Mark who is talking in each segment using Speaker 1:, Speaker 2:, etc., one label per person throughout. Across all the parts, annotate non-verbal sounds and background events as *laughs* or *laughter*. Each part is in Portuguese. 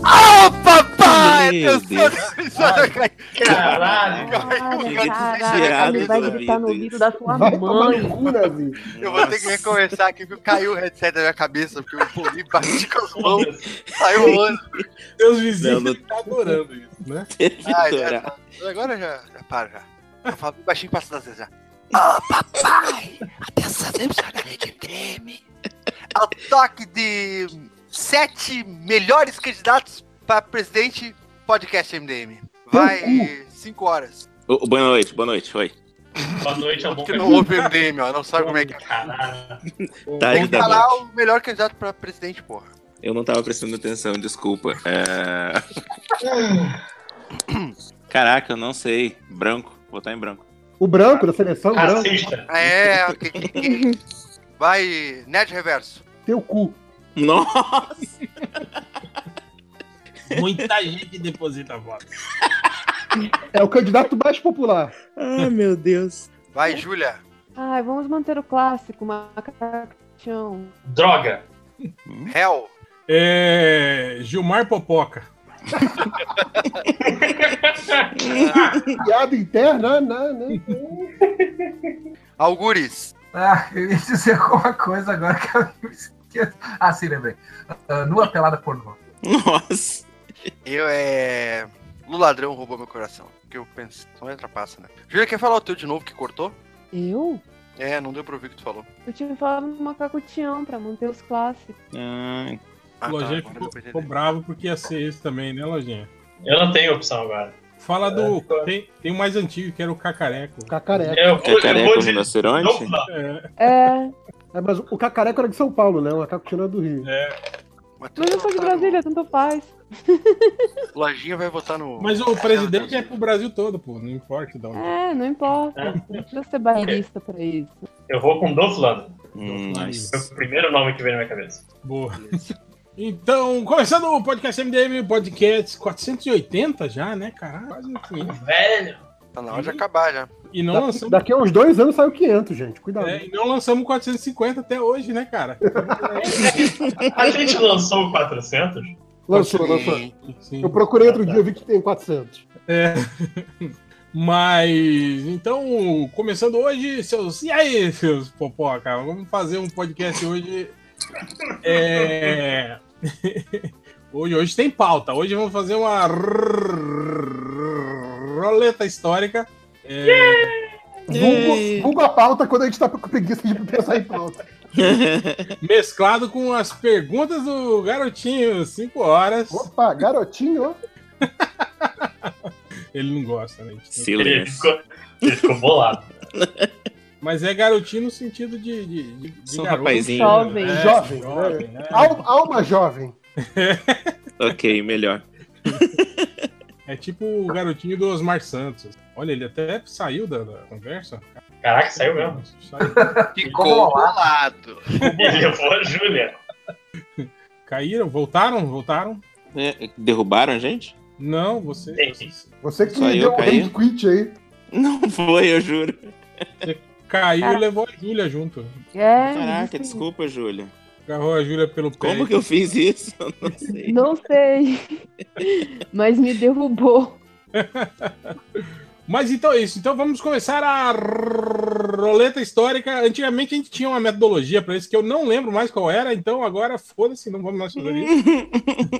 Speaker 1: Oh, papai!
Speaker 2: Meu Deus.
Speaker 3: Caralho,
Speaker 1: Caiu o gato.
Speaker 2: Tirado
Speaker 4: Caraca, ele vai
Speaker 2: do
Speaker 4: gritar no
Speaker 2: ouvido.
Speaker 4: ouvido da sua
Speaker 3: Vai tomar
Speaker 4: mãe.
Speaker 3: no cu, Nazi.
Speaker 1: Eu vou ter que recomeçar aqui, porque caiu o headset da minha cabeça, porque eu poli *laughs* bati com as mãos, saiu rolando.
Speaker 5: Teus
Speaker 2: Não,
Speaker 5: vizinhos
Speaker 2: não-
Speaker 5: tá adorando isso, né?
Speaker 2: Teve
Speaker 1: Ah,
Speaker 2: que orar.
Speaker 1: já- Agora já, já para já. Eu falo bem baixinho pra vocês já. Oh, papai! Atenção, sempre joga rede treme. Ao toque de sete melhores candidatos pra presidente podcast MDM. Vai cinco horas.
Speaker 2: Ô, boa noite, boa noite, oi.
Speaker 3: Boa noite, é um bom
Speaker 1: Porque não ouve MDM, ó, não sabe como é que é.
Speaker 3: Caralho.
Speaker 2: Tarde
Speaker 1: Tem que
Speaker 2: da
Speaker 1: falar
Speaker 2: noite.
Speaker 1: o melhor candidato pra presidente, porra.
Speaker 2: Tá Eu não tava prestando atenção, desculpa. É... *laughs* Caraca, eu não sei. Branco, votar em branco.
Speaker 3: O branco da seleção,
Speaker 5: Ah,
Speaker 3: branco,
Speaker 5: Racista.
Speaker 1: É, ok. Vai, Nerd Reverso.
Speaker 3: teu cu.
Speaker 2: Nossa!
Speaker 5: Muita gente deposita voto.
Speaker 3: É o candidato mais popular.
Speaker 2: Ah, meu Deus.
Speaker 1: Vai, Júlia.
Speaker 4: Ai, vamos manter o clássico, macacão.
Speaker 3: Droga.
Speaker 1: Hell.
Speaker 5: É. Gilmar Popoca.
Speaker 3: Piada interna, né? né?
Speaker 1: Algures.
Speaker 6: Ah, eu ia dizer alguma coisa agora que eu me esqueci. Ah, sim, lembrei. Ah, nua pelada pornô.
Speaker 2: Nossa.
Speaker 1: Eu é. Lula ladrão roubou meu coração. Que eu penso. Não ultrapassa, né? Júlia, quer falar o teu de novo que cortou?
Speaker 4: Eu?
Speaker 1: É, não deu pra ouvir o que tu falou.
Speaker 4: Eu tinha falado no macaco Tião pra manter os clássicos.
Speaker 2: Ah,
Speaker 1: Ah,
Speaker 5: Lojinha
Speaker 1: agora
Speaker 5: ficou,
Speaker 1: deu pra entender.
Speaker 5: ficou bravo porque ia ser esse também, né, Lojinha?
Speaker 7: Eu não tenho opção agora.
Speaker 5: Fala do. Tem, tem o mais antigo que era o Cacareco.
Speaker 3: Cacareco.
Speaker 7: Eu, vou- eu
Speaker 2: cacareco
Speaker 7: vou de
Speaker 2: rinoceronte?
Speaker 7: Não, não.
Speaker 5: É,
Speaker 4: É,
Speaker 3: É, mas o cacareco era de São Paulo, né? O macaco era do Rio.
Speaker 5: é.
Speaker 1: Mas tu
Speaker 4: mas eu sou de
Speaker 1: tá no-
Speaker 4: Brasília, tanto faz.
Speaker 1: Lojinha vai votar no.
Speaker 5: Mas o presidente é pro Brasil todo, pô. Não importa de onde.
Speaker 4: É, não importa. Não precisa ser bairrista pra isso.
Speaker 7: Eu vou com Dolph Lundgren.
Speaker 2: hum,
Speaker 7: É
Speaker 2: nossa.
Speaker 7: o primeiro nome que veio na minha cabeça.
Speaker 5: Boa. *laughs* Então, começando o podcast MDM, podcast 480 já, né? Caralho, quase no fim.
Speaker 7: Velho!
Speaker 1: Tá na hora de acabar já.
Speaker 5: E não
Speaker 3: Da-
Speaker 5: lançamos.
Speaker 3: daqui a uns dois anos saiu 500, gente. Cuidado.
Speaker 5: É, e não lançamos 450 até hoje, né, cara?
Speaker 7: A gente lançou o 400?
Speaker 3: lançou, lançou.
Speaker 5: Sim.
Speaker 3: Eu procurei outro dia, eu vi que tem 400.
Speaker 5: É. Mas então, começando hoje, seus. E aí, seus popoca? Vamos fazer um podcast hoje. É. *laughs* Hoje, hoje tem pauta. Hoje vamos fazer uma roleta histórica. É,
Speaker 3: Vulgo, vulgo a pauta quando a gente tá com preguiça de pensar em pauta.
Speaker 5: mesclado com as perguntas do garotinho, 5 horas.
Speaker 3: Opa, garotinho, ó.
Speaker 5: Ele não gosta, né? A gente tem-
Speaker 7: Ele
Speaker 2: Silêncio.
Speaker 7: ficou, ele ficou bolado.
Speaker 5: Mas é garotinho no sentido de. de, de, de
Speaker 2: São
Speaker 5: garoto.
Speaker 2: rapazinho.
Speaker 4: Jovem.
Speaker 5: É,
Speaker 3: Jovem,
Speaker 5: jovem, é.
Speaker 3: Al- alma jovem.
Speaker 2: Ok, melhor.
Speaker 5: É tipo o garotinho do Osmar Santos. Olha, ele até saiu da, da conversa.
Speaker 7: Caraca, saiu mesmo.
Speaker 5: Saiu.
Speaker 1: Ficou bolado.
Speaker 7: Ele levou a Júlia.
Speaker 5: Caíram? Voltaram? Voltaram?
Speaker 2: É, Derrubaram a gente?
Speaker 5: Não, você.
Speaker 7: Sim.
Speaker 5: você
Speaker 3: Você que
Speaker 2: Só eu
Speaker 3: deu um
Speaker 2: caí?
Speaker 3: hate quit aí.
Speaker 2: Não foi, eu juro.
Speaker 5: Caiu e
Speaker 4: Ah.
Speaker 5: levou a Júlia junto.
Speaker 4: É,
Speaker 2: Caraca,
Speaker 4: isso-
Speaker 2: desculpa, Júlia.
Speaker 5: Agarrou a Júlia pelo pé.
Speaker 2: Como que eu fiz isso? Eu não sei.
Speaker 4: Não sei. *laughs* Mas me derrubou.
Speaker 5: Mas então é isso. Então vamos começar a roleta histórica. Antigamente a gente tinha uma metodologia pra isso que eu não lembro mais qual era. Então agora foda-se, não vamos mais fazer isso.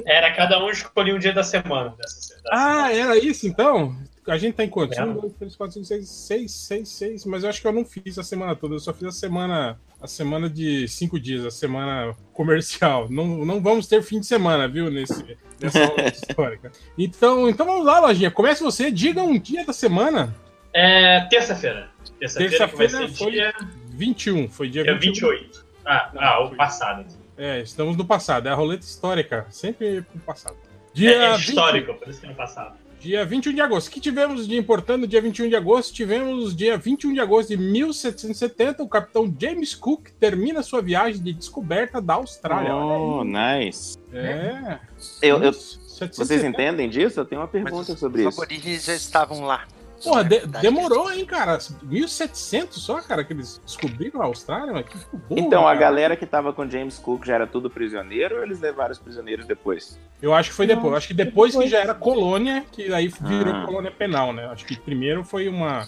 Speaker 7: Era cada um escolhia um dia da semana. Dessa, da
Speaker 5: Ah,
Speaker 7: semana.
Speaker 5: era isso então? A gente tá em quanto?
Speaker 7: É.
Speaker 5: 1, 2, 3, 4, 5, 6, 6, 6, 6. Mas eu acho que eu não fiz a semana toda. Eu só fiz a semana a semana de 5 dias, a semana comercial. Não, não vamos ter fim de semana, viu? Nesse, nessa
Speaker 7: *laughs*
Speaker 5: aula histórica. Então, então vamos lá, Lojinha. Comece você. Diga um dia da semana.
Speaker 7: É terça-feira. Terça-feira que vai
Speaker 5: Terça-feira
Speaker 7: ser
Speaker 5: foi-
Speaker 7: dia,
Speaker 5: 21. Foi dia
Speaker 7: dia
Speaker 5: 21.
Speaker 7: 28. Ah, ah, o passado.
Speaker 5: É, estamos no passado. É a roleta histórica. Sempre pro passado.
Speaker 7: É,
Speaker 5: Dia
Speaker 7: é
Speaker 5: 20
Speaker 7: histórico, por isso que não passado.
Speaker 5: Dia 21 de agosto. que tivemos de importando dia 21 de agosto? Tivemos dia 21 de agosto de 1770, o capitão James Cook termina sua viagem de descoberta da Austrália.
Speaker 2: Oh, nice.
Speaker 5: É.
Speaker 2: Eu, eu-
Speaker 5: 1770.
Speaker 2: vocês entendem disso? Eu tenho uma pergunta sobre
Speaker 1: Os
Speaker 2: isso.
Speaker 1: aborígenes já estavam lá.
Speaker 5: Porra, de-
Speaker 8: Verdade.
Speaker 5: demorou, hein, cara? 1700 só, cara, que eles descobriram a Austrália, mas que burro,
Speaker 2: Então, a
Speaker 5: cara.
Speaker 2: galera que tava com James Cook já era tudo prisioneiro ou eles levaram os prisioneiros depois?
Speaker 5: Eu acho que foi depois.
Speaker 4: Não,
Speaker 5: Acho que depois que
Speaker 4: depois.
Speaker 5: já era colônia, que aí virou
Speaker 2: Ah.
Speaker 5: colônia penal, né? Acho que primeiro foi uma,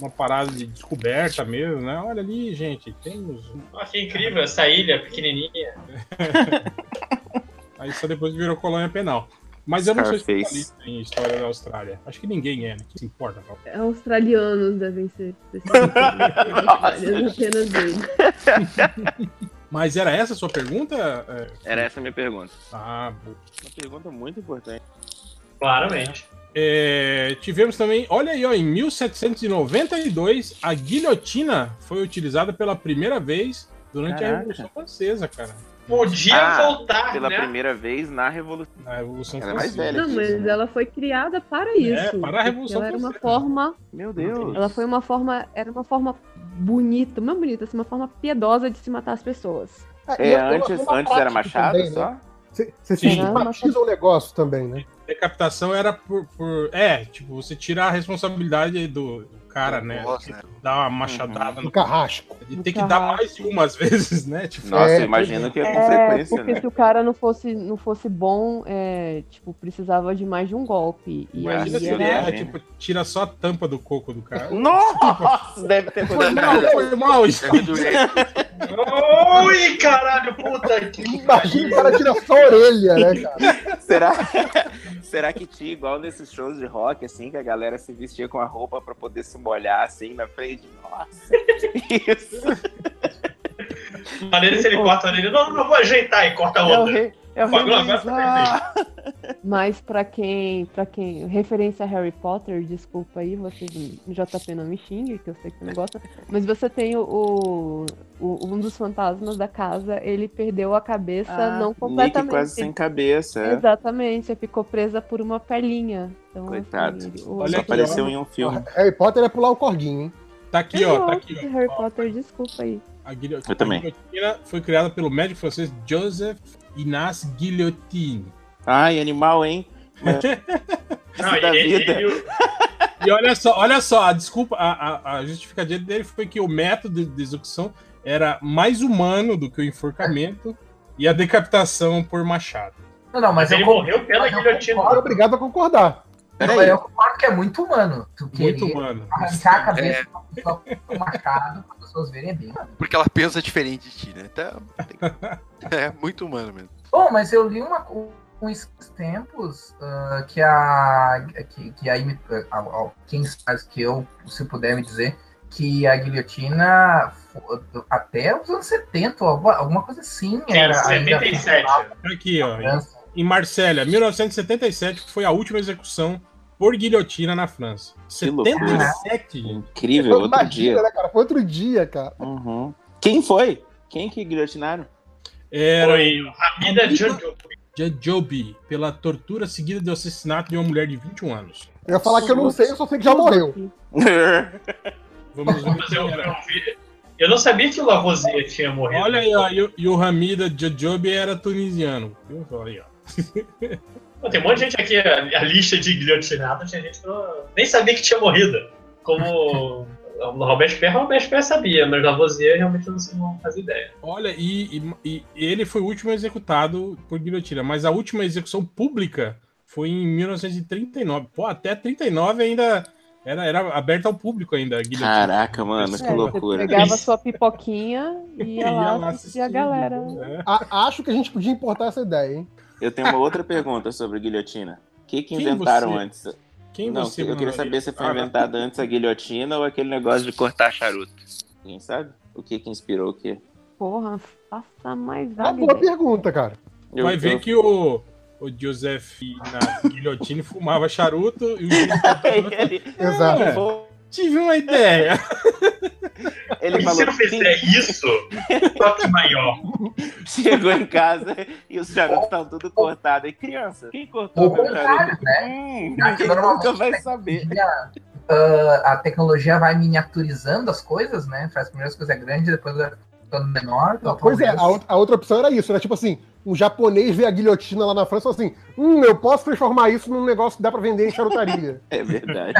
Speaker 5: uma parada de descoberta mesmo, né? Olha ali, gente, temos.
Speaker 7: Ah, que incrível essa ilha pequenininha.
Speaker 5: Aí só depois virou colônia penal. Mas eu não sou
Speaker 2: Scarface.
Speaker 5: especialista em história da Austrália. Acho que ninguém é, né? que se importa. Não.
Speaker 9: Australianos devem ser.
Speaker 2: *laughs*
Speaker 9: Olha, apenas dele.
Speaker 5: Mas era essa a sua pergunta? É,
Speaker 2: Era essa a minha pergunta.
Speaker 5: Ah, boa.
Speaker 2: Uma pergunta muito importante.
Speaker 7: Claramente.
Speaker 5: É, tivemos também, olha aí, ó, em 1792, a guilhotina foi utilizada pela primeira vez durante a
Speaker 2: Caraca.
Speaker 5: Revolução Francesa, cara.
Speaker 7: Podia
Speaker 2: Ah,
Speaker 7: voltar,
Speaker 2: Pela
Speaker 7: né?
Speaker 2: primeira vez na Revolução.
Speaker 5: Na Revolução
Speaker 2: Ela é mais
Speaker 5: Francesa.
Speaker 2: velha.
Speaker 9: Não, mas ela foi criada para isso.
Speaker 5: para a Revolução
Speaker 9: Ela era uma
Speaker 5: Francesa.
Speaker 9: forma.
Speaker 2: Meu Deus.
Speaker 4: Ela
Speaker 9: Ela foi uma forma. Era uma forma bonita, não bonita, assim, uma forma piedosa de se matar as pessoas.
Speaker 3: e
Speaker 2: É,
Speaker 3: eu- eu- eu-
Speaker 2: antes,
Speaker 3: uma
Speaker 2: antes era
Speaker 3: prática
Speaker 2: Machado
Speaker 3: também, né?
Speaker 2: só?
Speaker 3: Você você
Speaker 5: Sim.
Speaker 3: estigmatiza o um negócio também, né?
Speaker 5: Decapitação era por, por- É, tipo, você tirar a responsabilidade do, do cara, né?
Speaker 1: Nossa, né?
Speaker 5: Dar uma machadada.
Speaker 2: Uhum.
Speaker 3: No
Speaker 5: no
Speaker 3: Um carrasco.
Speaker 5: Ele tem que dar mais de umas vezes, né? Tipo,
Speaker 2: Nossa,
Speaker 3: É,
Speaker 2: eu imagino que é
Speaker 4: É,
Speaker 2: consequência,
Speaker 4: porque
Speaker 9: *laughs*
Speaker 2: né?
Speaker 4: se o cara não fosse, não fosse bom, é, tipo, precisava de mais de um golpe. E
Speaker 5: imagina
Speaker 2: Ah,
Speaker 4: aí
Speaker 5: se
Speaker 9: Assim,
Speaker 2: sim,
Speaker 4: era...
Speaker 5: ele
Speaker 2: né? Um
Speaker 5: é, tipo, tira só a tampa do coco do cara.
Speaker 2: Nossa, deve ter
Speaker 5: Foi mal, foi mal isso.
Speaker 7: Ui, caralho, puta que.
Speaker 3: Imagina o cara tira só a orelha, né, cara?
Speaker 2: Será, *laughs* será que tinha igual nesses shows de rock, assim, que a galera se vestia com a roupa pra poder se molhar, assim, na frente? Nossa, isso.
Speaker 7: Maneiro se ele corta a orelha. Não, não vou ajeitar e corta a
Speaker 2: É o
Speaker 7: outra.
Speaker 2: rei, é o rei
Speaker 7: Pagou
Speaker 2: Luiz,
Speaker 7: agora?
Speaker 2: ah.
Speaker 4: Mas pra quem, pra quem. Referência a Harry Potter, desculpa aí, vocês. JP não me xingue, que eu sei que você não gosta. Mas você tem o, o- o- Um dos fantasmas da casa, ele perdeu a cabeça,
Speaker 9: Ah,
Speaker 4: não
Speaker 2: Nick
Speaker 4: completamente.
Speaker 2: quase sem cabeça, é.
Speaker 4: Exatamente, você ficou presa por uma perninha. Então,
Speaker 2: Coitado.
Speaker 4: assim, o-
Speaker 5: Olha
Speaker 2: Só
Speaker 5: aqui,
Speaker 2: apareceu
Speaker 5: ó.
Speaker 2: em um filme.
Speaker 3: Harry Potter é pular o corguinho, hein?
Speaker 5: Tá aqui, ó. Tá aqui, ó.
Speaker 4: Harry Potter, desculpa aí.
Speaker 5: A guilhotina,
Speaker 2: Eu também.
Speaker 5: a guilhotina foi criada pelo médico francês Joseph Inas Guillotine.
Speaker 2: Ai, animal, hein?
Speaker 7: Não,
Speaker 2: da
Speaker 7: ele,
Speaker 2: vida.
Speaker 7: ele- ele-
Speaker 5: E olha só, olha só, a desculpa, a, a, a justificativa dele foi que o método de execução era mais humano do que o enforcamento e a decapitação por machado.
Speaker 6: Não, não, mas
Speaker 7: ele
Speaker 6: eu, con-
Speaker 7: morreu pela
Speaker 6: mas eu
Speaker 7: guilhotina.
Speaker 3: Era
Speaker 6: concordo.
Speaker 3: obrigado a concordar.
Speaker 6: não, mas eu concordo que é muito humano. Tu
Speaker 5: Muito
Speaker 6: querer
Speaker 5: humano.
Speaker 6: arrancar
Speaker 7: É.
Speaker 6: a cabeça de uma pessoa com um machado para as pessoas verem é bem.
Speaker 1: Porque ela pensa diferente de ti, né? Então, tem-
Speaker 5: *laughs*
Speaker 1: é muito humano mesmo.
Speaker 6: Bom, mas eu li uma, co- uns tempos ah, que a. que, que a, imi- a- a- quem sabe que eu, se puder me dizer, que a guilhotina fo- até os anos 70, alguma alguma coisa assim.
Speaker 7: Sim,
Speaker 6: ainda
Speaker 7: 77.
Speaker 5: Tá Aqui, ó, em,
Speaker 6: França.
Speaker 5: em Marsella, 1977, que foi a última execução por guilhotina na França.
Speaker 2: Que loucura.
Speaker 5: 77, gente.
Speaker 2: Incrível, outro
Speaker 3: Imagina,
Speaker 2: dia.
Speaker 3: né, cara? Foi outro dia, cara.
Speaker 2: Uhum. Quem foi? Quem que guilhotinaram?
Speaker 5: Era
Speaker 7: Foi a vida de Judô.
Speaker 5: Jajobi, pela tortura seguida do assassinato de uma mulher de 21 anos.
Speaker 3: Eu ia falar que eu não sei, eu só sei que já morreu.
Speaker 5: Vamos ver
Speaker 7: Mas
Speaker 5: quem
Speaker 7: eu,
Speaker 5: era.
Speaker 7: eu vi- eu não sabia que o Lavoisier tinha morrido.
Speaker 5: Olha aí, ó, e o- e o Hamida Jojobi era tunisiano. viu? Olha aí, ó.
Speaker 7: Pô, Tem um monte de gente aqui, a, a lista de guilhotinados, tinha gente que não- nem sabia que tinha morrido. Como o Robespierre, o Robespierre sabia, mas Lavoisier realmente não, se- não fazia ideia.
Speaker 5: Olha, e, e- e ele foi o último executado por guilhotina, mas a última execução pública foi em 1939. Pô, até 39 ainda era, era aberta ao público ainda a guilhotina.
Speaker 2: Caraca, mano, que
Speaker 4: É,
Speaker 2: loucura.
Speaker 4: Você pegava
Speaker 7: Isso.
Speaker 4: sua pipoquinha e ia lá, assistir a galera.
Speaker 5: É.
Speaker 3: A- acho que a gente podia importar essa ideia, hein?
Speaker 2: Eu tenho uma outra pergunta sobre guilhotina. O que, que
Speaker 5: Quem
Speaker 2: inventaram
Speaker 5: você-
Speaker 2: antes?
Speaker 5: Quem
Speaker 2: não,
Speaker 5: você,
Speaker 2: eu queria
Speaker 5: mano?
Speaker 2: saber se foi
Speaker 5: Ah,
Speaker 2: inventada antes a guilhotina ou aquele negócio de cortar charuto. Quem sabe? O que que inspirou o quê?
Speaker 4: Porra, faça mais
Speaker 3: É uma
Speaker 4: vaga.
Speaker 3: boa pergunta, cara.
Speaker 2: Eu-
Speaker 5: Vai ver
Speaker 2: eu-
Speaker 5: que o, o Joseph na guilhotine *laughs* fumava charuto e o
Speaker 3: *laughs*
Speaker 2: ele,
Speaker 3: Exato.
Speaker 5: É. Tive uma ideia.
Speaker 2: ele
Speaker 7: e se
Speaker 2: falou
Speaker 7: eu fizer isso, só que maior.
Speaker 2: "Quem chegou em casa e os charutos estão tudo cortados. E criança, quem cortou
Speaker 6: Ou
Speaker 2: meu
Speaker 6: contrário,
Speaker 2: charuto?
Speaker 3: né?
Speaker 2: Hum,
Speaker 6: Ah,
Speaker 2: ninguém
Speaker 6: normalmente
Speaker 2: nunca vai
Speaker 6: tem-
Speaker 2: saber.
Speaker 6: tecnologia, ah, a tecnologia vai miniaturizando as coisas, né? Faz primeiro as coisas grandes, é depois dano menor.
Speaker 3: Não, pois é, a, outra- a outra opção era isso. Era tipo assim, um japonês vê a guilhotina lá na França e fala assim, hum, eu posso transformar isso num negócio que dá pra vender
Speaker 2: *laughs*
Speaker 3: em charutaria.
Speaker 2: É verdade.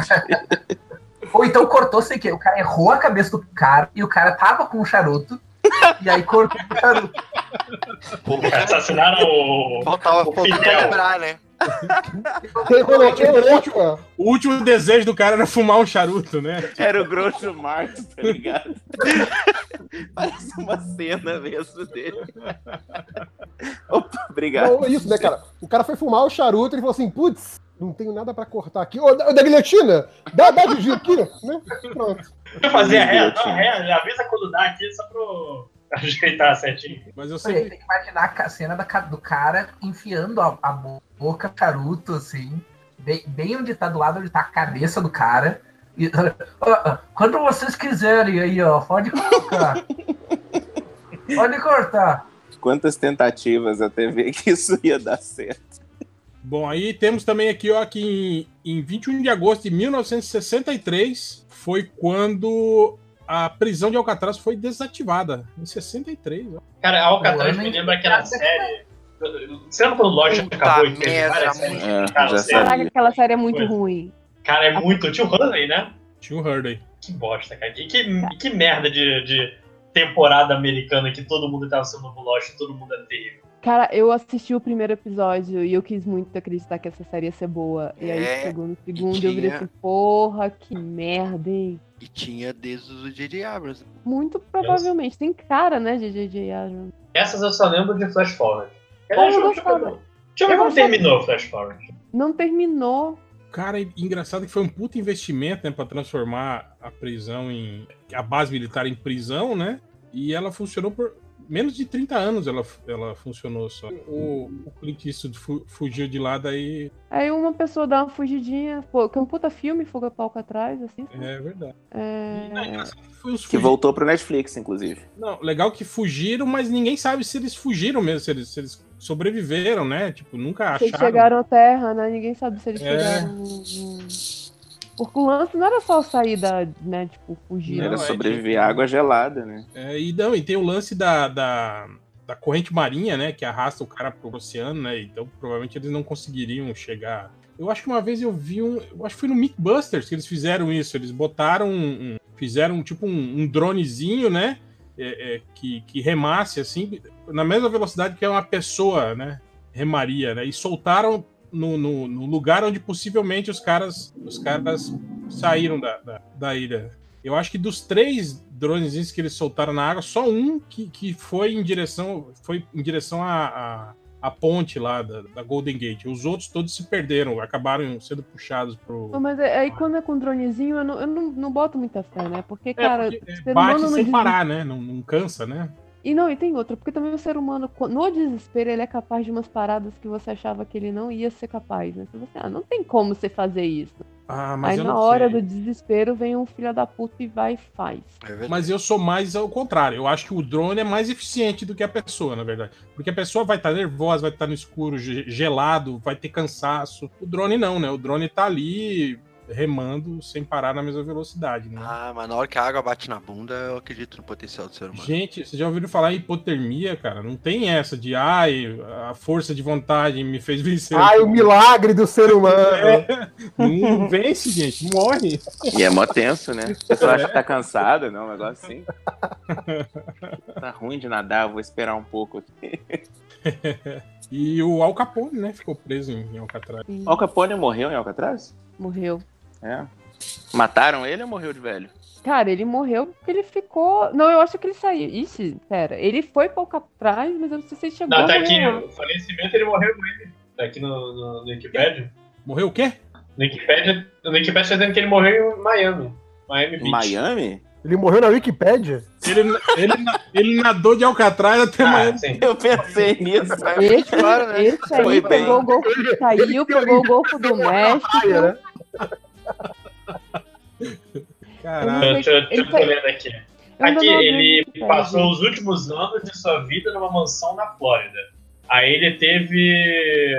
Speaker 6: Ou então cortou sem querer. O cara errou a cabeça do cara e o cara tava com um charuto. e aí cortou o charuto.
Speaker 1: Porra,
Speaker 7: Assassinaram o.
Speaker 1: faltava faltava
Speaker 7: Fidel.
Speaker 1: lembrar, né?
Speaker 3: Eu coloquei erótica.
Speaker 5: O último desejo do cara era fumar um charuto, né?
Speaker 2: Era o Groucho Marx, tá ligado? *laughs* Parece uma cena mesmo dele. Opa, obrigado.
Speaker 3: Não, é isso, né, cara? O cara foi fumar o charuto e ele falou assim, putz, não tenho nada pra cortar aqui. Ô, da, da guilhotina, dá, dá de giro aqui, né? Pronto.
Speaker 7: Deixa eu fazer a ré, não, ré, ele avisa quando dá aqui só pro ajeitar certinho.
Speaker 5: Mas eu
Speaker 6: Tem
Speaker 5: sempre.
Speaker 6: que imaginar a ca- cena da ca- do cara enfiando a, a boca charuto, assim. Bem, bem onde tá do lado onde tá a cabeça do cara. E, *laughs* "Ah, ah, quando vocês quiserem aí, ó, pode colocar. pode cortar.
Speaker 2: Quantas tentativas até ver *laughs* que isso ia dar certo.
Speaker 5: Bom, aí temos também aqui, ó, que em, em 21 de agosto de 1963 foi quando a prisão de Alcatraz foi desativada. Em 63, ó.
Speaker 7: Cara, a Alcatraz
Speaker 6: Boa,
Speaker 7: me
Speaker 6: né?
Speaker 7: lembra aquela série. Você lembra quando Lost
Speaker 1: Puta
Speaker 7: acabou e teve
Speaker 1: merda,
Speaker 7: várias séries?
Speaker 1: muito.
Speaker 2: É,
Speaker 7: Cara,
Speaker 2: já
Speaker 7: sério.
Speaker 2: sabia.
Speaker 9: Caraca, aquela série é muito
Speaker 7: Pois.
Speaker 9: ruim.
Speaker 7: Cara, é muito. Tinha o Hurley, né?
Speaker 5: Tinha um o Hurley.
Speaker 7: Que bosta, cara. Que, que, que merda de, de temporada americana que todo mundo tava sendo novo Lost, todo mundo é terrível.
Speaker 9: Cara, eu assisti o primeiro episódio e eu quis muito acreditar que essa série ia ser boa. E aí
Speaker 1: É,
Speaker 9: chegou no
Speaker 1: e
Speaker 9: segundo
Speaker 1: tinha.
Speaker 9: eu virei assim, porra, que merda, hein?
Speaker 1: E tinha dedos de diabos.
Speaker 9: Muito provavelmente. Tem cara, né, de J.J. Abrams?
Speaker 7: Essas eu só lembro de Flash Forward. Aliás,
Speaker 9: eu
Speaker 7: deixa eu ver-
Speaker 9: gostava.
Speaker 7: Deixa eu ver
Speaker 9: Eu
Speaker 7: como
Speaker 9: gostava.
Speaker 7: terminou o Flash Forward.
Speaker 9: Não terminou.
Speaker 5: Cara, e- engraçado que foi um puto investimento, né, pra transformar a prisão em. a base militar em prisão, né? E ela funcionou por. Menos de 30 anos ela, ela funcionou só. O, o Clint Eastwood fu- fugiu de lá, daí.
Speaker 9: Aí uma pessoa dá uma fugidinha, pô, que é um puta filme, fuga palco atrás, assim.
Speaker 5: É verdade. E, não,
Speaker 9: É...
Speaker 5: engraçado que foi os
Speaker 2: Que
Speaker 5: fugi-
Speaker 2: voltou pro Netflix, inclusive.
Speaker 5: Não, legal que fugiram, mas ninguém sabe se eles fugiram mesmo, se eles, se eles sobreviveram, né? Tipo, nunca
Speaker 9: Se
Speaker 5: acharam.
Speaker 9: eles chegaram à Terra, né? Ninguém sabe se eles
Speaker 5: É.
Speaker 9: chegaram. no- no- Porque o lance não era só sair da, né, tipo, fugir.
Speaker 5: Não,
Speaker 2: Era
Speaker 5: é
Speaker 2: sobreviver
Speaker 5: que-
Speaker 2: à água gelada, né?
Speaker 5: É, e, não, e tem o lance da, da, da corrente marinha, né? Que arrasta o cara pro oceano, né? Então provavelmente eles não conseguiriam chegar. Eu acho que uma vez eu vi um. Eu acho que foi no Mythbusters que eles fizeram isso. Eles botaram. um- um- fizeram tipo um, um dronezinho, né? é, é, que, que remasse assim, na mesma velocidade que uma pessoa, né? Remaria, né? E soltaram no, no- no lugar onde possivelmente os caras, os caras saíram da- da, da ilha. Eu acho que dos três dronezinhos que eles soltaram na água, só um que, que foi em direção foi em direção à, à, à ponte lá da, da Golden Gate. Os outros todos se perderam, acabaram sendo puxados pro.
Speaker 9: Não, Mas é- aí quando é com dronezinho, eu não, eu não, não boto muita fé, né? Porque,
Speaker 5: É,
Speaker 9: cara,
Speaker 5: porque, é,
Speaker 9: o ser
Speaker 5: bate
Speaker 9: humano
Speaker 5: sem
Speaker 9: no desespero.
Speaker 5: parar, né? Não, não cansa, né?
Speaker 9: E não, e tem outra, porque também o ser humano, co- no desespero, ele é capaz de umas paradas que você achava que ele não ia ser capaz, né? Você fala assim, ah, não tem como você fazer isso.
Speaker 5: Ah, mas
Speaker 9: aí
Speaker 5: eu
Speaker 9: na
Speaker 5: não
Speaker 9: hora
Speaker 5: sei.
Speaker 9: do desespero vem um filho da puta e vai e faz.
Speaker 1: É
Speaker 5: Mas eu sou mais ao contrário. Eu acho que o drone é mais eficiente do que a pessoa, na verdade. Porque a pessoa vai estar nervosa, vai estar no escuro, ge- gelado, vai ter cansaço. O drone não, né? O drone tá ali remando sem parar na mesma velocidade, né?
Speaker 1: Ah, mas na hora que a água bate na bunda, eu acredito no potencial do ser humano.
Speaker 5: Gente, vocês já ouviram falar em hipotermia, cara? Não tem essa de ai, a força de vontade me fez
Speaker 3: *laughs*
Speaker 5: vencer.
Speaker 3: Ai,
Speaker 5: *laughs*
Speaker 3: o milagre do ser humano.
Speaker 5: Não vence, gente, morre.
Speaker 2: E é mó tenso, né? A pessoa acha que tá cansada, não, um negócio assim. Tá ruim de nadar, vou esperar um pouco aqui.
Speaker 5: E o Al Capone, né? Ficou preso em em Alcatraz.
Speaker 9: Sim,
Speaker 2: Al Capone morreu em Alcatraz?
Speaker 9: morreu.
Speaker 2: É. Mataram ele ou morreu de velho?
Speaker 9: Cara, ele morreu porque ele ficou. Não, eu acho que ele saiu. Ixi, pera. Ele foi pouco atrás, mas eu não sei se ele chegou.
Speaker 7: Não, tá
Speaker 9: a
Speaker 7: aqui,
Speaker 9: morrer.
Speaker 7: o falecimento ele morreu com ele. Tá aqui no, no, no Wikipedia.
Speaker 5: Morreu o quê?
Speaker 7: No Wikipedia, no Wikipedia tá dizendo que ele morreu em Miami. Miami
Speaker 2: Em
Speaker 7: Beach.
Speaker 2: Miami?
Speaker 3: Ele morreu na Wikipédia?
Speaker 5: Ele, ele, ele nadou de Alcatraz até amanhã.
Speaker 7: Ah, sim.
Speaker 2: Eu pensei nisso.
Speaker 9: Esse,
Speaker 1: Claro, né?
Speaker 9: esse
Speaker 2: Foi
Speaker 9: aí
Speaker 2: bem.
Speaker 9: pegou o Golfo. Saiu, pegou o Golfo do México.
Speaker 3: Praia, né?
Speaker 5: Caralho.
Speaker 7: Eu tô,
Speaker 9: Ele
Speaker 7: eu tô
Speaker 9: foi-
Speaker 7: lendo aqui.
Speaker 9: Eu ainda
Speaker 7: Aqui,
Speaker 9: não vi
Speaker 7: ele
Speaker 9: o que é,
Speaker 7: passou
Speaker 9: gente.
Speaker 7: os últimos anos de sua vida numa mansão na Flórida. Aí ele teve.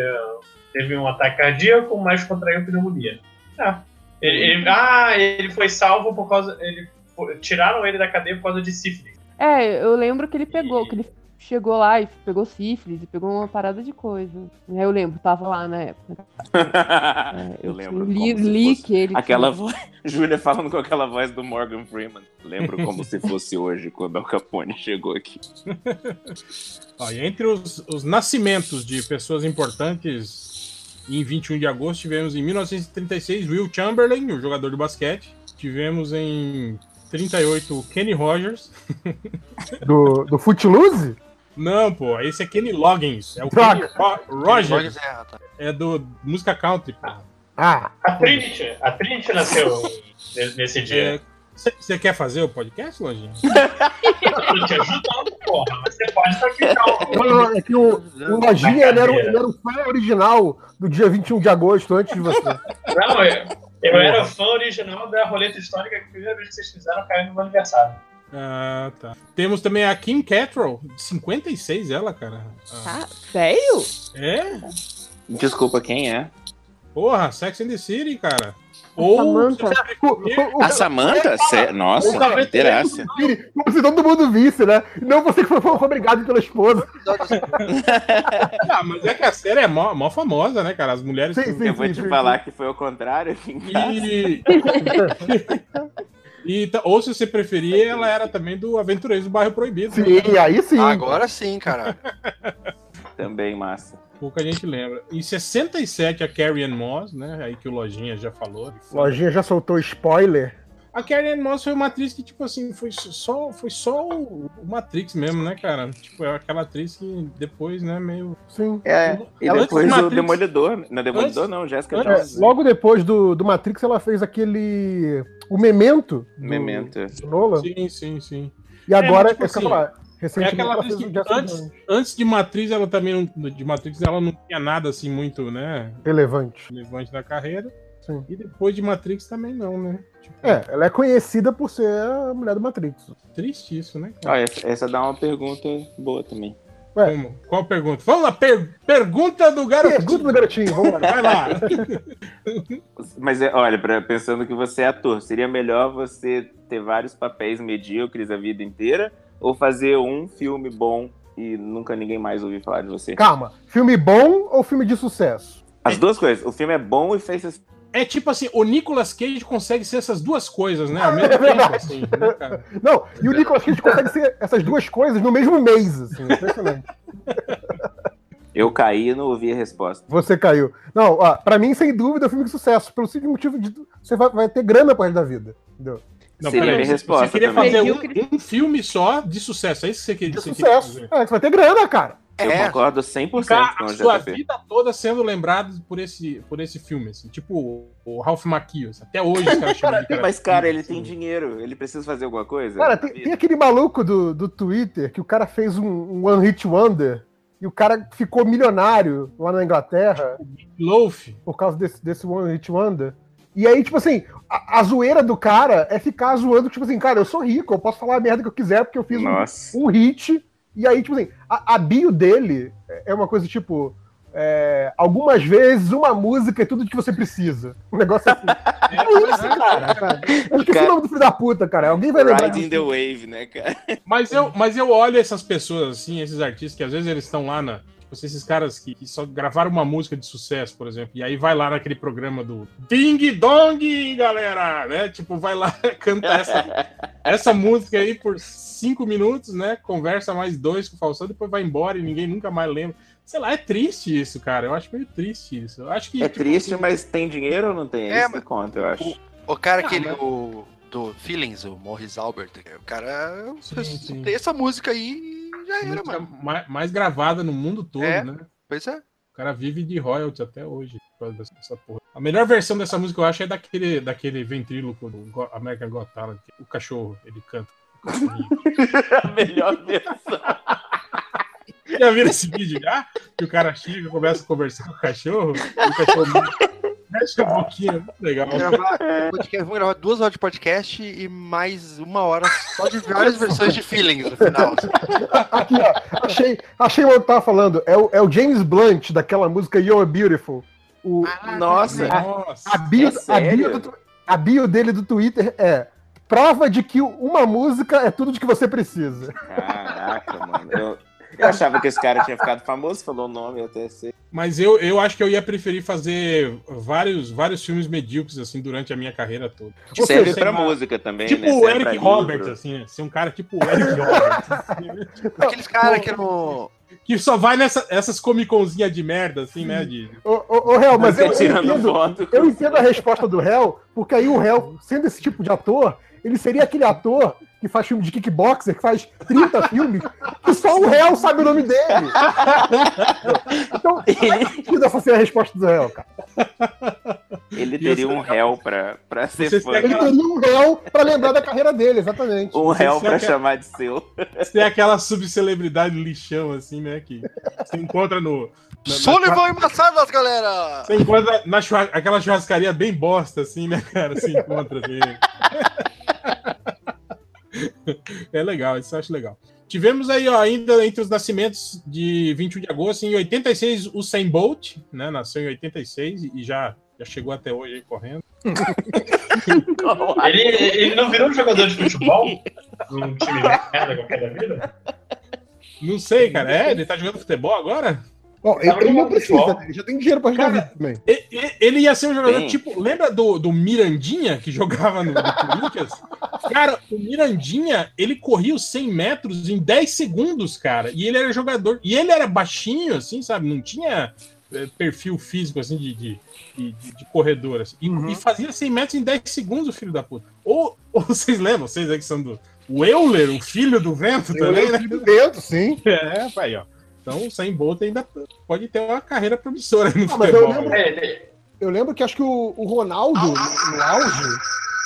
Speaker 7: teve um ataque cardíaco, mas contraiu pneumonia. Ah, ele, ele- ah, ele foi salvo por causa. Ele, foi- tiraram ele da cadeia por causa de sífilis.
Speaker 9: É, eu lembro que ele pegou, que ele chegou lá e pegou sífilis e pegou uma parada de coisa. É, Eu lembro, tava lá na época.
Speaker 2: É, *laughs* eu,
Speaker 9: eu
Speaker 2: lembro.
Speaker 9: li,
Speaker 2: como se
Speaker 9: li
Speaker 2: fosse-
Speaker 9: que ele.
Speaker 2: Aquela voz. *laughs* Júlia falando com aquela voz do Morgan Freeman. Lembro como se fosse hoje, quando Al Capone chegou aqui.
Speaker 5: Ó, e entre os, os nascimentos de pessoas importantes, em 21 de agosto tivemos em 1936 Will Chamberlain, o jogador de basquete. Tivemos em 38 o Kenny Rogers.
Speaker 3: Do, do Footloose?
Speaker 5: Não, pô, esse é Kenny Loggins. É o
Speaker 3: Droga.
Speaker 5: Kenny Ro- Rogers.
Speaker 1: é, tá.
Speaker 5: É do música country, pô.
Speaker 3: Ah,
Speaker 7: A Trinity, a Trinity nasceu ne- nesse
Speaker 5: É.
Speaker 7: dia.
Speaker 5: Você quer fazer o podcast, Lojinha?
Speaker 7: Eu te ajudando, porra. Mas você pode sacrificar o.
Speaker 3: é que o, o Lojinha ele era, o- ele era o fã original do dia 21 de agosto, antes
Speaker 9: *laughs*
Speaker 3: de você.
Speaker 7: Não, eu, eu era fã original da roleta histórica que a primeira vez que vocês fizeram caiu no meu aniversário.
Speaker 5: Ah, tá. Temos também a Kim Cattrall, de 56 ela, cara. Ah,
Speaker 9: Ah, sério?
Speaker 5: é?
Speaker 2: Desculpa, quem é?
Speaker 5: Porra, Sex and the City, cara.
Speaker 9: Ou...
Speaker 5: Ou
Speaker 9: Samantha.
Speaker 3: O, o, o,
Speaker 2: A Samantha? Cê- Nossa,
Speaker 3: Cara,
Speaker 2: inteiraça.
Speaker 3: Siri, como se todo mundo visse, né? Não você que foi obrigado pela esposa.
Speaker 5: Ah, mas é que a série é mó, mó famosa, né, cara? As mulheres.
Speaker 3: Sim, sim.
Speaker 2: Eu vou te falar que foi o contrário *laughs* assim, aqui em casa.
Speaker 5: E... *laughs* E ta- ou se você preferir, ela era também do Aventureiros do Bairro Proibido. né?
Speaker 3: Sim, aí sim.
Speaker 1: Agora sim, cara.
Speaker 2: Também, massa.
Speaker 5: Pouca gente lembra. Em 67, a Carrie Ann Moss, né? Aí que o Lojinha já falou.
Speaker 3: Lojinha já soltou spoiler.
Speaker 5: A Carrie Ann Moss foi uma atriz que, tipo assim, foi só, foi só o o Matrix mesmo, né, cara? Tipo, é aquela atriz que depois, né, meio.
Speaker 3: Sim.
Speaker 2: É, e
Speaker 5: Ela antes
Speaker 2: depois
Speaker 5: do
Speaker 2: o
Speaker 5: Matrix-
Speaker 2: Demolidor. Não, Demolidor
Speaker 5: Antes-
Speaker 2: não, Jessica
Speaker 5: antes-
Speaker 3: É,
Speaker 2: Jones.
Speaker 3: logo depois do, do Matrix, ela fez aquele. O Memento. do-
Speaker 2: Memento.
Speaker 3: do Nolan.
Speaker 5: Sim, sim, sim.
Speaker 3: E agora,
Speaker 5: mas, tipo
Speaker 3: é, que eu
Speaker 5: assim,
Speaker 3: falar,
Speaker 5: É
Speaker 3: recentemente
Speaker 5: aquela
Speaker 3: ela
Speaker 5: atriz
Speaker 3: fez o
Speaker 5: que
Speaker 3: Jessica
Speaker 5: antes,
Speaker 3: Jones.
Speaker 5: antes de Matrix, ela também não, de Matrix ela não tinha nada assim muito, né?
Speaker 3: Relevante.
Speaker 5: relevante na carreira.
Speaker 3: Sim.
Speaker 5: E depois de Matrix também não, né? Tipo,
Speaker 3: É, ela é conhecida por ser a mulher do Matrix.
Speaker 5: Triste isso, né? cara?
Speaker 2: Ó, essa, essa dá uma pergunta boa também.
Speaker 3: é.
Speaker 5: Como? Qual pergunta? Vamos lá, per- pergunta do garoto.
Speaker 3: Pergunta do garotinho, vamos
Speaker 5: *laughs*
Speaker 3: lá.
Speaker 5: Vai lá.
Speaker 2: Mas é, olha, pra- pensando que você é ator, seria melhor você ter vários papéis medíocres a vida inteira ou fazer um filme bom e nunca ninguém mais ouvir falar de você?
Speaker 3: Calma, filme bom ou filme de sucesso?
Speaker 2: As duas coisas. O filme é bom e fez sucesso.
Speaker 5: É tipo assim, o Nicolas Cage consegue ser essas duas coisas, né? Ao
Speaker 3: É
Speaker 5: mesmo tempo, assim, né, cara?
Speaker 3: Não, e o Nicolas Cage consegue ser essas duas coisas no mesmo mês, assim, impressionante.
Speaker 2: Eu caí e não ouvi a resposta.
Speaker 3: Você caiu. Não, ó, pra mim, sem dúvida, é um filme de sucesso, pelo simples motivo de você vai, vai ter grana pro resto da vida. Entendeu?
Speaker 2: Seria
Speaker 5: peraí,
Speaker 2: a minha
Speaker 5: você-
Speaker 2: resposta
Speaker 5: Você queria
Speaker 2: também.
Speaker 5: fazer um, um filme só de sucesso, é isso que você queria,
Speaker 3: é De
Speaker 5: você queria
Speaker 3: sucesso.
Speaker 5: fazer?
Speaker 3: É, você vai ter grana, cara.
Speaker 2: Eu
Speaker 1: É.
Speaker 2: concordo 100%
Speaker 5: Ficar
Speaker 2: com
Speaker 5: a
Speaker 2: o
Speaker 5: sua
Speaker 2: JP.
Speaker 5: vida toda sendo lembrado por esse, por esse filme, assim. Tipo o- o Ralph Macchio, assim. até hoje os caras chamam de
Speaker 3: *laughs*
Speaker 2: Mas, cara, ele tem
Speaker 5: assim.
Speaker 2: dinheiro. Ele precisa fazer alguma coisa?
Speaker 3: Cara,
Speaker 2: na
Speaker 3: tem,
Speaker 2: vida?
Speaker 3: tem aquele maluco do, do Twitter que o cara fez um, um One Hit Wonder e o cara ficou milionário lá na Inglaterra
Speaker 5: Loaf.
Speaker 3: por causa desse, desse One Hit Wonder. E aí, tipo assim, a, a zoeira do cara é ficar zoando, tipo assim, cara, eu sou rico, eu posso falar a merda que eu quiser porque eu fiz um
Speaker 2: Nossa.
Speaker 3: um hit. E aí, tipo assim, a, a bio dele é uma coisa tipo. é, algumas vezes uma música é tudo que você precisa. Um negócio assim.
Speaker 2: *laughs*
Speaker 3: É *laughs* isso, cara. sabe? Eu esqueci
Speaker 2: Cara-
Speaker 3: o nome do filho da puta, cara. Alguém vai lembrar.
Speaker 2: Riding the wave, né, cara?
Speaker 5: Mas eu, mas eu olho essas pessoas, assim, esses artistas, que às vezes eles estão lá na. Tipo, assim, esses caras que, que só gravaram uma música de sucesso, por exemplo, e aí vai lá naquele programa do Ding Dong, galera, né? Tipo, vai lá *laughs* cantar essa, essa música aí por cinco minutos, né? Conversa mais dois com o Falsão, depois vai embora e ninguém nunca mais lembra. Sei lá, é triste isso, cara. Eu acho meio triste isso. Eu acho que.
Speaker 2: É
Speaker 5: tipo,
Speaker 2: triste, mas tem dinheiro ou não tem? É,
Speaker 1: É,
Speaker 2: isso que
Speaker 1: mas-
Speaker 2: conta, eu acho.
Speaker 1: O cara
Speaker 5: Ah,
Speaker 1: que ele.
Speaker 5: mas-
Speaker 1: O, do Feelings, o Morris Albert. é O cara.
Speaker 5: Sim, sim.
Speaker 1: Tem essa música aí e já era,
Speaker 5: música
Speaker 1: é mano.
Speaker 5: mais, mais gravada no mundo todo,
Speaker 1: É.
Speaker 5: né?
Speaker 1: Pois é.
Speaker 5: O cara vive de royalty até hoje por causa dessa, dessa porra. A melhor versão dessa música, eu acho, é daquele, daquele ventríloco do Go- American Got Talent. que O cachorro, ele canta. O cachorrinho.
Speaker 2: A *laughs* melhor versão.
Speaker 5: já viram esse vídeo já? Que o cara chega, começa a conversar com o cachorro, e o cachorro *laughs* mexe a boquinha. é muito Legal.
Speaker 1: Vamos gravar, podcast- vamos gravar duas horas de podcast e mais uma hora só de várias versões de Feelings no final.
Speaker 3: Aqui, ó. Achei, achei o que eu tava falando. É o, é o James Blunt daquela música You're Beautiful. O,
Speaker 2: Nossa.
Speaker 5: Nossa.
Speaker 3: a, bio,
Speaker 2: Ah, é
Speaker 3: a, bio
Speaker 2: sério?
Speaker 3: do, tu- a bio dele do Twitter é Prova de que uma música é tudo de que você precisa.
Speaker 2: Caraca, mano. Eu, eu achava que esse cara tinha ficado famoso, falou o nome, eu até sei.
Speaker 5: Mas eu, eu acho que eu ia preferir fazer vários, vários filmes medíocres, assim, durante a minha carreira toda.
Speaker 2: Tipo, Serve pra uma... música também,
Speaker 5: tipo
Speaker 2: né?
Speaker 5: o
Speaker 2: Serve pra
Speaker 5: Eric
Speaker 2: livro.
Speaker 5: Roberts, assim, né? ser um cara tipo o Eric Roberts. *laughs* assim, né?
Speaker 1: Aqueles caras que é não.
Speaker 5: que só vai nessas essas comiconzinhas de merda, assim, né? De...
Speaker 3: Ô, ô, ô, réu, mas eu,
Speaker 2: Fica
Speaker 3: eu
Speaker 2: tirando
Speaker 3: entendo,
Speaker 2: foto.
Speaker 3: eu entendo a resposta do réu, porque aí o réu, sendo esse tipo de ator, ele seria aquele ator que faz filme de kickboxer, que faz
Speaker 2: *laughs*
Speaker 3: 30 filmes, que só o réu sabe o nome dele. Então, faz sentido essa ser a resposta do réu, cara.
Speaker 2: Ele teria um réu pra, pra ser
Speaker 5: Vocês
Speaker 2: fã.
Speaker 5: querem-
Speaker 3: Ele teria um réu pra lembrar da carreira dele, exatamente.
Speaker 2: Um réu pra
Speaker 5: Você-
Speaker 2: chamar de seu.
Speaker 5: Tem aquela subcelebridade lixão, assim, né? Que você encontra
Speaker 1: é
Speaker 5: no. na- na-
Speaker 1: Sullivan e Massadas, galera!
Speaker 5: Você encontra na churras... aquela churrascaria bem bosta, assim, né, cara? Você encontra assim. é legal, isso eu acho legal. Tivemos aí, ó, ainda entre os nascimentos de 21 de agosto, em 86, o Sam Bolt, né? Nasceu em 86 e já, já chegou até hoje aí correndo.
Speaker 7: Ele, ele não virou um jogador de *laughs* futebol? Num Um time merda qualquer da vida?
Speaker 5: Não sei, cara. É, ele tá jogando futebol agora?
Speaker 3: Bom, ele, ele não precisa, né? ele já tem dinheiro pra ajudar a
Speaker 5: Cara,
Speaker 3: vida também.
Speaker 5: E- e- Ele ia ser um jogador
Speaker 2: Sim.
Speaker 5: tipo. Lembra do, do Mirandinha que jogava no, no Corinthians? Cara, o Mirandinha, ele corria os 100 metros em 10 segundos, cara. E ele era jogador. E ele era baixinho, assim, sabe? Não tinha eh, perfil físico, assim, de, de, de, de- de corredor. assim. E, e fazia 100 metros em 10 segundos, o filho da puta. Ou, ou vocês lembram, vocês aí que são do. O Euler, o filho do vento
Speaker 3: Eu
Speaker 5: também, né?
Speaker 3: lembro do dedo, sim.
Speaker 5: É, vai, ó. Então o Sam Bolt ainda pode ter uma carreira promissora aí no
Speaker 3: Ah, mas eu
Speaker 5: futebol.
Speaker 3: lembro-
Speaker 5: né?
Speaker 7: É, ele-
Speaker 3: Eu lembro que acho que o, o Ronaldo, no, no auge,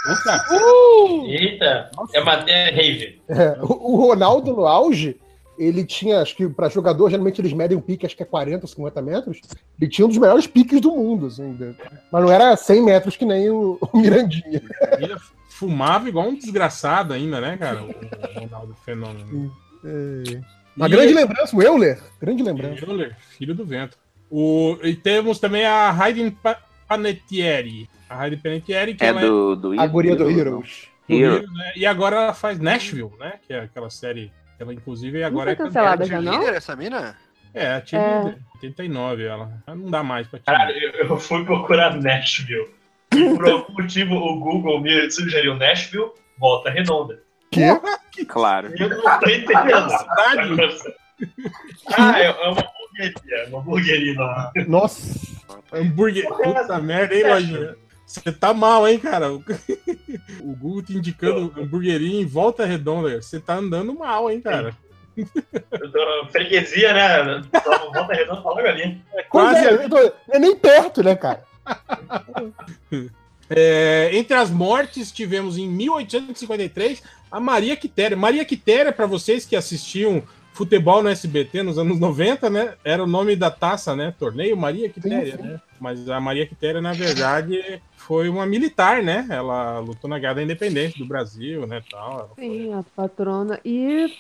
Speaker 5: Puta,
Speaker 7: Eita, é matéria rave.
Speaker 3: é, o, o Ronaldo no auge, ele tinha, acho que pra jogador, geralmente eles medem um pique, acho que é 40 ou 50 metros, ele tinha um dos melhores piques do mundo, assim, de- mas não era 100 metros que nem o, o Mirandinha.
Speaker 5: Ele fumava igual um desgraçado ainda, né, cara? O o Ronaldo Fenômeno.
Speaker 3: É. Uma grande lembrança, o Euler, grande lembrança.
Speaker 5: Euler, é filho do vento. O, e temos também a Hayden Pa- Panettiere. A Hayden Panettiere, que
Speaker 2: É
Speaker 5: ela
Speaker 2: do, do
Speaker 3: A guria do
Speaker 2: Hero.
Speaker 3: Heroes.
Speaker 5: é do
Speaker 2: Hero.
Speaker 5: Rio, né? E agora ela faz Nashville, né? Que é aquela série. que Ela, inclusive, agora
Speaker 9: foi
Speaker 5: é
Speaker 9: cancelada
Speaker 5: cantora.
Speaker 9: já, não?
Speaker 1: Líder, essa mina?
Speaker 5: É, a time
Speaker 9: É.
Speaker 5: 89, ela. Ela Não dá mais pra
Speaker 7: Caralho,
Speaker 5: tirar.
Speaker 7: eu, eu fui procurar Nashville. E *laughs* por algum motivo o Google me sugeriu Nashville, volta redonda.
Speaker 2: Claro.
Speaker 7: Eu não tô *laughs* entendendo. Ah, é é uma hamburgueria, é uma hamburgueria lá.
Speaker 3: Nossa,
Speaker 5: Hambúrguer.
Speaker 3: é assim,
Speaker 5: Puta merda, hein, Lojinha? Você tá mal, hein, cara? O *laughs* o Google te indicando hambúrgueria em volta redonda. Você tá andando mal, hein, cara?
Speaker 7: Eu tô- Freguesia, né? Tô uma Volta redonda, fala galinha.
Speaker 3: pois
Speaker 5: Quase-
Speaker 3: é, eu tô- é nem perto, né, cara?
Speaker 5: É, entre as mortes, tivemos em 1853 a Maria Quitéria. Maria Quitéria, para vocês que assistiam futebol no SBT nos anos 90, né? Era o nome da taça, né? Torneio Maria Quitéria, né? Mas a Maria Quitéria, na verdade, foi uma militar, né? Ela lutou na guerra da independência do Brasil, né? Tal. Ela foi-
Speaker 9: Sim, a patrona. E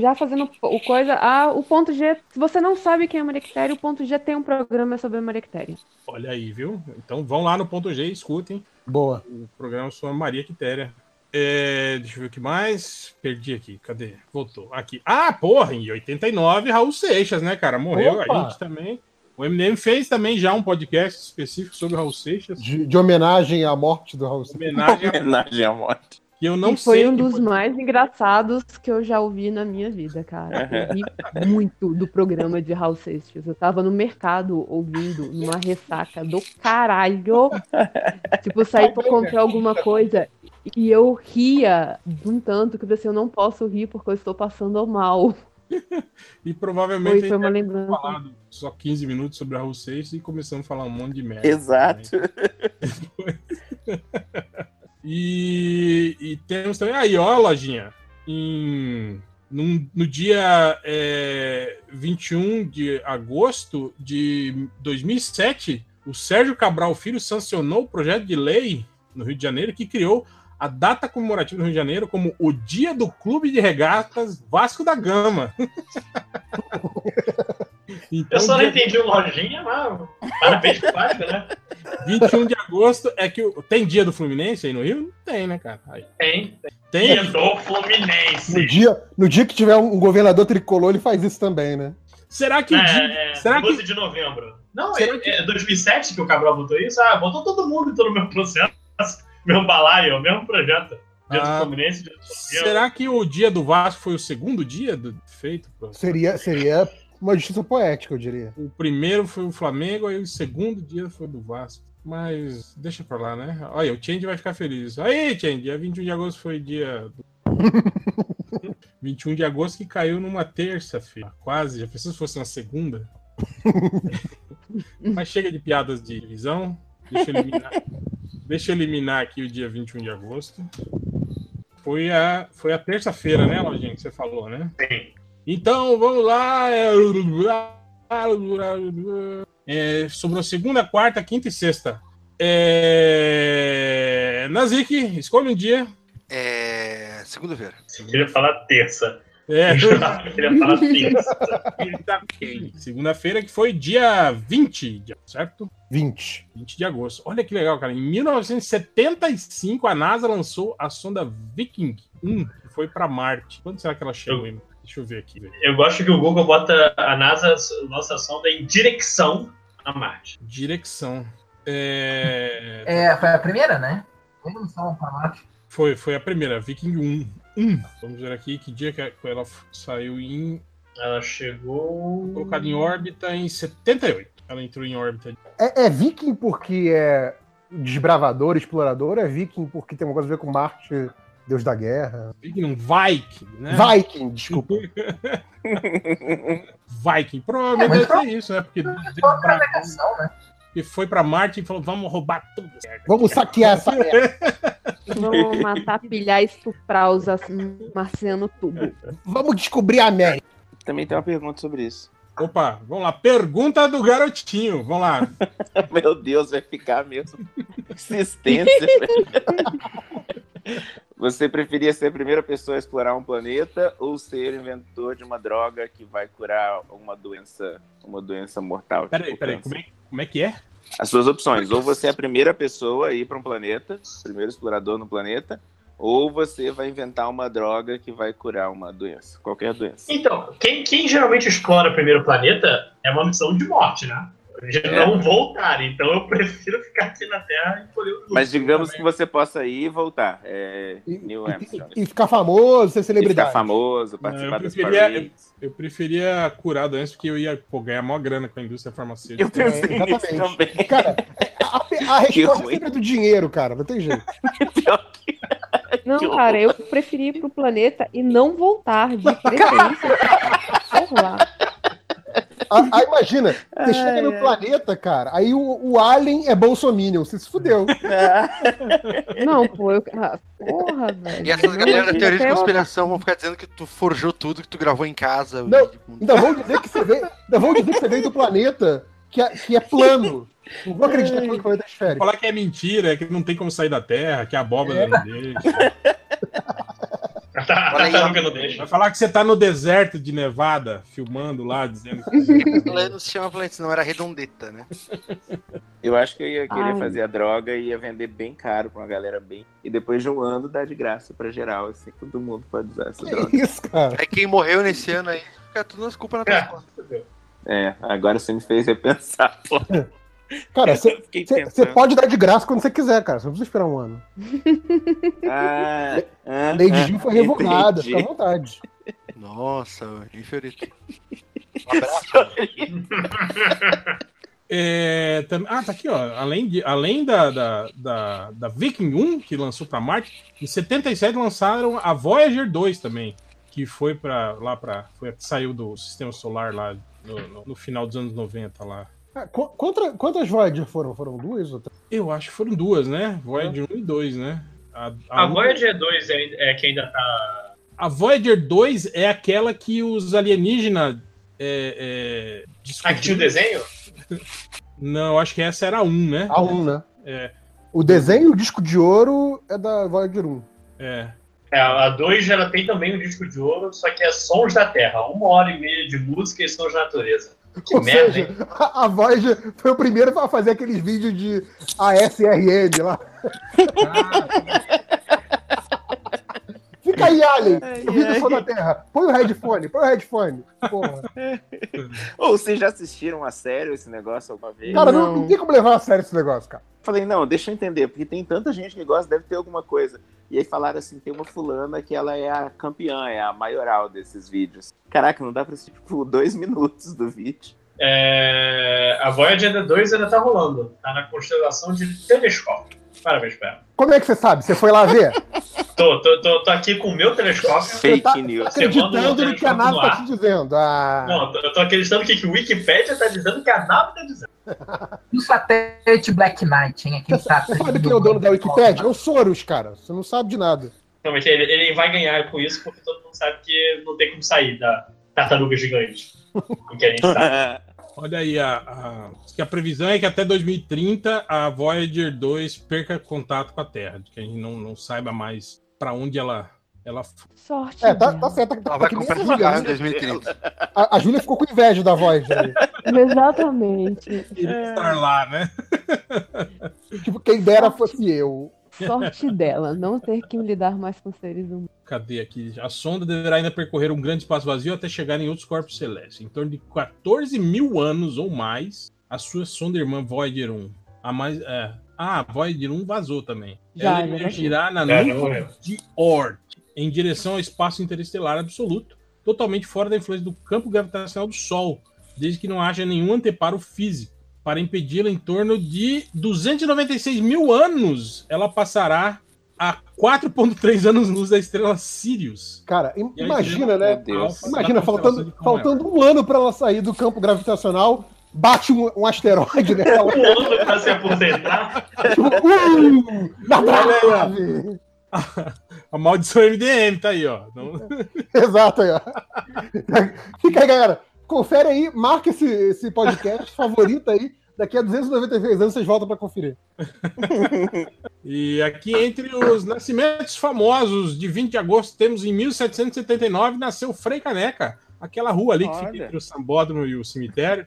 Speaker 9: já fazendo o coisa. Ah, o ponto G. Se você não sabe quem é a Maria Quitéria, o ponto G tem um programa sobre a Maria Quitéria.
Speaker 5: Olha aí, viu? Então vão lá no ponto G e escutem.
Speaker 3: Boa.
Speaker 5: O programa sua Maria Quitéria. É, deixa eu ver o que mais. Perdi aqui. Cadê? Voltou. Aqui. Ah, porra, em 89, Raul Seixas, né, cara? Morreu.
Speaker 3: Opa!
Speaker 5: A gente também. O MDM fez também já um podcast específico sobre Raul Seixas.
Speaker 3: De, de homenagem à morte do Raul
Speaker 9: *laughs*
Speaker 3: Seixas.
Speaker 5: Homenagem a...
Speaker 2: Homenagem à morte.
Speaker 5: que eu não
Speaker 9: e foi
Speaker 5: sei.
Speaker 9: um
Speaker 5: que
Speaker 9: dos
Speaker 5: pod-
Speaker 9: mais engraçados que eu já ouvi na minha vida, cara.
Speaker 5: *laughs*
Speaker 9: Eu ri muito do programa de Raul Seixas. Eu tava no mercado ouvindo numa ressaca do caralho. Tipo, eu saí pra comprar alguma coisa e eu ria de um tanto que eu pensei, eu não posso rir porque eu estou passando mal.
Speaker 5: E provavelmente
Speaker 9: Foi, foi
Speaker 5: a
Speaker 9: uma
Speaker 5: gente
Speaker 9: lembrança.
Speaker 5: tinha falado só 15 minutos sobre Raul Seixas e começamos a falar um monte de merda.
Speaker 2: Exato.
Speaker 5: E, e temos também. Aí, ó, lojinha. Em, num- no dia é, 21 de agosto de 2007, o Sérgio Cabral Filho sancionou o projeto de lei no Rio de Janeiro que criou a data comemorativa no Rio de Janeiro como o Dia do Clube de Regatas Vasco da Gama. então,
Speaker 7: Eu só não
Speaker 5: dia-
Speaker 7: entendi o lojinha, mas parabéns pro Vasco, né?
Speaker 5: 21 de agosto é que. o- Tem dia do Fluminense aí no Rio? Não tem, né, cara? Aí.
Speaker 7: Tem.
Speaker 5: Tem. né?
Speaker 7: Dia do
Speaker 3: No
Speaker 7: Fluminense.
Speaker 3: dia, no dia que tiver um governador tricolor, ele faz isso também, né?
Speaker 5: Será que o dia.
Speaker 7: É, é,
Speaker 5: será que-
Speaker 7: 12 de novembro. Não,
Speaker 5: Será
Speaker 7: é,
Speaker 5: que-
Speaker 7: é 2007 que o Cabral botou isso. Ah, botou todo mundo todo o mesmo processo, *laughs* mesmo balaio, mesmo projeto. Dia
Speaker 5: Ah.
Speaker 7: do Fluminense, dia do Fluminense.
Speaker 5: Será que o dia do Vasco foi o segundo dia do... feito? pô?
Speaker 3: Seria, seria uma justiça poética, eu diria.
Speaker 5: O primeiro foi o Flamengo, aí o segundo dia foi do Vasco. Mas deixa pra lá, né? Olha, o Change vai ficar feliz. Aí, Change, dia 21 de agosto foi dia. Do... 21 de agosto que caiu numa terça-feira. Quase, já pensou se fosse na segunda? Mas chega de piadas de divisão. Deixa eu eliminar, deixa eu eliminar aqui o dia 21 de agosto. Foi a, foi a terça-feira, né, Lojinha, que você falou, né?
Speaker 7: Sim.
Speaker 5: Então, vamos lá. É, sobrou segunda, quarta, quinta e sexta. É... Nazik, escolha um dia.
Speaker 1: É. Segunda-feira.
Speaker 7: Eu queria falar terça. *laughs*
Speaker 5: É,
Speaker 7: Eu queria falar terça.
Speaker 5: Segunda-feira, que foi dia 20, de- certo?
Speaker 3: 20.
Speaker 5: 20 de agosto. Olha que legal, cara. Em 1975, a NASA lançou a sonda Viking 1, que foi para Marte. Quando será que ela chegou? hein? Deixa eu ver aqui.
Speaker 7: Eu gosto que o Google bota a NASA, nossa sonda, em direção a Marte.
Speaker 5: Direção. É...
Speaker 6: É, foi a primeira, né? Vamos só falar que
Speaker 5: Foi, foi a primeira, Viking 1. Hum, Vamos ver aqui que dia que ela f- saiu em.
Speaker 7: Ela chegou.
Speaker 5: colocada em órbita em 78. Ela entrou em órbita.
Speaker 3: É, é viking porque é desbravador, explorador? É viking porque tem uma coisa a ver com Marte, deus da guerra?
Speaker 5: Viking, não, Viking, né?
Speaker 3: Viking, desculpa.
Speaker 5: Viking. Provavelmente
Speaker 6: É, mas
Speaker 5: é isso, né? Porque
Speaker 6: só a navegação, né?
Speaker 5: que foi pra Marte e falou: vamos roubar tudo.
Speaker 3: Vamos saquear essa merda.
Speaker 9: Vamos matar, pilhar, estuprar, usar marciano tudo.
Speaker 3: Vamos descobrir a América.
Speaker 2: Também tem uma pergunta sobre isso.
Speaker 5: Opa, vamos lá. Pergunta do garotinho. Vamos lá.
Speaker 2: Meu Deus, vai ficar mesmo. Existência, velho.
Speaker 5: *laughs*
Speaker 2: Você preferia ser a primeira pessoa a explorar um planeta ou ser o inventor de uma droga que vai curar uma doença, uma doença mortal?
Speaker 5: Peraí,
Speaker 2: tipo
Speaker 5: peraí.
Speaker 2: câncer?
Speaker 5: Como é, como é que é?
Speaker 2: As suas opções. Ou você é a primeira pessoa a ir para um planeta, primeiro explorador no planeta, ou você vai inventar uma droga que vai curar uma doença, qualquer doença.
Speaker 7: Então, quem, quem geralmente explora primeiro o planeta é uma missão de morte, né? Eles
Speaker 2: É.
Speaker 7: não voltarem, então eu *laughs* prefiro ficar aqui na Terra e colher o lucro.
Speaker 2: Mas digamos que você possa ir e voltar. É,
Speaker 3: E,
Speaker 2: Neil
Speaker 3: e-
Speaker 2: Armstrong.
Speaker 3: e ficar famoso, ser
Speaker 2: E ficar
Speaker 3: celebridade.
Speaker 2: famoso,
Speaker 5: Não,
Speaker 2: participar
Speaker 5: eu
Speaker 2: das
Speaker 5: preferia-
Speaker 2: parades.
Speaker 5: Eu preferia curar a doença porque eu ia pô, ganhar maior grana com a indústria farmacêutica.
Speaker 2: Eu pensei
Speaker 3: É,
Speaker 2: nisso
Speaker 3: exatamente.
Speaker 2: também.
Speaker 3: Cara, a,
Speaker 2: *laughs*
Speaker 3: a
Speaker 2: Que
Speaker 3: resposta
Speaker 2: ruim.
Speaker 3: sempre é do dinheiro, cara. Não tem jeito.
Speaker 2: Pior que-
Speaker 9: Não,
Speaker 2: Que
Speaker 9: cara, eu preferi ir pro planeta e não voltar de preferência. Por lá.
Speaker 3: A, a- Ah, imagina, você chega no planeta, cara, aí o, o Alien é Bolsominion. Você se fudeu.
Speaker 9: Não, pô, eu... ah, porra, velho.
Speaker 1: E essas
Speaker 9: Não,
Speaker 1: galera da teoria de
Speaker 9: até eu-
Speaker 1: conspiração vão ficar dizendo que tu forjou tudo, que tu gravou em casa.
Speaker 3: Não.
Speaker 1: E-
Speaker 3: Ainda vão dizer que você veio, ainda vão dizer que você veio do planeta que é, que é plano. Não vou acreditar que foi o planeta esférico.
Speaker 5: Falar que é mentira, que não tem como sair da Terra, que a abóbora não deixa.
Speaker 7: A ta- a
Speaker 1: Olha aí,
Speaker 7: tartaruga tá, não deixa.
Speaker 5: Vai falar que você tá no deserto de Nevada, filmando lá, dizendo
Speaker 1: *laughs*
Speaker 5: que...
Speaker 1: Não se chama planeta, não era redondeta, né?
Speaker 2: Eu acho que eu ia querer
Speaker 9: Ai.
Speaker 2: fazer a droga e ia vender bem caro pra uma galera bem. E depois de um ano dá de graça pra geral, assim, todo mundo pode usar essa droga.
Speaker 3: Que isso, cara.
Speaker 1: Aí quem morreu nesse ano aí, fica tudo nas culpas na tua
Speaker 7: É.
Speaker 1: costas.
Speaker 2: É, agora você me fez repensar. Pô,
Speaker 3: Cara, você.
Speaker 2: eu *laughs* fiquei
Speaker 3: Você pode dar de graça quando você quiser, cara. Você não precisa esperar um ano.
Speaker 2: Ah, ah,
Speaker 3: A lei de
Speaker 2: ah,
Speaker 3: Gil foi revogada, tá
Speaker 2: entendi.
Speaker 3: fica à vontade.
Speaker 1: Nossa, Infiorito. Um abraço.
Speaker 5: É, tam- Ah, tá aqui, ó. Além, de... Além da, da, da, da Viking 1, que lançou pra Marte, em 77 lançaram a Voyager 2 também, que foi pra lá pra... Foi a que saiu do sistema solar lá no, no- no final dos anos 90 lá.
Speaker 3: Ah, qu- contra- quantas Voyager foram? Foram duas ou três?
Speaker 5: Eu acho que foram duas, né? Voyager 1 e 2, né? A, a
Speaker 7: A
Speaker 5: um-
Speaker 7: Voyager 2 é, é que ainda tá.
Speaker 5: A Voyager 2 é aquela que os alienígenas. É, é,
Speaker 7: Ah, que tinha o
Speaker 5: descobriram-
Speaker 7: desenho?
Speaker 5: Não, acho que essa era a 1, né?
Speaker 3: A um, né?
Speaker 5: É.
Speaker 3: O desenho, o disco de ouro é da Voyager 1.
Speaker 5: É.
Speaker 7: É, a 2 ela tem também um disco de ouro, só que é Sons da Terra. Uma hora e meia de música e sons da natureza.
Speaker 3: Ou
Speaker 7: merda,
Speaker 3: seja,
Speaker 7: hein?
Speaker 3: a, a voz foi o primeiro a fazer aqueles vídeos de ASRN lá. Fica aí, Alien. Eu vi do sol da Terra. Põe o headphone, põe o headphone. Porra.
Speaker 2: Ou vocês já assistiram a sério esse negócio alguma vez?
Speaker 3: Cara, não.
Speaker 9: Não.
Speaker 3: não tem como levar a sério esse negócio, cara.
Speaker 2: Falei, não, deixa eu entender, porque tem tanta gente que gosta, deve ter alguma coisa. E aí falaram assim, tem uma fulana que ela é a campeã, é a maioral desses vídeos. Caraca, não dá pra assistir, tipo, dois minutos do vídeo.
Speaker 7: É, a Voyager 2 ainda tá rolando. Tá na constelação de telescópio. Parabéns, Pé.
Speaker 3: Como é que você sabe? Você foi lá ver?
Speaker 7: Tô, tô, tô, tô aqui com o meu telescópio.
Speaker 2: Fake
Speaker 3: tá-
Speaker 2: news.
Speaker 3: Acreditando no que a nave tá te dizendo. Ah,
Speaker 7: Não, eu tô- eu tô acreditando que, que o Wikipedia tá dizendo que a nave tá dizendo.
Speaker 6: Um satélite Black Knight, hein? Aquele satélite.
Speaker 3: sabe quem é o dono da Wikipédia? É o Soros, cara. Você não sabe de nada.
Speaker 7: Não, mas ele, ele vai ganhar com isso porque todo mundo sabe que não tem como sair da tartaruga gigante. O que a gente
Speaker 3: *laughs*
Speaker 7: sabe.
Speaker 2: É.
Speaker 5: Olha aí, a, a- que a previsão é que até 2030 a Voyager 2 perca contato com a Terra, de que a gente não, não saiba mais para onde ela, ela foi.
Speaker 9: Sorte.
Speaker 3: É, tá,
Speaker 9: dela.
Speaker 3: tá certo. Tá, tá,
Speaker 1: Ela vai
Speaker 3: que nem
Speaker 1: comprar
Speaker 3: a
Speaker 1: essa
Speaker 3: Júlia,
Speaker 1: carro em
Speaker 3: né?
Speaker 1: 2030.
Speaker 3: A, a Júlia ficou com inveja da voz. né?
Speaker 9: Exatamente.
Speaker 5: iria estar lá, né?
Speaker 3: Tipo, quem dera fosse eu.
Speaker 9: Sorte dela, não ter que lidar mais com seres humanos.
Speaker 5: Cadê aqui? A sonda deverá ainda percorrer um grande espaço vazio até chegar em outros corpos celestes. Em torno de 14 mil anos ou mais, a sua sonda irmã Voyager 1. A mais, é. Ah, a Voyager 1 vazou também.
Speaker 9: Já,
Speaker 5: Ela é
Speaker 9: já
Speaker 5: emergirá na
Speaker 7: Já, já
Speaker 5: nuvem
Speaker 7: morreu.
Speaker 5: de Oort, em direção ao espaço interestelar absoluto, totalmente fora da influência do campo gravitacional do Sol, desde que não haja nenhum anteparo físico. Para impedi-la em torno de 296 mil anos, ela passará a 4,3 anos-luz da estrela Sirius.
Speaker 3: Cara, im-
Speaker 5: E aí,
Speaker 3: imagina,
Speaker 2: Meu
Speaker 3: né?
Speaker 2: Deus.
Speaker 3: Imagina,
Speaker 5: Tá
Speaker 3: faltando,
Speaker 5: constelação de
Speaker 3: faltando um ano pra ela sair do campo gravitacional, bate um, um asteroide nessa
Speaker 7: Um ano pra se aposentar.
Speaker 3: *laughs* tipo, uh, na trave! *laughs*
Speaker 5: A maldição MDM tá aí, ó. Não-
Speaker 3: Exato aí, ó. *laughs* Fica aí, galera. Confere aí, marca esse, esse podcast favorito aí. Daqui a 296 anos vocês voltam pra conferir.
Speaker 5: E aqui entre os nascimentos famosos de 20 de agosto, temos em 1779 nasceu Frei Caneca, aquela rua ali que
Speaker 2: Olha.
Speaker 5: fica entre o sambódromo e o cemitério.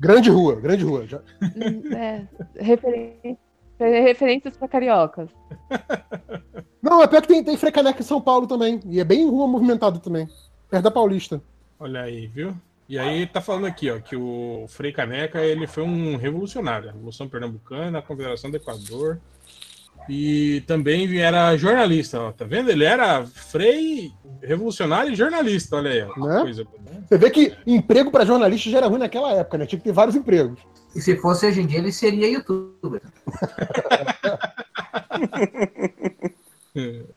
Speaker 3: Grande rua, grande rua. Já-
Speaker 9: Hum, É, referen- é, referências para cariocas.
Speaker 3: Não, é pior que tem, tem Frecaneca em São Paulo também. E é bem rua movimentada também. Perto da Paulista.
Speaker 5: Olha aí, viu? E aí tá falando aqui, ó, que o Frei Caneca, ele foi um revolucionário, a Revolução Pernambucana, a Confederação do Equador. E também era jornalista, ó, tá vendo? Ele era frei, revolucionário e jornalista, olha aí. Ó, que
Speaker 3: Né?
Speaker 5: coisa bonita.
Speaker 3: Você vê que emprego pra jornalista já era ruim naquela época, né? Tinha que ter vários empregos.
Speaker 6: E se fosse hoje em dia, ele seria youtuber.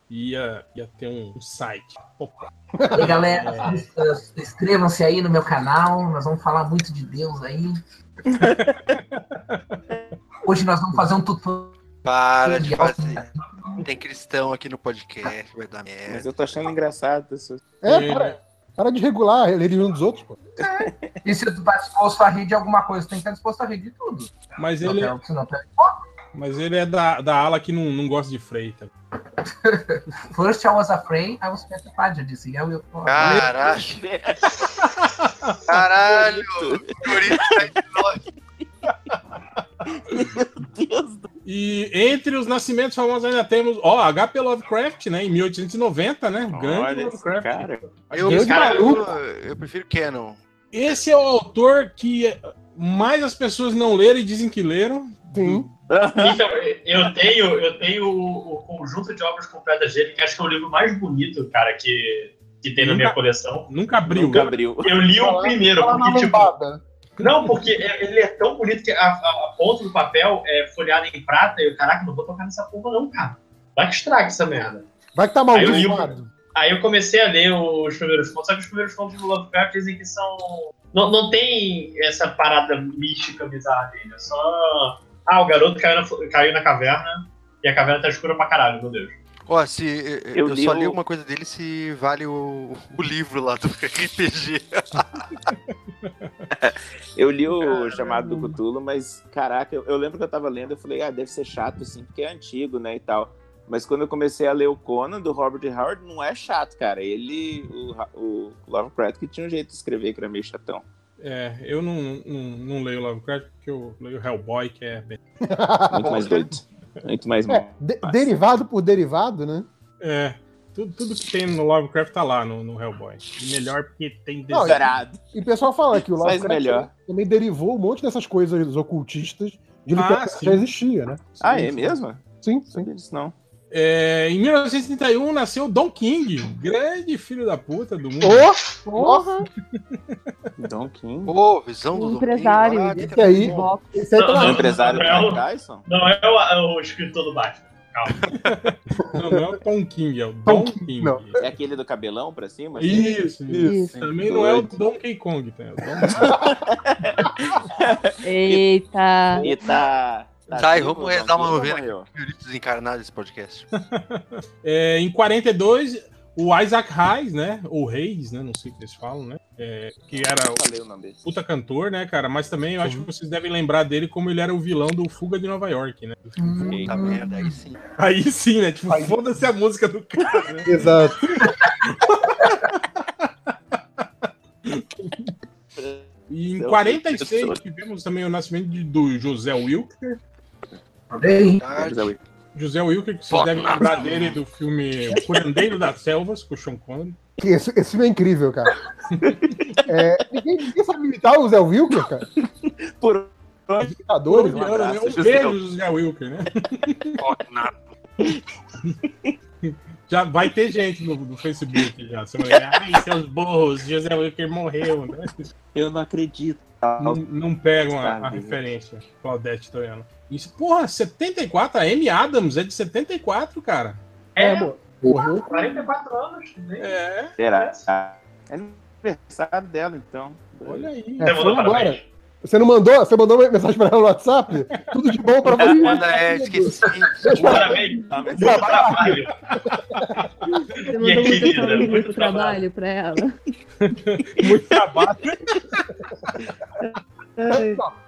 Speaker 5: ia, ia ter um site. Opa.
Speaker 6: E galera, eh, inscrevam-se aí no meu canal, nós vamos falar muito de Deus aí. Hoje nós vamos fazer um tutorial.
Speaker 1: Para de
Speaker 6: de
Speaker 1: fazer. Tem cristão aqui no podcast, vai dar
Speaker 2: Mas
Speaker 1: merda.
Speaker 2: eu tô achando engraçado. pessoas.
Speaker 3: É,
Speaker 5: É.
Speaker 3: para, para de regular a religião dos outros, pô.
Speaker 7: Tipo,
Speaker 6: E se tu tá disposto a rir de alguma coisa, tu tem que estar disposto a rir de tudo.
Speaker 5: Mas
Speaker 6: Não
Speaker 5: ele,
Speaker 6: tem- senão tu é-
Speaker 5: mas ele é da, da ala que não, não gosta de freita.
Speaker 6: First I was afraid, I was petrified, já disse. E eu, eu,
Speaker 1: Ah. Caralho,
Speaker 2: *laughs*
Speaker 1: caralho.
Speaker 2: Tá
Speaker 1: Corinthians
Speaker 5: E entre os nascimentos famosos ainda temos, ó, H.P. Lovecraft, né, em 1890, né? Grande
Speaker 2: Olha esse
Speaker 5: Lovecraft.
Speaker 2: cara.
Speaker 1: Eu,
Speaker 3: Deus
Speaker 1: cara, eu,
Speaker 3: maluco.
Speaker 1: eu prefiro Canon.
Speaker 5: Esse é o autor que mais as pessoas não leram e dizem que leram.
Speaker 3: Sim.
Speaker 7: Então, eu tenho, eu tenho o, o conjunto de obras completas dele, que acho que é o livro mais bonito, cara, que, que tem na minha coleção.
Speaker 5: Nunca abriu.
Speaker 2: Nunca abriu.
Speaker 7: Eu li o primeiro,
Speaker 3: Fala na
Speaker 7: porque, tipo,
Speaker 3: lombada.
Speaker 7: Não, porque é- ele é tão bonito que a, a- a ponta do papel é folheada em prata e eu, caraca, não vou tocar nessa porra não, cara. Vai que estraga essa merda.
Speaker 3: Vai que tá
Speaker 7: Aí eu li o- *laughs*
Speaker 3: maldiçoado.
Speaker 7: Aí eu comecei a ler os primeiros contos, só que os primeiros contos do Lovecraft dizem que são... Não, não tem essa parada mística bizarra dele, é só... Ah, o garoto caiu na, fl- caiu na caverna e a caverna tá escura pra caralho, meu Deus.
Speaker 1: Ó, se, eu,
Speaker 2: Eu
Speaker 1: eu
Speaker 2: li
Speaker 1: só
Speaker 2: o-
Speaker 1: li uma coisa dele se vale o, o livro lá do *laughs* RPG.
Speaker 2: Eu li o chamado do Cutulo, mas caraca, eu, eu lembro que eu tava lendo, eu falei, ah, deve ser chato, assim, porque é antigo, né, e tal. Mas quando eu comecei a ler o Conan, do Robert Howard, não é chato, cara. Ele, o, o Lovecraft, que tinha um jeito de escrever que era meio chatão.
Speaker 5: É, eu não, não, não leio Lovecraft porque eu leio Hellboy, que é bem.
Speaker 2: Muito mais doido. Muito mais.
Speaker 3: É, de- derivado por derivado, né?
Speaker 5: É. Tudo, tudo que tem no Lovecraft tá lá no, no Hellboy. E melhor porque tem
Speaker 3: Não,
Speaker 5: desenho.
Speaker 2: Dourado.
Speaker 3: E o pessoal fala que o
Speaker 2: Faz
Speaker 3: Lovecraft
Speaker 2: melhor.
Speaker 3: também derivou um monte dessas coisas ocultistas de
Speaker 5: Ah,
Speaker 3: literatura que
Speaker 5: sim.
Speaker 3: já existia, né?
Speaker 2: Ah, é mesmo? Não
Speaker 3: Sim, sim.
Speaker 2: sabia disso, não.
Speaker 5: É, em 1931 nasceu Don King, grande filho da puta do mundo.
Speaker 3: Porra!
Speaker 2: Don King.
Speaker 1: Ô, visão do
Speaker 9: Um empresário.
Speaker 1: Domingo,
Speaker 3: Esse aí,
Speaker 9: Box.
Speaker 3: esse aí tá
Speaker 2: O
Speaker 7: Não,
Speaker 3: lá.
Speaker 2: É um empresário do
Speaker 7: Não.
Speaker 2: Mike Tyson?
Speaker 7: Não é o, é o escritor do Batman.
Speaker 5: Não, não é o Tom King, é o Don
Speaker 3: Tom
Speaker 5: King.
Speaker 3: não.
Speaker 2: É aquele do cabelão pra cima? assim?
Speaker 5: Isso, isso.
Speaker 9: Isso.
Speaker 5: Também não é o Donkey Kong, tá? É o Don-
Speaker 9: Eita.
Speaker 2: E tá.
Speaker 1: Tá, e
Speaker 2: vivo,
Speaker 1: vamos
Speaker 2: Don
Speaker 1: rezar uma
Speaker 2: King, ou
Speaker 1: novena.
Speaker 2: morreu?
Speaker 1: Espírito desencarnado esse podcast.
Speaker 5: É, em 42, o Isaac Hayes, né? Ou Reis, né? Não sei o que eles falam, né? É, que era
Speaker 2: Eu
Speaker 5: o
Speaker 2: falei o nome dele.
Speaker 5: puta cantor, né, cara? Mas também eu acho que vocês devem lembrar dele como ele era o vilão do Fuga de Nova York, né?
Speaker 1: Puta merda, aí sim. tá?
Speaker 5: Aí sim, né? Tipo, foda-se a música do cara, né?
Speaker 3: Exato.
Speaker 5: E em
Speaker 2: Eu-
Speaker 5: 46 tivemos também o nascimento de- do José Wilker.
Speaker 6: Falei.
Speaker 2: é
Speaker 1: Tarde.
Speaker 5: José Wilker, que vocês devem lembrar dele do filme O Curandeiro das Selvas, com o Sean Connery.
Speaker 3: Que Esse, esse filme é incrível, cara. É, ninguém, ninguém sabe imitar o Zé Wilker, cara.
Speaker 2: Por
Speaker 3: Os Ditadores.
Speaker 5: Um
Speaker 2: Um abraço, José.
Speaker 5: beijo, José Wilker, né? Já vai ter gente no, no Facebook já. Você vai olhar, ai, seus burros, José Wilker morreu, né?
Speaker 2: Eu não acredito.
Speaker 5: Não, não pegam a,
Speaker 2: né?
Speaker 5: a referência, Claudete Toyano. Isso, porra, 74, a Amy Adams é de 74, cara.
Speaker 7: É,
Speaker 3: É, Morreu.
Speaker 7: 44 anos. Nem...
Speaker 5: É,
Speaker 2: Será? É aniversário dela, então.
Speaker 5: olha aí.
Speaker 3: É,
Speaker 7: Demorou
Speaker 3: foi agora.
Speaker 7: parabéns.
Speaker 3: Você não mandou? Você mandou uma mensagem pra ela no WhatsApp? Tudo de bom pra você.
Speaker 1: Manda é, esqueci.
Speaker 7: Parabéns. Muito trabalho.
Speaker 9: Você
Speaker 7: E a
Speaker 9: mandou muito
Speaker 7: querida,
Speaker 9: trabalho,
Speaker 7: muito
Speaker 9: muito trabalho pra ela.
Speaker 5: É Muito trabalho.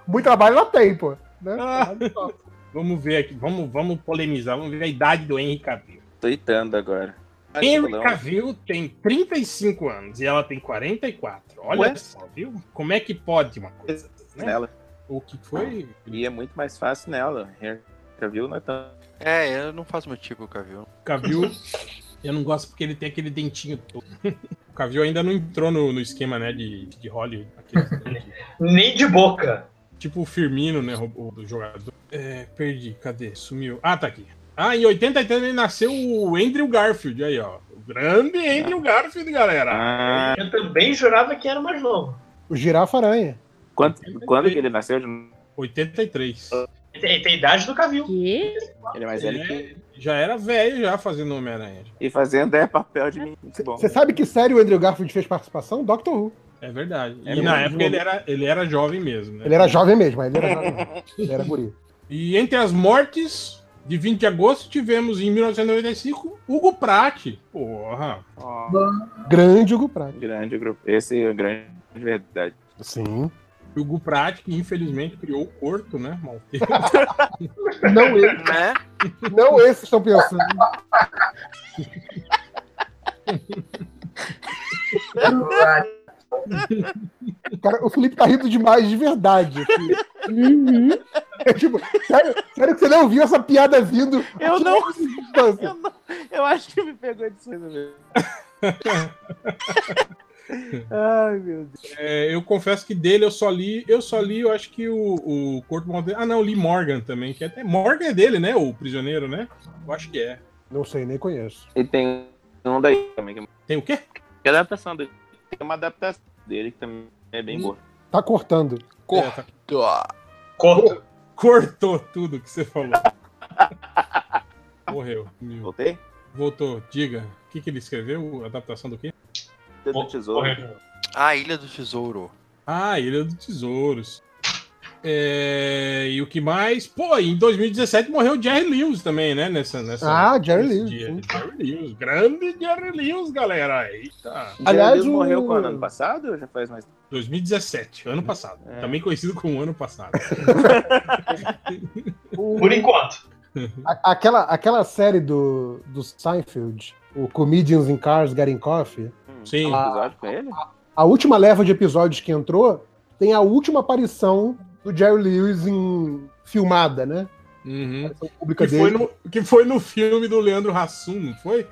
Speaker 3: Muito trabalho ela tem, pô. Né?
Speaker 5: Ah. *laughs* Vamos ver aqui, vamos, vamos polemizar, vamos ver a idade do Henry Cavill.
Speaker 2: Tô itando agora. Ah,
Speaker 5: Henry
Speaker 2: não.
Speaker 5: Cavill tem 35 anos e ela tem 44. Olha
Speaker 2: Ué?
Speaker 5: só, viu? Como é que pode uma coisa?
Speaker 2: Nela.
Speaker 5: O que foi?
Speaker 2: E é muito mais fácil nela. Já viu, não é tão-
Speaker 1: É, eu não faço meu tipo, Cavil.
Speaker 5: Cavill, eu não gosto porque ele tem aquele dentinho todo. O Cavill ainda não entrou no, no esquema, né, de, de Hollywood. aquele-
Speaker 7: Nem de boca.
Speaker 5: tipo o Firmino, né, o, o jogador. É, perdi, cadê? Sumiu. Ah, tá aqui. Ah, em 83 ele nasceu o Andrew Garfield, aí, ó. O grande Andrew Garfield, galera.
Speaker 2: Ah,
Speaker 7: Eu também jurava que era mais novo.
Speaker 3: O Girafa Aranha.
Speaker 2: quando, quando que ele nasceu? Ele
Speaker 5: 83.
Speaker 7: Tem, tem idade do Cavil.
Speaker 9: Que?
Speaker 2: é mais velho que.
Speaker 5: Já era velho já fazendo Homem-Aranha.
Speaker 2: E fazendo é papel de mim. Muito bom.
Speaker 3: Você sabe que série o Andrew Garfield fez participação? Doctor Who.
Speaker 5: É verdade.
Speaker 2: É
Speaker 5: e na
Speaker 2: mesmo.
Speaker 5: época ele era, ele era jovem mesmo, né?
Speaker 3: Ele era jovem mesmo, ele era jovem. mesmo. Ele era guri.
Speaker 5: E entre as mortes de 20 de agosto tivemos em 1995 Hugo Pratt. Porra.
Speaker 2: Ó,
Speaker 3: Grande Hugo Pratt.
Speaker 2: grande grupo. Esse é o grande de verdade.
Speaker 3: Sim.
Speaker 5: Hugo Pratt que infelizmente criou o corto, né? Maltês.
Speaker 3: Não, ele-
Speaker 2: É?
Speaker 1: Né?
Speaker 3: não esses estão pensando. Cara, o Felipe tá rindo demais de verdade. assim.
Speaker 9: Uhum.
Speaker 3: É tipo, sério, sério que você não ouviu essa piada vindo?
Speaker 2: Eu não-
Speaker 3: Infância.
Speaker 2: Eu acho que me pegou de surpresa mesmo. Ai, meu Deus.
Speaker 5: *laughs* É, eu confesso que dele eu só li, eu só li, eu acho que o, o corto maltês. Ah, não, li Morgan também, que até Morgan é dele, né? O prisioneiro, né? Eu acho que é.
Speaker 3: Não sei, nem conheço.
Speaker 2: E tem um daí também. Que
Speaker 5: Tem o quê? *laughs*
Speaker 2: que é adaptação dele. Tem uma adaptação dele que também é bem boa.
Speaker 3: Tá cortando.
Speaker 5: É, tá-
Speaker 7: Corto.
Speaker 5: cortou tudo que você falou. *laughs* Morreu. Meu.
Speaker 2: Voltei?
Speaker 5: Voltou, diga. O que, que ele escreveu? A adaptação do quê?
Speaker 2: Dedo
Speaker 7: Bom,
Speaker 2: do tesouro.
Speaker 7: correto.
Speaker 1: A Ah, Ilha do Tesouro.
Speaker 5: Ah, Ilha dos Tesouros. É, e o que mais? Pô, em 2017 morreu o Jerry Lewis também, né? Nessa, nessa,
Speaker 3: Ah, Jerry
Speaker 5: nesse
Speaker 3: Lewis,
Speaker 5: dia.
Speaker 3: sim.
Speaker 5: Jerry Lewis. Grande Jerry Lewis, galera. Eita.
Speaker 3: Aliás,
Speaker 2: Aliás,
Speaker 3: o-
Speaker 2: morreu quando? Ano passado? Já faz mais.
Speaker 5: 2017, ano passado.
Speaker 2: É.
Speaker 5: Também conhecido como ano passado.
Speaker 3: O,
Speaker 7: Por enquanto.
Speaker 3: A- aquela, aquela série do, do Seinfeld, o Comedians in Cars Getting Coffee,
Speaker 5: Sim.
Speaker 3: Ah,
Speaker 2: Um episódio com ele?
Speaker 3: a última leva de episódios que entrou tem a última aparição do Jerry Lewis em filmada, né?
Speaker 5: Uhum.
Speaker 3: Aparição pública
Speaker 5: Que, foi
Speaker 3: dele.
Speaker 5: no, que foi no filme do Leandro Hassum, não foi?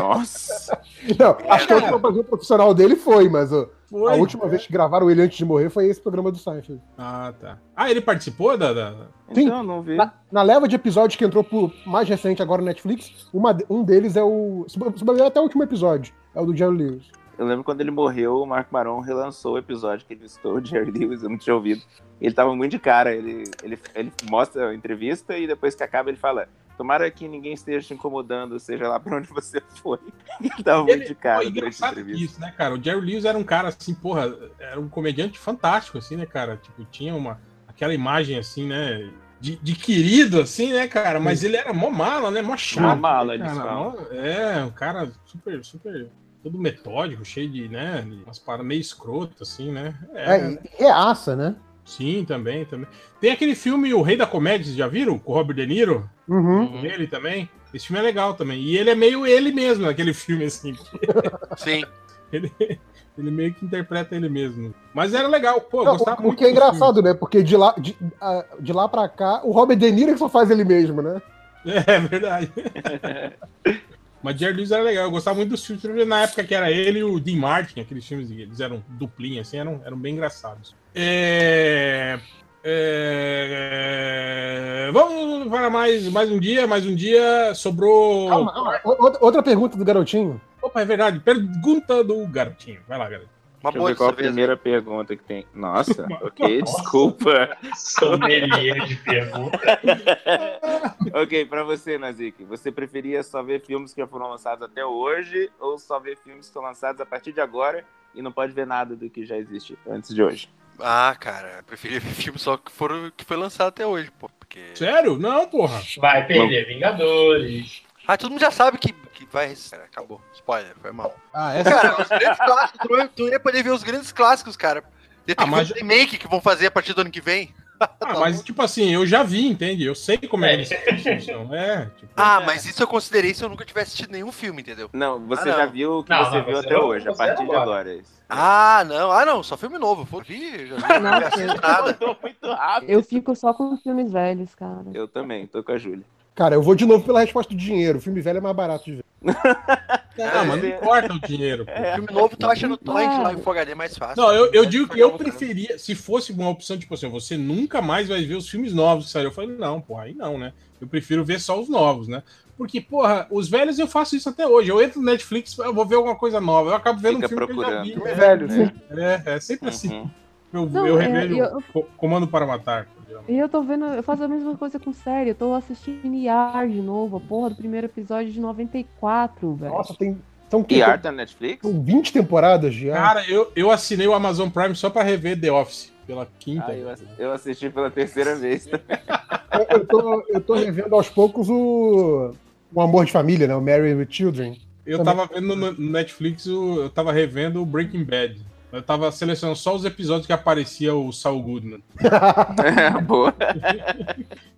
Speaker 2: Nossa.
Speaker 3: *laughs* Não, acho que a última aparição profissional dele foi, mas ó,
Speaker 5: É, Foi.
Speaker 3: a última vez que gravaram ele antes de morrer foi esse programa do Seinfeld.
Speaker 5: Ah, tá. Ah, ele participou da. da-
Speaker 3: Sim.
Speaker 2: Então, não vi.
Speaker 3: Na, na leva de episódios que entrou pro mais recente agora na Netflix, uma de- um deles é o. Se bo- se bobear até o último episódio, é o do Jerry Lewis.
Speaker 2: Eu lembro quando ele morreu, o Marco Maron relançou o episódio que ele listou o Jerry Lewis, eu não tinha ouvido. Ele tava muito de cara, ele, ele, ele mostra a entrevista e depois que acaba ele fala Tomara que ninguém esteja te incomodando, seja lá pra onde você foi. *laughs* Ele tava muito de cara
Speaker 5: Pô,
Speaker 2: durante a
Speaker 5: engraçado
Speaker 2: entrevista.
Speaker 5: isso, né, cara? O Jerry Lewis era um cara assim, porra, era um comediante fantástico, assim, né, cara? Tipo, tinha uma. aquela imagem assim, né? De, de querido, assim, né, cara? Mas ele era mó mala, né? Mó chato.
Speaker 2: Uma mala,
Speaker 5: né,
Speaker 2: eles
Speaker 5: cara?
Speaker 2: falam.
Speaker 5: Mó- É, um cara super, super. Todo metódico, cheio de, né? de Umas paradas meio escroto, assim, né? É,
Speaker 3: É, e- e é aça, né?
Speaker 5: Sim, também, também. Tem aquele filme O Rei da Comédia, vocês já viram? Com o Robert De Niro?
Speaker 3: Uhum.
Speaker 5: com ele também. Esse filme é legal também. E ele é meio ele mesmo, aquele filme, assim.
Speaker 1: Sim.
Speaker 5: Ele meio que interpreta ele mesmo. Mas era legal, pô, eu
Speaker 3: Não, o,
Speaker 5: gostava
Speaker 3: o
Speaker 5: muito
Speaker 3: que é
Speaker 5: do filme.
Speaker 3: engraçado, né? Porque de lá, de, a- de lá pra cá, o Robert De Niro é que só faz ele mesmo, né?
Speaker 5: *laughs* É,
Speaker 3: *laughs*
Speaker 5: verdade. Mas Jerry Lewis era legal, eu gostava muito dos filmes, porque na época que era ele e o Dean Martin, aqueles filmes que eles eram duplinha, assim, eram, eram bem engraçados. É... é, Vamos para mais, mais um dia, mais um dia, sobrou...
Speaker 3: Calma, calma. O- outra- Outra pergunta do garotinho.
Speaker 5: Opa, é verdade, pergunta do garotinho, vai lá, garotinho.
Speaker 1: Uma
Speaker 2: Deixa eu
Speaker 1: boa
Speaker 2: ver qual a
Speaker 1: dessa vez.
Speaker 2: primeira pergunta que tem. Nossa, ok, desculpa.
Speaker 7: Sommelier um de pergunta.
Speaker 2: ok, pra você, Nazik, você preferia só ver filmes que já foram lançados até hoje ou só ver filmes que são lançados a partir de agora e não pode ver nada do que já existe antes de hoje?
Speaker 1: Ah, cara, eu preferi *laughs* ver filme só que, foram, que foi lançado até hoje, pô. Porque...
Speaker 5: Sério? Não, porra.
Speaker 7: Vai perder Vingadores.
Speaker 1: Ah, todo mundo já sabe que, que vai. Cara, acabou. Spoiler, foi mal.
Speaker 5: Ah, essa
Speaker 1: Cara, os grandes clássicos, tu não- tu não ia poder ver os grandes clássicos, cara. Tem
Speaker 5: Ah, mas-
Speaker 1: que fazer remake que vão fazer a partir do ano que vem.
Speaker 3: Tá
Speaker 5: Ah, mas tipo assim, eu já vi, entende? Eu sei como é,
Speaker 7: É.
Speaker 5: isso. função. É, tipo,
Speaker 1: Ah, mas isso eu considerei se eu nunca tivesse assistido nenhum filme,
Speaker 5: É.
Speaker 1: entendeu?
Speaker 2: Não, você
Speaker 1: Ah, não.
Speaker 2: já viu o que
Speaker 7: Não,
Speaker 2: você
Speaker 7: não,
Speaker 2: viu
Speaker 7: você
Speaker 2: até
Speaker 7: não-
Speaker 2: hoje, a
Speaker 7: você não
Speaker 2: partir de
Speaker 7: agora.
Speaker 2: agora. é isso.
Speaker 1: Ah, não. Ah, não, só filme novo. Pô, vi, já
Speaker 5: *laughs*
Speaker 1: vi, não assisto nada.
Speaker 2: Muito rápido.
Speaker 4: Eu fico só com filmes velhos, cara.
Speaker 2: Ah, Eu também, tô com a Júlia.
Speaker 3: Cara, eu vou de novo pela resposta do dinheiro. O filme velho é mais barato de ver.
Speaker 5: ah, mas não
Speaker 2: é.
Speaker 5: importa o dinheiro. pô.
Speaker 1: Filme novo tu acha no torrent lá em Full HD mais fácil.
Speaker 5: Não, eu, eu digo que eu
Speaker 1: Cara.
Speaker 5: preferia, se fosse uma opção, tipo assim, você nunca mais vai ver os filmes novos que saíram. Eu falei, não, pô, aí não, né? Eu prefiro ver só os novos, né? Porque, porra, os velhos eu faço isso até hoje. Eu entro no Netflix, eu vou ver alguma coisa nova. Eu acabo vendo
Speaker 2: Fica
Speaker 5: um filme
Speaker 2: procurando.
Speaker 5: que eu
Speaker 3: Filme
Speaker 5: já vi.
Speaker 3: velho.
Speaker 2: né?
Speaker 5: É, é sempre assim.
Speaker 2: Uhum.
Speaker 5: Eu,
Speaker 4: Não,
Speaker 5: eu
Speaker 4: é,
Speaker 5: revejo
Speaker 4: eu-
Speaker 5: Co- Comando para Matar. geralmente.
Speaker 4: E eu tô vendo, eu faço a mesma coisa com série. Eu tô assistindo IAR de novo, a porra do primeiro episódio de 94,
Speaker 5: É.
Speaker 4: velho.
Speaker 3: Nossa, tem. São,
Speaker 2: E
Speaker 3: que,
Speaker 2: Art da Netflix?
Speaker 3: são 20 temporadas
Speaker 4: É.
Speaker 3: de ar.
Speaker 5: Cara, eu, eu assinei o Amazon Prime só pra rever The Office pela quinta.
Speaker 2: Ah, eu, ass- eu assisti pela terceira vez. *laughs*
Speaker 3: Eu, eu tô, eu tô revendo aos poucos o. O Amor de Família, né? O Married with Children. *laughs*
Speaker 5: Eu
Speaker 3: Também.
Speaker 5: tava vendo no no Netflix, o- eu tava revendo o Breaking Bad. Eu tava selecionando só os episódios que aparecia o Saul Goodman.
Speaker 2: Boa.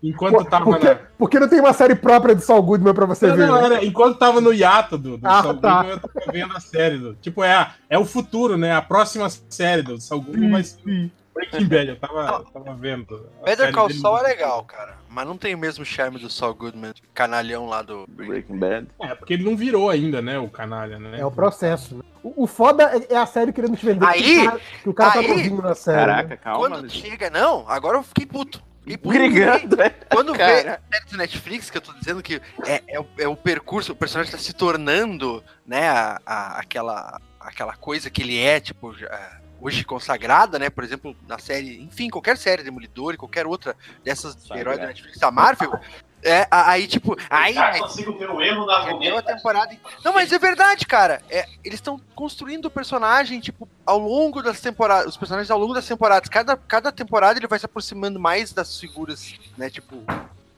Speaker 5: Enquanto
Speaker 3: Por,
Speaker 5: eu tava
Speaker 3: porque,
Speaker 5: na.
Speaker 3: porque não tem uma série própria de Saul Goodman pra você
Speaker 5: Não,
Speaker 3: ver.
Speaker 5: não,
Speaker 3: né?
Speaker 5: era- enquanto tava no hiato do, do
Speaker 3: Ah,
Speaker 5: Saul
Speaker 3: tá.
Speaker 5: Goodman, eu tava vendo a série. Do, tipo, é, a- é o futuro, né? A próxima série do Saul Goodman vai ser Breaking Bad. Eu tava, eu tava vendo. a
Speaker 1: Better
Speaker 5: série
Speaker 1: Call
Speaker 5: dele.
Speaker 1: Saul é legal, cara. Mas não tem o mesmo charme do Saul Goodman, canalhão lá do.
Speaker 2: Breaking Bad.
Speaker 5: É, porque ele não virou ainda, né? O canalha, né?
Speaker 3: É o processo. né? O, o foda é, é a série querendo te vender.
Speaker 1: Aí-
Speaker 3: que o cara, que o cara
Speaker 1: aí-
Speaker 3: tá novinho na série. né?
Speaker 2: Caraca, calma.
Speaker 1: Quando chega, não, agora eu fiquei puto. Fiquei puto.
Speaker 2: Obrigado, né?
Speaker 1: Quando vê
Speaker 2: Cara.
Speaker 1: a série do Netflix, que eu tô dizendo que é, é o, é o percurso, o personagem tá se tornando, né, a, a- aquela, aquela coisa que ele é, tipo, já- hoje consagrada, né, por exemplo, na série, enfim, qualquer série, Demolidor e qualquer outra dessas de heróis da Netflix, da Marvel, é, a- aí, tipo, aí,
Speaker 7: Já
Speaker 1: aí
Speaker 7: consigo ver o erro no
Speaker 1: Perdeu a
Speaker 7: argumento.
Speaker 1: temporada. Não, mas é verdade, cara. É, eles estão construindo o personagem, tipo, ao longo das temporadas. Os personagens ao longo das temporadas. Cada, cada temporada ele vai se aproximando mais das figuras, né? Tipo,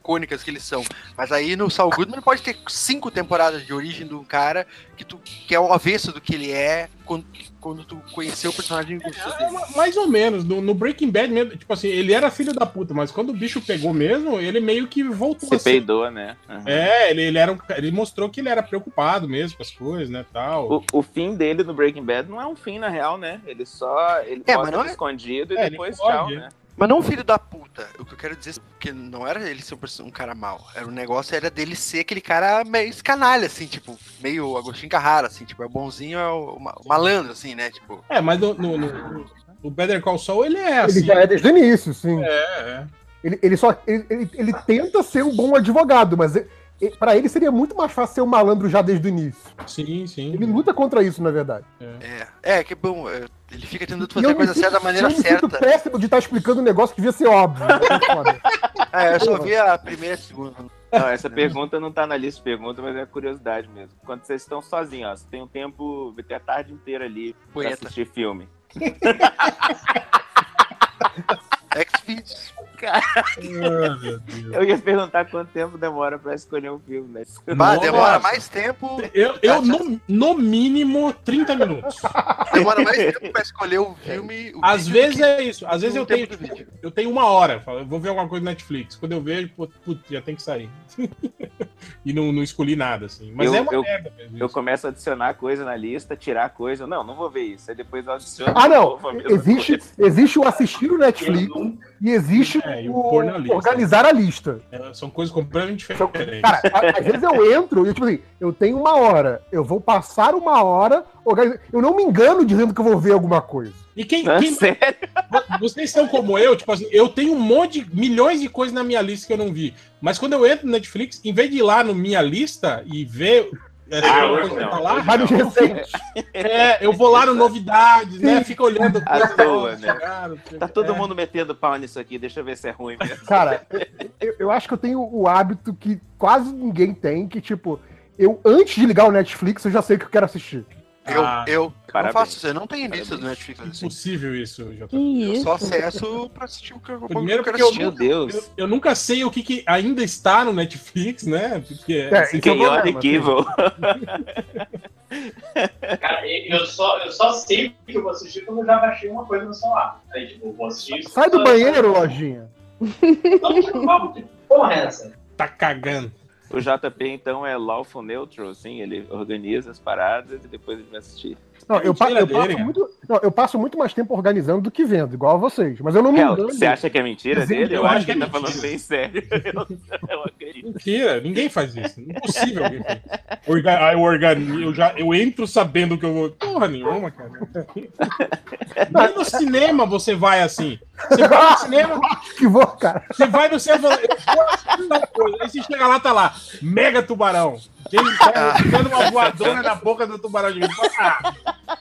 Speaker 1: icônicas que eles são. Mas aí no Saul Goodman pode ter cinco temporadas de origem de um cara que, tu, que é o avesso do que ele é quando, quando tu conheceu o personagem.
Speaker 5: É, é, mais ou menos. No, no, Breaking Bad mesmo, tipo assim, ele era filho da puta, mas quando o bicho pegou mesmo, ele meio que voltou.
Speaker 2: Se assim. peidou, né?
Speaker 5: Uhum. É, ele, ele, era um, ele mostrou que ele era preocupado mesmo com as coisas, né, tal.
Speaker 2: O, o, fim dele no Breaking Bad não é um fim, na real, né? Ele só... Ele é, mas não é... escondido e depois pode, tchau, né?
Speaker 1: Mas não filho da puta. O que eu quero dizer é que não era ele ser um cara mal. Era o um negócio era dele ser aquele cara meio canalha, assim, tipo, meio Agostinho Carrara, assim, tipo, é bonzinho, é o, malandro, assim, né? Tipo.
Speaker 5: É, mas no, no, no, no Better Call Saul ele é assim.
Speaker 3: Ele já é desde o início, sim.
Speaker 5: É, é.
Speaker 3: Ele, ele só. Ele, ele, ele tenta ser um bom advogado, mas ele, para ele seria muito mais fácil ser um malandro já desde o início.
Speaker 5: Sim, sim.
Speaker 3: Ele luta contra isso, na verdade.
Speaker 1: É, é, é que bom. Ele fica tentando fazer a coisa certa da maneira eu me certa. Sinto
Speaker 3: um péssimo de estar explicando um negócio que devia ser *laughs* óbvio. né?
Speaker 1: é, eu só vi a primeira e a segunda. Né,
Speaker 2: Não, essa pergunta não tá na lista de perguntas, mas é curiosidade mesmo. Quando vocês estão sozinhos, ó, você tem um tempo, tem a tarde inteira ali Poeta. pra assistir filme.
Speaker 1: X-Videos.
Speaker 5: Ah,
Speaker 2: Oh, eu ia perguntar quanto tempo demora pra escolher um filme, né?
Speaker 1: Mas demora mais tempo.
Speaker 5: Eu, eu no, no mínimo, 30 minutos.
Speaker 1: Demora mais tempo pra escolher um filme.
Speaker 5: O Às vezes que... é isso. Às vezes eu tenho, eu tenho uma hora. Falo, eu vou ver alguma coisa no Netflix. Quando eu vejo, putz, já tem que sair. *laughs* e não, não escolhi nada, assim. Mas
Speaker 2: eu,
Speaker 5: é uma
Speaker 2: eu,
Speaker 5: merda. Mesmo.
Speaker 2: Eu começo a adicionar coisa na lista, tirar coisa. Não, não vou ver isso. Aí depois eu adiciono.
Speaker 3: Ah, não.
Speaker 2: *laughs*
Speaker 3: Existe, coisa. existe o assistir o Netflix não... e existe é. É, o, organizar a lista.
Speaker 5: É, são coisas completamente diferentes.
Speaker 3: Cara, a, às vezes eu entro e tipo assim, eu tenho uma hora, eu vou passar uma hora, organiz... eu não me engano dizendo que eu vou ver alguma coisa.
Speaker 5: E quem, não, quem... Vocês são como eu, tipo assim, eu tenho um monte de milhões de coisas na minha lista que eu não vi. Mas quando eu entro no Netflix, em vez de ir lá no minha lista e ver ah, hoje não, lá, hoje
Speaker 3: não. recente.
Speaker 5: É, eu vou lá no novidades, né? Fica olhando
Speaker 2: à toa, né? Tá todo mundo metendo pau nisso aqui, deixa eu ver se é ruim mesmo.
Speaker 3: Cara, eu, eu acho que eu tenho o hábito que quase ninguém tem, que tipo, eu antes de ligar o Netflix, eu já sei o que eu quero assistir.
Speaker 1: Eu, ah, eu, eu não faço isso, eu não tenho lista do Netflix.
Speaker 5: Assim. Impossível isso, JP.
Speaker 1: Eu só acesso pra assistir o que eu vou
Speaker 5: Primeiro porque eu, meu Deus. Eu, eu, nunca sei o que, que, ainda está no Netflix, né? Porque é,
Speaker 2: assim, que é incrível.
Speaker 7: Cara, eu só, eu só sei que eu vou assistir quando eu já baixei uma coisa no celular. Aí, tipo, vou assistir isso.
Speaker 3: Sai do banheiro, lojinha.
Speaker 7: Não, que porra é essa?
Speaker 5: Tá cagando.
Speaker 2: O JP, então, é lawful neutral, assim, ele organiza as paradas e depois ele vai assistir.
Speaker 3: Não, eu, pa eu, passo muito, não, eu, passo muito, mais tempo organizando do que vendo, igual a vocês. Mas eu não me é, engano.
Speaker 2: Você acha que é mentira dele? dele? Eu, eu acho que ele tá falando bem sério. *laughs* Eu,
Speaker 5: acredito. Mentira, ninguém faz isso. Impossível alguém fazer Orga eu, organizo, eu, já, eu entro sabendo que eu vou. Porra nenhuma, cara. Nem no cinema você vai assim. Você vai no cinema.
Speaker 3: que vou, cara.
Speaker 5: Você vai no cinema. Aí você chega lá, tá lá. Mega tubarão. Ele tá dando uma voadora na boca do tubarão gigante. Ah,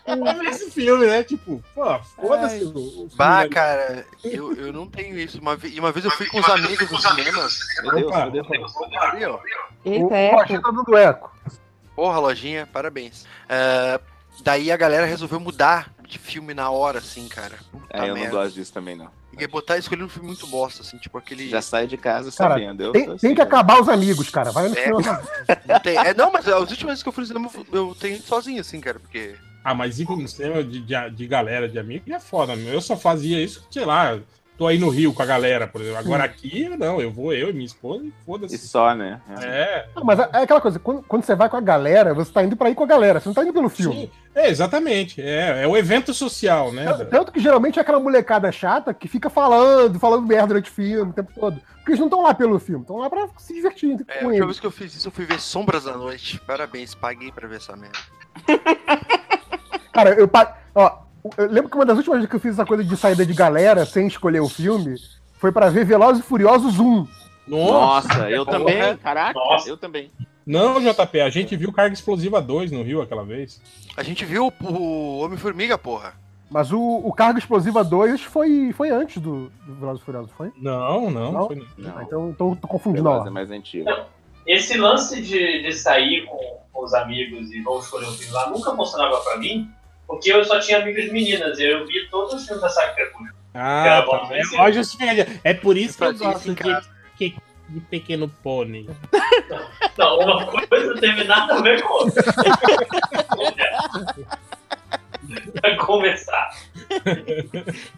Speaker 5: olha esse filme, né? Tipo, pô, foda-se.
Speaker 1: Bah,
Speaker 5: né?
Speaker 1: cara, eu, eu não tenho isso. Uma vez, uma vez eu fui com os amigos do cinema. Meu Deus, Opa. meu Deus.
Speaker 3: Aí, ó. Eita, é. do Eco.
Speaker 1: Porra, lojinha, parabéns. Uh, daí a galera resolveu mudar de filme na hora, assim, cara.
Speaker 2: Puta é, eu merda. não gosto disso também, não.
Speaker 1: E botar escolher um filme muito bosta, assim, tipo aquele.
Speaker 2: Já sai de casa
Speaker 3: cara,
Speaker 2: sabendo. assim,
Speaker 3: Tem, tem que acabar os amigos, cara. Vai no
Speaker 1: é, não, tem, é, não, mas as últimas vezes que eu fui no cinema, eu tenho sozinho, assim, cara, porque.
Speaker 5: Ah, mas ir no cinema de, de, de galera, de amigo, é foda, meu. Eu só fazia isso, sei lá, tô aí no Rio com a galera, por exemplo. Agora aqui, não, eu vou eu e minha esposa e foda-se. E
Speaker 2: só, né?
Speaker 5: É.
Speaker 3: Não, mas é aquela coisa, quando, quando, você vai com a galera, você tá indo pra ir com a galera, você não tá indo pelo filme. Sim,
Speaker 5: é, exatamente. É, é o evento social, né?
Speaker 3: Tanto, tanto que geralmente é aquela molecada chata que fica falando, falando merda durante o filme o tempo todo. Porque eles não estão lá pelo filme, estão lá pra se divertir.
Speaker 1: É, a última vez que eu fiz isso, eu fui ver Sombras da Noite. Parabéns, paguei pra ver essa merda.
Speaker 3: Cara, eu Ó, eu lembro que uma das últimas vezes que eu fiz essa coisa de saída de galera sem escolher o filme foi para ver Velozes e Furiosos 1.
Speaker 2: Nossa, Nossa eu porra. também. Caraca, Nossa. eu também.
Speaker 5: Não, JP, a gente viu Carga Explosiva 2 no Rio aquela vez.
Speaker 1: A gente viu o Homem-Formiga, porra.
Speaker 3: Mas o, o Carga Explosiva 2 foi, foi antes do, do Velozes e Furiosos, foi?
Speaker 5: Não, não. não? Foi...
Speaker 3: não. Ah, então tô, tô confundindo. Veloz
Speaker 2: é mais antigo. Não.
Speaker 7: Esse lance de, de sair com, com os amigos e não escolher o filme lá nunca funcionava pra mim, porque eu só tinha amigos meninas, eu vi todos os filmes da saga Crepúsculo.
Speaker 5: é Ah, tá. é, justificaria. É por isso eu que eu gosto de, que de Pequeno Pônei.
Speaker 7: Não, uma coisa não teve nada a ver com
Speaker 3: *laughs*
Speaker 7: outra. Pra conversar.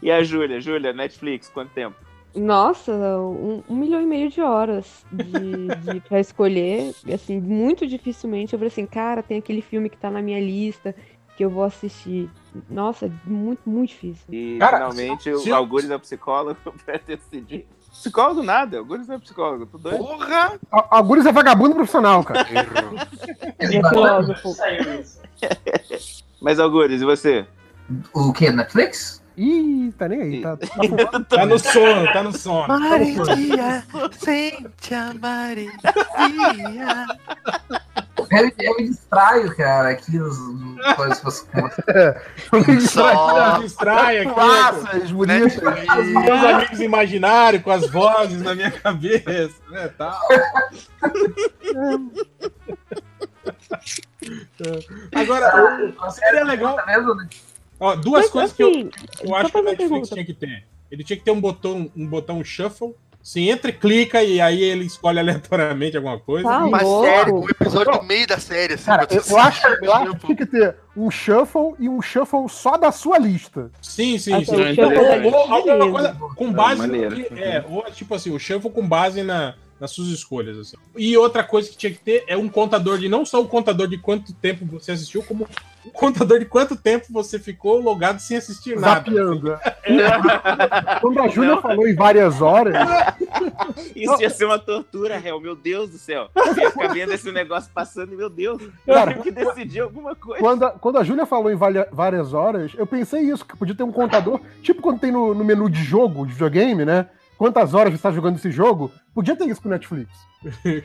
Speaker 2: E a Júlia? Júlia, Netflix, quanto tempo?
Speaker 9: Nossa, um, um milhão e meio de horas de, de, pra escolher. E, Assim, muito dificilmente eu falei assim, cara, tem aquele filme que tá na minha lista que eu vou assistir. Nossa, é muito, muito difícil.
Speaker 2: E
Speaker 5: Cara,
Speaker 2: finalmente
Speaker 5: se-
Speaker 2: o Algures é psicólogo *laughs* pra decidir. Psicólogo nada, Algures não é psicólogo, tô doido.
Speaker 1: Porra! né?
Speaker 3: A- Algures é vagabundo profissional, cara.
Speaker 9: Ele é
Speaker 3: Tipo,
Speaker 9: filósofo.
Speaker 7: Saiu isso.
Speaker 2: Mas Algures, e você?
Speaker 6: O que? Netflix?
Speaker 3: Ih, tá nem aí. Tá, *laughs*
Speaker 5: Tá no sono, tá no sono.
Speaker 1: Maria, sente a Maria.
Speaker 6: Eu, eu me distraio, cara, aqui os coisas que você
Speaker 3: *laughs*
Speaker 6: conversa.
Speaker 5: Tá,
Speaker 1: Só
Speaker 5: Distrai aqui. com
Speaker 3: Passas, bonitas.
Speaker 1: Netflix.
Speaker 5: Meus amigos imaginários, com as vozes na minha cabeça, né? Tal. Agora, a série é legal.
Speaker 6: Tá vendo? né?
Speaker 5: Ó, duas
Speaker 9: Mas,
Speaker 5: coisas que eu,
Speaker 9: assim,
Speaker 5: Eu
Speaker 9: só
Speaker 5: acho que o
Speaker 9: fazer uma
Speaker 5: Netflix
Speaker 9: pergunta.
Speaker 5: tinha que ter. Ele tinha que ter um botão, um botão shuffle. Você entra e clica e aí ele escolhe aleatoriamente alguma coisa.
Speaker 9: Tá
Speaker 1: Uma
Speaker 9: louco.
Speaker 1: série, um episódio no meio da série, assim. pra
Speaker 3: Cara,
Speaker 1: tu *laughs*
Speaker 3: eu, eu
Speaker 1: assistir
Speaker 3: acho, eu acho que
Speaker 1: tempo.
Speaker 3: tinha que ter um shuffle e um shuffle só da sua lista.
Speaker 5: Sim, sim,
Speaker 9: Até
Speaker 5: sim.
Speaker 9: o
Speaker 5: Ou,
Speaker 9: shuffle é
Speaker 5: ou,
Speaker 9: ali,
Speaker 5: alguma
Speaker 9: beleza.
Speaker 5: coisa com base. no
Speaker 2: maneiro.
Speaker 5: que- é, ou tipo assim, o shuffle com base na, nas suas escolhas. assim. E outra coisa que tinha que ter é um contador de não só o contador de quanto tempo você assistiu, como o contador de quanto tempo você ficou logado sem assistir nada.
Speaker 3: Zapeando. Quando a Júlia falou em várias horas,
Speaker 2: Isso ia ser uma tortura, réu, meu Deus do céu. Eu ia ficar vendo esse negócio passando e, meu Deus, eu
Speaker 3: Cara,
Speaker 2: tenho que decidir alguma coisa.
Speaker 3: quando a, quando a Júlia falou em valha- várias horas, eu pensei isso, que podia ter um contador, tipo quando tem no, no menu de jogo, de videogame, né? Quantas horas você está jogando esse jogo? Podia ter isso com o Netflix.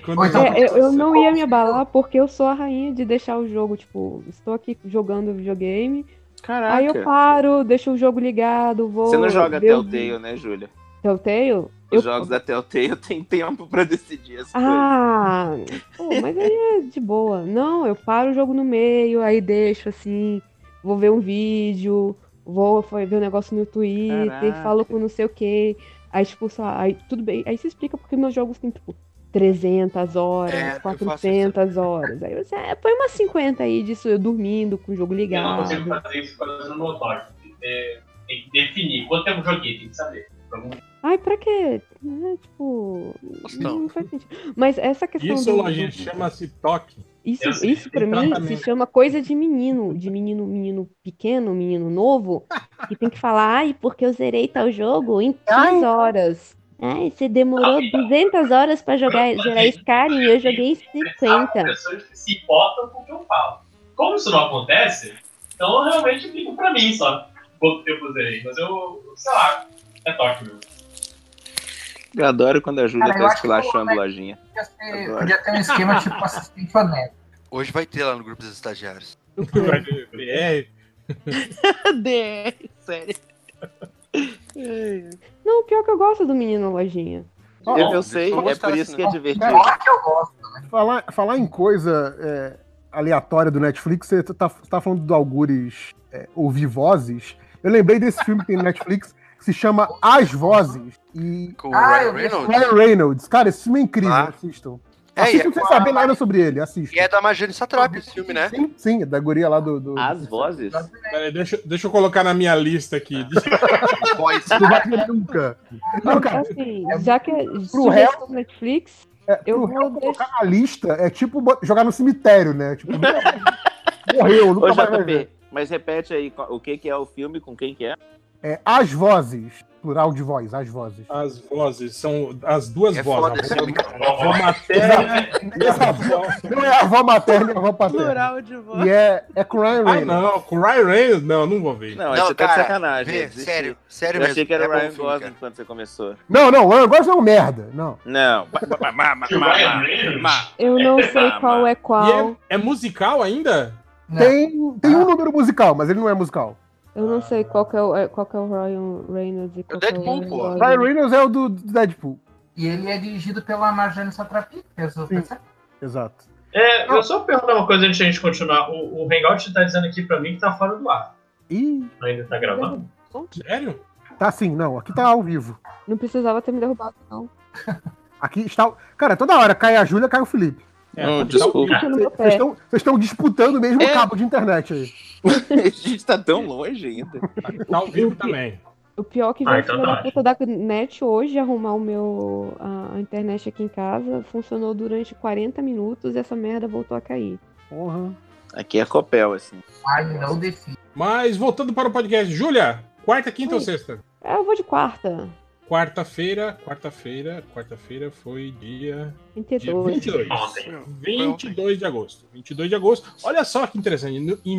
Speaker 5: Quando-
Speaker 6: Pois
Speaker 9: É, eu, eu não ia me abalar porque eu sou a rainha de deixar o jogo, tipo, estou aqui jogando videogame,
Speaker 2: Caraca.
Speaker 9: aí eu paro, deixo o jogo ligado, vou...
Speaker 2: Você não joga
Speaker 9: ver o-
Speaker 2: Telltale, né, Júlia?
Speaker 9: Telltale?
Speaker 2: Os
Speaker 9: Eu-
Speaker 2: jogos da Telltale tem tempo pra decidir as coisas.
Speaker 9: Ah,
Speaker 1: *laughs*
Speaker 9: pô, mas aí é de boa. Não, eu paro o jogo no meio, aí deixo assim, vou ver um vídeo, vou fa- ver um negócio no Twitter,
Speaker 2: Caraca.
Speaker 9: falo com não sei o quê. Aí, tipo, sei lá, aí tudo bem. Aí você explica porque meus jogos têm, tipo, 300 horas,
Speaker 1: É, eu faço isso.
Speaker 9: 400 horas. Aí você, é, põe umas 50 aí disso, eu dormindo, com o jogo
Speaker 7: Eu não consigo
Speaker 9: ligado.
Speaker 7: fazer isso fazendo notório. Tem que ter- tem que definir. Quanto tempo eu joguei, tem que saber. Pra algum-
Speaker 9: Ai, pra quê? É, tipo,
Speaker 1: Não.
Speaker 9: não, faz sentido. Mas essa questão
Speaker 5: Isso,
Speaker 9: do-
Speaker 5: lojinha,
Speaker 9: do-
Speaker 5: chama-se toque.
Speaker 7: Eu
Speaker 9: Isso,
Speaker 7: sei,
Speaker 9: isso para mim
Speaker 5: exatamente.
Speaker 9: se chama coisa de menino, de menino, menino pequeno, menino novo, que tem que falar, ai, porque eu zerei tal jogo em 15
Speaker 3: então
Speaker 9: horas. Ai, você demorou
Speaker 7: Ai,
Speaker 9: 200 horas pra jogar,
Speaker 7: Não,
Speaker 9: zerar
Speaker 7: mas-
Speaker 9: Skyrim e eu joguei em
Speaker 7: As
Speaker 9: 50.
Speaker 7: pessoas que se importam com o que eu falo. Como isso não acontece, então eu realmente fico pra mim só. Quanto tempo eu zerei. Mas eu, sei lá, é toque mesmo.
Speaker 2: Eu adoro quando a Júlia
Speaker 6: Cara, eu
Speaker 2: tá
Speaker 6: acho que eu vou
Speaker 2: esculachando
Speaker 6: ver.
Speaker 2: lojinha.
Speaker 6: Podia ter,
Speaker 2: Adoro.
Speaker 6: podia ter um esquema tipo assistente honesto.
Speaker 1: Hoje vai ter lá no grupo dos estagiários.
Speaker 5: Vai ver, PR.
Speaker 2: Sério.
Speaker 9: Não, pior que eu gosto do menino lojinha.
Speaker 3: Ó, assim,
Speaker 2: Eu, eu sei,
Speaker 1: Vamos
Speaker 2: é
Speaker 1: mostrar
Speaker 2: por
Speaker 1: isso,
Speaker 2: isso que é
Speaker 1: né?
Speaker 2: divertido.
Speaker 6: Claro que eu gosto.
Speaker 3: Falar, falar em coisa é, aleatória do Netflix, você tá, tá falando do Algures é, ouvir vozes. Eu lembrei desse filme que tem no Netflix que se chama As Vozes. E
Speaker 1: Com o
Speaker 6: Ah,
Speaker 1: Ryan
Speaker 6: eu vi.
Speaker 1: Reynolds.
Speaker 3: Ryan Reynolds, cara, esse filme é incrível,
Speaker 1: Ah.
Speaker 3: assistam.
Speaker 1: É, e
Speaker 3: Assistam sem
Speaker 1: é,
Speaker 3: saber nada sobre ele,
Speaker 1: e
Speaker 3: assistam.
Speaker 1: é da Marjane Satrap esse filme, né? Ah,
Speaker 2: *laughs*
Speaker 3: Sim, sim, é da guria lá do. do
Speaker 2: As vozes?
Speaker 5: Peraí, deixa, deixa eu colocar na minha lista aqui.
Speaker 1: Voice.
Speaker 3: do Wagner Nunca. Não, cara,
Speaker 9: Assim, já que é
Speaker 3: réu-
Speaker 9: sugestão do Netflix,
Speaker 3: é, pro
Speaker 9: eu
Speaker 3: réu
Speaker 9: vou
Speaker 3: colocar na lista é tipo bo- jogar no cemitério, né? Tipo, morreu,
Speaker 2: Ô,
Speaker 3: nunca mais vai ver.
Speaker 2: JP, mas repete aí co- o que, que é o filme, com quem que é.
Speaker 3: É, as vozes, plural de voz, as vozes.
Speaker 5: As vozes são as duas
Speaker 1: É
Speaker 5: vozes.
Speaker 1: foda esse
Speaker 5: a
Speaker 1: filme,
Speaker 5: voz-
Speaker 1: cara.
Speaker 5: a voz materna
Speaker 1: *laughs*
Speaker 5: e a voz-
Speaker 3: Não é a avó materna e a avó paterna.
Speaker 2: de
Speaker 3: E é, é com Ryan
Speaker 5: Ah,
Speaker 3: Reynolds.
Speaker 5: não, com o Ryan Reynolds, não, não vou ver.
Speaker 1: Não,
Speaker 2: Não, isso tá de
Speaker 1: cara,
Speaker 2: sacanagem.
Speaker 1: Vê,
Speaker 2: existe.
Speaker 1: sério, sério
Speaker 2: Eu achei
Speaker 1: mesmo.
Speaker 2: que era
Speaker 1: É
Speaker 2: o
Speaker 1: bom
Speaker 2: Ryan
Speaker 1: filme,
Speaker 2: Gosling
Speaker 1: cara.
Speaker 2: quando você começou.
Speaker 3: Não, não, o Ryan Gosling é um merda. Não.
Speaker 2: Não. *laughs* Ma- ma- ma- ma-
Speaker 7: Que Ryan Reynolds?
Speaker 2: ma-
Speaker 9: eu não sei
Speaker 2: Ah,
Speaker 9: qual
Speaker 2: mano.
Speaker 9: é
Speaker 5: E
Speaker 9: qual,
Speaker 5: é, é musical ainda?
Speaker 6: Não.
Speaker 3: Tem, tem um número musical, mas ele não é musical.
Speaker 9: eu não sei qual que é o, é- qual que é o Ryan Reynolds e qual que é o
Speaker 1: Deadpool,
Speaker 9: Ryan
Speaker 1: pô.
Speaker 9: Gosling.
Speaker 3: Ryan Reynolds é o do do Deadpool.
Speaker 6: E ele é dirigido pela Marjane Satrapi, que eu sou-
Speaker 3: Sim. Exato.
Speaker 7: É, eu só perguntar uma coisa antes da gente continuar. O, o Hangout tá dizendo aqui pra mim que tá fora do ar.
Speaker 3: Ih,
Speaker 7: Ainda tá gravando?
Speaker 5: Sério?
Speaker 3: tá sim, não. Aqui tá ao vivo.
Speaker 9: Não precisava ter me derrubado, não.
Speaker 3: Aqui está. Cara, toda hora cai a Júlia, cai o Felipe.
Speaker 2: É,
Speaker 5: tá
Speaker 2: não, desculpa.
Speaker 3: Vocês estão, vocês estão disputando o mesmo
Speaker 2: É.
Speaker 3: cabo de internet aí.
Speaker 2: a gente tá tão longe ainda.
Speaker 5: Tá ao vivo também.
Speaker 9: O pior é que
Speaker 7: Ah,
Speaker 9: veio
Speaker 7: então
Speaker 9: filho da
Speaker 7: tá
Speaker 9: puta da net hoje arrumar o meu a, a internet aqui em casa. Funcionou durante 40 minutos e essa merda voltou a cair.
Speaker 3: Porra.
Speaker 2: Aqui é copel, assim.
Speaker 6: I know the feeling.
Speaker 5: Mas voltando para o podcast, Júlia, quarta, quinta ou sexta?
Speaker 9: É, eu vou de quarta.
Speaker 5: Quarta-feira, quarta-feira, quarta-feira foi dia, dia
Speaker 9: 32.
Speaker 5: 22.
Speaker 7: Ontem.
Speaker 5: 22 de agosto. 22 de agosto. Olha só que interessante. no- Em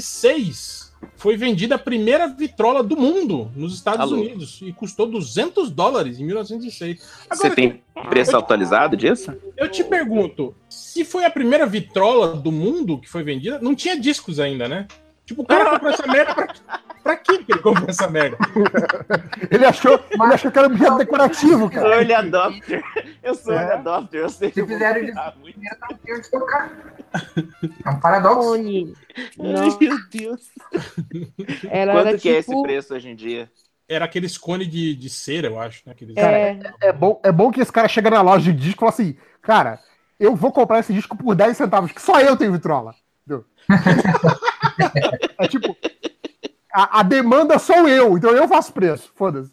Speaker 5: 1906 foi vendida a primeira vitrola do mundo nos Estados
Speaker 2: Alô.
Speaker 5: Unidos e custou 200 dólares em 1906.
Speaker 2: Você tem preço atualizado disso?
Speaker 5: Eu te pergunto, se foi a primeira vitrola do mundo que foi vendida, não tinha discos ainda, né? Tipo, o cara comprou essa merda pra, pra quê que ele comprou essa merda?
Speaker 3: Ele achou, ele achou que era um objeto decorativo, cara.
Speaker 2: Early adopter. Eu sou
Speaker 3: É.
Speaker 2: early adopter, eu sei que eu vou
Speaker 6: fizeram isso.
Speaker 2: pagar muito.
Speaker 6: Primeiro não tem onde tocar. É um paradoxo.
Speaker 9: Sony.
Speaker 2: Ai,
Speaker 9: Não,
Speaker 2: meu Deus.
Speaker 9: era,
Speaker 2: Quanto
Speaker 9: era
Speaker 2: que é esse
Speaker 9: tipo-
Speaker 2: preço hoje em dia?
Speaker 5: Era aqueles cone de, de cera, eu acho, né? Aqueles...
Speaker 9: É,
Speaker 3: É bom, é bom que esse cara chega na loja de disco e fala assim, cara, eu vou comprar esse disco por 10 centavos, que só eu tenho vitrola. Entendeu? é tipo, a, a demanda sou eu, então eu faço preço, foda-se.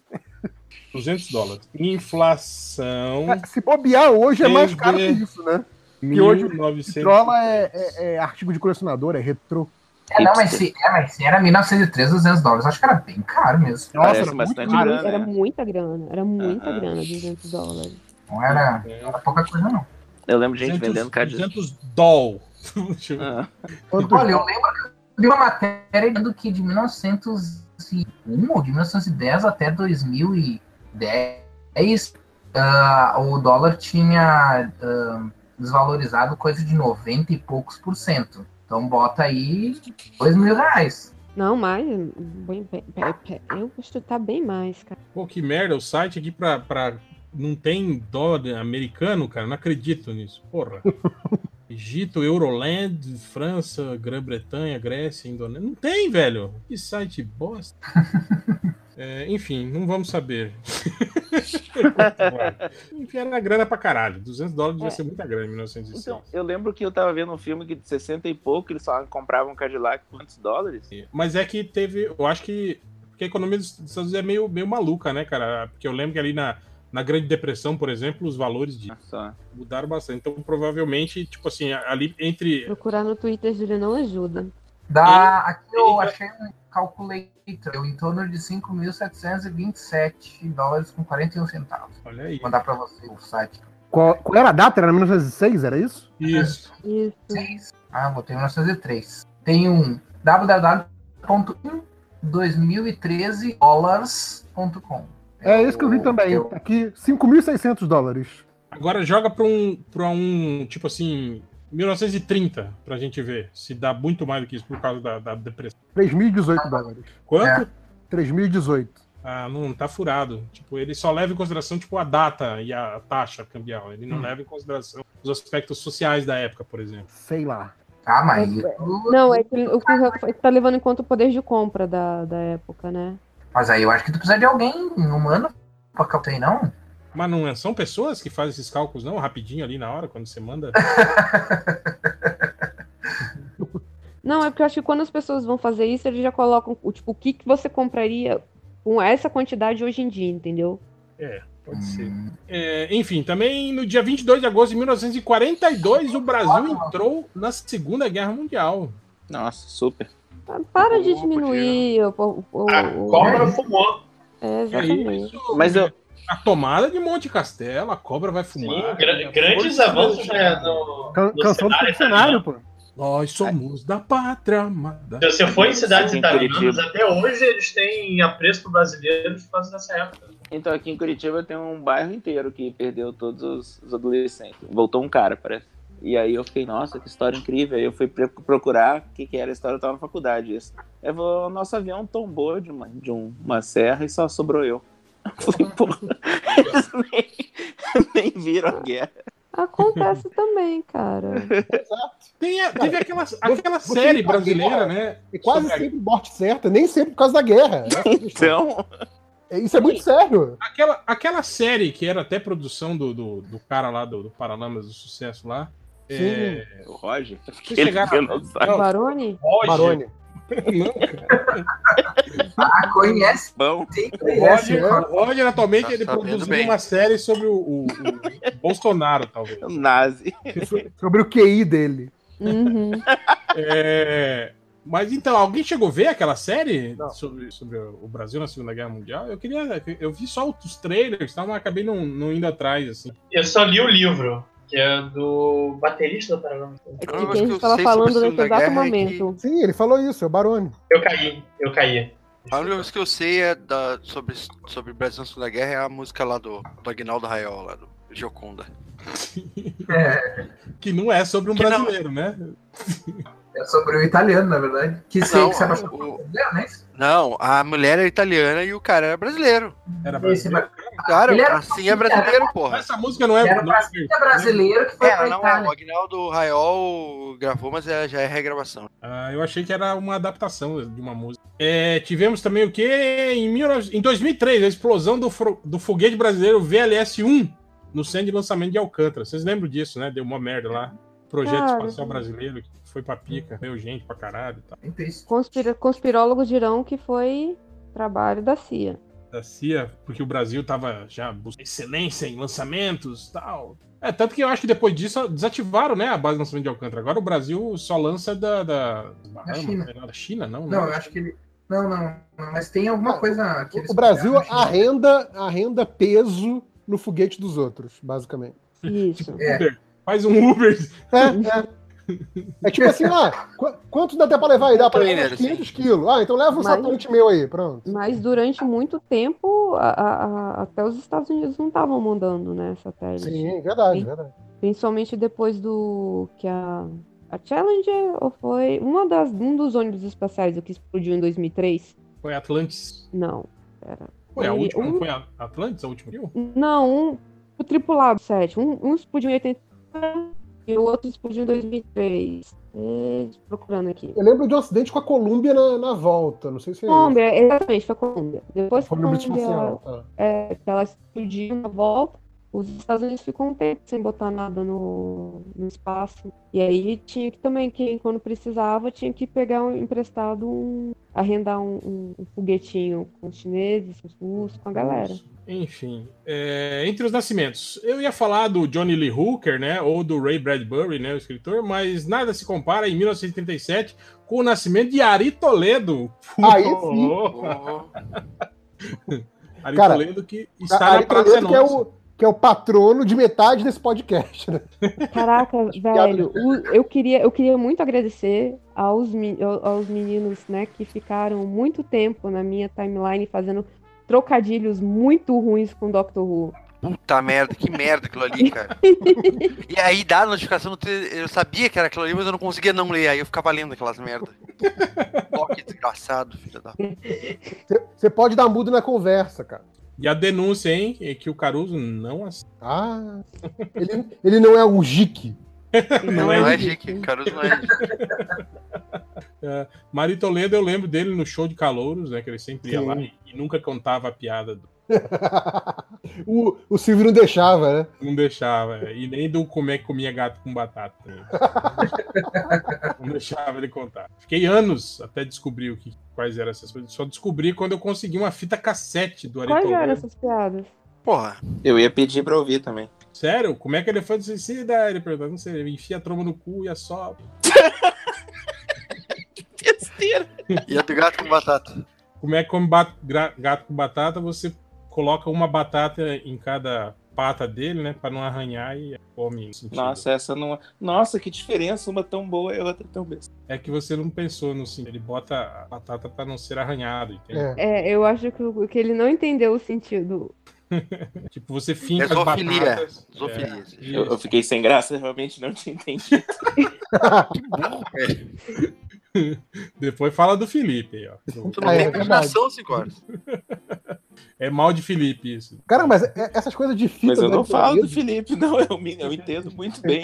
Speaker 5: 200 dólares. Inflação.
Speaker 3: É, Se bobear hoje é mais
Speaker 5: Entendi.
Speaker 3: caro que isso, né? E hoje o
Speaker 5: 1900.
Speaker 3: Vitrola é, é- é artigo de colecionador, é retrô.
Speaker 6: É, não, mas se, é, mas se era 1903, 200 dólares. Acho que era bem caro mesmo.
Speaker 2: Parece
Speaker 3: era muito
Speaker 2: bastante
Speaker 3: caro.
Speaker 2: grana.
Speaker 9: era muita
Speaker 2: né?
Speaker 9: grana. Era muita
Speaker 2: Aham.
Speaker 9: grana, 200 dólares.
Speaker 6: Não era,
Speaker 3: É.
Speaker 6: não era pouca coisa, não.
Speaker 2: Eu lembro de gente
Speaker 5: 200
Speaker 2: vendendo card.
Speaker 5: 200 doll. *laughs* Deixa eu ver.
Speaker 2: Ah,
Speaker 3: Quanto-
Speaker 6: Olha, eu lembro que eu vi uma matéria do que de 1901 ou de 1910 até 2010, ah, o dólar tinha ah, desvalorizado coisa de 90 e poucos por cento. Então bota aí dois mil reais.
Speaker 9: Não, mais. bem- bem- bem- bem- Eu vou chutar bem mais, cara.
Speaker 5: Pô, que merda, o site aqui pra, pra. Não tem dólar americano, cara, não acredito nisso. Porra. Egito, Euroland, França, Grã-Bretanha, Grécia, Indonésia. Não tem, velho. Que site bosta. É, enfim, não vamos saber. *laughs* enfim, era grana pra caralho. 200 dólares devia
Speaker 9: É.
Speaker 5: ser muita grana em 1906.
Speaker 2: Então, eu lembro que eu tava vendo um filme que de 60 e pouco eles só compravam um Cadillac por quantos dólares?
Speaker 5: Mas é que teve. Eu acho que. Porque a economia dos Estados Unidos é meio, meio maluca, né, cara? Porque eu lembro que ali na, na Grande Depressão, por exemplo, os valores de,
Speaker 2: Só.
Speaker 5: mudaram bastante. Então, provavelmente, tipo assim, ali entre.
Speaker 9: Procurar no Twitter, Júlia, não ajuda.
Speaker 6: Dá, aqui eu
Speaker 5: ele-
Speaker 6: achei um calculator, eu em torno de 5.727 dólares com 41 centavos.
Speaker 5: Olha aí.
Speaker 6: Vou mandar pra você o site.
Speaker 3: Qual, qual era a data? Era 1906, era isso?
Speaker 5: Isso.
Speaker 9: Isso.
Speaker 6: Seis. Ah, botei 1903. Tem um www.2013dollars.com.
Speaker 3: É isso que eu vi também. Aqui, 5.600 dólares.
Speaker 5: Agora joga pra um, pra um tipo assim, 1930, pra gente ver se dá muito mais do que isso por causa da, da depressão.
Speaker 3: 3.018 dólares.
Speaker 5: Quanto?
Speaker 3: 3.018.
Speaker 5: Ah, não, tá furado. Tipo, ele só leva em consideração, tipo, a data e a taxa cambial. Ele não leva em consideração os aspectos sociais da época, por exemplo.
Speaker 3: Sei lá.
Speaker 6: Ah, mas isso-
Speaker 9: Não, é que o que o Rafa tá levando em conta o poder de compra da, da época, né?
Speaker 6: Mas aí eu acho que tu precisa de alguém um humano pra calcular aí, não?
Speaker 5: Mas não é- são pessoas que fazem esses cálculos, não? Rapidinho ali na hora, quando você manda.
Speaker 9: Não, é porque eu acho que quando as pessoas vão fazer isso, eles já colocam o tipo, o que, que você compraria com essa quantidade hoje em dia, entendeu?
Speaker 5: Pode ser.
Speaker 7: Hum.
Speaker 5: É, enfim, também no dia 22 de agosto de 1942, o Brasil entrou na Segunda Guerra Mundial.
Speaker 2: Nossa, super.
Speaker 9: Ah, Para de
Speaker 1: Opa,
Speaker 9: diminuir. O, o, o-
Speaker 7: A
Speaker 9: o-
Speaker 7: cobra fumou.
Speaker 9: É,
Speaker 5: É
Speaker 9: exatamente.
Speaker 5: isso,
Speaker 2: Mas eu-
Speaker 5: A tomada de Monte Castelo, a cobra vai
Speaker 7: Sim,
Speaker 5: fumar. né?
Speaker 7: gra- grandes avanços né, no,
Speaker 3: Can-
Speaker 7: no
Speaker 3: canção do
Speaker 7: italiano.
Speaker 3: cenário, pô.
Speaker 5: Nós somos da pátria amada.
Speaker 7: Se você for em cidades
Speaker 2: Sim,
Speaker 7: italianas,
Speaker 2: Curitiba.
Speaker 7: até hoje eles têm apreço pro brasileiro por causa dessa época.
Speaker 2: Então aqui em Curitiba tem um bairro inteiro que perdeu todos os, os adolescentes. Voltou um cara, parece. E aí eu fiquei, nossa, que história incrível. Aí eu fui pre- procurar o que, que era a história, eu tava na faculdade. Isso. Eu vou, o nosso avião tombou de uma, de um- uma serra e só sobrou eu. *laughs* Eu falei, pô, eles nem, nem *laughs* viram a guerra.
Speaker 1: *laughs*
Speaker 9: Acontece também, cara.
Speaker 5: Tem a- teve aquela, aquela
Speaker 3: você
Speaker 5: série
Speaker 3: tá guerra.
Speaker 5: brasileira, né?
Speaker 3: E quase
Speaker 5: Sobre a-
Speaker 3: sempre morte certa, nem sempre por causa da guerra.
Speaker 2: Então,
Speaker 3: Isso é muito sério.
Speaker 5: Aquela, aquela série que era até produção do, do, do cara lá do, do Paralamas do Sucesso lá.
Speaker 3: Sim.
Speaker 5: É...
Speaker 2: Então, O Roger.
Speaker 5: Vocês chegaram-
Speaker 2: Ele não sabe.
Speaker 5: Não,
Speaker 9: Barone?
Speaker 5: Roger.
Speaker 3: Maroni.
Speaker 5: Não, cara.
Speaker 6: Ah, conhece,
Speaker 2: Bom,
Speaker 6: tem que
Speaker 5: O
Speaker 6: conhece.
Speaker 3: é.
Speaker 5: Roger, o Roger atualmente
Speaker 1: Tá
Speaker 5: ele
Speaker 1: sabendo
Speaker 5: produziu
Speaker 1: bem.
Speaker 5: uma série sobre o, o-
Speaker 1: *laughs*
Speaker 5: o Bolsonaro, talvez.
Speaker 2: é um nazi.
Speaker 3: So- é Sobre o QI dele.
Speaker 9: Uhum.
Speaker 5: É, Mas então, alguém chegou a ver aquela série
Speaker 3: Não.
Speaker 5: sobre, sobre o Brasil na Segunda Guerra Mundial? Eu queria. Eu vi só os trailers, tá? mas acabei não, não indo atrás, assim.
Speaker 7: Eu só li o livro, que é do baterista do Paralamas.
Speaker 9: É que
Speaker 1: Eu acho
Speaker 9: a
Speaker 1: que
Speaker 9: gente
Speaker 1: eu
Speaker 9: estava
Speaker 1: sei sobre a
Speaker 9: falando nesse
Speaker 1: Segunda
Speaker 9: exato
Speaker 1: Guerra é que-
Speaker 9: momento.
Speaker 3: Sim, ele falou isso, é o Barone.
Speaker 7: Eu caí, eu caí.
Speaker 1: A única coisa que eu sei é da, sobre, sobre Brasil na Segunda Guerra é a música lá do, do Agnaldo Raiol, lá do Gioconda.
Speaker 6: É,
Speaker 5: Que não é sobre um
Speaker 1: Que não.
Speaker 5: brasileiro, né?
Speaker 6: é sobre o italiano, na verdade. Que sei
Speaker 1: Não,
Speaker 6: que se apaixonou
Speaker 1: o-
Speaker 6: por italiano, não é isso?
Speaker 1: Não, a mulher era italiana e o cara era brasileiro.
Speaker 5: Era
Speaker 6: Esse é
Speaker 5: brasileiro.
Speaker 1: Claro,
Speaker 6: Ele era
Speaker 1: assim é brasileiro, porra.
Speaker 5: Mas essa música não é.
Speaker 6: Era
Speaker 5: não é-
Speaker 6: É brasileiro que foi pra
Speaker 1: É, não, o
Speaker 6: Itália.
Speaker 1: Agnaldo Raiol gravou, mas é- já é regravação.
Speaker 5: Ah, eu achei que era uma adaptação de uma música. É, tivemos também o que? Em, 19 em 2003, a explosão do, fro- do foguete brasileiro VLS-1 no centro de lançamento de Alcântara. Vocês lembram disso, né? Deu uma merda lá. Projeto
Speaker 9: Cara.
Speaker 5: espacial brasileiro que foi pra pica, deu gente pra caralho e tal.
Speaker 6: Bem triste.
Speaker 1: é
Speaker 9: Conspira- Conspirólogos dirão que foi trabalho da CIA.
Speaker 5: Da CIA, porque o Brasil tava já buscando excelência em lançamentos e tal. É, tanto que eu acho que depois disso desativaram, né, a base de lançamento de Alcântara. Agora o Brasil só lança da, da, Bahamas,
Speaker 6: China.
Speaker 5: né? da China, não?
Speaker 6: Não, é- eu acho que ele. Não, não, não, mas tem alguma coisa que eles
Speaker 3: O Brasil
Speaker 6: pegaram, acho que-
Speaker 3: arrenda, arrenda peso no foguete dos outros, basicamente.
Speaker 9: Isso.
Speaker 6: é.
Speaker 5: Faz um Uber *laughs*
Speaker 3: É, é. É tipo assim, ah, qu- quanto dá até pra levar aí? Dá pra levar
Speaker 1: Trainer,
Speaker 3: uns 500 quilos. Ah, então leva um
Speaker 9: Mas-
Speaker 3: satélite meu aí, pronto.
Speaker 9: Mas durante muito tempo, a- a- a- até os Estados Unidos não estavam mandando, né, satélite.
Speaker 3: Sim, verdade,
Speaker 9: Sim.
Speaker 3: verdade.
Speaker 9: Principalmente depois do que a, a Challenger ou foi uma das um dos ônibus espaciais que explodiu em 2003?
Speaker 5: Foi Atlantis.
Speaker 9: Não,
Speaker 5: Foi a
Speaker 9: Foi
Speaker 5: última? Não
Speaker 9: um-
Speaker 5: foi a Atlantis a última? Viu?
Speaker 9: não, um o tripulado 7, um, um explodiu em 80 e o outro explodiu em 2003. É, procurando aqui.
Speaker 3: Eu lembro de um acidente com a Colômbia na, na volta. Não sei se é. isso.
Speaker 9: Colômbia, exatamente, foi a Colômbia. Depois que
Speaker 3: Foi
Speaker 9: a
Speaker 3: no
Speaker 9: Colômbia
Speaker 3: Brito Marcial, tá.
Speaker 9: é, que ela explodiu na volta, os Estados Unidos ficou um tempo sem botar nada no, no espaço. E aí tinha que também, que quando precisava, tinha que pegar um emprestado, um, arrendar um, um- um foguetinho com os chineses, com os russos, com a galera.
Speaker 5: Enfim, é, entre os nascimentos. Eu ia falar do Johnny Lee Hooker, né? Ou do Ray Bradbury, né? O escritor, mas nada se compara em 1937 com o nascimento de Ari Toledo.
Speaker 3: Aí sim.
Speaker 5: *laughs* Pô,
Speaker 1: Oh,
Speaker 5: Ari
Speaker 3: Cara,
Speaker 5: Toledo que está
Speaker 3: Aí
Speaker 5: na
Speaker 3: tem
Speaker 5: Praça
Speaker 3: outro que é
Speaker 5: Nossa.
Speaker 3: o que é o patrono de metade desse podcast. né?
Speaker 9: Caraca, velho, o- eu queria, eu queria muito agradecer aos, me- ao- aos meninos, né, que ficaram muito tempo na minha timeline fazendo trocadilhos muito ruins com Doctor Who.
Speaker 1: puta merda, que merda aquilo ali, cara. E aí dá a notificação, no tele- eu sabia que era aquilo ali, mas eu não conseguia não ler, aí eu ficava lendo aquelas merda. Ó, que desgraçado, filho da
Speaker 3: Você- Você pode dar mudo na conversa, cara.
Speaker 5: E a denúncia, hein? É que o Caruso não aceita.
Speaker 3: Ah, ele, ele não é um jique.
Speaker 9: E
Speaker 5: *laughs* Não é
Speaker 1: Não é
Speaker 9: ridículo.
Speaker 1: Jique, Caruso não é Jique.
Speaker 5: Mari Toledo, eu lembro dele no show de Calouros, né? Que ele sempre ia
Speaker 3: Sim.
Speaker 5: lá e, e nunca contava a piada. Do...
Speaker 3: *laughs* o, o Silvio não deixava, né?
Speaker 5: Não deixava. E nem do como é que comia gato com batata. também. Não deixava ele contar. Fiquei anos até descobrir o que, quais eram essas coisas. Só descobri quando eu consegui uma fita cassete do
Speaker 9: Quais eram
Speaker 5: Aritolano.
Speaker 9: essas piadas?
Speaker 1: Porra,
Speaker 2: Eu ia pedir pra ouvir também.
Speaker 5: Sério? Como é que ele foi de suicida? Ele perguntou, não sei, ele enfia a tromba no cu e é só.
Speaker 2: Besteira.
Speaker 1: e a do gato com batata.
Speaker 5: Como é que come ba- gra- gato com batata? Você coloca uma batata em cada pata dele, né? Pra não arranhar e come. no sentido.
Speaker 2: Nossa, essa não. é, Nossa, que diferença. Uma tão boa e a outra tão besta.
Speaker 5: É que você não pensou no sentido. Ele bota a batata pra não ser arranhado, entende?
Speaker 3: É.
Speaker 9: É, eu acho que, o- que ele não entendeu o sentido.
Speaker 5: Tipo, você finca as
Speaker 1: É zoofilia.
Speaker 5: batatas.
Speaker 1: Zoofilia.
Speaker 5: É,
Speaker 2: Eu, eu
Speaker 5: isso.
Speaker 2: fiquei sem graça, eu realmente não tinha entendido.
Speaker 1: Ah,
Speaker 5: é Depois fala do Felipe aí, ó.
Speaker 1: Tu não
Speaker 3: É,
Speaker 1: tem
Speaker 3: é
Speaker 1: imaginação, cinco horas.
Speaker 5: É mal de Felipe isso.
Speaker 3: Cara, mas é- essas coisas de fita.
Speaker 2: Mas eu
Speaker 3: do
Speaker 2: não
Speaker 3: Ari
Speaker 2: falo do
Speaker 3: Toledo,
Speaker 2: Felipe,
Speaker 5: *laughs*
Speaker 2: não. Eu, me- eu entendo muito bem.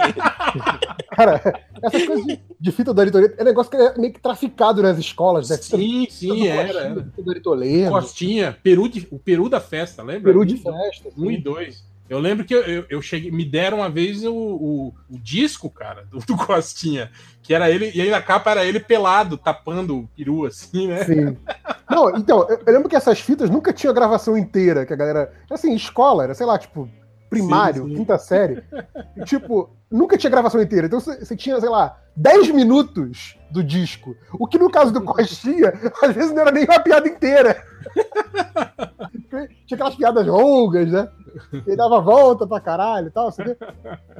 Speaker 3: Cara, essas coisas de, de fita do Aritoleto é um negócio que era meio que traficado nas escolas, né? Fita-
Speaker 5: Sim,
Speaker 3: fita
Speaker 5: sim,
Speaker 3: do
Speaker 5: era.
Speaker 3: Costinha, Fita do Aritoleto,
Speaker 5: Costinha, peru de, o peru da festa, lembra?
Speaker 3: peru de festa.
Speaker 5: Um e
Speaker 3: Assim.
Speaker 5: dois. Eu lembro que eu, eu, eu cheguei, me deram uma vez o, o, o disco, cara, do, do Costinha, que era ele, e aí na capa era ele pelado, tapando o peru, assim, né?
Speaker 3: Sim. Não, então, eu, eu lembro que essas fitas nunca tinha gravação inteira, que a galera. Assim, escola, era, sei lá, tipo, primário,
Speaker 5: Sim, sim.
Speaker 3: quinta série. E, tipo, nunca tinha gravação inteira. Então você você tinha, sei lá, 10 minutos do disco. O que no caso do Costinha, às vezes não era nem uma piada inteira. *laughs* Tinha aquelas piadas longas, né? Ele dava volta pra caralho e tal, você vê.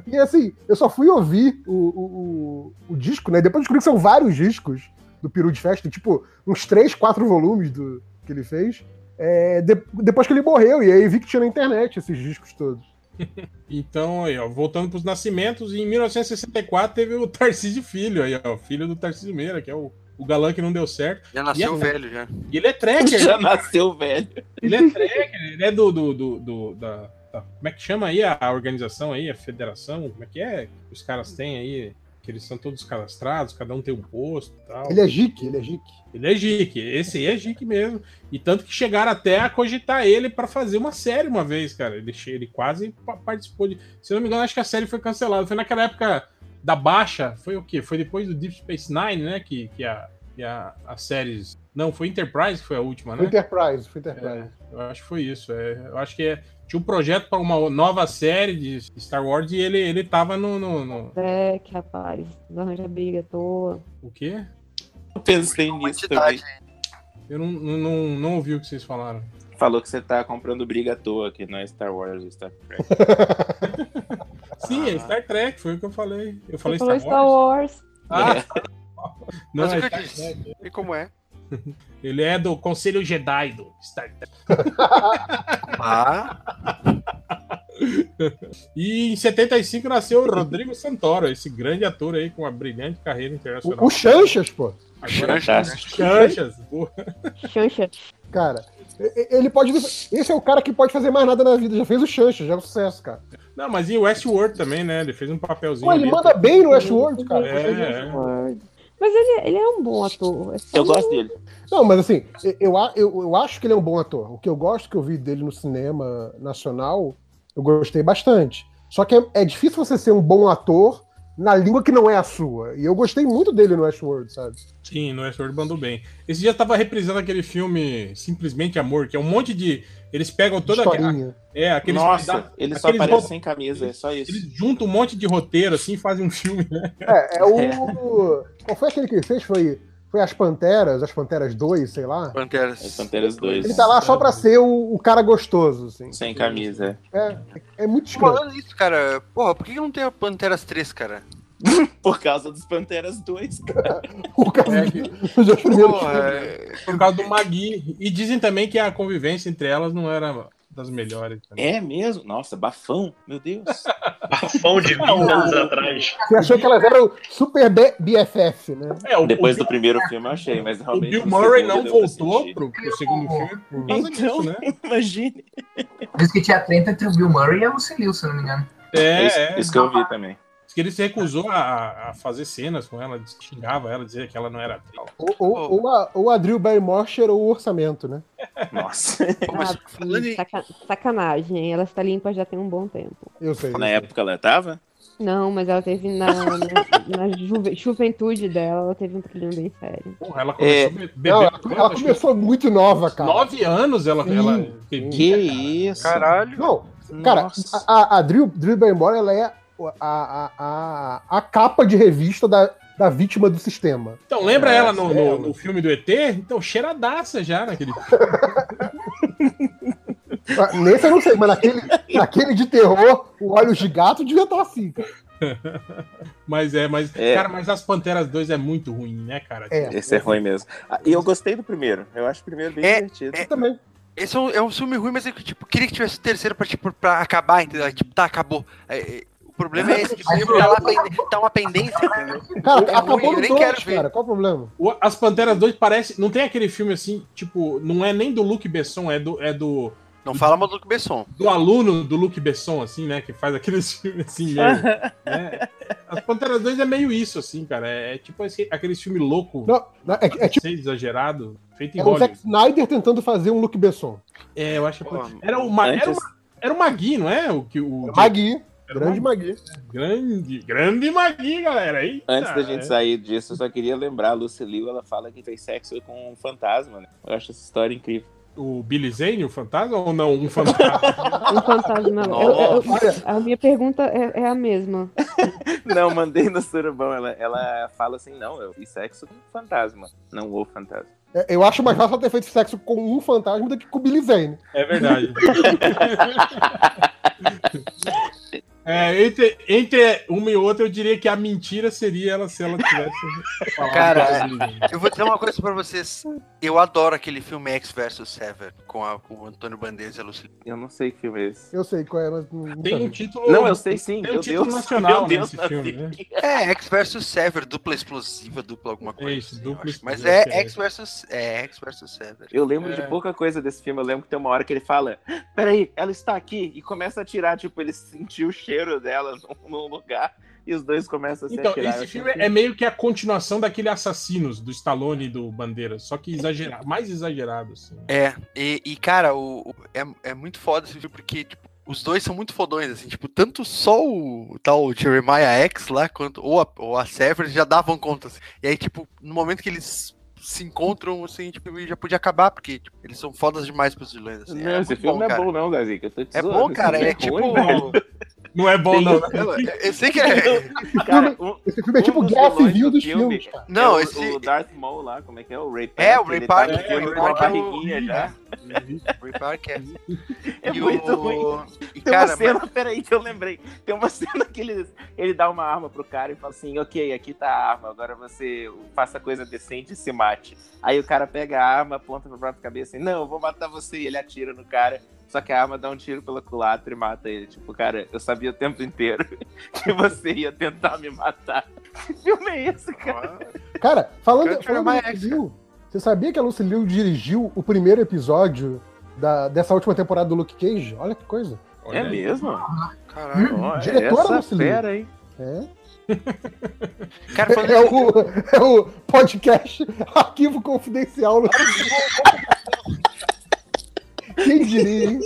Speaker 3: E assim, eu só fui ouvir o, o, o, o disco, né? Depois descobri que são vários discos do Peru de Festa, tipo, uns três, quatro volumes do que ele fez. é, de- depois que ele morreu, e aí vi que tinha na internet esses discos todos.
Speaker 5: Então, aí, ó, voltando para os nascimentos, em 1964 teve o Tarcísio Filho, aí, ó, filho do Tarcísio Meira, que é o, o galã que não deu certo.
Speaker 1: Já
Speaker 5: E é
Speaker 1: nasceu
Speaker 5: bom.
Speaker 1: velho, já.
Speaker 5: E ele é tracker,
Speaker 2: Já nasceu velho.
Speaker 3: *laughs*
Speaker 5: ele é tracker, ele é do. do, do, do- da, da- como é que chama aí a, a organização aí, a federação? Como é que é? que Os caras têm aí, que eles são todos cadastrados, cada um tem um posto e tal.
Speaker 3: Ele é Jique, ele é Jique.
Speaker 5: Ele é Jique, esse aí é Jique mesmo. E tanto que chegaram até a cogitar ele pra fazer uma série uma vez, cara. Ele, che- ele quase pa- participou de. Se eu não me engano, acho que a série foi cancelada. Foi naquela época da baixa, foi o quê? Foi depois do Deep Space Nine, né? Que, que, a, que a, as séries. Não, foi Enterprise que foi a última,
Speaker 3: Foi
Speaker 5: né?
Speaker 3: Enterprise, foi Enterprise.
Speaker 5: Eu acho que foi isso. é. eu acho que é- tinha um projeto pra uma nova série de Star Wars e ele, ele tava no, no- no-
Speaker 9: É, que rapaz, não arranja briga à toa.
Speaker 5: O quê?
Speaker 2: Eu pensei nisso também.
Speaker 5: Eu não, não, não, não ouvi o que vocês falaram.
Speaker 2: Falou que você tá comprando briga à toa, que não é Star Wars ou Star Trek.
Speaker 5: Sim, é
Speaker 2: Ah.
Speaker 5: Star Trek, foi o que eu falei. Eu
Speaker 9: Você
Speaker 5: falei
Speaker 9: falou
Speaker 5: Star,
Speaker 9: Star
Speaker 5: Wars?
Speaker 9: Wars.
Speaker 5: Ah, não,
Speaker 1: Mas o
Speaker 5: é
Speaker 1: que eu
Speaker 5: Star
Speaker 1: disse?
Speaker 5: Trek.
Speaker 1: E como é?
Speaker 5: Ele é do Conselho Jedi do Star Trek.
Speaker 1: Ah,
Speaker 5: E em 75 nasceu o Rodrigo Santoro, esse grande ator aí com uma brilhante carreira internacional.
Speaker 3: O, o Chanchas, pô.
Speaker 5: Agora, é
Speaker 2: Fantástico.
Speaker 5: Chanchas, porra.
Speaker 9: Xanxa.
Speaker 3: Cara, e- e- ele pode. Esse é o cara que pode fazer mais nada na vida. Já fez o Chanchas, já é um sucesso, cara.
Speaker 5: Não, mas e Westworld também, né? Ele fez um papelzinho.
Speaker 3: Pô, ele
Speaker 5: ali.
Speaker 3: manda bem no Westworld, cara.
Speaker 5: É, é.
Speaker 9: Mas ele, ele é um bom ator. É só
Speaker 2: Eu
Speaker 9: um-
Speaker 2: gosto dele.
Speaker 3: Não, mas assim, eu- eu, a- eu, eu acho que ele é um bom ator. O que eu gosto que eu vi dele no cinema nacional, eu gostei bastante. Só que é, é difícil você ser um bom ator na língua que não é a sua. E eu gostei muito dele no Westworld, sabe?
Speaker 5: Sim, no Westworld mandou bem. Esse dia eu tava reprisando aquele filme Simplesmente Amor, que é um monte de. Eles pegam toda aquela.
Speaker 3: Historinha.
Speaker 5: É, aqueles.
Speaker 2: Nossa, ele só
Speaker 5: aqueles
Speaker 2: aparece
Speaker 5: ro-
Speaker 2: sem camisa, é só isso.
Speaker 5: Eles juntam um monte de roteiro assim e fazem um filme, né?
Speaker 3: É,
Speaker 2: *laughs*
Speaker 3: é o.
Speaker 2: É.
Speaker 3: Qual foi aquele que ele fez? Foi, foi As Panteras, As Panteras 2, sei lá.
Speaker 2: É
Speaker 1: Panteras.
Speaker 2: Panteras 2.
Speaker 3: Ele tá lá só pra ser o, o cara gostoso, assim.
Speaker 2: Sem camisa.
Speaker 3: É, é muito escroto.
Speaker 1: Falando isso, cara, porra, por que que não tem a Panteras 3, cara?
Speaker 2: Por causa dos Panteras 2.
Speaker 3: O cara *laughs*
Speaker 5: É que-
Speaker 3: dos dois primeiros
Speaker 1: Porra,
Speaker 3: filmes.
Speaker 1: é-
Speaker 5: Por causa do Magui. E dizem também que a convivência entre elas não era das melhores. também.
Speaker 2: É mesmo? Nossa, bafão. Meu Deus.
Speaker 7: Bafão de 20 anos atrás.
Speaker 3: Você achou que elas eram super B- BFF, né?
Speaker 5: É, *laughs* o,
Speaker 2: Depois
Speaker 5: o,
Speaker 2: do primeiro filme eu achei, mas
Speaker 5: o
Speaker 2: realmente.
Speaker 5: Bill
Speaker 2: no
Speaker 5: Murray
Speaker 2: segundo deu
Speaker 5: não
Speaker 2: pra
Speaker 5: voltou
Speaker 2: sentir.
Speaker 5: pro, pro segundo filme por causa
Speaker 2: Então.
Speaker 5: disso, né?
Speaker 2: Imagine.
Speaker 6: Diz que tinha treta entre o Bill Murray e a Lucy Liu, se eu não me engano.
Speaker 5: É,
Speaker 2: isso,
Speaker 5: é.
Speaker 2: isso que eu vi também.
Speaker 5: Diz que ele se recusou a, a fazer cenas com ela, diz que xingava ela, dizia que ela não era atriz.
Speaker 3: Ou, ou, ou, a, ou a Drew Barrymore cheirou o orçamento, né?
Speaker 5: *laughs*
Speaker 2: Nossa.
Speaker 1: Pô, mas
Speaker 9: Ah,
Speaker 1: falando em-
Speaker 9: saca- Sacanagem, hein? ela está limpa já tem um bom tempo.
Speaker 3: Eu sei.
Speaker 2: Na época ela tava?
Speaker 9: Não, mas ela teve na, na, na juve- juventude dela, ela teve um problema bem sério.
Speaker 5: Porra, ela começou
Speaker 2: É.
Speaker 5: a be- beber.
Speaker 3: Não, ela,
Speaker 5: quando?
Speaker 3: ela
Speaker 5: Acho
Speaker 3: começou muito nova,
Speaker 5: que
Speaker 3: cara.
Speaker 5: Nove anos ela.
Speaker 3: Sim.
Speaker 5: ela
Speaker 2: Que isso?
Speaker 1: Caralho.
Speaker 3: Não, cara,
Speaker 2: Nossa.
Speaker 3: a, a- a Drew, Drew Barrymore, ela é a, a, a, a capa de revista da, da vítima do sistema.
Speaker 5: Então, lembra
Speaker 2: Nossa,
Speaker 5: ela no, no-
Speaker 2: ela.
Speaker 5: no filme do ET? Então, cheiradaça já né, naquele
Speaker 3: Ah, Nesse eu não sei, mas naquele, naquele de terror, o Olhos de Gato devia estar assim, cara.
Speaker 5: Mas é, mas.
Speaker 2: É.
Speaker 5: Cara, mas as Panteras 2 é muito ruim, né, cara?
Speaker 3: É.
Speaker 2: Esse é ruim mesmo. Ah, E eu gostei do primeiro. Eu acho o primeiro bem
Speaker 1: É,
Speaker 2: divertido.
Speaker 1: é.
Speaker 3: Também.
Speaker 1: Esse é um, é um filme ruim, mas eu tipo, queria que tivesse o terceiro pra, tipo, pra acabar, entendeu? Aí, Tipo, tá, acabou. É, é, o problema é esse, que sempre tá, lá pende- tá uma pendência, entendeu?
Speaker 3: Cara,
Speaker 1: É
Speaker 3: acabou
Speaker 1: ruim, eu
Speaker 3: no
Speaker 1: nem
Speaker 3: dois,
Speaker 1: quero ver.
Speaker 3: cara. Qual o problema?
Speaker 5: O- As Panteras 2 parece. Não tem aquele filme assim, tipo, não é nem do Luke Besson, é do. É do
Speaker 1: Não fala mal do Luc Besson.
Speaker 5: do aluno do Luke Besson, assim, né? Que faz aqueles *laughs* filmes assim meio. né? As Panteras 2 é meio isso, assim, cara. É, é tipo esse, aqueles filmes louco,
Speaker 3: Não, não, é, é
Speaker 5: é,
Speaker 3: tipo
Speaker 5: exagerado, feito em
Speaker 3: é o Zack
Speaker 5: Hollywood.
Speaker 3: Snyder tentando fazer um Luke Besson.
Speaker 5: É, eu acho que.
Speaker 1: Pô,
Speaker 5: Era o, Ma- era o,
Speaker 2: Antes-
Speaker 5: Ma- era o Magui, não é? O, que, o,
Speaker 3: Magui,
Speaker 5: era o
Speaker 3: grande Magui.
Speaker 5: Grande, grande Magui, galera. Eita,
Speaker 2: Antes da gente
Speaker 5: é.
Speaker 2: sair disso, eu só queria lembrar, a Lucy Liu, ela fala que fez sexo com um fantasma, né? Eu acho essa história incrível.
Speaker 5: É. O Billy Zane, o fantasma ou não? Um fantasma.
Speaker 4: Um fantasma. Eu- eu- eu- a minha pergunta é, é a mesma.
Speaker 2: *laughs* Não, mandei no surubão, ela, ela fala assim, não, eu fiz sexo com um fantasma, não o fantasma.
Speaker 3: É, Eu acho mais fácil ela ter feito sexo com um fantasma do que com o Billy Zane.
Speaker 5: É verdade. *laughs* É, entre, entre uma e outra, eu diria que a mentira seria ela se ela tivesse. falado
Speaker 1: Cara,
Speaker 5: com a Billie Jean.
Speaker 1: Eu vou dizer uma coisa pra vocês. Eu adoro aquele filme X vs Sever com, a- com o Antônio Bandeiras e a Lucy.
Speaker 2: Eu não sei que filme é esse.
Speaker 3: Eu sei qual é, mas não, não
Speaker 5: tem um
Speaker 3: sabia.
Speaker 5: título.
Speaker 2: Não, eu sei sim,
Speaker 5: Tem um
Speaker 2: meu
Speaker 5: título
Speaker 2: Deus.
Speaker 5: nacional
Speaker 2: meu Deus,
Speaker 5: nesse filme, né?
Speaker 1: É, X vs Sever, dupla explosiva, dupla alguma coisa. assim,
Speaker 5: isso,
Speaker 1: eu
Speaker 5: dupla
Speaker 1: acho. Mas
Speaker 5: explosiva,
Speaker 1: é X vs é X versus Sever.
Speaker 2: Eu lembro
Speaker 5: É.
Speaker 2: de pouca coisa desse filme. Eu lembro que tem uma hora que ele fala: "Ah, Peraí, ela está aqui. E começa a atirar. Tipo, ele sentiu o cheiro dela *laughs* num, num lugar. E os dois começam a se
Speaker 5: Então,
Speaker 2: atirar. assim.
Speaker 5: esse
Speaker 2: Eu
Speaker 5: filme
Speaker 2: achei-
Speaker 5: é meio que a continuação daquele Assassinos do Stallone e do Bandeira, só que exagerado, mais exagerado. Assim.
Speaker 1: É, e, e, cara, o, o- é, é muito foda esse filme, porque, tipo, os dois são muito fodões, assim, tipo, tanto só o tal Jeremiah X lá, quanto, ou a, ou a Sever já davam conta, assim. E aí, tipo, no momento que eles se encontram, assim, tipo, já podia acabar, porque tipo, eles são fodas demais pros vilões, assim.
Speaker 2: Não,
Speaker 1: é
Speaker 2: esse
Speaker 1: muito
Speaker 2: filme não é
Speaker 1: cara.
Speaker 2: bom, não, Zazica. Eu tô te
Speaker 1: É
Speaker 2: zoando,
Speaker 1: bom,
Speaker 2: esse
Speaker 1: cara,
Speaker 2: filme
Speaker 1: é,
Speaker 2: *laughs* ruim,
Speaker 1: tipo...
Speaker 2: velho.
Speaker 5: Não é bom,
Speaker 2: Tem
Speaker 5: não.
Speaker 2: um-
Speaker 1: eu, eu sei que
Speaker 2: *laughs*
Speaker 1: é...
Speaker 2: Cara, um-
Speaker 3: Esse filme é
Speaker 2: um
Speaker 3: tipo
Speaker 2: dos
Speaker 3: Guerra
Speaker 2: vilões
Speaker 3: Civil
Speaker 2: do
Speaker 3: dos
Speaker 2: filme
Speaker 3: filmes, cara.
Speaker 1: Não,
Speaker 2: é o-
Speaker 1: esse...
Speaker 2: O Darth Maul lá, como é que é? O Ray
Speaker 1: É, o Ray
Speaker 2: ele
Speaker 1: Park,
Speaker 2: Tá no
Speaker 1: é,
Speaker 2: filme
Speaker 1: o Ray
Speaker 2: com a
Speaker 1: Park é o-
Speaker 2: barriguinha já.
Speaker 1: Free Park é...
Speaker 2: É
Speaker 1: e
Speaker 2: muito
Speaker 1: o-
Speaker 2: ruim.
Speaker 1: E,
Speaker 2: Tem
Speaker 1: cara,
Speaker 2: uma cena, peraí, que eu lembrei. Tem uma *laughs* cena que ele, ele dá uma arma pro cara e fala assim: ok, aqui tá a arma, agora você faça coisa decente e se mate. Aí o cara pega a arma, aponta pra própria cabeça e não, eu vou matar você. E ele atira no cara, só que a arma dá um tiro pela culatra e mata ele. Tipo, cara, eu sabia o tempo inteiro *laughs* que você ia tentar me matar. Que filme é esse, cara?
Speaker 1: mas-
Speaker 3: Cara,
Speaker 1: Eu
Speaker 3: falando,
Speaker 1: quero
Speaker 3: falando
Speaker 1: mais
Speaker 3: da Lucy Liu, você sabia que a Lucy Liu dirigiu o primeiro episódio da, dessa última temporada do Luke Cage? Olha que coisa.
Speaker 5: Olha aí.
Speaker 2: É mesmo?
Speaker 1: *laughs* Caralho.
Speaker 2: Olha,
Speaker 3: Diretora
Speaker 2: essa
Speaker 3: Lucilene.
Speaker 2: fera, hein?
Speaker 3: É,
Speaker 1: Cara, falando
Speaker 3: é, o, é o podcast Arquivo Confidencial. Lucy Liu. Quem diria, hein?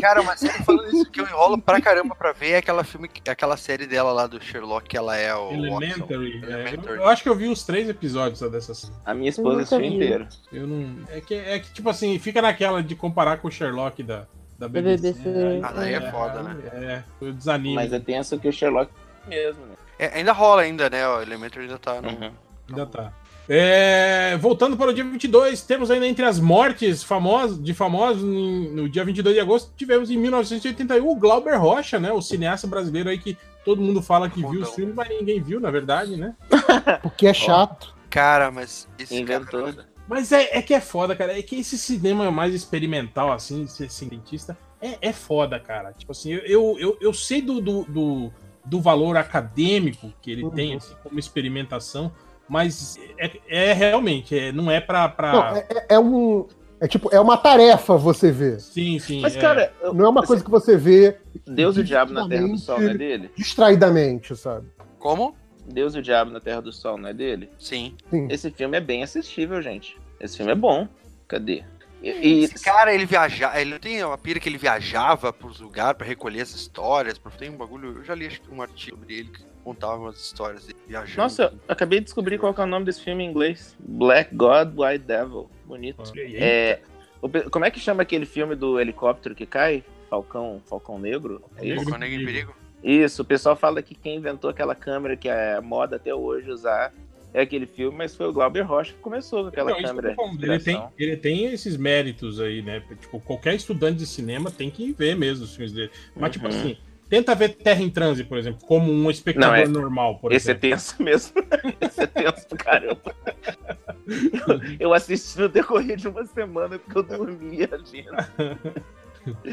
Speaker 1: Cara, uma série falando isso que eu enrolo pra caramba pra ver é aquela filme, aquela série dela lá do Sherlock, que ela é o Watson.
Speaker 5: Elementary. é.
Speaker 1: Elementary.
Speaker 5: Eu, eu acho que eu vi uns três episódios só dessa série.
Speaker 2: A minha esposa assistiu
Speaker 4: vi.
Speaker 2: inteiro.
Speaker 5: Eu não. É que, é que, tipo assim, fica naquela de comparar com o Sherlock da, da BBC.
Speaker 4: BBC.
Speaker 1: Ah, daí é foda,
Speaker 5: né? É, eu desanimo.
Speaker 2: Mas é tenso que o Sherlock mesmo, né?
Speaker 1: É, ainda rola ainda, né? O Elementary ainda tá
Speaker 2: Uhum.
Speaker 1: no...
Speaker 5: Ainda tá. É, voltando para o dia 22, temos ainda entre as mortes famosas, de famosos, em- no dia 22 de agosto, tivemos em 1981 o Glauber Rocha, né? O cineasta brasileiro aí que todo mundo fala que viu os
Speaker 1: Fodão.
Speaker 5: filmes, mas ninguém viu, na verdade, né?
Speaker 3: Porque é chato.
Speaker 1: Cara, mas esse
Speaker 2: Inventou.
Speaker 1: cara...
Speaker 5: Mas é, é que é foda, cara. É que esse cinema mais experimental, assim, ser cientista, é, é foda, cara. Tipo assim, eu- eu, eu, eu sei do, do, do, do valor acadêmico que ele tem,
Speaker 2: Uhum.
Speaker 5: assim, como experimentação, mas é, é realmente, é, não é pra. pra...
Speaker 3: Não, é, é- é um. É tipo, é uma tarefa você ver.
Speaker 5: Sim, sim.
Speaker 2: Mas,
Speaker 5: é.
Speaker 2: cara,
Speaker 3: Não é uma coisa que você vê
Speaker 2: Deus e o Diabo na Terra do Sol não é dele?
Speaker 3: distraidamente, sabe?
Speaker 1: Como?
Speaker 2: Deus e o Diabo na Terra do Sol não é dele?
Speaker 1: Sim.
Speaker 2: Esse filme é bem assistível, gente. Esse filme é bom. Cadê? E, e-
Speaker 1: Esse cara, ele viajava... Ele tem uma pira que ele viajava pros lugares pra recolher as histórias. Pra... Tem um bagulho... Eu já li acho que um artigo dele que contava umas histórias dele
Speaker 5: é
Speaker 1: viajando.
Speaker 2: Nossa, eu acabei de descobrir qual que é o nome desse filme em inglês. Black God, White Devil. Bonito. É, o pe- como é que chama aquele filme do helicóptero que cai? Falcão, Falcão Negro? É isso?
Speaker 1: Colocou nego em perigo.
Speaker 2: Isso, o pessoal fala que quem inventou aquela câmera que é moda até hoje usar é aquele filme, mas foi o Glauber Rocha que começou com aquela
Speaker 5: Não, isso que eu
Speaker 2: câmera.
Speaker 5: tô falando,
Speaker 2: de
Speaker 5: ele, tem,
Speaker 2: inspiração.
Speaker 5: ele tem esses méritos aí, né? Tipo, qualquer estudante de cinema tem que ver mesmo os filmes dele. Mas, tipo
Speaker 2: Uhum.
Speaker 5: assim, tenta ver Terra em Transe, por exemplo, como um espectador
Speaker 2: Não, é-
Speaker 5: normal, por
Speaker 2: Esse é
Speaker 5: exemplo.
Speaker 2: tenso *laughs* mesmo. Esse é tenso pra caramba. Eu- Eu assisti no decorrer de uma semana porque eu dormia tá vendo.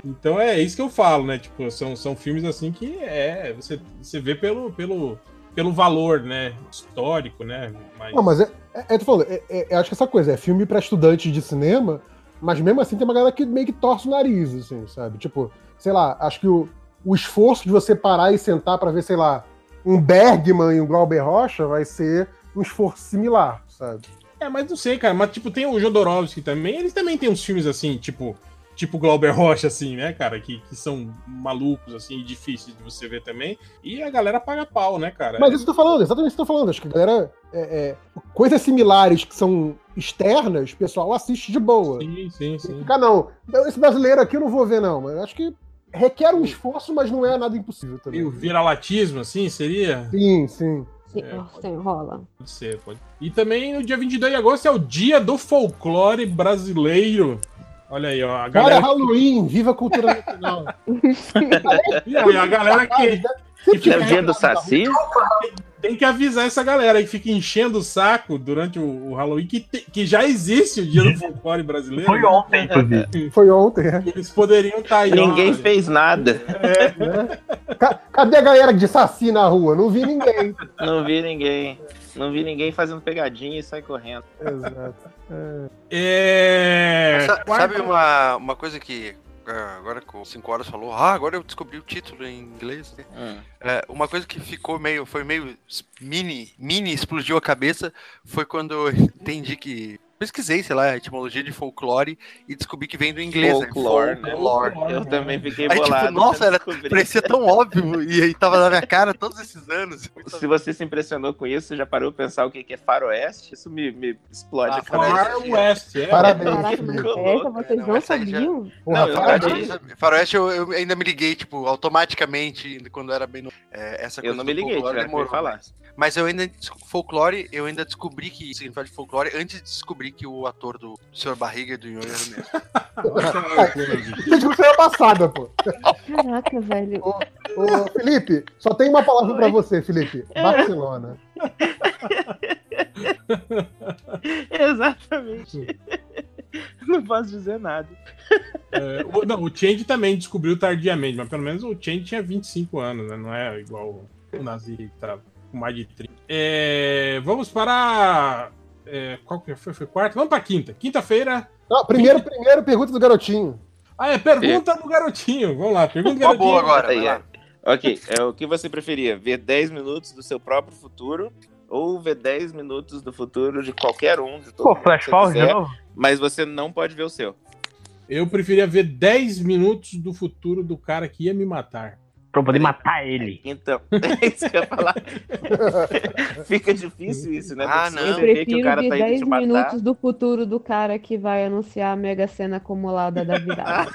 Speaker 5: Então é isso que eu falo, né? Tipo, são, são filmes assim que é. Você, você vê pelo, pelo, pelo valor, né? Histórico, né? Mas,
Speaker 3: Não, mas é. é, é tô falando, é- é- eu acho que essa coisa é filme pra estudantes de cinema, Mas mesmo assim tem uma galera que meio que torce o nariz, assim, sabe? Tipo, sei lá, acho que o, o esforço de você parar e sentar para ver, sei lá, um Bergman e um Glauber Rocha vai ser um esforço similar, sabe?
Speaker 5: É, mas não sei, cara. Mas, tipo, tem o Jodorowsky também. Eles também tem uns filmes assim, tipo, tipo Glauber Rocha, assim, né, cara? Que, que são malucos, assim, e difíceis de você ver também. E a galera paga pau, né, cara?
Speaker 3: Mas isso que eu tô falando, exatamente isso que eu tô falando. Acho que a galera. é, é, coisas similares que são externas, o pessoal assiste de boa.
Speaker 5: Sim, sim,
Speaker 3: Não
Speaker 5: sim.
Speaker 3: Fica, não. Esse brasileiro aqui eu não vou ver, não. Mas acho que requer um esforço, mas não é nada impossível
Speaker 5: E
Speaker 3: também.
Speaker 5: o viralatismo, assim, seria?
Speaker 3: Sim, sim.
Speaker 9: Sim, nossa, enrola.
Speaker 5: Pode ser, pode. E também no dia 22 de agosto é o dia do folclore brasileiro. Olha aí, ó.
Speaker 3: Bora
Speaker 5: A galera,
Speaker 3: é Halloween, viva a *laughs* cultura nacional.
Speaker 5: e aí, a galera que
Speaker 3: Sempre
Speaker 2: É
Speaker 3: tive
Speaker 2: o dia do Saci?
Speaker 5: tem que avisar essa galera aí que fica enchendo o saco durante o, o Halloween, que, te- que já existe o dia do folclore brasileiro.
Speaker 7: Foi ontem.
Speaker 8: É.
Speaker 3: Foi ontem, né?
Speaker 5: Eles poderiam estar aí.
Speaker 2: Ninguém
Speaker 5: ó.
Speaker 2: fez nada.
Speaker 3: Ca- Cadê a galera de saci na rua? Não vi ninguém.
Speaker 2: Não vi ninguém. Não vi ninguém fazendo pegadinha e sai correndo.
Speaker 3: Exato.
Speaker 5: É.
Speaker 1: Sa- Sabe uma, uma coisa que ah, agora que o 5 horas falou, ah, agora eu descobri o título em inglês, né?
Speaker 2: Hum.
Speaker 1: É, uma coisa que ficou meio, foi meio s- mini, mini explodiu a cabeça, foi quando eu entendi que pesquisei, sei lá, a etimologia de folclore e descobri que vem do inglês,
Speaker 2: Folclore, né?
Speaker 1: né? Folclore.
Speaker 2: Eu também fiquei
Speaker 1: Aí, tipo,
Speaker 2: bolado.
Speaker 1: nossa,
Speaker 2: quando
Speaker 1: era-
Speaker 2: descobri.
Speaker 1: Parecia tão óbvio e aí tava na minha cara todos esses anos.
Speaker 2: Se você se impressionou com isso, já parou pra pensar o que que é faroeste? Isso me, me
Speaker 1: Ah,
Speaker 2: explode a cabeça.
Speaker 5: Far West, é.
Speaker 2: Tá *laughs*
Speaker 3: Parabéns.
Speaker 9: Caraca, mas
Speaker 2: Ficou
Speaker 9: essa
Speaker 2: louco,
Speaker 9: vocês
Speaker 1: não,
Speaker 9: não
Speaker 1: essa aí já-
Speaker 9: sabiam?
Speaker 3: Porra,
Speaker 2: Não, *laughs* eu
Speaker 3: parabéns.
Speaker 2: achei-
Speaker 1: Faroeste eu, eu ainda me liguei, tipo, automaticamente quando era bem no... é, essa
Speaker 2: Eu
Speaker 1: coisa
Speaker 2: não
Speaker 1: do
Speaker 2: me liguei,
Speaker 1: folclore
Speaker 2: tiveram que me falar.
Speaker 1: Mas eu ainda des- folclore, eu ainda descobri que isso significa de folclore antes de descobrir que o ator do Sr. Barriga e do Nhonho era o mesmo.
Speaker 3: Gente, não foi a passada, pô.
Speaker 9: Caraca, velho.
Speaker 3: Ô, Felipe, só tem uma palavra pra você, Felipe. Barcelona.
Speaker 2: Exatamente. Não posso dizer nada.
Speaker 5: É, o- não, o Change também descobriu tardiamente, mas pelo menos o Change tinha 25 anos, né? Não é igual o Nazi que tá com mais de 30. É, vamos para. é, qual que foi? Foi quarta? Vamos para quinta. Quinta-feira.
Speaker 3: Não, primeiro, primeiro, pergunta do garotinho.
Speaker 5: Ah, é pergunta do garotinho. Vamos lá, pergunta do
Speaker 1: Uma
Speaker 2: Tá
Speaker 5: garotinho.
Speaker 1: boa agora,
Speaker 2: Aí,
Speaker 1: vai lá.
Speaker 2: Ok, é, o que você preferia? Ver 10 minutos do seu próprio futuro ou ver 10 minutos do futuro de qualquer um? De todo
Speaker 8: Pô,
Speaker 2: mundo que
Speaker 8: Flash
Speaker 2: você
Speaker 8: Forward de
Speaker 3: é.
Speaker 2: quiser,
Speaker 8: novo?
Speaker 2: Mas você não pode ver o seu.
Speaker 5: Eu preferia ver 10 minutos do futuro do cara que ia me matar.
Speaker 8: Pra eu poder matar ele.
Speaker 2: Então, *laughs* é isso que eu
Speaker 1: *laughs*
Speaker 2: ia falar. Fica difícil isso, né?
Speaker 1: Ah,
Speaker 2: Porque se
Speaker 1: não.
Speaker 9: Eu
Speaker 2: você vê que o
Speaker 9: prefiro
Speaker 2: cara
Speaker 9: de
Speaker 2: tá indo
Speaker 9: 10
Speaker 2: te matar.
Speaker 9: minutos do futuro do cara que vai anunciar a mega cena acumulada da
Speaker 2: *laughs* Ah,
Speaker 9: virada.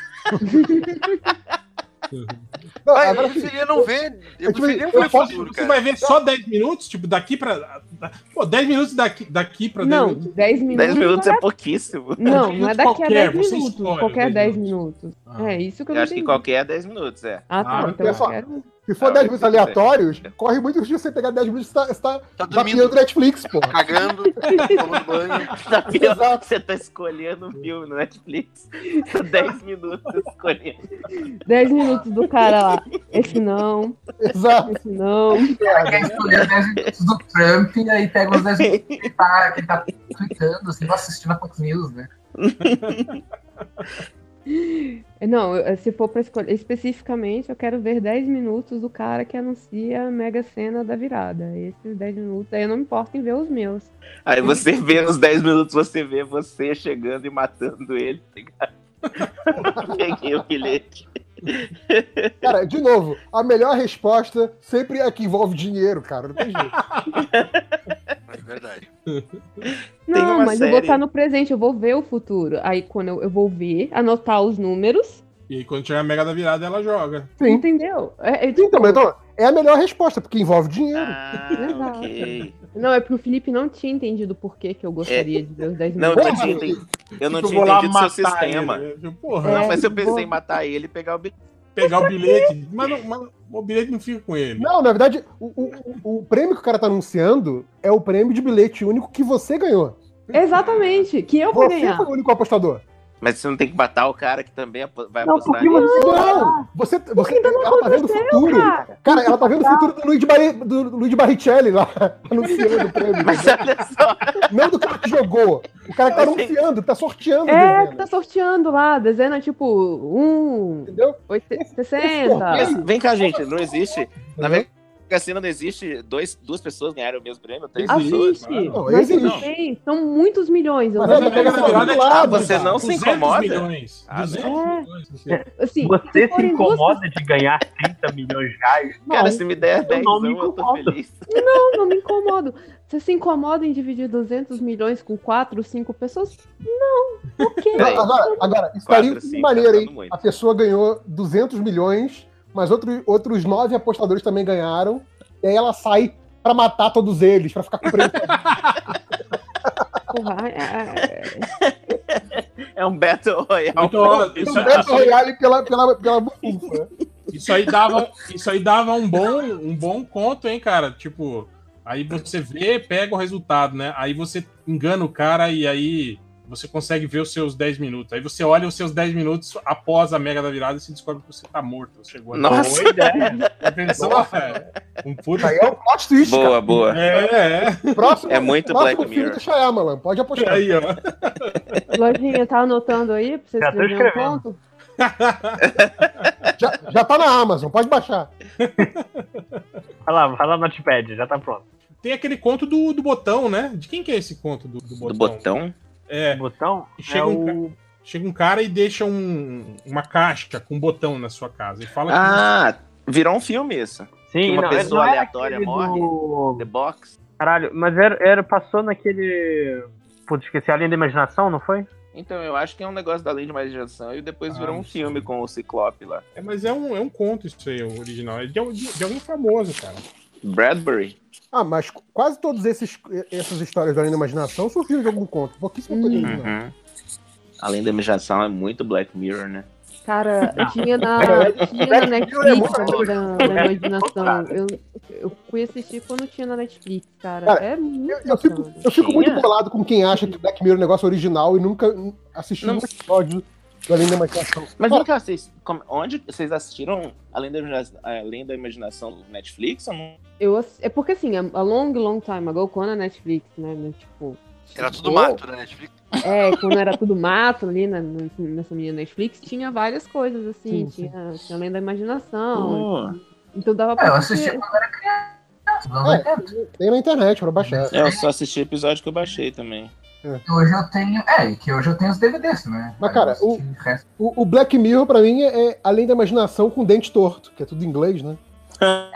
Speaker 3: Não,
Speaker 1: Ah,
Speaker 3: agora,
Speaker 1: eu preferia não ver. Eu
Speaker 3: eu tive-
Speaker 1: preferia não
Speaker 3: eu
Speaker 1: ver o
Speaker 3: posso-
Speaker 1: futuro,
Speaker 5: Você
Speaker 1: cara.
Speaker 5: vai ver só 10 minutos? Tipo, daqui pra. da- Pô, 10 minutos daqui, daqui pra 10
Speaker 9: Não,
Speaker 5: minutos.
Speaker 9: 10 minutos.
Speaker 2: 10 minutos é pouquíssimo.
Speaker 9: Não,
Speaker 5: Dez
Speaker 9: não é
Speaker 5: minutos
Speaker 9: daqui a
Speaker 5: qualquer,
Speaker 9: 10
Speaker 5: você
Speaker 9: minutos.
Speaker 5: escolhe
Speaker 9: Qualquer
Speaker 5: 10
Speaker 9: 10 minutos.
Speaker 5: Ah.
Speaker 9: É isso que eu
Speaker 2: Eu
Speaker 9: não
Speaker 2: acho que
Speaker 9: entendi.
Speaker 2: qualquer é 10 minutos, é. *laughs*
Speaker 9: Ah, tá.
Speaker 5: Ah,
Speaker 9: então eu
Speaker 3: pessoal.
Speaker 9: quero...
Speaker 3: se for 10 minutos aleatórios, corre muito risco de você pegar 10 minutos e você tá, você tá
Speaker 1: Tá
Speaker 3: zapeando
Speaker 1: dormindo,
Speaker 3: Netflix, pô.
Speaker 1: cagando, tomando banho.
Speaker 2: Tá vendo?
Speaker 3: Exato.
Speaker 2: Você tá escolhendo o filme no Netflix. *laughs* 10 minutos escolhendo.
Speaker 9: 10 minutos do cara lá. Esse não,
Speaker 3: Exato.
Speaker 9: esse não.
Speaker 6: quer escolher 10 minutos do Trump e aí pega os 10 minutos
Speaker 3: *laughs*
Speaker 6: que tá, que tá tweetando, assim, assistindo a Fox News, né?
Speaker 9: É, Não, eu- se for pra escolher especificamente, eu quero ver 10 minutos do cara que anuncia a mega cena da virada. Esses 10 minutos, aí eu não me importo em ver os meus.
Speaker 2: Aí você vê nos 10 minutos, você vê você chegando e matando ele, tá *laughs* ligado? Peguei o bilhete.
Speaker 3: Cara, de novo, a melhor resposta sempre é a que envolve dinheiro, cara. Não tem jeito.
Speaker 1: É verdade.
Speaker 2: Tem
Speaker 9: Não,
Speaker 2: uma
Speaker 9: mas eu vou
Speaker 2: série-
Speaker 9: estar no presente, eu vou ver o futuro. Aí quando eu, eu vou ver, anotar os números,
Speaker 5: E aí, quando tiver a mega da virada, ela joga.
Speaker 3: Sim.
Speaker 9: entendeu? É- é-
Speaker 3: Então, mas, então, é a melhor resposta, porque envolve dinheiro.
Speaker 2: Ah,
Speaker 9: Exato.
Speaker 2: ok.
Speaker 9: Não, é porque o Felipe não tinha entendido por que, que eu gostaria de ver os 10
Speaker 2: Não, eu
Speaker 9: minutos.
Speaker 2: não tinha entendido, eu
Speaker 5: Tipo,
Speaker 2: não tinha entendido o seu sistema.
Speaker 5: ele. Eu, Porra,
Speaker 9: É.
Speaker 2: Não, mas eu pensei
Speaker 9: vou-
Speaker 2: em matar ele e pegar o bilhete.
Speaker 5: pegar o bilhete. Mas, não- mas o bilhete não fica com ele.
Speaker 3: Não, na verdade, o, o- o prêmio que o cara tá anunciando é o prêmio de bilhete único que você ganhou.
Speaker 9: Exatamente, que eu vou
Speaker 3: Você
Speaker 9: ganhar.
Speaker 3: foi o único apostador.
Speaker 2: Mas você não tem que matar o cara que também apo- vai
Speaker 3: Não,
Speaker 2: apostar
Speaker 3: porque
Speaker 2: nisso.
Speaker 3: você. Não! Você, você
Speaker 9: então
Speaker 3: ela tá vendo o futuro. Cara. ela tá vendo o futuro do Luigi, Barri- do Luigi Barrichelli lá, *laughs* anunciando o prêmio.
Speaker 2: Mas olha só,
Speaker 3: Não do cara que jogou. O cara que tá anunciando, que tá sorteando.
Speaker 9: É,
Speaker 3: dezena,
Speaker 9: que tá sorteando lá, dezena tipo 1,
Speaker 3: Entendeu? é
Speaker 9: 60.
Speaker 2: mas vem cá, gente, não existe. Na Cassina não existe dois, duas pessoas ganharem o mesmo prêmio,
Speaker 3: né?
Speaker 2: três
Speaker 5: Existe.
Speaker 2: pessoas.
Speaker 9: Assiste.
Speaker 5: Não,
Speaker 9: Mas
Speaker 3: existe.
Speaker 9: tudo bem, São muitos milhões. Eu
Speaker 3: Mas
Speaker 9: não-
Speaker 3: ela pega na
Speaker 5: Não,
Speaker 3: virada do lado.
Speaker 2: você
Speaker 3: cara.
Speaker 2: não- se incomoda?
Speaker 5: milhões.
Speaker 2: Ah,
Speaker 5: 200
Speaker 9: não.
Speaker 5: milhões. não sei.
Speaker 9: assim,
Speaker 8: Você se
Speaker 9: forem duas
Speaker 8: incomoda de ganhar 30 milhões de reais?
Speaker 2: Cara, se me der 10
Speaker 8: não me
Speaker 2: eu, tô
Speaker 8: incomodo.
Speaker 2: feliz.
Speaker 9: Eu não me incomodo. Você se incomoda em dividir 200 milhões com 4, 5 pessoas? Não,
Speaker 3: *laughs*
Speaker 9: ok.
Speaker 2: Peraí.
Speaker 3: Agora, Tá, agora isso
Speaker 2: Quatro,
Speaker 3: daria um
Speaker 2: cinco,
Speaker 3: maneiro,
Speaker 2: tá
Speaker 3: hein?
Speaker 2: dando muito.
Speaker 3: A pessoa ganhou 200 milhões, mas outro, outros nove apostadores também ganharam. E aí ela sai pra matar todos eles, pra ficar com o
Speaker 2: *laughs*
Speaker 3: prêmio.
Speaker 9: Porra, é- é-
Speaker 2: É um Battle Royale.
Speaker 5: Então, ó, isso,
Speaker 2: é
Speaker 3: O Beto
Speaker 5: isso,
Speaker 3: Royale pela, pela, pela bufufa.
Speaker 5: isso aí dava, isso aí dava um, bom, um bom conto, hein, cara? Tipo, aí você vê, pega o resultado, né? Aí você engana o cara e aí você consegue ver os seus 10 minutos. Aí você olha os seus 10 minutos após a mega da virada e você descobre que você tá morto. Chegou a-
Speaker 2: Nossa,
Speaker 5: Tá pensando, cara, um
Speaker 3: *laughs*
Speaker 5: puto.
Speaker 3: Aí é o plot twist,
Speaker 2: boa, boa.
Speaker 5: É, é.
Speaker 3: cara. Próximo,
Speaker 2: É muito
Speaker 3: próximo
Speaker 2: Black
Speaker 3: filme
Speaker 2: Mirror.
Speaker 3: do Shyamalan. Pode apostar.
Speaker 5: Aí, ó.
Speaker 9: é. Lojinha, tá anotando aí pra você
Speaker 8: Já tô
Speaker 9: escrever um
Speaker 8: escrevendo.
Speaker 9: ponto?
Speaker 3: *laughs* Já, já tá na Amazon, pode baixar.
Speaker 8: Vai lá, vai lá no Notepad, já tá pronto.
Speaker 5: Tem aquele conto do, do botão, né? De quem que é esse conto do, do botão?
Speaker 2: Do botão?
Speaker 5: É.
Speaker 8: O botão
Speaker 5: Chega
Speaker 8: é
Speaker 5: um
Speaker 8: o...
Speaker 5: Chega um cara e deixa um- uma caixa com um botão na sua casa e fala
Speaker 2: Ah, virou um filme isso.
Speaker 8: Sim,
Speaker 2: uma
Speaker 8: não,
Speaker 2: pessoa
Speaker 8: não era
Speaker 2: aleatória
Speaker 8: aquele
Speaker 2: morre?
Speaker 8: do-
Speaker 2: The Box.
Speaker 8: Caralho, mas era, era- passou naquele... Putz, esqueci, Além da Imaginação, não foi?
Speaker 2: Então, eu acho que é um negócio da lei de imaginação e depois
Speaker 5: Ah,
Speaker 2: virou um
Speaker 5: não sei.
Speaker 2: filme com o Ciclope lá.
Speaker 5: que. É, mas é um, é um conto isso aí, o original. É de, de- de alguém famoso, cara.
Speaker 2: Bradbury.
Speaker 3: Ah, mas qu- quase todas esses, essas histórias da Além da imaginação surgiram de algum conto. Pouquíssimo coisa
Speaker 2: Uhum.
Speaker 3: original.
Speaker 5: Uhum.
Speaker 2: Além da imaginação é muito Black Mirror, né?
Speaker 9: Cara, tinha na, tinha na
Speaker 3: é
Speaker 9: Netflix
Speaker 3: muito bom.
Speaker 9: da, da imaginação. Eu, eu fui assistir quando tinha na Netflix, cara.
Speaker 3: Cara,
Speaker 9: é muito
Speaker 3: Eu, eu fico, eu fico
Speaker 2: Tinha?
Speaker 3: muito bolado com quem acha que Black Mirror é um negócio original e nunca hum, assistiu
Speaker 2: Não.
Speaker 3: um episódio do Além da Imaginação.
Speaker 2: Mas
Speaker 3: Ó,
Speaker 2: vem cá, vocês, como- onde vocês assistiram Além da, Imagina- Além da Imaginação do Netflix ou não?
Speaker 9: Eu ass- é porque assim, a long, long time ago, quando a Netflix, né, né, tipo...
Speaker 1: Era tudo
Speaker 9: chegou-
Speaker 1: mato né? na Netflix.
Speaker 9: É, quando era tudo mato ali na- no- nessa minha Netflix, tinha várias coisas, assim,
Speaker 3: Sim, sim.
Speaker 9: Tinha, tinha Além da Imaginação.
Speaker 2: Pô,
Speaker 9: Então dava
Speaker 6: É, eu
Speaker 9: pra
Speaker 6: assisti
Speaker 9: assistir.
Speaker 6: quando era criança, não
Speaker 3: É. Tem na internet pra baixar.
Speaker 2: É, eu só assisti o episódio que eu baixei *laughs* também.
Speaker 6: que hoje eu tenho. É, que hoje eu tenho os DVDs, né?
Speaker 3: Mas, cara,
Speaker 6: Aí eu assisti resto.
Speaker 3: O, o Black Mirror, pra mim, é é Além da Imaginação com dente torto, que é tudo em inglês, né?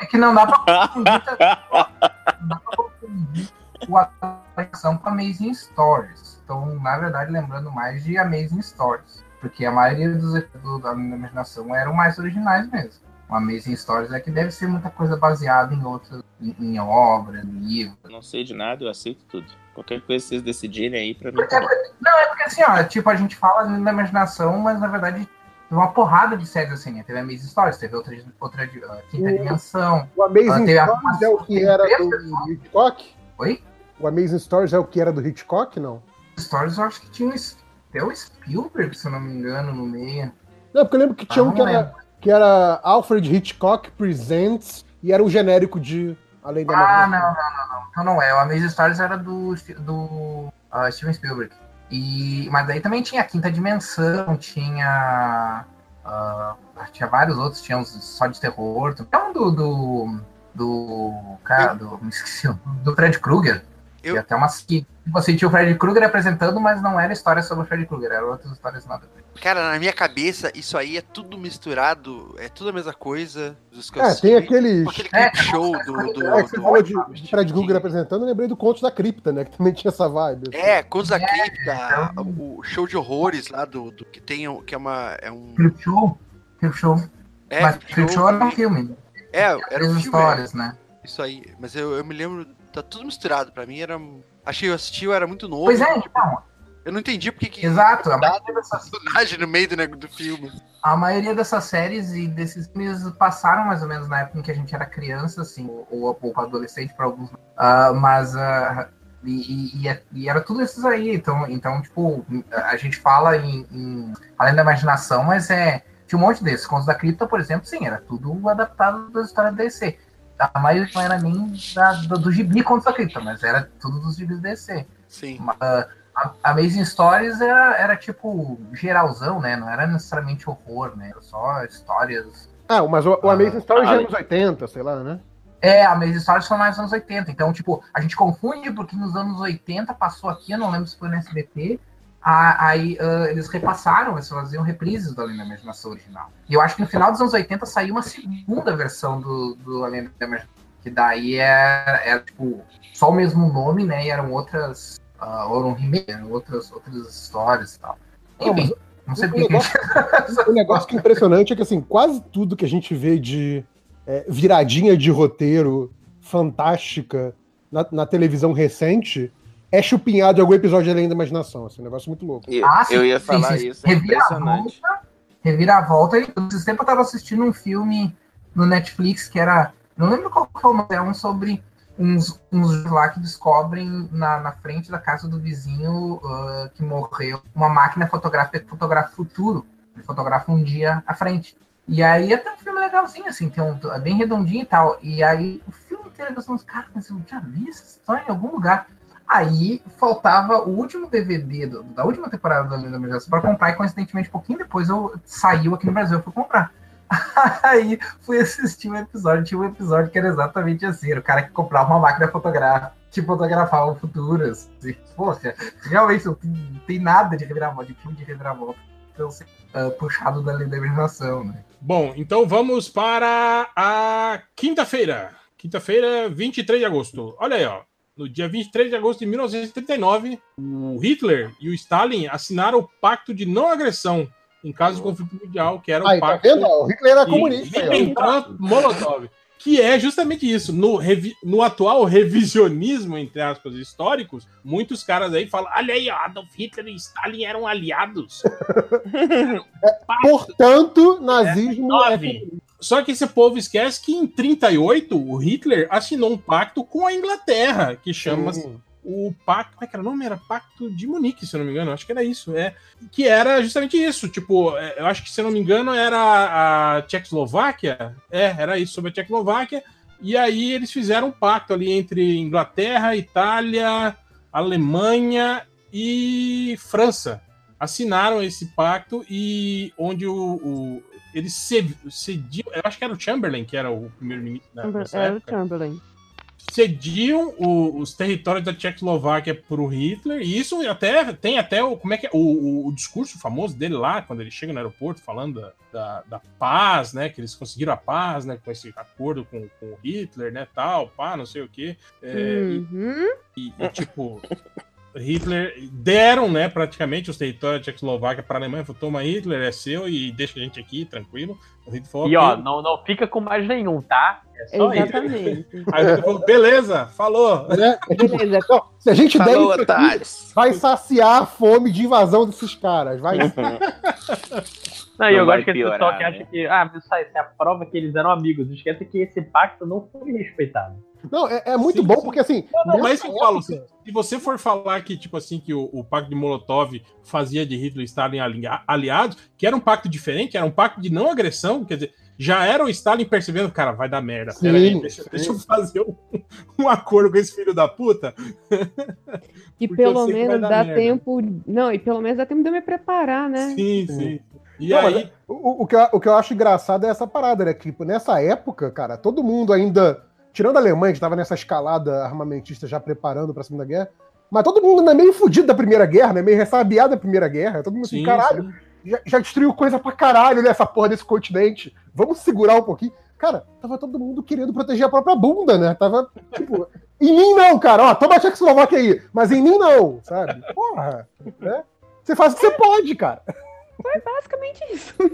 Speaker 6: É que não dá
Speaker 3: *laughs*
Speaker 6: pra confundir. tá- não dá pra confundir o atração com Amazing Stories. Então, na verdade, lembrando mais de Amazing Stories. Porque a maioria dos do, da minha imaginação eram mais originais mesmo. O Amazing Stories é que deve ser muita coisa baseada em outras, em, em obra, em livro.
Speaker 2: Não sei de nada, eu aceito tudo. Qualquer coisa que vocês decidirem aí pra mim. tá
Speaker 6: Porque, não, é porque assim, ó, tipo, a gente fala na imaginação, mas na verdade tem uma porrada de séries assim, né? Teve a Maze Stories, teve outra, outra de- a quinta
Speaker 3: Hum.
Speaker 6: dimensão.
Speaker 3: O Amazing
Speaker 6: Ah, tem a-
Speaker 3: Stories é o que era do Hitchcock?
Speaker 6: Oi?
Speaker 3: O Amazing Stories é o que era do Hitchcock, não?
Speaker 6: Stories eu acho que tinha um es- até o Spielberg, se eu não me engano, no meio.
Speaker 3: Não, porque eu lembro que tinha
Speaker 6: Ah,
Speaker 3: um que
Speaker 6: não
Speaker 3: era, que era Alfred Hitchcock Presents e era um genérico de Além da
Speaker 6: Ah,
Speaker 3: Imaginação.
Speaker 6: não, não, não, não. Então não é. O Amazing Stories era do, Sti- do ah, Steven Spielberg. E, mas daí também tinha a Quinta Dimensão, tinha. ah, tinha vários outros, tinha uns só de terror. também. É um do. do, do cara, do, me esqueci, o nome, do Fred Krueger.
Speaker 1: Eu-
Speaker 6: E até umas que você assim, tinha o Fred Krueger apresentando, mas não era história sobre o Fred Krueger, eram outras histórias nada. a ver.
Speaker 1: Cara, na minha cabeça, isso aí é tudo misturado, é tudo a mesma coisa. Os que eu
Speaker 3: É,
Speaker 1: assisti. Tipo
Speaker 3: tem aqueles.
Speaker 1: Aquele
Speaker 6: É,
Speaker 1: clip show do. do,
Speaker 3: É que você
Speaker 1: do-
Speaker 3: falou de, de Fred
Speaker 1: Stephen
Speaker 3: Google
Speaker 1: King.
Speaker 3: apresentando, eu lembrei do Conto da Cripta, né? Que também tinha essa vibe. assim.
Speaker 1: É, Contos da Cripta,
Speaker 6: então-
Speaker 1: o show de horrores lá do, do que tem, um- que é uma, é um,
Speaker 6: Creep Show? Creep Show.
Speaker 1: é,
Speaker 6: mas Creep Show era um
Speaker 1: filme.
Speaker 6: filme.
Speaker 1: é, era
Speaker 6: Era
Speaker 1: um filme, é,
Speaker 6: histórias, né?
Speaker 1: isso aí, mas eu, eu me lembro, tá tudo misturado, pra mim era, um- achei, eu assisti, eu era muito novo,
Speaker 6: Pois é, então.
Speaker 1: eu não entendi porque que
Speaker 6: Exato, a maioria, dessas,
Speaker 1: personagem no meio do, nego- do filme.
Speaker 6: a maioria dessas séries e desses filmes passaram mais ou menos na época em que a gente era criança, assim, ou, ou adolescente para alguns. Ah, mas ah, E, e, e, era tudo esses aí. Então, então tipo, a gente fala em, em além da imaginação, mas é. Tinha um monte desses. Contos da Cripta, por exemplo, sim, era tudo adaptado das histórias da DC. A maioria não era nem da, do, do gibi Contos da Cripta, mas era tudo dos gibis da DC.
Speaker 1: Sim.
Speaker 6: Uh, a Amazing Stories era, era tipo geralzão, né? Não era necessariamente horror, né? Era só histórias.
Speaker 3: Ah, mas o, o Amazing Stories ah, é anos 80, sei lá, né?
Speaker 6: É, a Amazing Stories foi mais anos 80. Então, tipo, a gente confunde porque nos anos 80 passou aqui, eu não lembro se foi no SBT. A, aí uh, eles repassaram, eles faziam reprises do Além da Imaginação original. E eu acho que no final dos anos 80 saiu uma segunda versão do, do Além da Imaginação. Que daí era, era, tipo, só o mesmo nome, né? E eram outras uh, ou um remake, outras, outras histórias e tal. Enfim, não sei porque.
Speaker 3: O
Speaker 6: *laughs*
Speaker 3: negócio,
Speaker 6: gente...
Speaker 3: o negócio que é impressionante é que assim, quase tudo que a gente vê de é, viradinha de roteiro fantástica na, na, televisão recente. É chupinhado de algum episódio além da imaginação. Assim, um negócio muito louco.
Speaker 2: E, ah, sim, eu ia falar sim, sim. isso. É impressionante.
Speaker 6: Revira a volta. Esse tempo eu tava assistindo um filme no Netflix que era. Não lembro qual foi o nome, era um sobre uns, uns lá que descobrem na, na frente da casa do vizinho uh, que morreu uma máquina fotográfica que fotografa o futuro. Ele fotografa um dia à frente. E aí até um filme legalzinho, assim, tem um, é bem redondinho e tal. E aí o filme inteiro eu falei, assim, cara, mas eu já vi essa história em algum lugar. Aí faltava o último DVD do, da última temporada da Lenda Emergência para comprar, e coincidentemente, um pouquinho depois eu saiu aqui no Brasil, eu fui comprar. *laughs* Aí fui assistir um episódio, tinha um episódio que era exatamente assim, era o cara que comprava uma máquina fotográfica, que fotografava o futuro. Assim. Poxa, realmente não tem, não tem nada de reviravolta, de filme de reviravolta. Então, assim, uh, puxado da lei da imaginação, né?
Speaker 5: Bom, então vamos para a quinta-feira. Quinta-feira, 23 de agosto. Olha aí, ó. No dia 23 de agosto de 1939, o Hitler e o Stalin assinaram o Pacto de Não Agressão, em caso de conflito mundial, que era um o
Speaker 3: Uhum. Aí, tá
Speaker 5: pacto.
Speaker 3: vendo? O Hitler era comunista. aí, ó.
Speaker 5: Ribbentrop um Molotov. Que é justamente isso. No, revi- no atual revisionismo, entre aspas, históricos, muitos caras aí falam: olha aí, ó, Adolf Hitler e Stalin
Speaker 3: *laughs*
Speaker 5: eram aliados.
Speaker 3: Portanto, nazismo é,
Speaker 5: Nove. Só que esse povo esquece que em 38 o Hitler assinou um pacto com a Inglaterra, que
Speaker 3: é
Speaker 5: chama se
Speaker 3: tipo,
Speaker 5: o pacto. Como é que era o nome? Era Pacto de Munique, se eu não me engano. Acho que era isso. É, que era justamente isso. Tipo, eu acho que, se eu não me engano, era a Tchecoslováquia. É, era isso, sobre a Tchecoslováquia. E aí eles fizeram um pacto ali entre Inglaterra, Itália, Alemanha e França. Assinaram esse pacto e onde o. o eles cediam. Eu acho que era o Chamberlain, que era o primeiro-ministro da
Speaker 9: é,
Speaker 5: né?
Speaker 4: Era o Chamberlain
Speaker 5: cediam o, os territórios da Tchecoslováquia para o Hitler, e isso até tem até o como é que é, o, o, o, discurso famoso dele lá, quando ele chega no aeroporto falando da, da, da, paz, né, que eles conseguiram a paz, né, com esse acordo com, com o Hitler, né, tal, pá, não sei o quê. É,
Speaker 9: Hum.
Speaker 5: uhum. e, e, e, tipo, Hitler deram, né, praticamente os territórios da Tchecoslováquia para a Alemanha, falou, toma Hitler, é seu e deixa a gente aqui, tranquilo.
Speaker 8: Falou, e ó, não, não fica com mais nenhum, tá?
Speaker 4: É
Speaker 5: *laughs*
Speaker 4: Exatamente. Hitler.
Speaker 5: Aí o Hitler falou, beleza, falou.
Speaker 3: É, é tipo, não, se a gente
Speaker 2: Falou,
Speaker 3: der isso aqui,
Speaker 2: otários.
Speaker 3: vai saciar a fome de invasão desses caras, vai.
Speaker 8: Não, e eu
Speaker 2: Não vai
Speaker 8: gosto que esse
Speaker 2: piorar,
Speaker 8: pessoal que
Speaker 2: né?
Speaker 8: acha que, ah, mas isso aí isso é a prova que eles eram amigos. Esquece que esse pacto não foi respeitado.
Speaker 3: Não, é, é muito bom, porque assim.
Speaker 5: Não, mas
Speaker 3: nessa
Speaker 5: eu falo,
Speaker 3: época-
Speaker 5: se, se você for falar que, tipo assim, que o, o pacto de Molotov fazia de Hitler e Stalin ali- aliados, que era um pacto diferente, era um pacto de não agressão, quer dizer, já era o Stalin percebendo, cara, vai dar merda.
Speaker 3: Sim,
Speaker 5: peraí, deixa,
Speaker 3: sim.
Speaker 5: deixa eu fazer um, *laughs* um acordo com esse filho da puta.
Speaker 4: E
Speaker 5: Porque eu
Speaker 4: pelo
Speaker 5: sei que vai
Speaker 4: menos
Speaker 5: dar
Speaker 4: dá
Speaker 5: merda.
Speaker 4: tempo. Não, e pelo menos dá tempo de eu me preparar, né?
Speaker 5: Sim, sim. E
Speaker 3: É. Não, mas é tipo
Speaker 5: aí,
Speaker 3: O, o que eu, o que eu acho engraçado é essa parada, né? Que, tipo, nessa época, cara, todo mundo ainda. Tirando a Alemanha, que tava nessa escalada armamentista já preparando pra Segunda Guerra. Mas todo mundo ainda é meio fudido da Primeira Guerra, né? Meio ressabiado da Primeira Guerra. Todo mundo assim,
Speaker 5: sim,
Speaker 3: caralho,
Speaker 5: sim.
Speaker 3: já, já destruiu coisa pra caralho nessa porra desse continente. Vamos segurar um pouquinho. Cara, tava todo mundo querendo proteger a própria bunda, né? Tava, tipo, *laughs* em mim não, cara. Ó, toma a Tchecoslováquia aí. Mas em mim não, sabe? Porra, né? Você faz o que você pode, cara. É
Speaker 4: Basicamente
Speaker 9: *laughs*
Speaker 4: isso.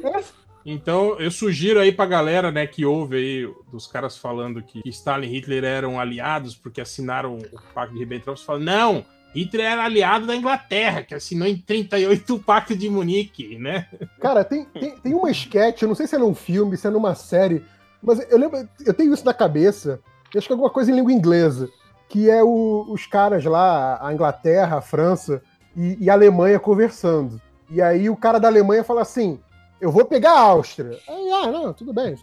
Speaker 5: Então, eu sugiro aí pra galera, né, que ouve aí dos caras falando que Stalin e Hitler eram aliados porque assinaram o Pacto de Ribbentrop, você fala, não, Hitler era aliado da Inglaterra, que assinou em 38 o Pacto de Munique, né?
Speaker 3: Cara, tem, tem, tem uma sketch, eu não sei se é num filme, se é numa série, mas eu lembro, eu tenho isso na cabeça, eu acho que é alguma coisa em língua inglesa, que é o, os caras lá, a Inglaterra, a França e, e, a Alemanha conversando. E aí o cara da Alemanha fala assim: eu vou pegar a Áustria. Aí, ah, não, tudo bem.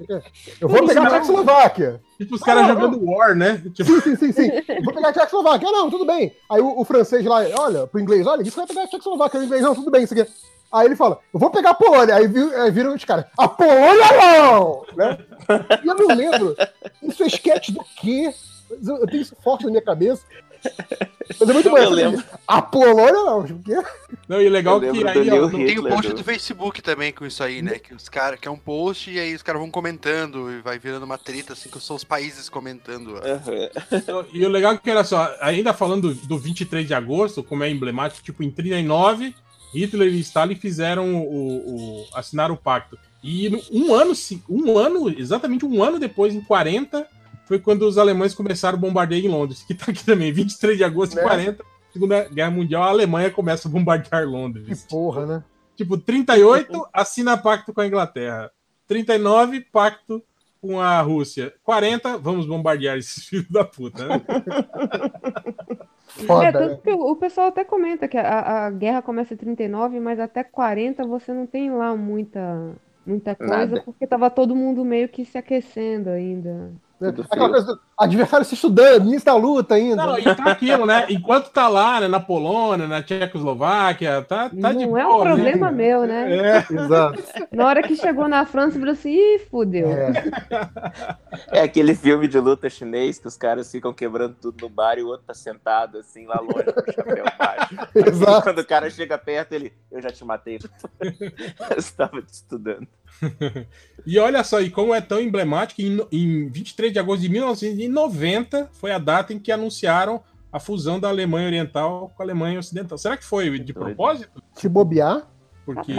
Speaker 3: Eu vou pegar a Tchecoslováquia.
Speaker 5: Tipo, os caras ah, jogando não. War, né? Tipo...
Speaker 3: Sim, sim, sim, sim. Vou pegar a Tchecoslováquia. Ah, não, tudo bem. Aí o, o, francês lá, olha, pro inglês, olha, disse que vai pegar a Tchecoslováquia. O inglês, não, tudo bem, isso aqui. Aí ele fala, eu vou pegar a Polônia. Aí, vir, aí viram os caras, a Polônia não! Né? E eu não lembro, isso é sketch do quê? Eu tenho isso forte na minha cabeça. Mas é muito bom. Eu lembro. A Polônia não, Tipo, porque...
Speaker 5: Não, e legal que aí...
Speaker 1: Ó, tem o post do Facebook também com isso aí, né? Que os caras... Que é um post e aí os caras vão comentando e vai virando uma treta, assim, que são os países comentando.
Speaker 5: Uhum. E o legal que era só, ainda falando do 23 de agosto, como é emblemático, tipo, em 39, Hitler e Stalin fizeram o... o assinaram o pacto. E um ano, um ano, exatamente um ano depois, em 40 foi quando os alemães começaram o bombardeio em Londres, que tá aqui também, 23 de agosto de é. 40, Segunda Guerra Mundial, a Alemanha começa a bombardear Londres. *laughs*
Speaker 3: Que porra, né?
Speaker 5: Tipo, 38, assina pacto com a Inglaterra. 39, pacto com a Rússia. 40, vamos bombardear esses *laughs* filhos da puta, né?
Speaker 9: Foda, é, tanto que o pessoal até comenta que a, a guerra começa em 39, mas até 40 você não tem lá muita, muita coisa, Nada. porque tava todo mundo meio que se aquecendo ainda.
Speaker 3: né? Aquela coisa do adversário se estudando, início da luta ainda.
Speaker 5: Não, e tá aquilo, né? Enquanto tá lá, né, na Polônia, na Tchecoslováquia, tá,
Speaker 9: Não
Speaker 5: tá
Speaker 9: de é boa, um problema né? meu, né?
Speaker 3: É, exato.
Speaker 9: Na hora que chegou na França, falou assim, ih, fudeu.
Speaker 2: É. é. aquele filme de luta chinês que os caras ficam quebrando tudo no bar e o outro tá sentado, assim, lá longe, com o chapéu baixo. Exato. Quando o cara chega perto, ele, eu já te matei. *laughs* eu estava te estudando.
Speaker 5: e olha só, e como é tão emblemático, em, em 23 de agosto de 1990 foi a data em que anunciaram a fusão da Alemanha Oriental com a Alemanha Ocidental. Será que foi de propósito?
Speaker 3: Se bobear?
Speaker 5: Porque.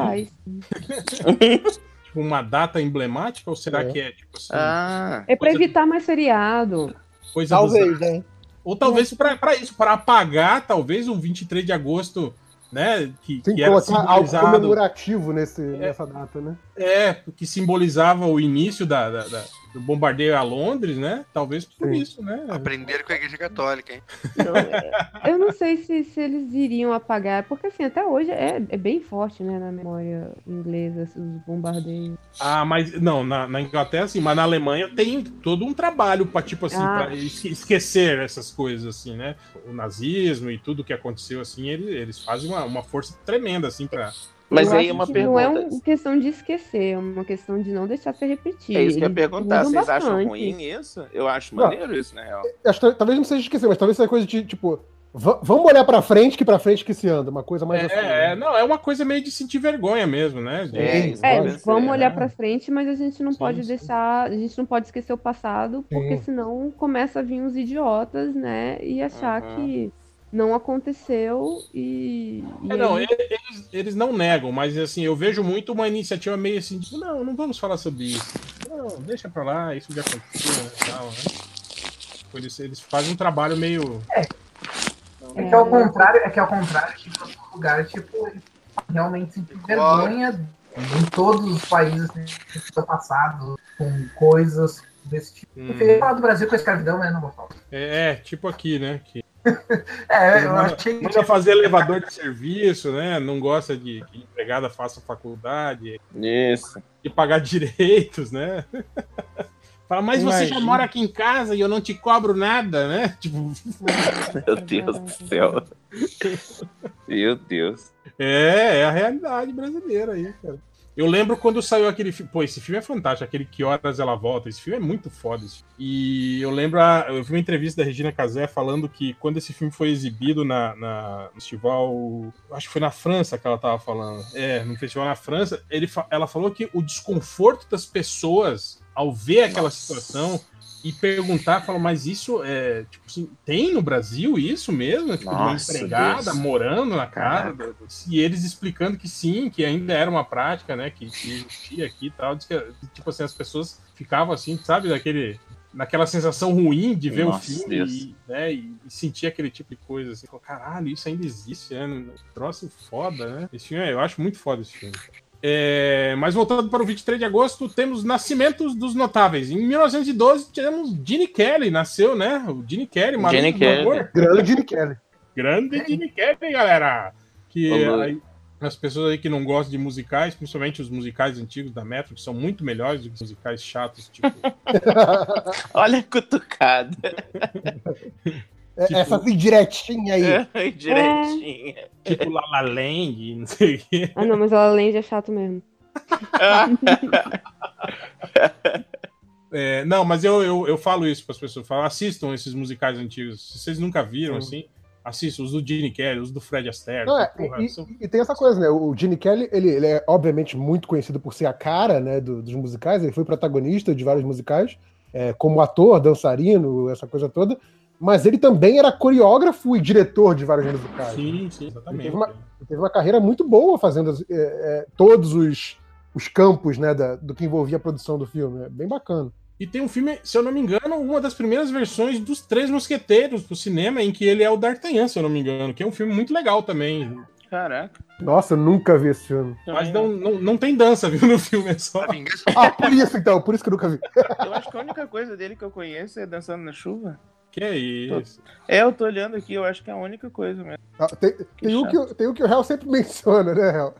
Speaker 5: tipo, uma data emblemática? Ou será é. que é tipo assim.
Speaker 9: Ah, é para evitar do... mais feriado.
Speaker 5: Coisa talvez, né? Ou talvez é. para isso, para apagar, talvez, um o 23 de agosto né?
Speaker 3: Que, Tem que era simbolizado... algo comemorativo nesse, é, nessa data, né?
Speaker 5: É, que simbolizava o início da, da, da do bombardeio a Londres, né? Talvez por Sim. isso, né?
Speaker 1: Aprender com a Igreja Católica, hein?
Speaker 9: Eu não sei se, se eles iriam apagar, porque assim, até hoje é, é bem forte, né, na memória inglesa, assim, os bombardeios.
Speaker 5: Ah, mas não, na, na Inglaterra, sim, mas na Alemanha tem todo um trabalho para tipo assim, ah. esquecer essas coisas, assim, né? O nazismo e tudo que aconteceu, assim, eles, eles fazem uma, uma força tremenda, assim, para
Speaker 2: mas eu aí é uma pergunta. Não
Speaker 9: é uma questão de esquecer, é uma questão de não deixar se repetir.
Speaker 2: É isso que eu ia perguntar. Vocês bastante. acham ruim isso? Eu acho maneiro não, isso, na real.
Speaker 3: Acho, talvez não seja esquecer, mas talvez seja coisa de tipo. Vamos olhar pra frente, que pra frente que se anda. Uma coisa mais
Speaker 5: é, assim, é né? não, é uma coisa meio de sentir vergonha mesmo, né?
Speaker 9: É, é vamos olhar
Speaker 3: né?
Speaker 9: pra frente, mas a gente não sim, pode sim. deixar, a gente não pode esquecer o passado, porque sim. senão começa a vir uns idiotas, né? E achar uhum. que não aconteceu e.
Speaker 5: e é, não, aí... eles, eles, não negam, mas assim, eu vejo muito uma iniciativa meio assim, tipo, não, não vamos falar sobre isso. Não, deixa pra lá, isso já aconteceu né, tal, né? Eles, eles fazem um trabalho meio.
Speaker 6: É. é que ao contrário, é que ao contrário, tipo, outros lugares, tipo, realmente sentem vergonha em todos os países do passado, com coisas desse tipo. Hum. Eu
Speaker 5: Uhum.
Speaker 6: queria falar do Brasil com a escravidão, mas não vou falar.
Speaker 5: É, é tipo aqui, né? Que...
Speaker 6: É, eu achei.
Speaker 5: Manda fazer elevador de serviço, né? Não gosta de que empregada faça faculdade.
Speaker 2: Isso.
Speaker 5: E pagar *laughs* direitos, né? *laughs* Fala, mas Imagina. você já mora aqui em casa e eu não te cobro nada, né? Tipo...
Speaker 2: Meu Deus do céu. Meu Deus.
Speaker 5: É, é a realidade brasileira aí, cara. Eu lembro quando saiu aquele filme. Pô, esse filme é fantástico, aquele Que Horas Ela Volta. Esse filme é muito foda. E eu lembro. A... eu vi uma entrevista da Regina Casé falando que quando esse filme foi exibido na, na, no festival. Acho que foi na França que ela tava falando. É, no festival na França. Ele, ela falou que o desconforto das pessoas ao ver aquela situação e perguntar, falam, mas isso é tipo assim, tem no Brasil isso mesmo? Tipo, Nossa, uma empregada Deus. morando na casa. Caraca. E eles explicando que sim, que ainda era uma prática, né? Que, que existia aqui e tal. Que, tipo assim, as pessoas ficavam assim, sabe, daquele. Naquela sensação ruim de ver Nossa, o filme e, né, e, sentir aquele tipo de coisa. Assim, caralho, isso ainda existe, né? Um troço foda, né? Esse filme, eu acho é, muito foda esse filme. É, mas voltando para o 23 de agosto, temos nascimentos dos notáveis. Em 1912, tivemos Gene Kelly, nasceu, né? O Gene Kelly, marido
Speaker 2: Gene
Speaker 5: do
Speaker 2: Kelly.
Speaker 5: amor.
Speaker 3: Grande Gene Kelly.
Speaker 5: Grande Gene Kelly, galera! Que
Speaker 2: Vamos.
Speaker 5: aí, as pessoas aí que não gostam de musicais, principalmente os musicais antigos da Metro, que são muito melhores do que os musicais chatos,
Speaker 2: *laughs*
Speaker 5: tipo.
Speaker 2: Olha a cutucada. *laughs*
Speaker 3: É-
Speaker 5: Tipo-
Speaker 3: Essas indiretinhas aí.
Speaker 2: Ai, Direitinha.
Speaker 5: tipo La La Land, não sei o quê.
Speaker 4: Ah, não, mas ela além de é chato mesmo.
Speaker 5: É, não, mas eu, eu, eu falo isso para as pessoas. eu Falo, assistam esses musicais antigos. Se vocês nunca viram, assim, assistam os do Gene Kelly, os do Fred Astaire.
Speaker 3: Não, é,
Speaker 5: porra, assim.
Speaker 3: e,
Speaker 5: são-
Speaker 3: e- e tem essa coisa, né? O Gene Kelly, ele, ele é obviamente muito conhecido por ser a cara né, do- dos musicais, ele foi protagonista de vários musicais, é, como ator, dançarino, essa coisa toda, mas ele também era coreógrafo e diretor de vários musicais.
Speaker 5: Sim, sim, exatamente.
Speaker 3: Teve uma- Ele teve uma carreira muito boa fazendo as- é, é, todos os, os campos né, da- do que envolvia a produção do filme. É bem bacana.
Speaker 5: E tem um filme, se eu não me engano, uma das primeiras versões dos Três Mosqueteiros pro cinema, em que ele é o D'Artagnan, se eu não me engano, que é um filme muito legal também.
Speaker 2: Caraca.
Speaker 3: Nossa, eu nunca vi esse filme.
Speaker 5: Mas não, não, não tem dança, viu, no filme, é só...
Speaker 1: A *laughs* vingança
Speaker 3: Ah, por isso então, por isso que eu nunca vi.
Speaker 2: Eu acho que a única coisa dele que eu conheço é Dançando na Chuva.
Speaker 5: *laughs* Que é *laughs* isso?
Speaker 2: É, eu tô olhando aqui, eu acho que é a única coisa mesmo.
Speaker 3: Ah, Tem, tem um que, o- tem um que o Hell sempre *laughs* menciona, né, Hell?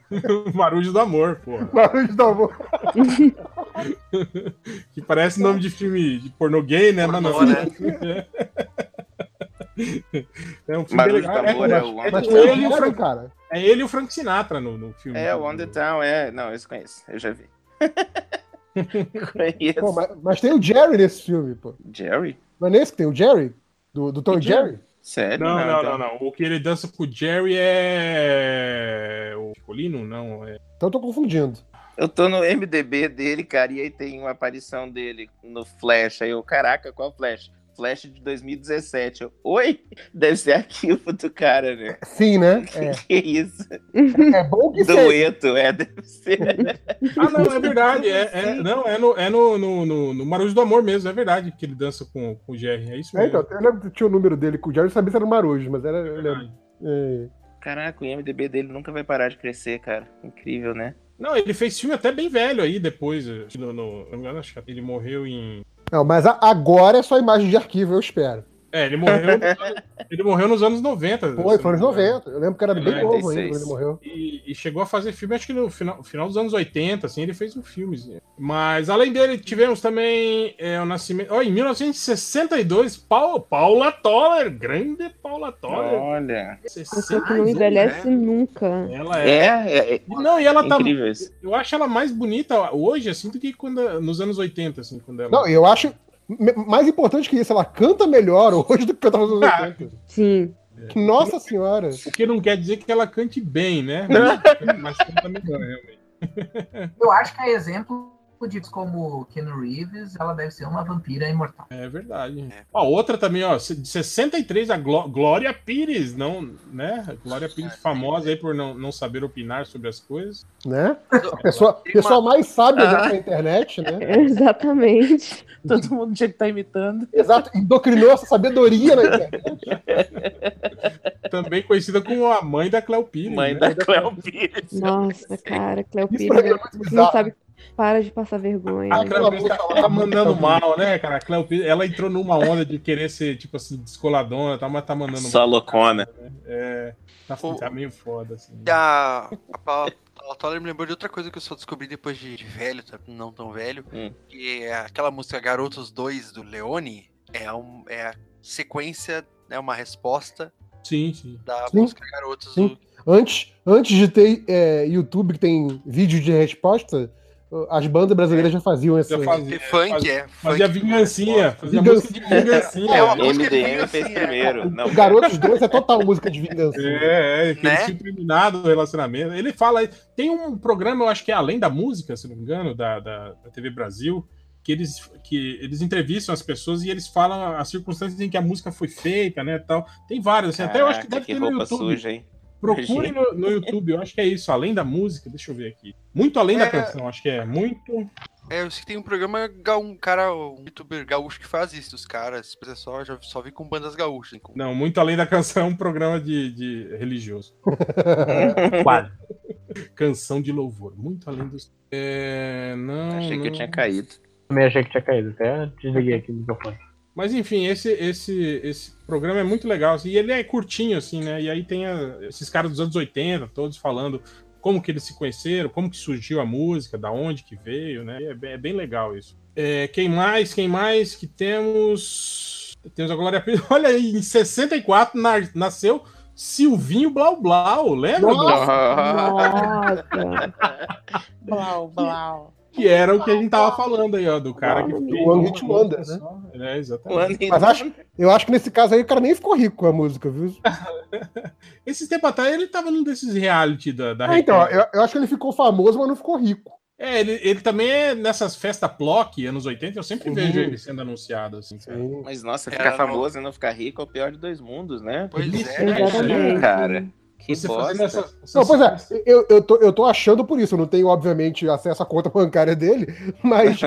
Speaker 5: Marujo do Amor, porra.
Speaker 3: Barulho da Amor.
Speaker 5: Que parece nome de filme de pornô gay, né? Mas não.
Speaker 1: Pornô,
Speaker 5: É. *laughs* É um
Speaker 2: né?
Speaker 5: filme
Speaker 2: Barulho
Speaker 5: legal.
Speaker 2: do Amor é
Speaker 5: com-
Speaker 2: o
Speaker 5: é,
Speaker 3: Mas
Speaker 5: com
Speaker 3: foi
Speaker 5: ele, e o
Speaker 3: ele,
Speaker 5: Frank,
Speaker 3: cara.
Speaker 5: é ele e o Frank Sinatra no, no filme.
Speaker 2: É, o On The Town, é. Não, esse eu conheço, eu já
Speaker 3: *laughs*
Speaker 2: vi. conheço.
Speaker 3: Pô, mas, mas tem o Jerry nesse filme, pô.
Speaker 2: Jerry?
Speaker 3: Não é nesse que tem o Jerry? Do, do Tom e Jerry?
Speaker 2: Sério?
Speaker 5: Não, não,
Speaker 2: então.
Speaker 5: não, não. O que ele dança com o Jerry é. O Colino? Não, é.
Speaker 3: Então eu tô confundindo.
Speaker 2: Eu tô no MDB dele, cara, e aí tem uma aparição dele no Flash. Aí eu, caraca, qual Flash? Flash de 2017. Eu, Oi? Deve ser arquivo do cara, né?
Speaker 3: Sim, né?
Speaker 2: *laughs* Que isso?
Speaker 3: É, é bom que seja.
Speaker 2: Dueto, é, deve ser.
Speaker 5: Ah, não, *laughs* é verdade. É, é- não, é, no, é no, no, no, no Marujo do Amor mesmo, é verdade que ele dança com, com o Jerry. É isso
Speaker 3: É,
Speaker 5: mesmo.
Speaker 3: então, eu lembro que tinha o número dele com o Jerry, eu sabia se era o Marujo, mas era. Eu lembro.
Speaker 5: Verdade.
Speaker 3: É.
Speaker 2: *laughs* Caraca, o MDB dele nunca vai parar de crescer, cara. Incrível, né?
Speaker 5: Não, ele fez filme até bem velho aí depois. acho que No, no, se não me engano, acho que ele morreu em.
Speaker 3: Não, mas a- agora é só imagem de arquivo, eu espero.
Speaker 5: É, ele morreu.
Speaker 3: *laughs*
Speaker 5: ele morreu nos anos 90.
Speaker 3: Foi,
Speaker 5: se
Speaker 3: foi nos
Speaker 5: não me engano.
Speaker 3: 90. Eu lembro que era bem
Speaker 2: 96.
Speaker 3: novo ainda quando ele morreu.
Speaker 5: E, e chegou a fazer filme, acho que no final, final dos anos 80, assim, ele fez um filmezinho. Mas além dele, tivemos também é, o nascimento. Ó, em 1962, Pau- Paula Toller, grande Paula Toller.
Speaker 2: Olha.
Speaker 5: 60
Speaker 4: Pessoa que
Speaker 5: é,
Speaker 4: não envelhece
Speaker 5: né?
Speaker 4: nunca.
Speaker 5: Ela é.
Speaker 2: É, é, é
Speaker 5: E Não, e ela tá.
Speaker 2: incrível isso.
Speaker 5: Eu acho ela mais bonita hoje, assim, do que quando, nos anos 80, assim, quando ela.
Speaker 3: Não, eu acho. me- Mais importante que isso, ela canta melhor hoje do que cantava nos anos
Speaker 5: Ah.
Speaker 3: 80.
Speaker 4: Sim.
Speaker 9: *laughs*
Speaker 3: Nossa senhora.
Speaker 5: O que não quer dizer que ela cante bem, né? Mas, mas canta melhor, né? realmente.
Speaker 6: Eu acho que é exemplo de como Keanu Reeves, ela deve ser uma vampira imortal.
Speaker 5: É verdade. Ó, outra também, ó, de 63, a Gló- Glória Pires, não, né? Glória Pires, famosa aí por não, não saber opinar sobre as coisas.
Speaker 3: Né?
Speaker 1: do-
Speaker 3: A pessoa,
Speaker 1: Tem
Speaker 3: pessoa mais sábia
Speaker 2: Ah.
Speaker 3: da internet, né?
Speaker 4: Exatamente.
Speaker 2: Todo mundo tinha que estar imitando.
Speaker 3: Exato, endocrinou essa sabedoria na internet.
Speaker 5: Também conhecida como a mãe da Cléo Pires.
Speaker 2: Mãe
Speaker 5: né?
Speaker 2: da Cleo Pires.
Speaker 4: Nossa, cara, Cleo
Speaker 3: Isso
Speaker 4: Pires
Speaker 3: pra mim é muito
Speaker 4: não
Speaker 3: bizarro. Ah,
Speaker 4: sabe. Para de passar vergonha.
Speaker 9: né?
Speaker 5: A Cléo
Speaker 3: Aquela
Speaker 5: Pires
Speaker 3: música
Speaker 5: tá,
Speaker 3: lá,
Speaker 5: tá mandando
Speaker 3: tá
Speaker 5: mal, né, cara? A Cléo Pires, ela entrou numa onda de querer ser, tipo assim, descoladona, tá, mas tá mandando mal.
Speaker 2: Só loucona.
Speaker 5: É, tá,
Speaker 1: O-
Speaker 5: tá meio foda, assim.
Speaker 1: A, a Paula, Paula Toller me lembrou de outra coisa que eu só descobri depois de de velho, tá? não tão velho,
Speaker 2: Hum.
Speaker 1: que é aquela música Garotos 2 do Leone é, um, é a sequência, é uma resposta
Speaker 5: Sim, sim.
Speaker 1: da
Speaker 3: Sim.
Speaker 1: música Garotos do.
Speaker 3: Antes, antes de ter é, YouTube que tem vídeo de resposta, as bandas brasileiras já faziam essa.
Speaker 5: Já fazia,
Speaker 1: É, funk,
Speaker 5: fazia,
Speaker 1: é.
Speaker 5: fazia
Speaker 1: funk.
Speaker 5: vingancinha, fazia
Speaker 3: Vingança.
Speaker 5: música de vingancinha.
Speaker 1: É uma música de
Speaker 2: MDM fez
Speaker 1: vingancinha, é.
Speaker 2: primeiro. Não,
Speaker 3: O Garotos 2 é total música de vingança.
Speaker 5: É, é, que
Speaker 1: Né?
Speaker 5: eles tinham terminado o relacionamento. Ele fala. aí- Tem um programa, eu acho que é Além da Música, se não me engano, da, da, da TV Brasil, que eles, que eles entrevistam as pessoas e eles falam as circunstâncias em que a música foi feita, né? Tal. Tem várias, assim, até eu acho que
Speaker 2: Caraca,
Speaker 5: deve ter no
Speaker 2: roupa
Speaker 5: YouTube.
Speaker 2: suja, hein?
Speaker 5: Procure no, no YouTube, eu acho que é isso, Além da Música, deixa eu ver aqui. Muito além da
Speaker 1: É.
Speaker 5: canção, acho que é. Muito.
Speaker 1: É, eu sei que tem um programa, ga- um cara, um youtuber gaúcho que faz isso, os caras, o pessoal já só vem com bandas gaúchas. com-
Speaker 5: Não, muito além da canção é um programa de, de religioso.
Speaker 8: Quase.
Speaker 5: Canção de louvor. Muito além dos. É, não.
Speaker 2: Achei
Speaker 5: não.
Speaker 2: que eu tinha caído.
Speaker 8: Também achei que tinha caído, até desliguei aqui o microfone.
Speaker 5: Mas enfim, esse, esse, esse programa é muito legal. assim, e ele é curtinho, assim, né? E aí tem a- esses caras dos anos 80, todos falando como que eles se conheceram, como que surgiu a música, da onde que veio, né? E É bem, é bem legal isso. É, quem mais? Quem mais que temos? Temos a Glória Pires. *laughs* Olha aí, em 64 na- nasceu Silvinho Blau Blau, lembra? Blau?
Speaker 2: *laughs*
Speaker 9: Nossa!
Speaker 10: Blau, blau.
Speaker 5: Que era o que a gente tava falando aí, ó, do cara que
Speaker 3: O One Hit Wonder, né?
Speaker 5: É,
Speaker 2: Um
Speaker 5: exatamente.
Speaker 2: ano e-
Speaker 3: Mas acho, eu acho que nesse caso aí o cara nem ficou rico com a música, viu?
Speaker 5: Tá Esses tempos atrás ele tava num desses reality da, da
Speaker 3: É, então,
Speaker 5: Record.
Speaker 3: eu, eu acho que ele ficou famoso, mas não ficou rico.
Speaker 5: É, ele, ele também é nessas festas Plock, anos 80, eu sempre
Speaker 3: Uhum.
Speaker 5: vejo ele sendo anunciado, assim, cara.
Speaker 3: Sim.
Speaker 2: Mas nossa,
Speaker 1: Era
Speaker 2: ficar
Speaker 1: no-
Speaker 2: famoso e não ficar rico é o pior de dois mundos, né?
Speaker 1: Pois
Speaker 5: Isso,
Speaker 1: é,
Speaker 5: né?
Speaker 1: isso aí.
Speaker 9: Exatamente.
Speaker 2: Cara, que
Speaker 5: Você fazendo
Speaker 2: bosta.
Speaker 5: essas, essas
Speaker 3: Não, pois é, eu, eu, tô, eu tô achando por isso, eu não tenho, obviamente, acesso à conta *laughs* bancária dele,
Speaker 5: *laughs*
Speaker 3: mas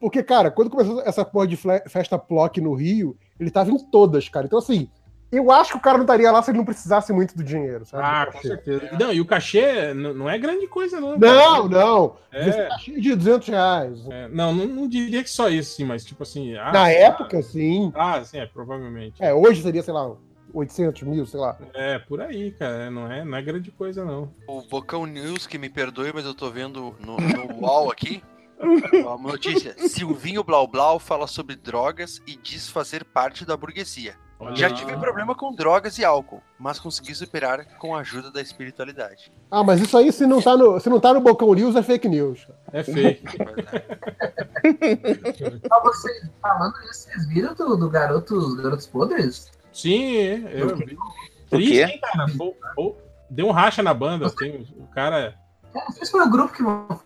Speaker 3: porque, cara, quando começou essa porra de fle- festa Plock no Rio, ele tava em todas, cara. Então, assim, eu acho que o cara não estaria lá se ele não precisasse muito do dinheiro, sabe?
Speaker 5: Ah, com certeza. Não, e o cachê n- não é grande coisa, não.
Speaker 3: Não, não.
Speaker 5: É.
Speaker 3: Você tá cheio de 200 reais.
Speaker 5: É, não, não, não diria que só isso, sim, mas tipo assim. Ah,
Speaker 3: Na
Speaker 5: sim,
Speaker 3: época, sim.
Speaker 5: Ah, sim, é, provavelmente.
Speaker 3: É, hoje seria, sei lá, 800 mil, sei lá.
Speaker 5: É, por aí, cara. Não é, não é grande coisa, não.
Speaker 1: O Bocão News, que me perdoe, mas eu tô vendo no,
Speaker 5: *laughs*
Speaker 1: no UOL aqui. Uma notícia. Silvinho Blau Blau fala sobre drogas e diz fazer parte da burguesia. Já tive problema com drogas e álcool, mas consegui superar com a ajuda da espiritualidade.
Speaker 3: Ah, mas isso aí, se não tá no, se não tá no Bocão News, é fake news.
Speaker 5: É fake.
Speaker 6: Mas vocês, falando isso, vocês viram do, do garoto, dos garotos podres?
Speaker 5: Sim, é, eu vi.
Speaker 2: O
Speaker 5: Triste, né,
Speaker 2: quê?
Speaker 5: hein, cara? Pô, pô, deu um racha na banda. Tem, o cara.
Speaker 6: Eu Não sei se foi o grupo que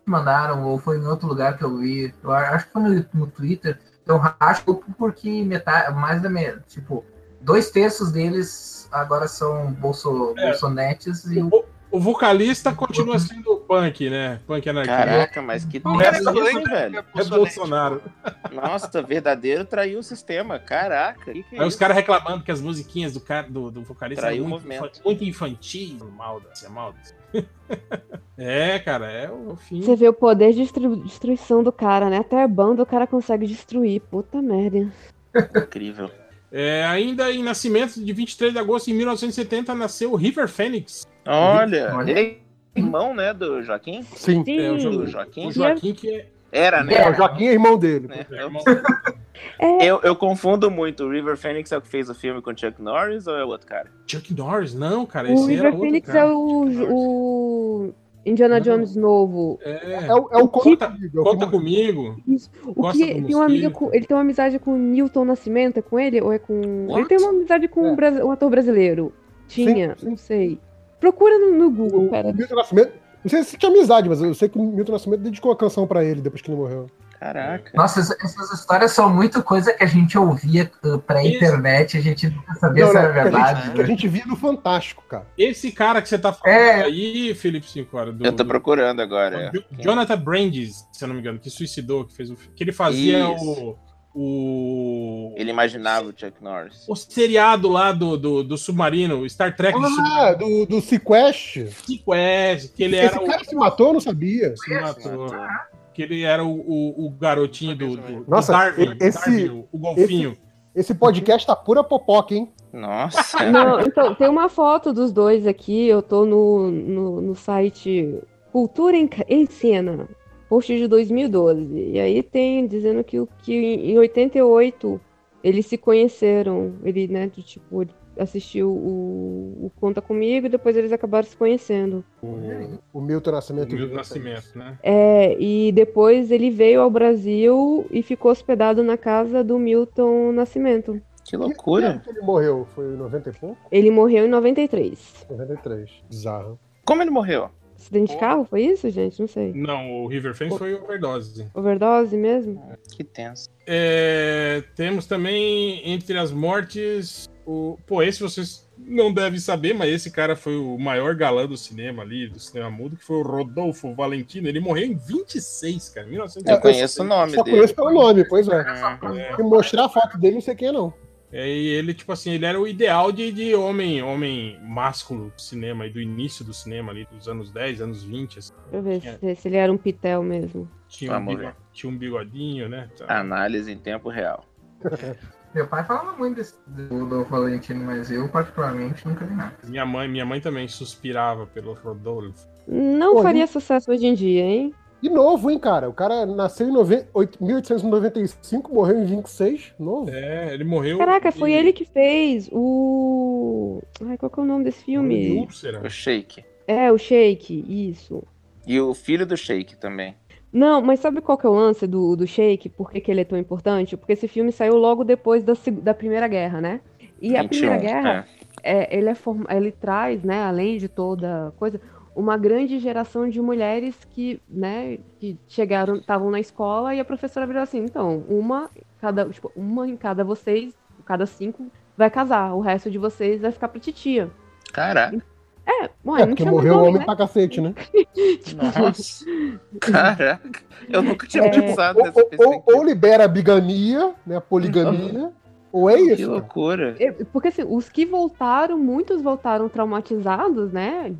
Speaker 6: mandaram ou foi em outro lugar que eu vi. Eu a- acho que foi no, no Twitter. Eu racho o grupo porque metade, mais da metade, tipo, dois terços deles agora são bolso,
Speaker 5: É.
Speaker 6: bolsonetes e
Speaker 5: O, vo- o vocalista continua sendo punk, né? Punk anarquia.
Speaker 2: Caraca, mas que
Speaker 1: O cara é
Speaker 2: doença,
Speaker 1: doente,
Speaker 2: velho.
Speaker 5: É Bolsonaro.
Speaker 2: Nossa, verdadeiro traiu o sistema. Caraca, que que é
Speaker 5: Aí os
Speaker 2: isso?
Speaker 5: caras reclamando que as musiquinhas do, cara, do, do vocalista
Speaker 2: Traiu
Speaker 5: é
Speaker 2: o
Speaker 5: muito,
Speaker 2: movimento.
Speaker 5: infantil, muito infantil. Maldas, é maldas. *laughs* é, cara, é o fim.
Speaker 9: Você vê o poder de destru- destruição do cara, né? Até a banda o cara consegue destruir. Puta merda.
Speaker 2: Incrível.
Speaker 5: É, ainda em nascimento de 23 de agosto de 1970 nasceu o River Phoenix.
Speaker 2: Olha,
Speaker 6: Olha.
Speaker 2: ele é irmão, né, do Joaquim?
Speaker 3: Sim.
Speaker 9: Sim.
Speaker 5: É, o
Speaker 2: Do
Speaker 5: jogo. O
Speaker 2: Joaquim?
Speaker 5: Joaquim que é.
Speaker 2: Era, né?
Speaker 3: É, o Joaquim é irmão dele.
Speaker 2: Né?
Speaker 5: é irmão-
Speaker 9: É.
Speaker 2: Eu, eu confundo muito. O River Phoenix é o que fez o filme com o Chuck Norris ou é o outro cara?
Speaker 5: Chuck Norris, não, cara.
Speaker 9: O
Speaker 5: Esse era
Speaker 9: River
Speaker 5: outro
Speaker 9: Phoenix
Speaker 5: cara.
Speaker 9: é o, o Indiana
Speaker 5: Não.
Speaker 9: Jones novo.
Speaker 5: É,
Speaker 3: É, o, é o
Speaker 5: Conta-
Speaker 3: Conta Comigo, é o
Speaker 5: Conta
Speaker 3: que-
Speaker 5: comigo.
Speaker 9: O
Speaker 5: Gosta
Speaker 9: que
Speaker 5: do
Speaker 9: tem um amigo
Speaker 5: mosquito.
Speaker 9: com- ele tem uma amizade com o Newton Nascimento, é com ele ou é com
Speaker 2: What?
Speaker 9: Ele tem uma amizade com um,
Speaker 3: É.
Speaker 9: brasi- um ator brasileiro. Tinha,
Speaker 3: Sim, sim.
Speaker 9: não sei. Procura no, no Google,
Speaker 3: O,
Speaker 9: pera.
Speaker 3: o Milton Nascimento. Não sei se tinha amizade, mas eu sei que o Milton Nascimento dedicou a canção pra ele depois que ele morreu.
Speaker 2: Caraca.
Speaker 6: Nossa, essa- essas histórias são muito coisa que a gente ouvia uh, pré-internet, a gente nunca sabia
Speaker 3: Não,
Speaker 6: se
Speaker 3: não,
Speaker 6: era
Speaker 3: que a gente-
Speaker 6: é verdade.
Speaker 3: Que a
Speaker 6: né?
Speaker 3: gente via no Fantástico, cara.
Speaker 5: Esse cara que você tá falando
Speaker 6: É.
Speaker 5: aí, Felipe Sincora, do,
Speaker 2: É. Eu tô procurando agora.
Speaker 5: do Jonathan Brandis, se eu não me engano, que suicidou, que fez o fi- que ele fazia
Speaker 2: Isso.
Speaker 3: um
Speaker 5: o o
Speaker 2: Ele imaginava o Chuck Norris.
Speaker 5: o seriado lá do, do, do submarino, o Star Trek do
Speaker 3: Ah, do, do Sequest.
Speaker 5: Submarino Quest, que ele
Speaker 3: Esse
Speaker 5: era um- o
Speaker 3: cara é se matou, eu não sabia.
Speaker 5: se matou, que ele era o, o, o garotinho do, do, do
Speaker 3: Nossa,
Speaker 5: Darwin,
Speaker 3: esse-
Speaker 5: Darwin, o, o golfinho.
Speaker 3: Esse podcast tá pura popoca, hein?
Speaker 2: Nossa.
Speaker 9: *laughs* Não, então, tem uma foto dos dois aqui, eu tô no, no, no site Cultura em, Ca- em Cena, post de 2012. E aí tem dizendo que, o- que em 88 eles se conheceram, ele, né, do tipo, ele assistiu o, o Conta Comigo e depois eles acabaram se conhecendo.
Speaker 3: O Milton Nascimento.
Speaker 5: do Nascimento, né?
Speaker 9: É, e depois ele veio ao Brasil e ficou hospedado na casa do Milton Nascimento.
Speaker 2: Que
Speaker 3: Que
Speaker 2: loucura.
Speaker 3: ano que ele morreu? Foi em 90 e pouco?
Speaker 9: Ele morreu em 93.
Speaker 3: 93. Bizarro.
Speaker 2: Como ele morreu?
Speaker 9: Acidente de carro, foi isso, gente? Não sei.
Speaker 5: Não, o River Phoenix foi overdose.
Speaker 9: Overdose mesmo?
Speaker 2: Que tenso.
Speaker 5: É, temos também entre as mortes o. Pô, esse vocês não devem saber, mas esse cara foi o maior galã do cinema ali, do cinema mudo, que foi o Rodolfo Valentino. Ele morreu em 26, cara. 1900.
Speaker 2: Eu conheço o nome
Speaker 3: Só
Speaker 2: dele.
Speaker 3: conheço pelo nome, pois é.
Speaker 2: Hum.
Speaker 3: Se mostrar a foto dele, não sei quem é, não.
Speaker 5: É, e ele, tipo assim, ele era o ideal de, de homem, homem másculo do cinema, e do início do cinema ali, dos anos 10, anos 20. Assim.
Speaker 9: Deixa eu ver se, se ele era um pitel mesmo.
Speaker 5: Tinha, um,
Speaker 2: Vamos
Speaker 5: bigo-
Speaker 2: ver.
Speaker 5: tinha um bigodinho, né? Tá.
Speaker 2: Ah, Análise em tempo real.
Speaker 6: Meu pai falava muito desse, do, do Valentino, mas eu, particularmente, nunca vi nada.
Speaker 5: Minha mãe, minha mãe também suspirava pelo Rodolfo.
Speaker 9: Não
Speaker 3: Pô,
Speaker 9: faria sucesso hoje em dia, hein?
Speaker 3: E novo, hein, cara? O cara nasceu em nove- oito- 1895, morreu em 26, novo.
Speaker 5: É, ele morreu.
Speaker 9: Caraca, foi
Speaker 5: de-
Speaker 9: ele que fez o. Ai, qual que é o nome desse
Speaker 5: de
Speaker 9: filme?
Speaker 5: úlcera.
Speaker 2: O Sheik.
Speaker 9: É, o Shake, isso.
Speaker 2: E o filho do Sheik também.
Speaker 9: Não, mas sabe qual que é o lance do, do Shake? Por que, que ele é tão importante? Porque esse filme saiu logo depois da, seg- da Primeira Guerra, né? E a
Speaker 2: 21,
Speaker 9: Primeira Guerra,
Speaker 2: é.
Speaker 9: é, ele, é form- ele traz, né, além de toda coisa, uma grande geração de mulheres que, né, que chegaram, estavam na escola e a professora virou assim, então, uma cada, tipo, uma em cada vocês, cada cinco vai casar, o resto de vocês vai ficar pra titia.
Speaker 2: Caraca.
Speaker 9: É, ué,
Speaker 3: É,
Speaker 9: não
Speaker 3: porque
Speaker 9: tinha
Speaker 3: morreu
Speaker 9: mais
Speaker 3: homem
Speaker 9: né?
Speaker 3: pra cacete, né?
Speaker 9: Tipo,
Speaker 2: Nossa. Caraca. Eu nunca tinha
Speaker 9: É.
Speaker 2: pensado
Speaker 3: Ou,
Speaker 2: nessa
Speaker 3: ou- ou-
Speaker 2: perspectiva.
Speaker 3: ou libera a bigania, né? A
Speaker 5: Uhum.
Speaker 3: poligamia, ou é
Speaker 2: Que
Speaker 3: isso. cara.
Speaker 2: loucura.
Speaker 9: É, Porque assim, os que voltaram, muitos voltaram traumatizados, né?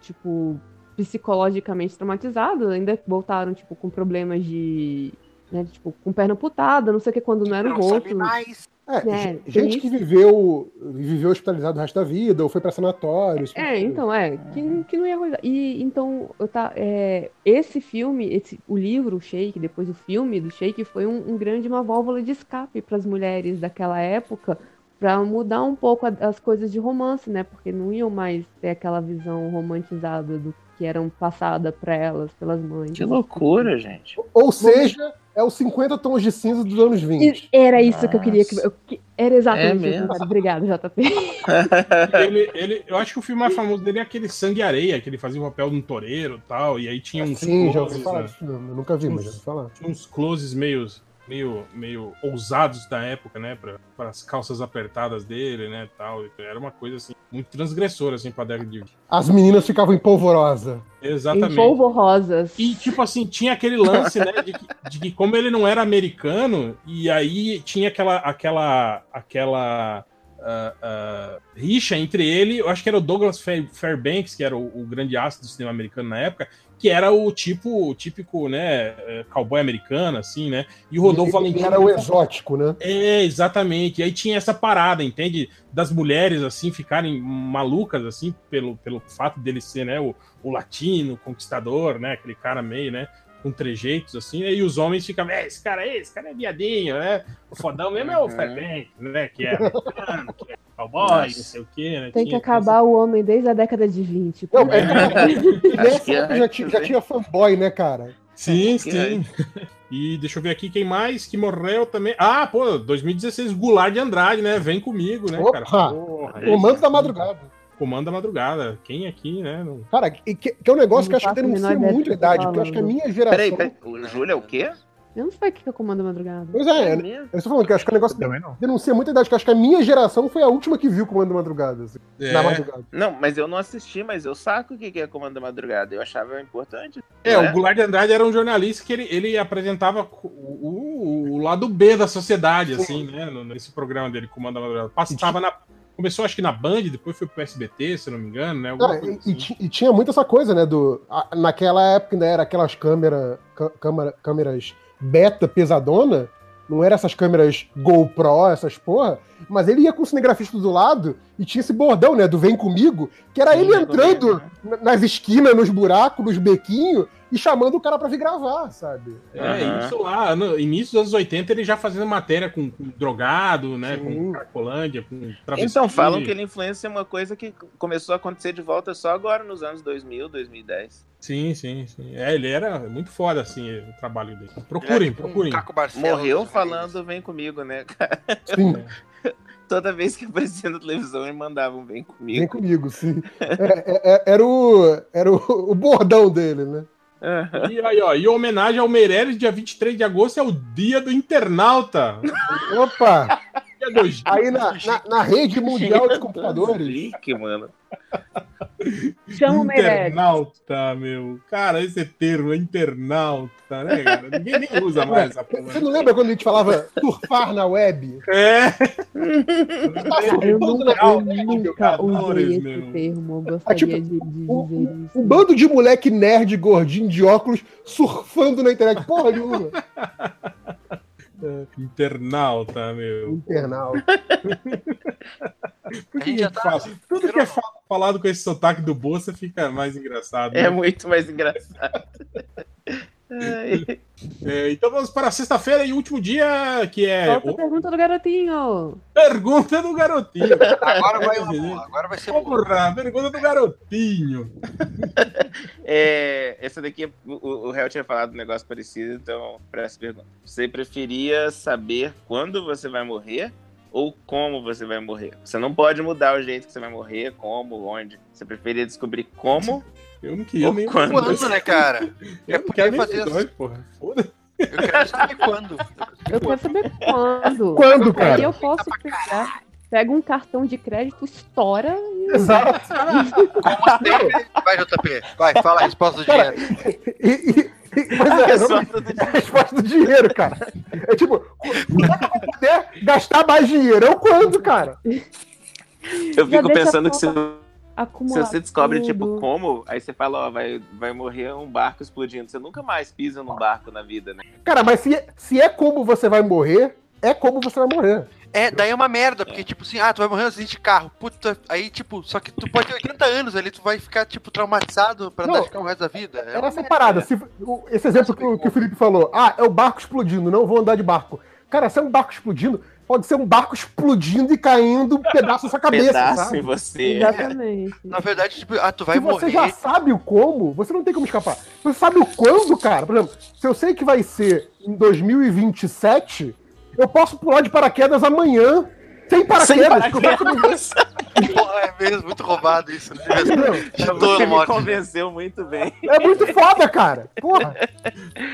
Speaker 9: Tipo, psicologicamente traumatizados, ainda voltaram, tipo, com problemas de. Né, tipo, com perna putada, não sei o que, quando não era um o rosto.
Speaker 1: mais.
Speaker 3: É,
Speaker 9: É,
Speaker 3: gen-
Speaker 9: tem
Speaker 3: gente que
Speaker 9: isso.
Speaker 3: viveu, viveu hospitalizado o resto da vida, ou foi pra sanatório. esse tipo de
Speaker 9: É,
Speaker 3: coisa.
Speaker 9: então, é, que, que não ia coisa. E então, eu tá, é, esse filme, esse, o livro, o Shake, depois o filme do Shake, foi um, um grande, uma válvula de escape para as mulheres daquela época, para mudar um pouco a- as coisas de romance, né? Porque não iam mais ter aquela visão romantizada do que eram passada para elas pelas mães.
Speaker 2: Que loucura, gente.
Speaker 3: Ou seja, é os 50 tons de cinza dos anos
Speaker 9: E
Speaker 3: 20.
Speaker 9: era isso que eu queria que,
Speaker 2: Nossa.
Speaker 9: eu que- era exatamente
Speaker 2: É
Speaker 9: isso.
Speaker 2: mesmo?
Speaker 9: Obrigada, JP.
Speaker 5: Ele, ele, eu acho que o filme mais famoso dele é aquele Sangue e Areia, que ele fazia o papel de um toureiro e tal, e aí tinha uns
Speaker 3: Sim, já ouvi
Speaker 5: closes,
Speaker 3: falar
Speaker 5: né?
Speaker 3: desse filme. Eu nunca vi, mas já ouvi falar.
Speaker 5: Tinha uns closes meio, meio, meio ousados da época, né? Para as calças apertadas dele, né? Tal. Era uma coisa assim, muito transgressora, assim, pra década de.
Speaker 3: As meninas ficavam em polvorosa.
Speaker 9: Em
Speaker 5: Exatamente.
Speaker 9: polvo rosas.
Speaker 5: E, tipo assim, tinha aquele lance, né, de que, de que como ele não era americano, e aí tinha aquela, aquela, aquela ah, ah, rixa entre ele, eu acho que era o Douglas Fair- Fairbanks, que era o, o grande astro do cinema americano na época, que era o tipo, o típico, né, eh, cowboy americano, assim, né, e o Rodolfo Valentino...
Speaker 3: Era o exótico, né?
Speaker 5: É, exatamente. E aí tinha essa parada, entende? Das mulheres, assim, ficarem malucas, assim, pelo, pelo fato dele ser, né, o, o latino, conquistador, né? Aquele cara meio, né? Com trejeitos, assim, né? E os homens ficavam, é, esse cara aí, esse cara é viadinho, né? O fodão mesmo é o
Speaker 2: Uhum.
Speaker 5: Fairbanks, né? Que é americano, que é cowboy, não
Speaker 2: Nossa.
Speaker 5: sei o quê, né?
Speaker 9: Tem que
Speaker 5: tinha-
Speaker 9: acabar o homem desde a década de né? 20.
Speaker 3: Não,
Speaker 9: pô.
Speaker 3: é, nessa
Speaker 2: que
Speaker 3: época
Speaker 2: é,
Speaker 3: já, tinha, já
Speaker 2: né?
Speaker 3: tinha fanboy, né, cara?
Speaker 5: Sim,
Speaker 2: Que
Speaker 5: sim. E deixa eu ver aqui quem mais que morreu também. Ah, pô, 2016, Goulart de Andrade, né? Vem comigo, né, cara?
Speaker 3: Opa!
Speaker 5: Porra,
Speaker 3: O Manto
Speaker 5: esse-
Speaker 3: da Madrugada.
Speaker 5: Comando da madrugada. Quem aqui, né? não-
Speaker 3: Cara, e que, que é um negócio
Speaker 9: Não
Speaker 3: que eu acho que
Speaker 9: faço a menor
Speaker 3: denuncia
Speaker 9: ideia do
Speaker 3: muito a
Speaker 9: que você tá
Speaker 3: idade, porque eu acho que a
Speaker 9: falando.
Speaker 3: minha geração.
Speaker 2: Peraí, peraí. O Júlio é o quê?
Speaker 9: Eu não sei o que que eu comando a madrugada.
Speaker 3: Pois é, eu-
Speaker 2: mesmo?
Speaker 3: eu estou falando que eu acho que é um negócio que
Speaker 5: Também não.
Speaker 3: denuncia muita idade, que eu acho que a minha geração foi a última que viu Comando da Madrugada. Assim,
Speaker 5: É,
Speaker 3: Na madrugada.
Speaker 2: Não, mas eu não assisti, mas eu saco o que que é Comando da Madrugada. Eu achava importante. né?
Speaker 5: é,
Speaker 2: não
Speaker 5: o Goulart de Andrade era um jornalista que ele, ele apresentava o, o- o lado B da sociedade, assim, né? no- Nesse programa dele, Comando da Madrugada. Passava na. Começou, acho que na Band, depois foi pro SBT, se eu não me engano, né? alguma
Speaker 3: Cara, É,
Speaker 5: coisa
Speaker 3: e,
Speaker 5: assim.
Speaker 3: e ti- e tinha muito essa coisa, né? Do, a- naquela época ainda era aquelas câmera, cã- câmera- câmeras beta pesadona, não era essas câmeras GoPro, essas porra, mas ele ia com o cinegrafista do lado e tinha esse bordão, né? Do Vem Comigo, que era
Speaker 2: Vem
Speaker 3: tá ele
Speaker 2: Comigo,
Speaker 3: entrando
Speaker 2: né?
Speaker 3: na- nas esquinas, nos buracos, nos bequinhos e chamando o cara pra vir gravar, sabe?
Speaker 5: É,
Speaker 2: Aham.
Speaker 5: isso lá, no início dos anos 80, ele já fazendo matéria com, com drogado, né? Com
Speaker 3: Sim.
Speaker 5: Cracolândia, com travesti.
Speaker 2: Então, falam que ele influência é uma coisa que começou a acontecer de volta só agora, nos anos 2000, 2010.
Speaker 5: Sim, sim, sim. É, ele era muito foda, assim, o trabalho dele. Procurem,
Speaker 2: tipo um
Speaker 5: procurem.
Speaker 1: Caco Barcelos,
Speaker 2: Morreu
Speaker 1: né?
Speaker 2: falando Vem Comigo, né? *laughs*
Speaker 3: Sim,
Speaker 2: Toda vez que aparecia na televisão, ele mandava um Vem Comigo. *laughs*
Speaker 3: vem comigo, sim. É, é, é, era o, era o, o bordão dele, né?
Speaker 2: Aham.
Speaker 5: E aí, ó, e homenagem ao Meirelles, dia 23 de agosto é o dia do internauta.
Speaker 3: Opa!
Speaker 5: Dia do...
Speaker 3: Aí na, na, na rede mundial de computadores,
Speaker 2: Link, mano.
Speaker 9: Chama o Meirelles.
Speaker 5: Internauta, meu. Cara, esse termo, é
Speaker 1: *laughs*
Speaker 5: internauta, né, cara? Ninguém nem usa mais essa porra.
Speaker 3: Você não lembra quando a gente falava surfar na web?
Speaker 5: É.
Speaker 3: Tá
Speaker 9: Eu nunca,
Speaker 3: surfando na
Speaker 9: eu
Speaker 3: web, meu
Speaker 9: nunca
Speaker 5: cara, Dolores,
Speaker 9: usei esse
Speaker 5: meu.
Speaker 9: termo. Eu
Speaker 3: Ah, tipo,
Speaker 9: gostaria de, de
Speaker 3: o-
Speaker 9: dizer isso.
Speaker 3: Um bando de moleque nerd, gordinho, de óculos, surfando na internet. Porra nenhuma.
Speaker 5: *laughs* Internauta, meu.
Speaker 3: Internauta.
Speaker 1: A
Speaker 5: Por que
Speaker 1: gente já
Speaker 5: que
Speaker 1: tá-
Speaker 5: fala? Tudo que é
Speaker 1: virou-
Speaker 5: fa- falado com esse sotaque do Bolsa fica mais engraçado. né?
Speaker 10: É muito mais engraçado.
Speaker 2: *laughs*
Speaker 10: Ai.
Speaker 5: É, então vamos para a sexta-feira e último dia, que é
Speaker 9: Volta a
Speaker 5: o
Speaker 9: pergunta do garotinho.
Speaker 5: Pergunta do Garotinho. é
Speaker 1: Agora vai uma boa, agora vai ser boa.
Speaker 5: Porra, pergunta do Garotinho.
Speaker 2: É, essa daqui, é- o, o Hel tinha falado um negócio parecido, então, pra essa pergunta. Você preferia saber quando você vai morrer ou como você vai morrer? Você não pode mudar o jeito que você vai morrer, como, onde. Você preferia descobrir
Speaker 3: *laughs*
Speaker 2: como
Speaker 5: Eu não queria
Speaker 2: ou
Speaker 5: nem...
Speaker 2: quando?
Speaker 1: Quando, né, cara?
Speaker 5: Eu
Speaker 1: Eu
Speaker 5: não
Speaker 1: podia
Speaker 5: quero nem
Speaker 1: fazer
Speaker 5: fazer isso. Porra. Foda-se.
Speaker 1: Eu quero saber quando.
Speaker 9: Eu quero
Speaker 3: *laughs*
Speaker 9: saber quando.
Speaker 3: Quando,
Speaker 9: Aí
Speaker 3: cara?
Speaker 9: eu posso pegar. Pega um cartão de crédito, estoura.
Speaker 3: Exato.
Speaker 1: Como sempre. Vai, JP. Vai, fala a resposta do
Speaker 3: Cara,
Speaker 1: dinheiro.
Speaker 3: E, e- e- mas é, realmente, é a resposta do dinheiro, cara. É tipo, quando eu vou poder gastar mais dinheiro? Eu quando, cara?
Speaker 2: Eu
Speaker 9: Já
Speaker 2: fico
Speaker 9: deixa
Speaker 2: pensando que se,
Speaker 9: só
Speaker 2: se
Speaker 9: Acumular
Speaker 2: você descobre,
Speaker 9: tudo.
Speaker 2: tipo, como, aí você fala, ó, vai, vai morrer um barco explodindo. Você nunca mais pisa num barco na vida, né?
Speaker 3: Cara, mas se, se é como você vai morrer, é como você vai morrer.
Speaker 1: É, daí é uma merda, porque, tipo assim, ah, tu vai morrer no acidente de carro. Puta, aí, tipo, só que tu pode ter 80 anos ali, tu vai ficar, tipo, traumatizado pra
Speaker 3: Não.
Speaker 1: não. ficar o resto da vida. É
Speaker 3: Era
Speaker 1: uma
Speaker 3: essa
Speaker 1: merda.
Speaker 3: parada. Se, o- esse exemplo que, o- que o Felipe falou. Ah, é o barco explodindo, não vou andar de barco. Cara, se é um barco explodindo, pode ser um barco explodindo e caindo um pedaço na sua cabeça,
Speaker 2: Pedaço em
Speaker 3: sabe?
Speaker 2: você.
Speaker 9: Exatamente.
Speaker 1: Na verdade, tipo, ah, tu vai
Speaker 3: Se você
Speaker 1: morrer. *laughs*
Speaker 3: já sabe o como, você não tem como escapar. Você sabe o quando, cara. Por exemplo, se eu sei que vai ser em 2027, eu posso pular de paraquedas amanhã sem
Speaker 2: Sem
Speaker 3: paraquedas. porque eu quero sobreviver,
Speaker 2: paraquedas.
Speaker 1: Porra, é mesmo, muito roubado isso. Né?
Speaker 3: entendeu?
Speaker 1: De
Speaker 2: Você
Speaker 1: todo
Speaker 2: me
Speaker 1: modo.
Speaker 2: convenceu muito bem.
Speaker 3: É muito foda, cara. Porra.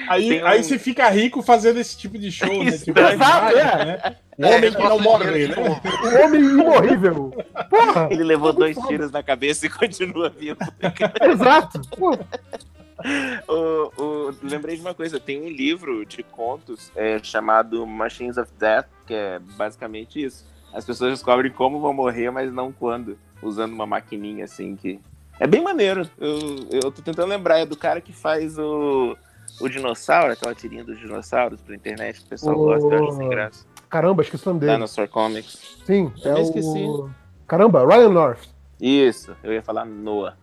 Speaker 5: Aí,
Speaker 2: Tem um-
Speaker 5: aí você fica rico fazendo esse tipo de show, né? Tipo,
Speaker 3: Exato, é.
Speaker 5: né? O
Speaker 1: É,
Speaker 5: homem que
Speaker 1: resposta
Speaker 5: não
Speaker 1: do
Speaker 5: morre,
Speaker 1: dinheiro tipo, de
Speaker 5: né?
Speaker 1: novo.
Speaker 3: O homem imorrível. Porra.
Speaker 2: Ele levou
Speaker 3: Tá
Speaker 2: dois
Speaker 3: muito foda.
Speaker 2: tiros na cabeça e *laughs* continua vivo.
Speaker 3: Exato. Porra.
Speaker 2: O- o- lembrei de uma coisa, tem um livro de contos é, chamado Machines of Death, que é basicamente isso. As pessoas descobrem como vão morrer, mas não quando, usando uma maquininha assim que. É bem maneiro. Eu, eu tô tentando lembrar, é do cara que faz o, o dinossauro, aquela tirinha dos dinossauros pra internet, que o pessoal
Speaker 3: O-
Speaker 2: gosta, eu acho sem graça.
Speaker 3: Caramba, esqueci o nome dele.
Speaker 2: Dinosaur Comics.
Speaker 3: Sim, é
Speaker 2: Eu
Speaker 3: o...
Speaker 2: esqueci.
Speaker 3: Caramba, Ryan North.
Speaker 2: Isso, eu ia falar Noah.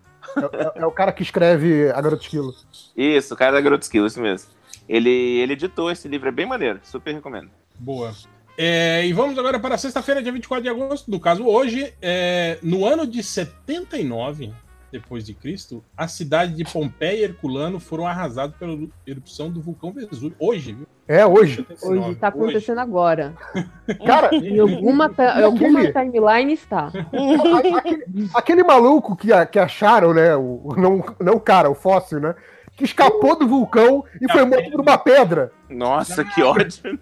Speaker 3: É, é- é o cara que escreve A Garota Esquilo.
Speaker 2: Isso, o cara da Garoto Skill, isso mesmo. Ele, ele editou esse livro, é bem maneiro, super recomendo.
Speaker 5: Boa. É, e vamos agora para sexta-feira, dia 24 de agosto, no caso hoje, é, no ano de 79 depois de Cristo, a cidade de Pompeia e Herculano foram arrasadas pela erupção do vulcão Vesúvio. Hoje, viu?
Speaker 3: É, hoje. é
Speaker 5: 79,
Speaker 9: Hoje tá acontecendo agora.
Speaker 3: Cara,
Speaker 9: Em alguma, ta- em alguma timeline está.
Speaker 3: Aquele- Aquele maluco que, a- que acharam, né? O, o- não, não o cara, o fóssil, né? Que escapou do vulcão e foi morto por uma pedra.
Speaker 2: Nossa, que ódio.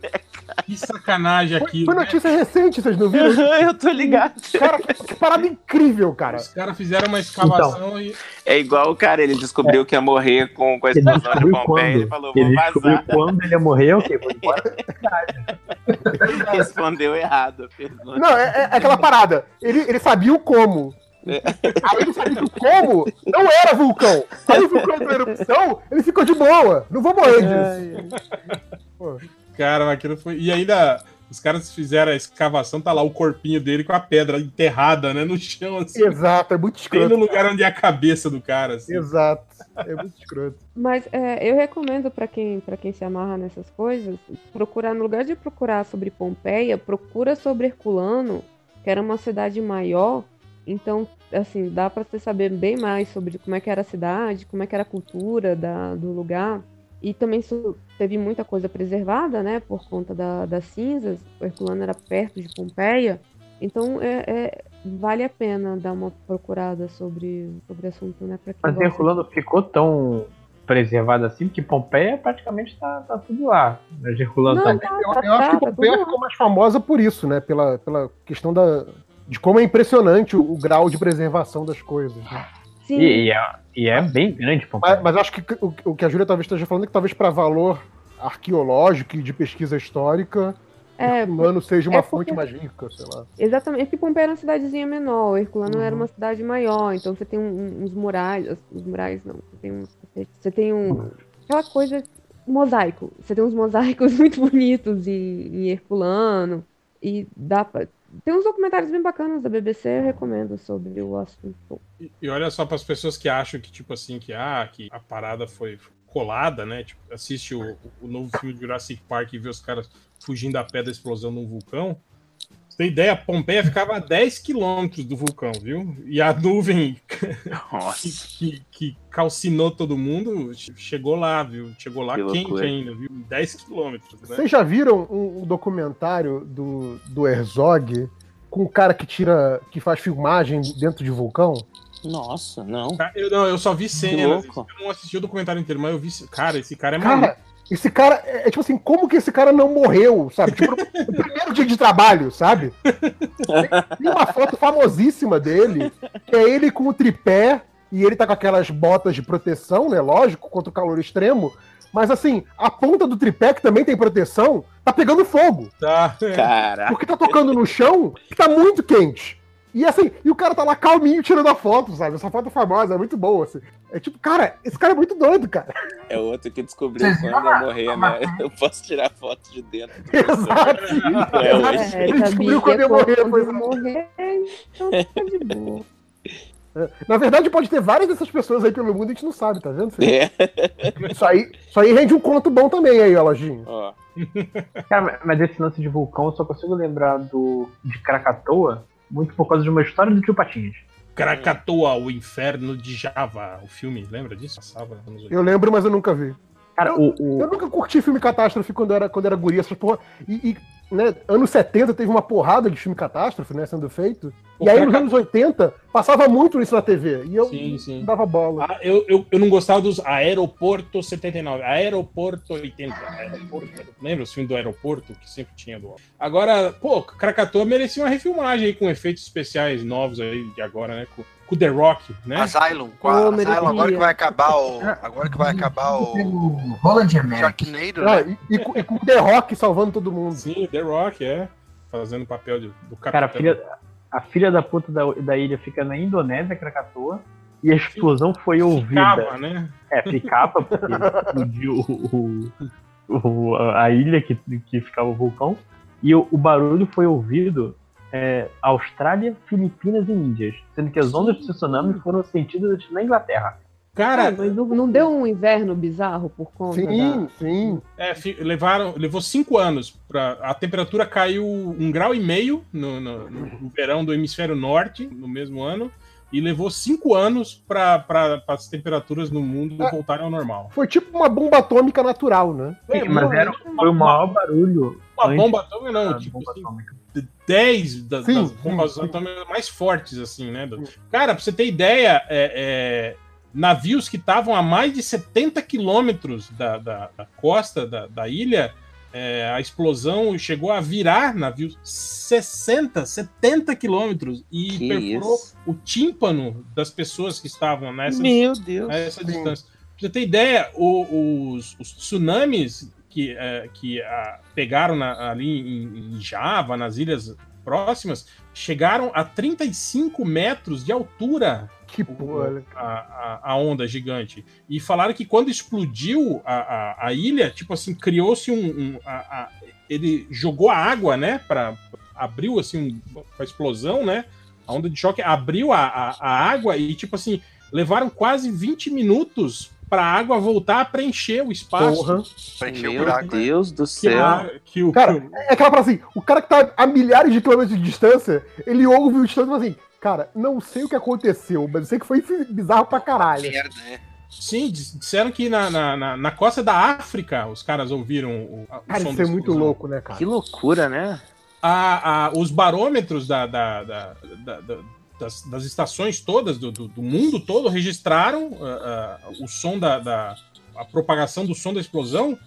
Speaker 5: Que sacanagem
Speaker 3: Foi,
Speaker 5: aquilo.
Speaker 3: foi
Speaker 5: né?
Speaker 3: notícia recente, vocês não viram?
Speaker 2: eu tô ligado.
Speaker 3: Cara, que, que parada incrível, cara. Então.
Speaker 5: Os caras fizeram uma escavação e.
Speaker 2: É igual o cara, ele descobriu que ia morrer com, com a
Speaker 11: Ele
Speaker 2: explosão de
Speaker 11: descobriu
Speaker 2: Pompeia,
Speaker 11: quando?
Speaker 2: ele falou, vou
Speaker 11: Ele
Speaker 2: vazar. *laughs*
Speaker 11: descobriu quando ele ia morrer, ok, vou embora.
Speaker 2: Respondeu errado a pergunta.
Speaker 3: Não, é, é aquela parada. Ele, ele sabia o como. Aí ele sabia que o como não era vulcão. Quando o vulcão entrou em erupção, ele ficou de boa. Não vou morrer disso.
Speaker 5: Cara, mas aquilo foi. E ainda. Os caras fizeram a escavação, tá lá o corpinho dele com a pedra enterrada, né? No chão, assim.
Speaker 3: Exato, é muito
Speaker 5: Bem no
Speaker 3: escroto.
Speaker 5: lugar onde é a cabeça do cara, assim.
Speaker 3: Exato. É muito escroto.
Speaker 9: Mas é, eu recomendo para quem, pra quem se amarra nessas coisas, procurar, no lugar de procurar sobre Pompeia, procura sobre Herculano, que era uma cidade maior. Então, assim, dá para você saber bem mais sobre como é que era a cidade, como é que era a cultura da- do lugar. E também isso teve muita coisa preservada, né, por conta da- das cinzas. O Herculano era perto de Pompeia. Então, é- é- vale a pena dar uma procurada sobre, sobre o assunto, né, para quem
Speaker 11: Mas
Speaker 9: gosta de-
Speaker 11: Herculano ficou tão preservado assim, porque Pompeia praticamente tá, tá tudo lá. Mas Herculano
Speaker 9: Não,
Speaker 11: também.
Speaker 9: tá,
Speaker 3: Eu,
Speaker 9: tá,
Speaker 3: eu acho
Speaker 9: tá,
Speaker 3: que
Speaker 9: tá
Speaker 3: Pompeia
Speaker 9: tudo
Speaker 3: ficou mais famosa por isso, né? Pela, pela questão da, de como é impressionante o, o grau de preservação das coisas. né?
Speaker 9: Sim.
Speaker 7: E, e é, e é bem grande, Pompeia.
Speaker 3: Mas, mas acho que o, o que a Júlia talvez esteja falando é que talvez para valor arqueológico e de pesquisa histórica,
Speaker 9: É,
Speaker 3: Herculano seja uma
Speaker 9: é porque-
Speaker 3: fonte
Speaker 9: Né?
Speaker 3: mais rica, sei lá.
Speaker 9: Exatamente, porque Pompeia era uma cidadezinha menor, Herculano era uma cidade maior, então você tem um- uns murais, os murais não, você tem, um, você tem um, aquela coisa, mosaico, você tem uns mosaicos *laughs* muito bonitos em, em Herculano, e dá pra, tem uns documentários bem bacanas da BBC, eu recomendo sobre o assunto.
Speaker 5: E- E olha só para as pessoas que acham que, tipo assim, que, ah, que a parada foi colada, né? Tipo, assiste o, o novo filme de Jurassic Park e vê os caras fugindo a pé da explosão num vulcão. Pra Você tem ideia? Pompeia ficava a 10 quilômetros do vulcão, viu? E a nuvem que, que, que calcinou todo mundo che- chegou lá, viu? Chegou lá
Speaker 2: Que
Speaker 5: quente
Speaker 2: loucura.
Speaker 5: ainda, viu? 10 quilômetros, né?
Speaker 3: Vocês já viram um, um documentário do, do Herzog com o cara que tira. que faz filmagem dentro de vulcão?
Speaker 12: Nossa, não.
Speaker 5: Cara, Eu, não, eu só vi
Speaker 12: Que
Speaker 5: cenas.
Speaker 12: louco.
Speaker 5: Eu não assisti o documentário inteiro, mas eu vi. Cara, esse cara é maluco.
Speaker 3: Cara, esse cara. É, é tipo assim, como que esse cara não morreu, sabe? Tipo, no *laughs* primeiro dia de trabalho, sabe? Tem uma foto famosíssima dele, que é ele com o tripé, e ele tá com aquelas botas de proteção, né? Lógico, contra o calor extremo. Mas assim, a ponta do tripé, que também tem proteção, tá pegando fogo.
Speaker 5: Tá. é.
Speaker 2: Ah,
Speaker 12: Caraca.
Speaker 3: Porque tá tocando no chão que tá muito quente. E assim, e o cara tá lá calminho tirando a foto, sabe? Essa foto é famosa, é muito boa, assim. É tipo, cara, esse cara é muito doido, cara.
Speaker 2: É outro que descobriu
Speaker 6: Vocês
Speaker 2: quando
Speaker 6: viram
Speaker 2: eu
Speaker 6: a-
Speaker 2: morrer,
Speaker 6: a
Speaker 2: né?
Speaker 6: matéria?
Speaker 2: Eu posso tirar foto de dentro. do
Speaker 3: Exato.
Speaker 2: museu. É hoje.
Speaker 9: É, né?
Speaker 3: Ele descobriu quando
Speaker 9: sabia
Speaker 3: ia morrer,
Speaker 9: quando
Speaker 3: pois é.
Speaker 9: morrer, *laughs* então tá de boa.
Speaker 3: Na verdade, pode ter várias dessas pessoas aí pelo mundo e a gente não sabe, tá vendo?
Speaker 2: É,
Speaker 3: Isso aí, isso aí rende um conto bom também aí, ó, Lojinha.
Speaker 2: ó.
Speaker 7: Cara, mas esse lance de vulcão eu só consigo lembrar do de Krakatoa muito por causa de uma história do tio Patinhas.
Speaker 5: *laughs* Krakatoa, o inferno de Java. O filme, lembra disso? Passava nos anos 80.
Speaker 3: Eu lembro, mas eu nunca vi.
Speaker 7: Cara, o, o-
Speaker 3: Eu nunca curti filme catástrofe quando era, quando era guria, essas porra. E, e, né, anos 70 teve uma porrada de filme catástrofe, né, sendo feito. E aí nos anos 80 passava muito isso na TV. E eu
Speaker 5: Sim, sim.
Speaker 3: dava bola.
Speaker 5: Ah, eu, eu, eu não gostava dos Aeroporto 79, Aeroporto 80. Aeroporto. Lembra o filme do Aeroporto que sempre tinha do Agora, pô, Krakatoa merecia uma refilmagem aí com efeitos especiais novos aí de agora, né? Com, com The Rock, né?
Speaker 7: Ah,
Speaker 1: Asylum, com a-
Speaker 9: Ô,
Speaker 1: Asylum, agora
Speaker 9: merecia.
Speaker 1: que vai acabar o. Agora que vai acabar o.
Speaker 6: *laughs* O Roland Emmerich.
Speaker 1: Sharknado,
Speaker 3: Ah,
Speaker 1: né?
Speaker 3: e, e com- e com The Rock salvando todo mundo.
Speaker 5: Sim, The Rock, é. Fazendo o papel de, do
Speaker 7: cara,
Speaker 5: capitão.
Speaker 7: a filha, a filha da puta da, da ilha fica na Indonésia, Krakatoa, e a explosão foi ouvida.
Speaker 5: Ficava, né?
Speaker 7: É, ficava,
Speaker 5: *laughs*
Speaker 7: porque explodiu o, o- a a ilha que, que ficava o vulcão. E o, o barulho foi ouvido é, Austrália, Filipinas e Índias, sendo que as ondas de tsunami foram sentidas na Inglaterra.
Speaker 5: Cara,
Speaker 9: É, Ah, Mas não, não deu um inverno bizarro por conta da...
Speaker 3: É, Sim, sim.
Speaker 5: É, fi- levaram, levou cinco anos para a temperatura caiu um grau e meio no, no- no verão do hemisfério norte no mesmo ano e levou cinco anos para as temperaturas no mundo
Speaker 3: É.
Speaker 5: voltarem ao normal.
Speaker 3: Foi tipo uma bomba atômica natural, né?
Speaker 7: Sim, mas era, foi o maior barulho.
Speaker 5: Uma
Speaker 7: antes
Speaker 5: bomba atômica
Speaker 7: da
Speaker 5: não, tipo
Speaker 7: Ah, bomba
Speaker 5: assim,
Speaker 7: atômica.
Speaker 5: 10 das,
Speaker 3: Sim,
Speaker 5: das
Speaker 3: sim,
Speaker 5: bombas
Speaker 3: sim.
Speaker 5: atômicas mais fortes, assim, né? do- Cara, pra você ter ideia, é, é, navios que estavam a mais de 70 quilômetros da, da, da costa da, da ilha, é, a explosão chegou a virar navios 60, 70 quilômetros e
Speaker 12: Que
Speaker 5: perfurou
Speaker 12: isso.
Speaker 5: o tímpano das pessoas que estavam nessa
Speaker 12: Meu Deus.
Speaker 5: a essa distância. Pra você ter ideia, o- os, os tsunamis que, eh, que ah, pegaram na- ali em, em Java, nas ilhas próximas, chegaram a 35 metros de altura
Speaker 3: Que porra.
Speaker 5: a, a, a onda gigante. E falaram que quando explodiu a, a, a ilha, tipo assim, criou-se um. um- a- a- ele jogou a água, né? Pra, abriu assim um- a explosão, né? A onda de choque abriu a, a, a água e, tipo assim, levaram quase 20 minutos para a água voltar a preencher o espaço.
Speaker 3: Porra.
Speaker 1: Preencheu o
Speaker 12: Meu
Speaker 1: buraco. né?
Speaker 12: Deus do
Speaker 5: Que,
Speaker 12: céu.
Speaker 5: a, que o,
Speaker 3: Cara, É aquela parada assim, o cara que tá a milhares de quilômetros de distância, ele ouve o instante e fala assim, cara, não sei o que aconteceu, mas eu sei que foi bizarro pra caralho.
Speaker 2: é
Speaker 1: Merda, né?
Speaker 5: Sim, dis- disseram que na, na, na, na costa da África os caras ouviram o, a- o
Speaker 3: Cara, isso
Speaker 5: da
Speaker 3: é muito
Speaker 5: explosão.
Speaker 3: louco, né,
Speaker 12: Que
Speaker 3: cara?
Speaker 12: loucura, né?
Speaker 5: a- a- os barômetros da- da- da- da- da- das, das estações todas do, do- do mundo todo registraram ah, ah, o som da, da- a propagação do som da explosão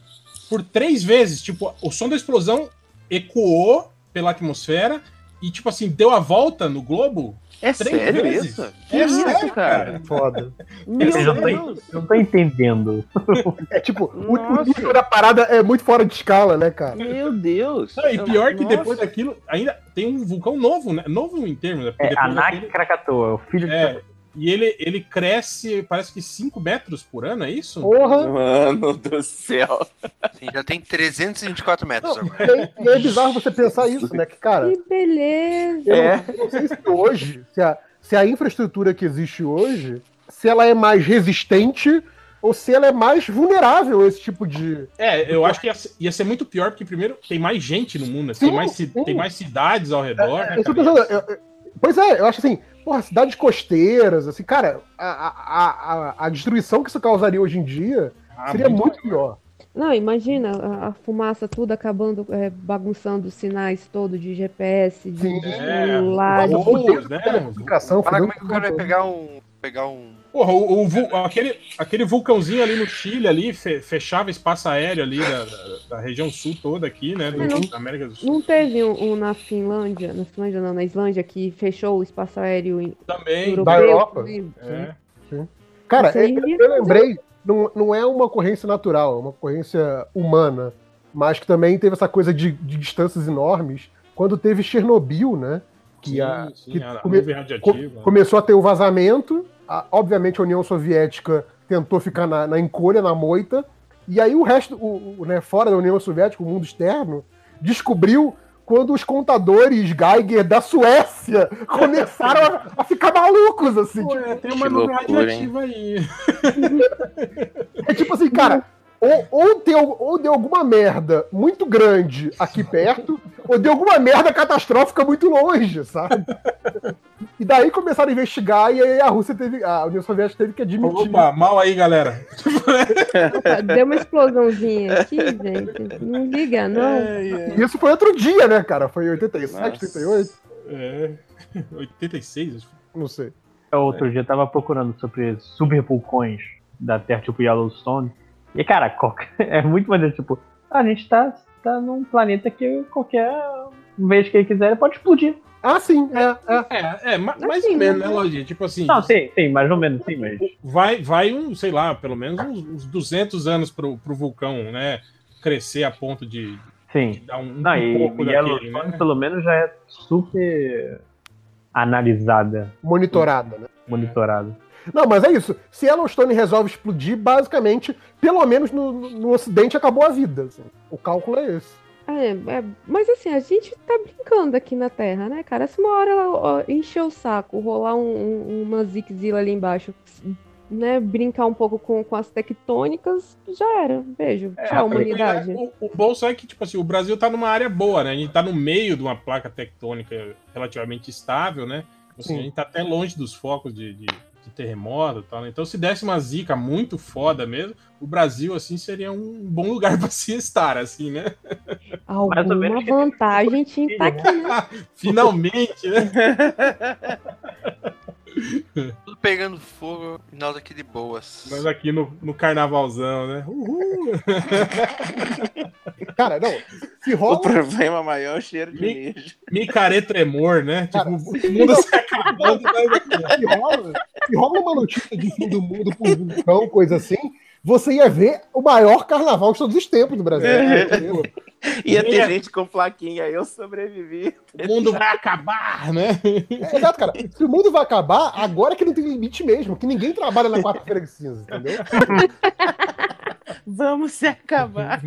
Speaker 5: por três vezes. Tipo, o som da explosão ecoou pela atmosfera e, tipo assim, deu a volta no globo.
Speaker 10: É sério isso?
Speaker 5: É,
Speaker 10: isso,
Speaker 5: sério,
Speaker 10: cara?
Speaker 5: cara.
Speaker 3: Foda.
Speaker 10: Meu
Speaker 5: Eu
Speaker 11: já tô-
Speaker 10: Deus.
Speaker 11: Eu não tô entendendo.
Speaker 3: É tipo, o- o
Speaker 10: Nossa.
Speaker 3: nível da parada é muito fora de escala, né, cara?
Speaker 10: Meu Deus.
Speaker 5: Não, e pior que
Speaker 10: Nossa.
Speaker 5: depois daquilo, ainda tem um vulcão novo, né? Novo em termos, né? Porque
Speaker 11: É
Speaker 5: depois
Speaker 11: Anak
Speaker 5: daquele-
Speaker 11: Krakatoa, o filho de
Speaker 5: É, e ele, ele cresce, parece que 5 metros por ano, é isso?
Speaker 3: Porra!
Speaker 2: Mano do céu.
Speaker 1: Sim, já tem 324 metros
Speaker 3: Não,
Speaker 1: agora.
Speaker 3: e, e é bizarro você pensar isso, né? Que, cara,
Speaker 9: Que beleza!
Speaker 3: eu
Speaker 2: É.
Speaker 3: não sei se hoje, se a, se a infraestrutura que existe hoje, se ela é mais resistente ou se ela é mais vulnerável a esse tipo de.
Speaker 5: É, eu acho que ia, ser- ia ser muito pior, porque primeiro tem mais gente no mundo, né?
Speaker 3: Sim,
Speaker 5: tem, mais, ci-
Speaker 3: sim. É,
Speaker 5: tem mais cidades ao redor, né,
Speaker 3: Eu tô
Speaker 5: cara?
Speaker 3: pensando, eu- eu- pois é, eu acho assim, porra, cidades costeiras, assim, cara, a, a, a- a, a destruição que isso causaria hoje em dia
Speaker 5: Ah,
Speaker 3: seria muito pior.
Speaker 9: Não, imagina a, a fumaça tudo acabando, é, bagunçando os sinais todos de GPS, de,
Speaker 3: Sim.
Speaker 9: de
Speaker 5: É,
Speaker 9: celular, de-
Speaker 5: voos, né?
Speaker 3: Educação,
Speaker 1: Para
Speaker 3: fudeu
Speaker 1: como é que o cara vai pegar um. Pegar um.
Speaker 5: Porra, o, o vu- aquele, aquele vulcãozinho ali no Chile, ali, fe- fechava espaço aéreo ali da, da- da região sul toda aqui, né? do-
Speaker 9: Não.
Speaker 5: da América do Sul.
Speaker 9: Não teve um, um na Finlândia, na Finlândia não, na Islândia, que fechou o espaço aéreo em-
Speaker 5: Também.
Speaker 9: europeu?
Speaker 3: da Europa?
Speaker 9: também?
Speaker 5: É.
Speaker 3: Cara, é,
Speaker 9: Isso aí
Speaker 3: eu,
Speaker 9: ia
Speaker 3: eu lembrei, não, não é uma ocorrência natural, é uma ocorrência humana, mas que também teve essa coisa de, de distâncias enormes quando teve Chernobyl, né? Que,
Speaker 5: Sim,
Speaker 3: a-
Speaker 5: sim,
Speaker 3: que
Speaker 5: a
Speaker 3: come-
Speaker 5: nuvem radiativa.
Speaker 3: co- começou a ter o vazamento, a- obviamente a União Soviética tentou ficar na, na encolha, na moita, e aí o resto, o, o- né, fora da União Soviética, o mundo externo, descobriu quando os contadores Geiger da Suécia *laughs* começaram a, a ficar malucos, assim,
Speaker 5: Pô,
Speaker 3: tipo,
Speaker 5: é, tem
Speaker 2: Que
Speaker 5: uma nuvem
Speaker 2: loucura,
Speaker 5: radiativa aí.
Speaker 3: É tipo assim, cara, ou, ou, deu, ou deu alguma merda muito grande aqui perto, ou deu alguma merda catastrófica muito longe, sabe? E daí começaram a investigar e aí a Rússia teve. A União Soviética teve que admitir.
Speaker 5: Opa, mal aí, galera.
Speaker 9: Opa, deu uma explosãozinha aqui, gente. Não liga,
Speaker 5: É.
Speaker 9: não.
Speaker 3: E isso foi outro dia, né, cara? Foi em 87,
Speaker 2: Nossa.
Speaker 3: 38?
Speaker 5: É. *laughs* 86, acho.
Speaker 3: Não sei.
Speaker 11: Eu, outro dia eu tava procurando sobre super vulcões da Terra, tipo Yellowstone. E, cara, qualquer- *laughs* é muito maneiro, tipo, a gente tá, tá num planeta que qualquer vez que ele quiser ele pode explodir.
Speaker 3: Ah, sim, é, é.
Speaker 5: É, é ma- mais
Speaker 9: Assim,
Speaker 5: ou menos,
Speaker 9: né?
Speaker 5: né, Lojinha? Tipo assim,
Speaker 11: Não, sim, sim, mais ou menos, sim, mas.
Speaker 5: vai, vai um, sei lá, pelo menos uns, uns 200 anos pro, pro vulcão, né? Crescer a ponto de, de
Speaker 11: Sim.
Speaker 5: dar um,
Speaker 11: Não,
Speaker 5: um
Speaker 11: e,
Speaker 5: pouco
Speaker 11: e é
Speaker 5: daquele,
Speaker 11: Yellowstone,
Speaker 5: né?
Speaker 11: pelo menos, já é super analisada,
Speaker 3: Monitorada, né?
Speaker 11: monitorada.
Speaker 3: Não, mas é isso. Se Yellowstone resolve explodir, basicamente, pelo menos no, no Ocidente, acabou a vida. assim. O cálculo é esse.
Speaker 9: É, é, mas assim, a gente tá brincando aqui na Terra, né, cara? Se uma hora ela, ó, encher o saco, rolar um- um- uma ziquezila ali embaixo, né, brincar um pouco com, com as tectônicas, já era. Beijo.
Speaker 5: É,
Speaker 9: Tchau,
Speaker 5: porque,
Speaker 9: humanidade.
Speaker 5: né, O, o bom só é que, tipo assim, o Brasil tá numa área boa, né? A gente tá no meio de uma placa tectônica relativamente estável, né? Assim,
Speaker 3: Sim.
Speaker 5: a gente tá até longe dos focos de, de, de terremoto e tal, né? Então, se desse uma zica muito foda mesmo, o Brasil, assim, seria um bom lugar *laughs* pra se estar, assim, né? *laughs*
Speaker 11: Mais ou
Speaker 9: Alguma
Speaker 11: menos que tem
Speaker 9: vantagem tinha que estar aqui, né?
Speaker 5: Finalmente, né?
Speaker 1: Tudo pegando fogo e nós aqui de boas.
Speaker 5: Nós aqui no, no carnavalzão, né? Uhul!
Speaker 3: Cara, não. Se rola.
Speaker 2: O problema maior é o cheiro de
Speaker 5: Me-
Speaker 2: mijo.
Speaker 5: Micare tremor, né?
Speaker 3: Cara,
Speaker 5: tipo, o mundo se acabando. né? Mas...
Speaker 3: que rola, que rola uma notícia de fim do mundo por vulcão, coisa assim, você ia ver o maior carnaval de todos os tempos do Brasil.
Speaker 5: É.
Speaker 2: Ia ter
Speaker 5: É.
Speaker 2: gente com plaquinha, eu sobrevivi.
Speaker 5: O mundo vai acabar, né?
Speaker 3: É, exato, cara. Se o mundo vai acabar, agora é que não tem limite mesmo, que ninguém trabalha na quarta-feira de cinza, entendeu?
Speaker 2: Vamos se acabar.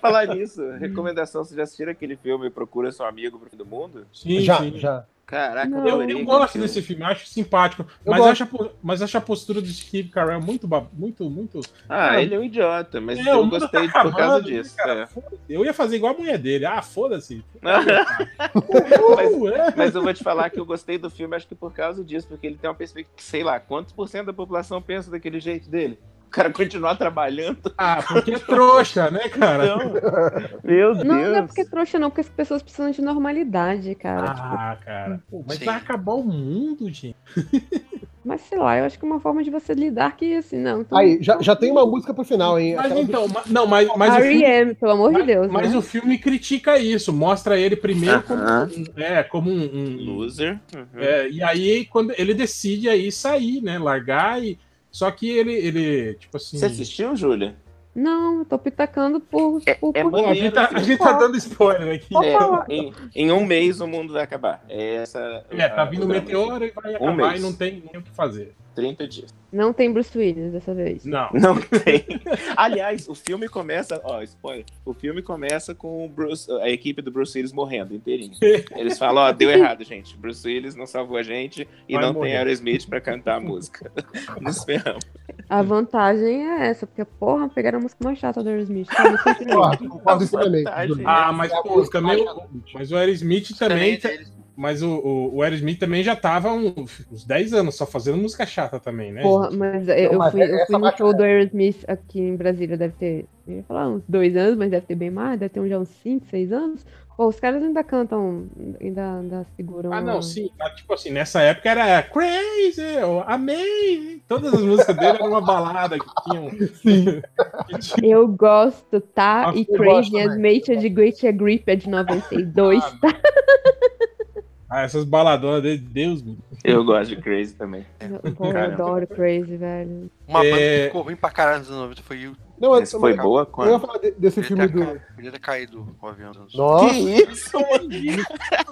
Speaker 2: Falar nisso, recomendação: vocês já assistiram aquele filme Procura Seu Amigo pro Fim do Mundo?
Speaker 5: Sim,
Speaker 3: já,
Speaker 5: sim.
Speaker 3: já.
Speaker 2: Caraca, eu
Speaker 5: Eu,
Speaker 2: adorei.
Speaker 5: eu
Speaker 2: aquele
Speaker 5: gosto
Speaker 2: filme.
Speaker 5: desse filme, eu acho simpático.
Speaker 3: Eu
Speaker 5: mas,
Speaker 3: gosto.
Speaker 5: acho a, po- mas acho a postura do Steve Carell muito, ba- muito, muito.
Speaker 2: Ah,
Speaker 5: Ah,
Speaker 2: ele é um idiota, mas
Speaker 5: É, o
Speaker 2: eu
Speaker 5: mundo tá
Speaker 2: gostei por causa
Speaker 5: acabando,
Speaker 2: disso.
Speaker 5: né, cara?
Speaker 2: é.
Speaker 5: Eu ia fazer igual a mulher dele. Ah, foda-se.
Speaker 2: Mas-
Speaker 5: Uh, é.
Speaker 2: é. *laughs* Mas eu vou te falar que eu gostei do filme, acho que por causa disso, porque ele tem uma perspectiva, sei lá, quantos por cento da população pensa daquele jeito dele? cara continuar trabalhando.
Speaker 5: Ah, porque é trouxa, né, cara? Então,
Speaker 2: meu Deus.
Speaker 9: Não, não é porque é trouxa, não, porque as pessoas precisam de normalidade, cara.
Speaker 5: Ah, tipo... cara. Pô, mas Sim. vai acabar o mundo, gente.
Speaker 9: Mas sei lá, eu acho que é uma forma de você lidar que assim, não. Então...
Speaker 3: Aí, já, já tem uma música pro final, hein?
Speaker 5: Mas Aquela então, do... não, mas. mas
Speaker 9: R. o filme, M, pelo amor de Deus.
Speaker 5: Mas, né? mas o filme critica isso, mostra ele primeiro como,
Speaker 2: Aham.
Speaker 5: é, como um. um-
Speaker 2: Loser.
Speaker 5: é, e aí quando ele decide aí sair, né? Largar e. Só que ele, ele tipo assim.
Speaker 2: Você assistiu, Júlia?
Speaker 9: Não, eu tô pitacando por. por,
Speaker 2: é
Speaker 9: por-
Speaker 5: Bom, a gente, tá, a gente tá dando spoiler aqui.
Speaker 9: Pode
Speaker 2: É,
Speaker 9: falar.
Speaker 2: em, em um mês o mundo vai acabar. É essa.
Speaker 5: É, tá
Speaker 2: a-
Speaker 5: vindo
Speaker 2: o
Speaker 5: um
Speaker 2: drama.
Speaker 5: meteoro e vai
Speaker 2: Ah, Um
Speaker 5: acabar
Speaker 2: mês.
Speaker 5: e não tem nem o que fazer.
Speaker 2: 30 dias.
Speaker 9: Não tem Bruce Willis dessa vez.
Speaker 5: Não.
Speaker 2: Não *laughs* tem. Aliás, o filme começa. Ó, spoiler. O filme começa com o Bruce, a equipe do Bruce Willis morrendo inteirinho.
Speaker 5: *laughs*
Speaker 2: Eles falam: ó, deu errado, gente. Bruce Willis não salvou a gente e
Speaker 5: Vai
Speaker 2: não
Speaker 5: morrer.
Speaker 2: tem Aerosmith pra cantar a música. *laughs* Nos ferramos.
Speaker 9: A vantagem é essa, porque, porra, pegaram a música mais chata do Aerosmith. Tá, Mas continua.
Speaker 3: Concordo, concordo inteiramente.
Speaker 2: Vantagem.
Speaker 3: Júlio.
Speaker 5: Ah, mas
Speaker 3: É a
Speaker 5: pô,
Speaker 3: música
Speaker 5: também.
Speaker 3: mais chata do
Speaker 5: Mas o Aerosmith também.
Speaker 1: Também né,
Speaker 5: tá-
Speaker 1: deles.
Speaker 5: Mas o, o, o Aerosmith também já tava uns, uns 10 anos só fazendo música chata também, né?
Speaker 9: Porra, mas eh, eu,
Speaker 3: Não, mas
Speaker 5: é
Speaker 9: fui, eu
Speaker 3: essa
Speaker 9: fui no
Speaker 3: parte-
Speaker 9: show do Aerosmith aqui em Brasília, deve ter, eu ia falar, uns dois anos, mas deve ter bem mais, deve ter uns já uns 5, 6 anos. Pô, os caras ainda cantam, ainda, ainda seguram.
Speaker 5: Ah,
Speaker 9: a-
Speaker 5: não, sim. Mas, tipo assim, nessa época era Crazy, ou Amazing. Todas as músicas dele eram uma balada que um tinham. que tinha-
Speaker 9: Eu gosto, tá?
Speaker 5: Ah,
Speaker 9: e
Speaker 5: eu
Speaker 9: Crazy
Speaker 5: gosto
Speaker 9: as
Speaker 5: também.
Speaker 9: Nature de Great Agrippa é de 92,
Speaker 5: Ah,
Speaker 9: tá?
Speaker 5: Ah, essas baladonas dele, Deus, meu.
Speaker 2: Eu gosto de Crazy também.
Speaker 9: Pô, eu
Speaker 2: Caramba.
Speaker 9: adoro Crazy, velho.
Speaker 1: Uma
Speaker 5: É.
Speaker 1: banda que ficou ruim pra caralho nos anos 90 foi o.
Speaker 3: Não,
Speaker 2: Mas
Speaker 3: eu-
Speaker 2: foi
Speaker 3: eu-
Speaker 2: boa
Speaker 3: Eu ia
Speaker 2: quando? tá
Speaker 3: falar de- desse
Speaker 1: Podia
Speaker 3: filme
Speaker 1: ter,
Speaker 3: do.
Speaker 1: ca- podia ter caído o avião.
Speaker 2: Que
Speaker 3: Nossa,
Speaker 2: isso, mano?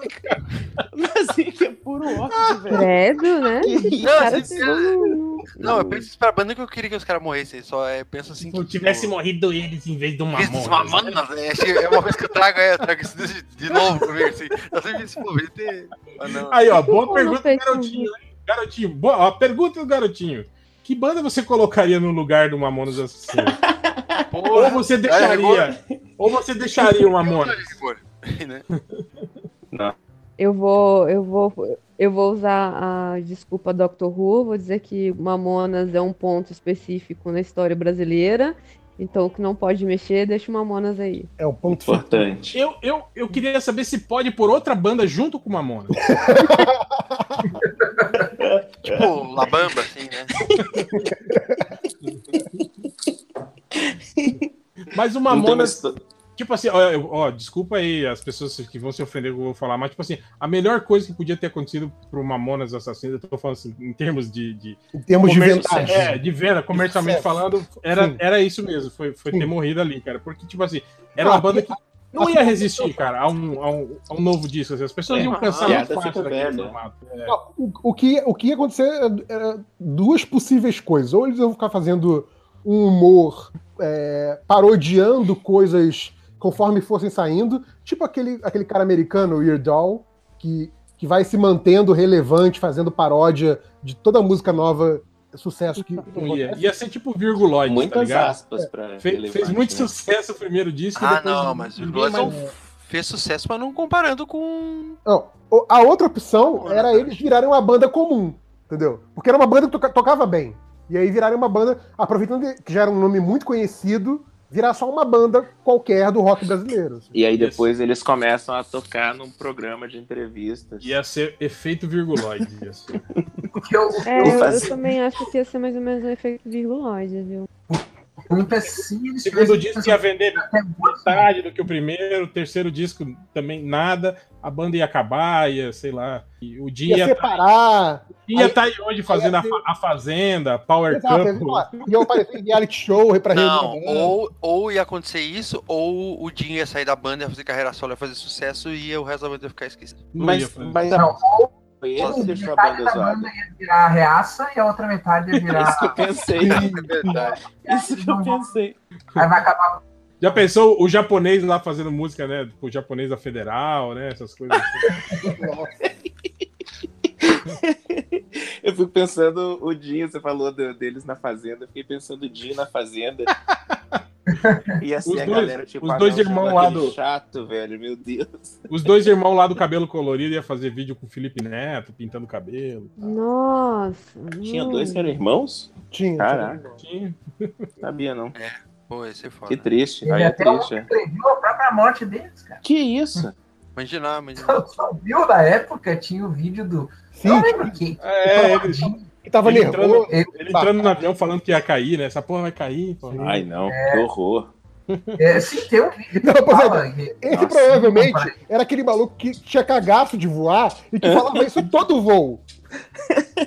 Speaker 2: *laughs* Mas assim, que é puro ódio, é velho.
Speaker 9: Credo, né?
Speaker 2: Que
Speaker 1: Não,
Speaker 9: Cara,
Speaker 1: assim,
Speaker 9: pegou no- no-
Speaker 1: Não, eu penso pra banda que eu queria que os caras morressem. Só é, penso assim.
Speaker 5: Se eu tivesse morrido eles em vez de uma
Speaker 1: Business Mamonas, é, acho que é uma vez que eu trago, é, eu trago isso de, de novo comigo, assim. Eu sempre me descobri ter. Ah, não.
Speaker 5: Aí, ó, boa
Speaker 9: Não
Speaker 5: pergunta do
Speaker 9: fez
Speaker 5: garotinho, hein? Garotinho, boa, ó, pergunta do garotinho. Que banda você colocaria no lugar do Mamonas Assassino? *laughs* ou você deixaria, ou você deixaria o Mamonas?
Speaker 1: tipo,
Speaker 9: Eu vou, eu vou, eu vou usar a desculpa Dr. Who, vou dizer que Mamonas é um ponto específico na história brasileira, então o que não pode mexer, deixa o Mamonas aí.
Speaker 3: é um ponto.
Speaker 2: Importante.
Speaker 5: Eu, eu, eu queria saber se pode por outra banda junto com o Mamonas.
Speaker 1: Tipo, Labamba, assim, né?
Speaker 5: Mas o
Speaker 2: Não tem
Speaker 5: Mamonas,
Speaker 2: misto-
Speaker 5: tipo assim, ó, eu- ó, desculpa aí as pessoas que vão se ofender com o que eu vou falar, mas tipo assim, a melhor coisa que podia ter acontecido pro Mamonas Assassino, eu tô falando assim, em termos de- de
Speaker 3: Em termos de
Speaker 5: Comercio-
Speaker 3: vantagem.
Speaker 5: É, de venda, comercialmente
Speaker 3: é Sucesso.
Speaker 5: falando, era,
Speaker 3: Sim.
Speaker 5: era isso mesmo. Foi, foi
Speaker 3: Sim.
Speaker 5: ter morrido ali, cara. Porque, tipo assim, era
Speaker 3: Ah,
Speaker 5: uma banda que não ia
Speaker 3: assim,
Speaker 5: resistir, cara, a um, a um, a um novo disco. assim, As pessoas
Speaker 2: É,
Speaker 5: iam
Speaker 2: a
Speaker 5: cansar muito
Speaker 2: piada
Speaker 5: fácil
Speaker 2: fica
Speaker 5: daquele
Speaker 2: velha.
Speaker 5: formato.
Speaker 3: Não, o, o que, o que ia acontecer era- era duas possíveis coisas. Ou eles iam ficar fazendo um humor é, parodiando coisas conforme fossem saindo, tipo aquele, aquele cara americano, o Eardall, que, que vai se mantendo relevante, fazendo paródia de toda música nova, sucesso que. que
Speaker 5: Não ia.
Speaker 3: acontece.
Speaker 5: Ia ser tipo virguloide, tá
Speaker 2: Muitas
Speaker 5: ligado?
Speaker 2: aspas pra.
Speaker 5: Fe- Fez,
Speaker 2: relevante,
Speaker 5: muito
Speaker 2: né?
Speaker 5: sucesso o primeiro disco.
Speaker 1: Ah,
Speaker 5: depois
Speaker 1: não, mas
Speaker 5: ninguém
Speaker 1: Virguloide
Speaker 5: mais-
Speaker 1: são- Fez sucesso, mas não comparando com.
Speaker 3: Não, o- a outra opção
Speaker 1: Não,
Speaker 3: era
Speaker 1: não.
Speaker 3: eles virarem uma banda comum, entendeu? Porque era uma banda que toca- tocava bem. E aí viraram uma banda, aproveitando que já era um nome muito conhecido, virar só uma banda qualquer do rock brasileiro. assim.
Speaker 2: E aí depois eles começam a tocar num programa de entrevistas.
Speaker 5: Ia ser efeito virguloide. ia ser.
Speaker 6: O que eu,
Speaker 9: É,
Speaker 2: Vou
Speaker 9: eu, eu
Speaker 2: fazer.
Speaker 9: também acho que ia ser mais ou menos um efeito virguloide, viu?
Speaker 6: o empecilho de
Speaker 5: Segundo disco ia vender
Speaker 6: até hoje,
Speaker 5: metade do que o primeiro, o terceiro disco também nada, a banda ia acabar, ia, sei lá. E o dia tá
Speaker 3: Ia
Speaker 5: ia
Speaker 3: separar.
Speaker 5: Ia
Speaker 3: Aí-
Speaker 5: estar aí hoje fazendo a, fa- a Fazenda, Power
Speaker 3: Exato, ia
Speaker 5: Camp.
Speaker 3: falar, iam aparecer em reality show pra
Speaker 1: Não,
Speaker 3: reunir a banda.
Speaker 1: ou, ou ia acontecer isso, ou o Dinho ia sair da banda, ia fazer carreira solo, ia fazer sucesso e o resto da banda ia ficar esquecido.
Speaker 5: Não ia
Speaker 2: Mas,
Speaker 5: fazer.
Speaker 2: mas
Speaker 6: Não, um,
Speaker 2: foi ele que deixou a
Speaker 6: metade
Speaker 2: banda
Speaker 6: da
Speaker 2: zoada.
Speaker 6: banda é ia virar reaça e a outra metade ia
Speaker 2: É Isso que
Speaker 6: virar.
Speaker 2: eu pensei.
Speaker 1: É verdade.
Speaker 2: *laughs* Isso que eu pensei.
Speaker 6: Aí vai acabar
Speaker 5: Já pensou o japonês lá fazendo música, né? O japonês da Federal, né? Essas coisas.
Speaker 2: *laughs*
Speaker 5: assim.
Speaker 2: Eu fico pensando o Dinho, você falou do- deles na fazenda, eu fiquei pensando o Dinho na fazenda. E assim,
Speaker 5: Os
Speaker 2: a
Speaker 5: dois-
Speaker 2: galera, tipo,
Speaker 5: os
Speaker 2: ah,
Speaker 5: dois
Speaker 2: não, chegou
Speaker 5: irmão lá
Speaker 2: aquele
Speaker 5: do-
Speaker 2: chato, velho, meu Deus.
Speaker 5: Os dois irmãos lá do cabelo colorido iam fazer vídeo com o Felipe Neto, pintando o cabelo.
Speaker 9: Nossa.
Speaker 5: Hum.
Speaker 2: Tinha
Speaker 9: não.
Speaker 2: dois que eram irmãos?
Speaker 3: Tinha.
Speaker 2: Caraca,
Speaker 5: Tinha.
Speaker 2: sabia não.
Speaker 1: Pô, esse é foda.
Speaker 2: Que triste,
Speaker 6: Ele
Speaker 2: aí é
Speaker 6: até
Speaker 2: triste. é.
Speaker 6: previu a própria morte deles, cara.
Speaker 2: Que isso?
Speaker 1: Imaginar, imaginar.
Speaker 6: Só, só viu na época, tinha o vídeo do.
Speaker 3: Sim,
Speaker 6: Eu não lembro quem.
Speaker 5: É, ele,
Speaker 3: que tava
Speaker 5: Ele
Speaker 3: nervoso.
Speaker 5: ele entrando no avião falando que ia cair, né? Essa porra vai cair. pô.
Speaker 2: Ai não, que horror.
Speaker 6: É, sim, tem um vídeo.
Speaker 3: Não,
Speaker 6: que
Speaker 5: é,
Speaker 3: rapaziada,
Speaker 6: fala que-
Speaker 3: Esse
Speaker 2: Nossa,
Speaker 3: provavelmente era aquele maluco que tinha cagaço de voar e que falava isso todo voo.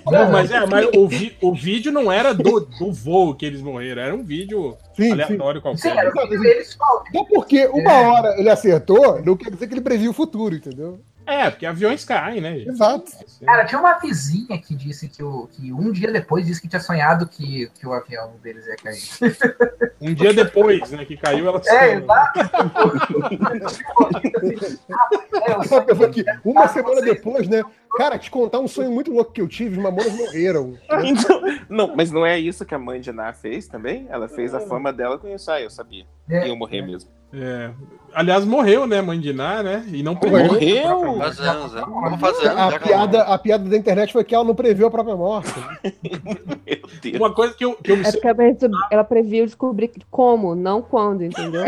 Speaker 5: Não, mas, é, mas o, vi- o vídeo não era do, do voo que eles morreram, era um vídeo
Speaker 3: Sim, sim.
Speaker 5: aleatório
Speaker 6: Sim,
Speaker 5: qualquer.
Speaker 6: era o vídeo deles falando.
Speaker 3: Só porque uma hora ele acertou, não quer dizer que ele previu o futuro, entendeu?
Speaker 5: É, porque aviões caem, né? gente?
Speaker 3: Exato.
Speaker 6: Cara, tinha uma vizinha que disse que, o, que um dia depois disse que tinha sonhado que, que o avião deles ia cair.
Speaker 5: Um dia depois, né, que caiu, ela
Speaker 6: É,
Speaker 5: saiu.
Speaker 6: exato. É, eu
Speaker 3: *laughs* Uma
Speaker 6: sei
Speaker 3: pessoa que uma
Speaker 6: Ah,
Speaker 3: semana
Speaker 6: vocês-
Speaker 3: depois, né? Cara, te contar um sonho muito louco que eu tive, os mamonas morreram.
Speaker 2: Então, não, mas não é isso que a mãe de Ná fez também? Ela fez a fama dela com isso. Ah, eu sabia.
Speaker 6: É.
Speaker 2: Ia morrer mesmo.
Speaker 5: É. Aliás, morreu, né, mãe de Ná, né? E não pegou.
Speaker 3: Morreu?
Speaker 2: Morreu?
Speaker 1: Faz anos, né? Vamos fazer anos.
Speaker 3: A
Speaker 1: já, cara.
Speaker 3: piada, a piada da internet foi que ela não previu a própria morte.
Speaker 2: Meu Deus.
Speaker 5: Uma coisa que eu, que eu me
Speaker 9: É porque ela, previu- ela previu descobrir como, não quando, Então entendeu?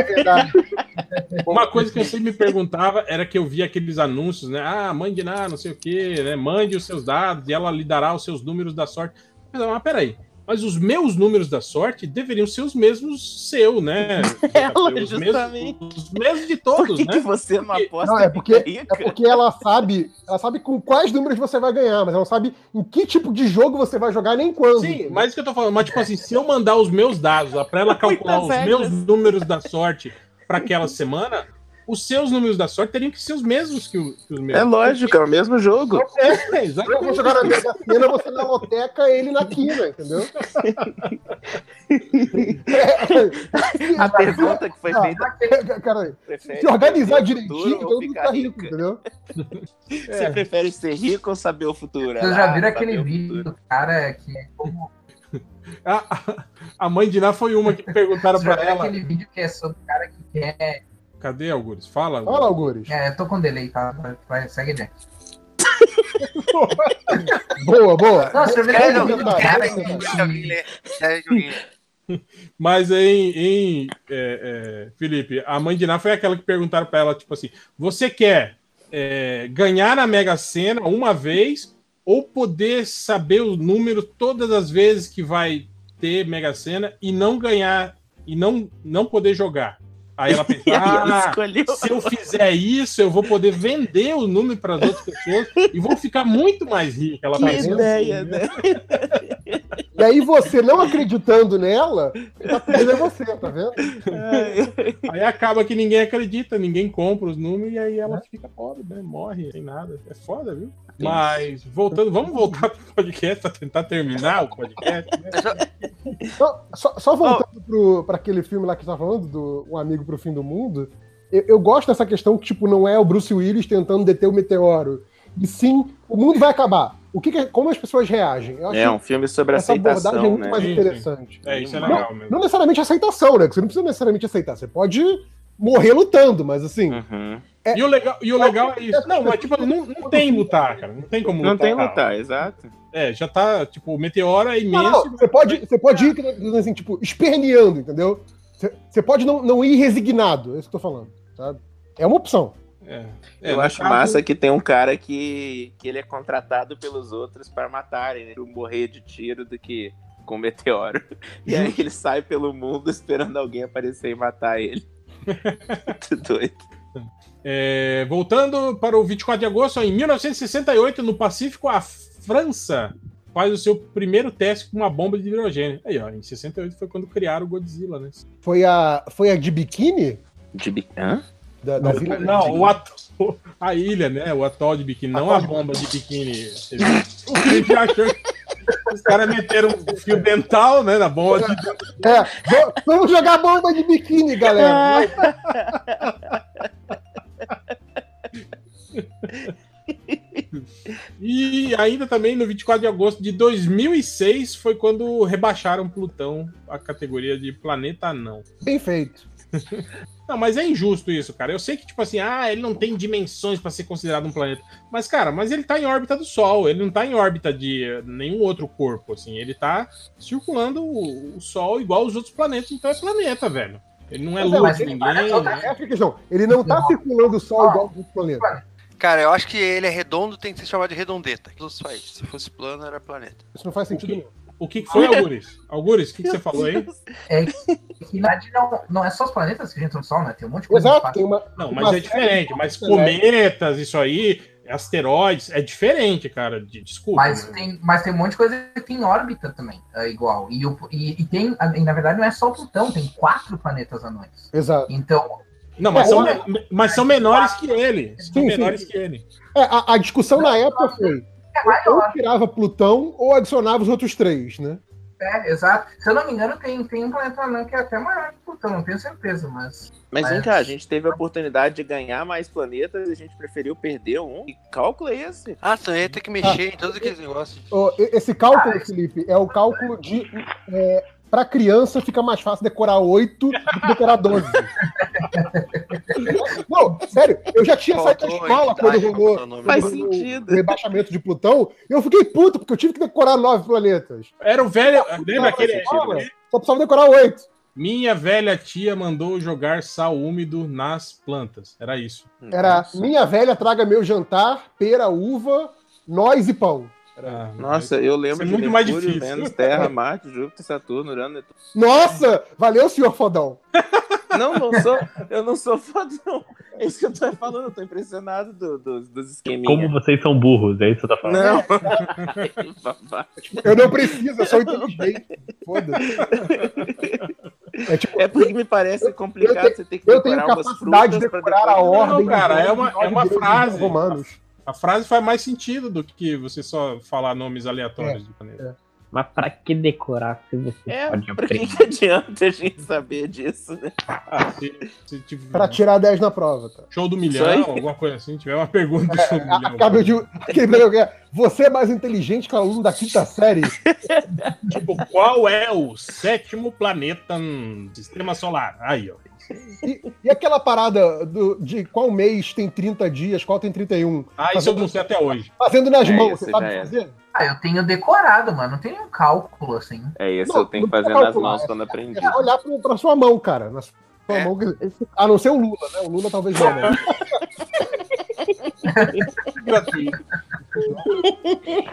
Speaker 5: Uma coisa que eu sempre me perguntava era que eu via aqueles anúncios, né? Ah, mande lá, não sei o quê, né? Mande os seus dados e ela lhe dará os seus números da sorte. Mas, mas peraí, mas os meus números da sorte deveriam ser os mesmos seu, né?
Speaker 2: *laughs* Ela,
Speaker 5: os
Speaker 2: justamente.
Speaker 5: Mesmos, os mesmos de
Speaker 2: Por
Speaker 5: todos,
Speaker 2: que, que
Speaker 5: né?
Speaker 2: você não aposta
Speaker 3: Não, é porque-
Speaker 2: em
Speaker 3: É
Speaker 2: rica?
Speaker 3: porque ela sabe, ela sabe com quais números você vai ganhar, mas ela não sabe em que tipo de jogo você vai jogar nem quando.
Speaker 5: Sim, mas isso que eu tô falando, mas tipo assim, se eu mandar os meus dados lá *laughs* pra ela calcular os
Speaker 2: Muitas
Speaker 5: meus
Speaker 2: regras.
Speaker 5: números da sorte pra aquela semana, os seus números da sorte teriam que ser os mesmos que, o- que os meus.
Speaker 2: É lógico, é o mesmo jogo.
Speaker 5: *laughs* É,
Speaker 3: Eu vou
Speaker 5: exatamente.
Speaker 3: jogar na Mega Sena, você na loteca, ele na quina, entendeu? *laughs*
Speaker 2: A pergunta que foi feita
Speaker 3: É, Cara,
Speaker 2: prefere
Speaker 3: se organizar
Speaker 2: prever o futuro
Speaker 3: direitinho,
Speaker 2: ou
Speaker 3: todo mundo
Speaker 2: ficar
Speaker 3: tá rico,
Speaker 2: rica?
Speaker 3: entendeu? É.
Speaker 2: Você prefere ser rico ou saber o futuro?
Speaker 6: Vocês já
Speaker 2: Ah,
Speaker 6: viram
Speaker 2: saber
Speaker 6: aquele
Speaker 2: o
Speaker 6: vídeo
Speaker 2: futuro.
Speaker 6: do cara que é como.
Speaker 5: A, a mãe de Ná foi uma que perguntaram
Speaker 6: Vocês já
Speaker 5: pra
Speaker 6: viram
Speaker 5: ela.
Speaker 6: aquele vídeo que é sobre o cara que quer.
Speaker 5: Cadê, Algures? Fala.
Speaker 3: Olha lá, Algures.
Speaker 6: É, eu tô com delay, tá? Vai- Vai, segue adiante.
Speaker 3: Boa, boa.
Speaker 6: Não, vocês já viram
Speaker 1: Sério,
Speaker 6: aquele vídeo do é cara
Speaker 1: sério,
Speaker 6: que.
Speaker 1: alguém lê. Sério, alguém lê.
Speaker 5: Mas em, em, é, é, Felipe, a mãe de Ná foi aquela que perguntaram pra ela, tipo assim, você quer é, ganhar na Mega Sena uma vez ou poder saber o número todas as vezes que vai ter Mega Sena e não ganhar, e não, não poder jogar? Aí ela pensa,
Speaker 2: *laughs* E aí ela
Speaker 5: ah,
Speaker 2: escolheu.
Speaker 5: se eu fizer isso, eu vou poder vender o número para as outras pessoas e vou ficar muito mais rica. Ela
Speaker 2: Que
Speaker 5: pensou
Speaker 2: ideia,
Speaker 5: assim,
Speaker 2: né?
Speaker 3: né? E aí você não acreditando nela, tá perdendo você, tá vendo?
Speaker 5: Aí acaba que ninguém acredita, ninguém compra os números e aí ela fica pobre, né? Morre sem nada. É foda, viu? Mas voltando, vamos voltar pro podcast pra tentar terminar o podcast. né?
Speaker 3: Só, Então, só- só voltando pro- pra aquele filme lá que você tá falando, do Um Amigo pro Fim do Mundo, eu, eu gosto dessa questão que, tipo, não é o Bruce Willis tentando deter o meteoro. E sim, o mundo vai acabar. O que que é- como as pessoas reagem? Eu acho
Speaker 2: É um filme sobre
Speaker 3: que essa abordagem é
Speaker 2: aceitação,
Speaker 3: muito
Speaker 2: né?
Speaker 3: mais
Speaker 5: Sim,
Speaker 3: interessante.
Speaker 5: É, isso é legal mesmo.
Speaker 3: Não necessariamente aceitação, né? Que você não precisa necessariamente aceitar. Você pode morrer lutando, mas assim.
Speaker 2: Uhum.
Speaker 5: E o legal, e o legal é isso. Não, mas tipo, não, não tem lutar, cara. Não tem como
Speaker 2: Não tem
Speaker 5: cara.
Speaker 2: lutar, exato.
Speaker 5: É, já tá, tipo, o meteoro é
Speaker 3: Não,
Speaker 5: imenso.
Speaker 3: não, você pode, você pode ir, assim, tipo, esperneando, entendeu? Você, você pode não, não ir resignado, é isso que eu tô falando. sabe? É uma opção.
Speaker 5: É, é,
Speaker 2: Eu
Speaker 5: no
Speaker 2: acho
Speaker 5: caso-
Speaker 2: massa que tem um cara que, que ele é contratado pelos outros para matarem, né? Pra morrer de tiro do que com meteoro. *laughs* E aí ele sai pelo mundo esperando alguém aparecer e matar *laughs* ele. Muito doido.
Speaker 5: É, voltando para o 24 de agosto, em 1968, no Pacífico, a França faz o seu primeiro teste com uma bomba de hidrogênio. Aí, ó, em 68 foi quando criaram o Godzilla, né?
Speaker 3: Foi a, foi a de biquíni?
Speaker 2: De bi- Hã?
Speaker 3: Da, da
Speaker 5: Não,
Speaker 3: Vila-
Speaker 5: o atol, *laughs* a ilha, né? O atol de biquíni, não a bomba de biquíni. O Felipe achou que os caras meteram um fio dental, né? Na bomba de
Speaker 3: É, v- vamos jogar bomba de biquíni, galera.
Speaker 5: E E ainda também no 24 de agosto de 2006 foi quando rebaixaram Plutão à categoria de planeta não.
Speaker 3: Bem feito.
Speaker 5: Não, mas é injusto isso, cara. Eu sei que, tipo assim, ah, ele não tem dimensões para ser considerado um planeta. Mas, cara, mas ele tá em órbita do Sol. Ele não tá em órbita de eh, nenhum outro corpo, assim. Ele tá circulando o, o Sol igual os outros planetas. Então é planeta, velho. Ele não é
Speaker 3: Não,
Speaker 5: luz
Speaker 3: mas
Speaker 5: de
Speaker 3: ele-
Speaker 5: ninguém.
Speaker 3: É outra-
Speaker 5: né?
Speaker 3: é outra questão. Ele não tá circulando o Sol igual o planeta.
Speaker 1: Cara, eu acho que ele é redondo, tem que ser chamado de redondeta. Aquilo Só isso. Se fosse plano, era planeta.
Speaker 3: Isso não faz sentido nenhum.
Speaker 5: O que que foi, Algures? Algures, o que, que você falou aí?
Speaker 6: É que, na verdade, não, não é só os planetas que entram no Sol, né? Tem um monte de coisa.
Speaker 3: Exato,
Speaker 6: que
Speaker 3: tem uma.
Speaker 5: Não,
Speaker 3: uma
Speaker 5: mas é
Speaker 3: série
Speaker 5: diferente. Mas
Speaker 3: de coisas, né?
Speaker 5: cometas, isso aí, asteroides, é diferente, cara. de- Desculpa. né?
Speaker 6: Mas tem, mas tem um monte de coisa que tem órbita também, é igual. E, o, e, e tem, e, na verdade, não é só o Plutão, tem quatro planetas anões.
Speaker 3: Exato.
Speaker 6: Então,
Speaker 5: Não, mas,
Speaker 3: É,
Speaker 5: são,
Speaker 6: olha-
Speaker 5: me- mas são menores que ele. São
Speaker 3: Sim,
Speaker 5: menores que ele.
Speaker 3: É, a, a discussão na época foi:
Speaker 6: é
Speaker 3: ou
Speaker 6: maior,
Speaker 3: tirava Plutão ou adicionava os outros três, né?
Speaker 6: é, exato. Se eu não me engano, tem, tem um planeta anão que é até maior que o Plutão, não tenho certeza, mas.
Speaker 2: Mas vem
Speaker 6: Mas-
Speaker 2: cá, a gente teve a oportunidade de ganhar mais planetas e a gente preferiu perder um. Que cálculo é esse?
Speaker 1: Ah, então ia ter que mexer em todos aqueles negócios.
Speaker 3: Ó, e- Esse cálculo, Felipe, é o cálculo de. É, pra criança fica mais fácil decorar oito do que decorar 12. Não, sério, eu já tinha saído da
Speaker 1: Faltou tá, então.
Speaker 3: escola
Speaker 1: entidade,
Speaker 3: quando rolou
Speaker 1: faltou o nome.
Speaker 2: Faz
Speaker 3: Mas-
Speaker 2: sentido.
Speaker 3: o rebaixamento de Plutão. E eu fiquei puto, porque eu tive que decorar nove planetas.
Speaker 5: Era o velho. Lembra aquele. né?
Speaker 3: Olha, Só precisava decorar oito.
Speaker 5: Minha velha tia mandou jogar sal úmido nas plantas. Era isso.
Speaker 3: Era minha velha traga meu jantar, pera, uva, nós e pão.
Speaker 5: Era-
Speaker 2: Nossa, eu lembro
Speaker 5: é muito mais difícil.
Speaker 2: Vênus, Terra, Marte, Júpiter, Saturno, Urano, Netuno.
Speaker 3: Nossa, valeu, senhor fodão.
Speaker 2: Não, não sou, eu não sou fã, não. É isso que eu tô falando, eu tô impressionado do- do- dos
Speaker 11: Como
Speaker 2: esqueminhas.
Speaker 11: vocês são burros, é isso que você tá falando.
Speaker 2: Não. Ai, babá.
Speaker 3: Eu não preciso, eu sou inteligente. Foda-se. É tipo,
Speaker 2: é porque me parece
Speaker 3: Eu
Speaker 2: complicado
Speaker 3: tenho-
Speaker 2: você ter que
Speaker 3: eu tenho
Speaker 2: decorar umas
Speaker 3: capacidade de
Speaker 2: frutas pra
Speaker 3: decorar a
Speaker 2: decorar.
Speaker 3: ordem.
Speaker 5: cara,
Speaker 3: dos
Speaker 5: é uma-
Speaker 3: nove
Speaker 5: é uma
Speaker 3: deuses
Speaker 5: frase.
Speaker 3: Romanos.
Speaker 5: A frase faz mais sentido do que você só falar nomes aleatórios do planeta.
Speaker 11: Mas pra que decorar se você
Speaker 2: É,
Speaker 11: pode
Speaker 2: pra que,
Speaker 11: aprender?
Speaker 2: que adianta a gente saber disso, né?
Speaker 5: Ah, se, se tiver um
Speaker 3: Pra tirar 10 na prova, tá?
Speaker 5: show do
Speaker 2: aí.
Speaker 5: milhão, alguma coisa assim, tiver uma pergunta
Speaker 2: É,
Speaker 5: do show do milhão.
Speaker 3: Acabei de. *laughs* Aquele programa que é, Você é mais inteligente que o aluno da quinta série?
Speaker 5: Tipo, qual é o sétimo planeta no sistema solar? Aí, ó.
Speaker 3: E, e aquela parada do- de qual mês tem 30 dias, qual tem 31?
Speaker 5: Ah, isso eu não sei até hoje.
Speaker 3: Fazendo nas
Speaker 2: É,
Speaker 3: mãos,
Speaker 2: isso já
Speaker 3: você sabe
Speaker 2: era.
Speaker 3: fazer?
Speaker 6: Ah, eu tenho decorado, mano. Não tem nenhum cálculo assim.
Speaker 2: É, isso
Speaker 3: Não,
Speaker 2: eu tenho que
Speaker 3: não
Speaker 2: fazer
Speaker 3: calcular,
Speaker 2: nas mãos
Speaker 3: é-
Speaker 2: quando aprendi.
Speaker 3: É olhar pro, pra sua mão, cara. Na sua
Speaker 1: É.
Speaker 3: mão, quer dizer, a não ser o Lula, né? O Lula talvez não, né?
Speaker 5: Gratuito.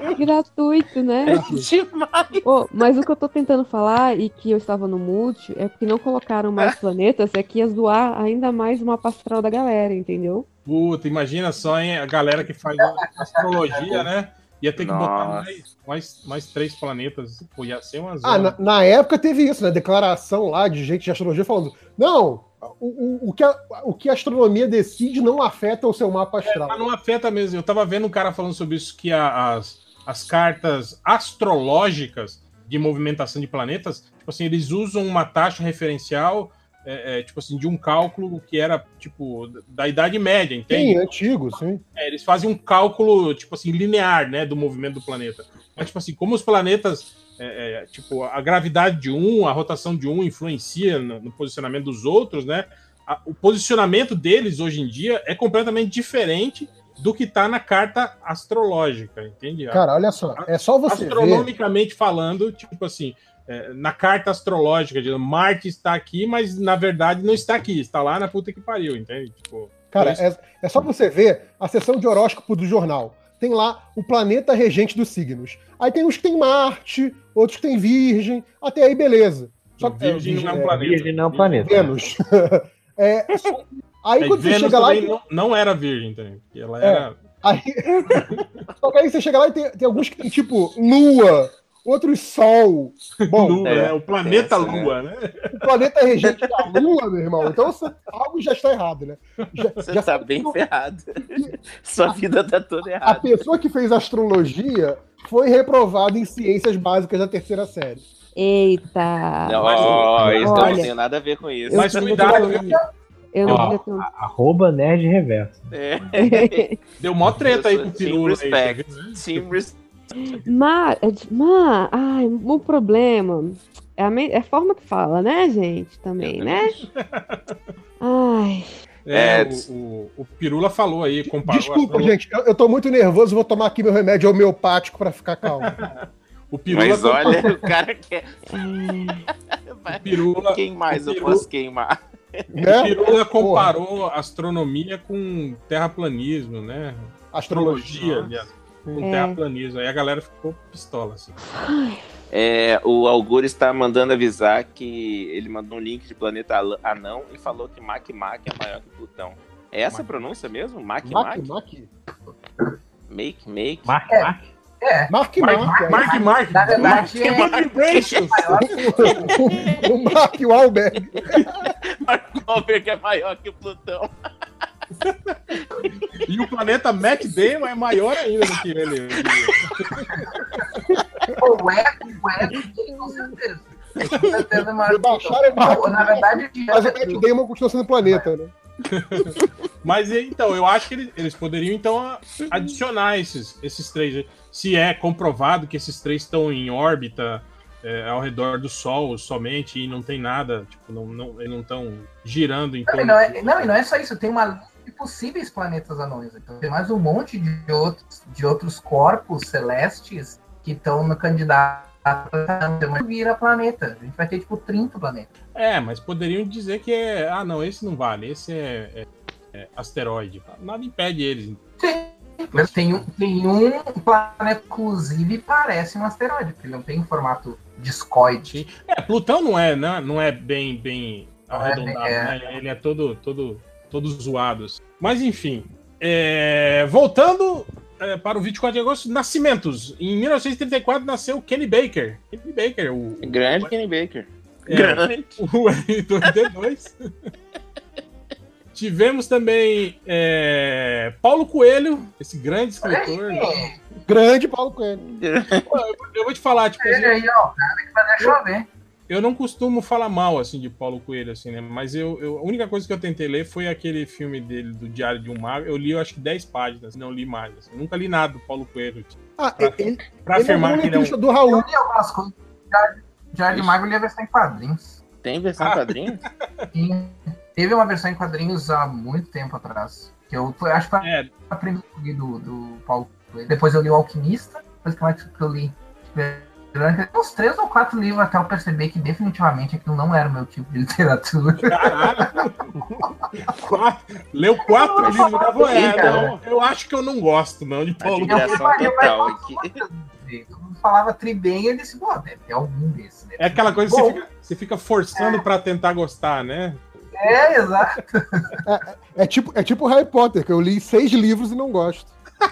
Speaker 9: é Gratuito,
Speaker 3: é
Speaker 9: né?
Speaker 2: Demais.
Speaker 9: Ô, mas o que eu tô tentando falar e que eu estava no mute é porque não colocaram
Speaker 2: *laughs*
Speaker 9: mais planetas, é que ia zoar ainda mais uma pastoral da galera, entendeu?
Speaker 5: Puta, imagina só, hein? A galera que faz astrologia, né? Ia ter que botar
Speaker 2: Nossa.
Speaker 5: mais, mais, mais três planetas. Pô, ia ser uma zona.
Speaker 3: Ah, na, na época teve isso, né? Declaração lá de gente de astrologia falando: não, o, o, o, que a, o que a astronomia decide não afeta o seu mapa astral.
Speaker 5: É, Mas não afeta mesmo. Eu tava vendo um cara falando sobre isso, que a- as, as cartas astrológicas de movimentação de planetas, tipo assim, eles usam uma taxa referencial, é, é, tipo assim, de um cálculo que era, tipo, da Idade Média, entende?
Speaker 3: Sim, antigo, sim.
Speaker 5: É, eles fazem um cálculo, tipo assim, linear, né, do movimento do planeta. Mas, tipo assim, como os planetas, é, é, tipo, a gravidade de um, a rotação de um influencia no, no posicionamento dos outros, né? a- o posicionamento deles hoje em dia é completamente diferente do que tá na carta astrológica, entende? A-
Speaker 3: Cara, olha só, é só você ver.
Speaker 5: Astronomicamente falando, tipo assim, é, na carta astrológica, de Marte está aqui, mas na verdade não está aqui, está lá na puta que pariu, entende? Tipo,
Speaker 3: Cara, é, é só você ver a sessão de horóscopo do jornal. Tem lá o planeta regente dos signos. Aí tem uns que tem Marte, outros que tem Virgem, até aí beleza. Só que
Speaker 5: Virgem não é um
Speaker 3: é,
Speaker 5: planeta.
Speaker 11: Virgem não é um planeta.
Speaker 3: Vênus. *laughs* É, só- aí
Speaker 5: Aí
Speaker 3: quando você
Speaker 5: Vênus
Speaker 3: chega lá,
Speaker 5: também
Speaker 3: e tem-
Speaker 5: não, não era virgem também. porque Ela
Speaker 3: É.
Speaker 5: era.
Speaker 3: aí, *laughs* só que aí você chega lá e tem, tem alguns que tem tipo Lua, outros Sol. Bom,
Speaker 5: Lua,
Speaker 2: é,
Speaker 5: né? O planeta
Speaker 2: essa, né?
Speaker 5: Lua, né?
Speaker 3: o planeta é regente da Lua, meu irmão. Então você- algo já está errado, né? Já,
Speaker 2: Você
Speaker 3: já
Speaker 2: tá
Speaker 3: sabe
Speaker 2: bem
Speaker 3: que o- *laughs*
Speaker 2: ferrado. Sua vida tá toda
Speaker 3: A
Speaker 2: errada.
Speaker 3: pessoa que fez astrologia foi reprovada em ciências básicas da terceira série.
Speaker 9: Eita!
Speaker 2: Não,
Speaker 5: Mas-
Speaker 2: ó, ó, isso eu não
Speaker 9: Olha,
Speaker 2: tenho nada a ver com isso.
Speaker 5: Mas
Speaker 9: eu-
Speaker 5: cuidado, viu?
Speaker 4: Eu
Speaker 5: Ó,
Speaker 4: não eu tenho-
Speaker 11: Arroba Nerd Reverso.
Speaker 2: *laughs*
Speaker 4: *laughs*
Speaker 10: É.
Speaker 5: Deu mó treta aí com o
Speaker 10: Team
Speaker 5: Pirula aí, tá
Speaker 10: respect.
Speaker 5: vendo?
Speaker 10: Team respect.
Speaker 4: Mas, mas, ai, o problema é a, me- é a forma que fala, né, gente?
Speaker 2: É
Speaker 4: Também, né? Ai,
Speaker 5: É,
Speaker 10: É,
Speaker 5: o, o- o Pirula falou aí, comparou.
Speaker 3: Desculpa,
Speaker 5: falou-
Speaker 3: gente, eu, eu tô muito nervoso, vou tomar aqui meu remédio homeopático pra ficar calmo.
Speaker 5: O Pirula,
Speaker 10: Mas olha, o cara quer.
Speaker 5: o Pirula,
Speaker 10: Quem mais eu
Speaker 5: Pirula-
Speaker 10: posso queimar?
Speaker 5: o
Speaker 3: né?
Speaker 5: Pirula comparou astronomia com terraplanismo, né? Astrologia,
Speaker 3: Astrologia.
Speaker 5: aliás, com
Speaker 4: É.
Speaker 5: terraplanismo. Aí a galera ficou pistola, assim.
Speaker 2: É, o Augur está mandando avisar que ele mandou um link de planeta Al- anão e falou que Mac Mac é maior que Plutão. É essa a pronúncia mesmo? Mac Mac?
Speaker 3: Mark, Mark.
Speaker 10: *laughs*
Speaker 2: Make Make?
Speaker 11: Mark,
Speaker 6: É.
Speaker 11: Mark.
Speaker 6: É,
Speaker 3: Mark,
Speaker 5: Mark,
Speaker 3: Mark.
Speaker 5: Mark, Mark.
Speaker 6: na verdade é
Speaker 3: Vibrations. o, o Mark Wahlberg.
Speaker 10: Albert que é maior que o Plutão.
Speaker 5: E o planeta Mac
Speaker 6: *laughs*
Speaker 5: Damon é maior ainda do que ele.
Speaker 6: o eco, o eco dele, é, com certeza. Com certeza é maior que o Plutão.
Speaker 3: Rebaixaram o Mark.
Speaker 6: Não, Na verdade,
Speaker 3: Mas é o Matt Damon continua sendo planeta, né?
Speaker 5: Mas então, eu acho que ele- eles poderiam então a- adicionar esses, esses três. aí. Se é comprovado que esses três estão em órbita é, ao redor do Sol somente e não tem nada, tipo, não, não, eles não estão girando em
Speaker 6: Não, e
Speaker 5: torno.
Speaker 6: não, é, não, e não é só isso, tem uma lista de possíveis planetas anões. Então, tem mais um monte de outros, de outros corpos celestes que estão no candidato a anão. vira planeta. A gente vai ter tipo 30 planetas.
Speaker 5: É, mas poderiam dizer que é. Ah, não, esse não vale, esse é, é- é asteroide. Nada impede eles.
Speaker 6: Mas tem, um- tem um planeta, inclusive, parece um asteroide, porque ele não tem um formato discoide.
Speaker 5: É, Plutão não é, né, não é bem, bem
Speaker 6: Não é bem-
Speaker 5: arredondado,
Speaker 6: é.
Speaker 5: né? Ele é todo, todo, todo zoado. assim. Mas enfim, é, voltando é, para o 24 de agosto, nascimentos. Em 1934 nasceu Kenny Baker. Kenny Baker, o,
Speaker 2: Grande Kenny Baker.
Speaker 5: é,
Speaker 10: Grande.
Speaker 5: *laughs* o R2D2. Tivemos também é, Paulo Coelho, esse grande escritor.
Speaker 3: Grande Paulo Coelho.
Speaker 5: Eu vou te falar, tipo,
Speaker 6: Veja aí, ó, cara que vai dar chover.
Speaker 5: Eu não costumo falar mal, assim, de Paulo Coelho, assim, né? Mas eu, eu- a única coisa que eu tentei ler foi aquele filme dele, do Diário de um Mago. Eu li, eu acho que 10 páginas, não li mais. assim. Nunca li nada do Paulo Coelho. tipo,
Speaker 3: Ah, ele,
Speaker 5: Pra
Speaker 3: ele é
Speaker 5: afirmar
Speaker 3: um
Speaker 5: que ele é um...
Speaker 3: letrista do Raul.
Speaker 6: Eu li algumas coisas. Já- Já de Mago eu li a versão em quadrinhos.
Speaker 2: Tem versão
Speaker 10: *laughs*
Speaker 5: Ah.
Speaker 2: quadrinho?
Speaker 6: Sim. Teve uma versão em quadrinhos há muito tempo atrás. Que eu foi- acho que foi
Speaker 5: É,
Speaker 6: a primeira que eu li do, do Paulo Coelho. Depois eu li o Alquimista, depois que mais que eu li. Durante uns três ou quatro livros até eu perceber que definitivamente aquilo não era o meu tipo de literatura.
Speaker 5: caralho. *laughs* Quatro- Leu quatro livros da
Speaker 2: Sim,
Speaker 5: Voeda.
Speaker 2: cara. é
Speaker 5: Eu, eu acho que eu não gosto, não, de
Speaker 2: A
Speaker 5: Paulo Coelho.
Speaker 6: Admiração.
Speaker 2: digressão total aqui.
Speaker 6: Eu falava tri bem e eu disse, pô, deve ter algum desses. né?"
Speaker 5: É aquela coisa que
Speaker 6: Bom.
Speaker 5: você fica, você fica
Speaker 2: é.
Speaker 5: forçando pra tentar gostar, né?
Speaker 6: É, exato.
Speaker 3: É tipo, é tipo Harry Potter, que eu li seis livros e não gosto.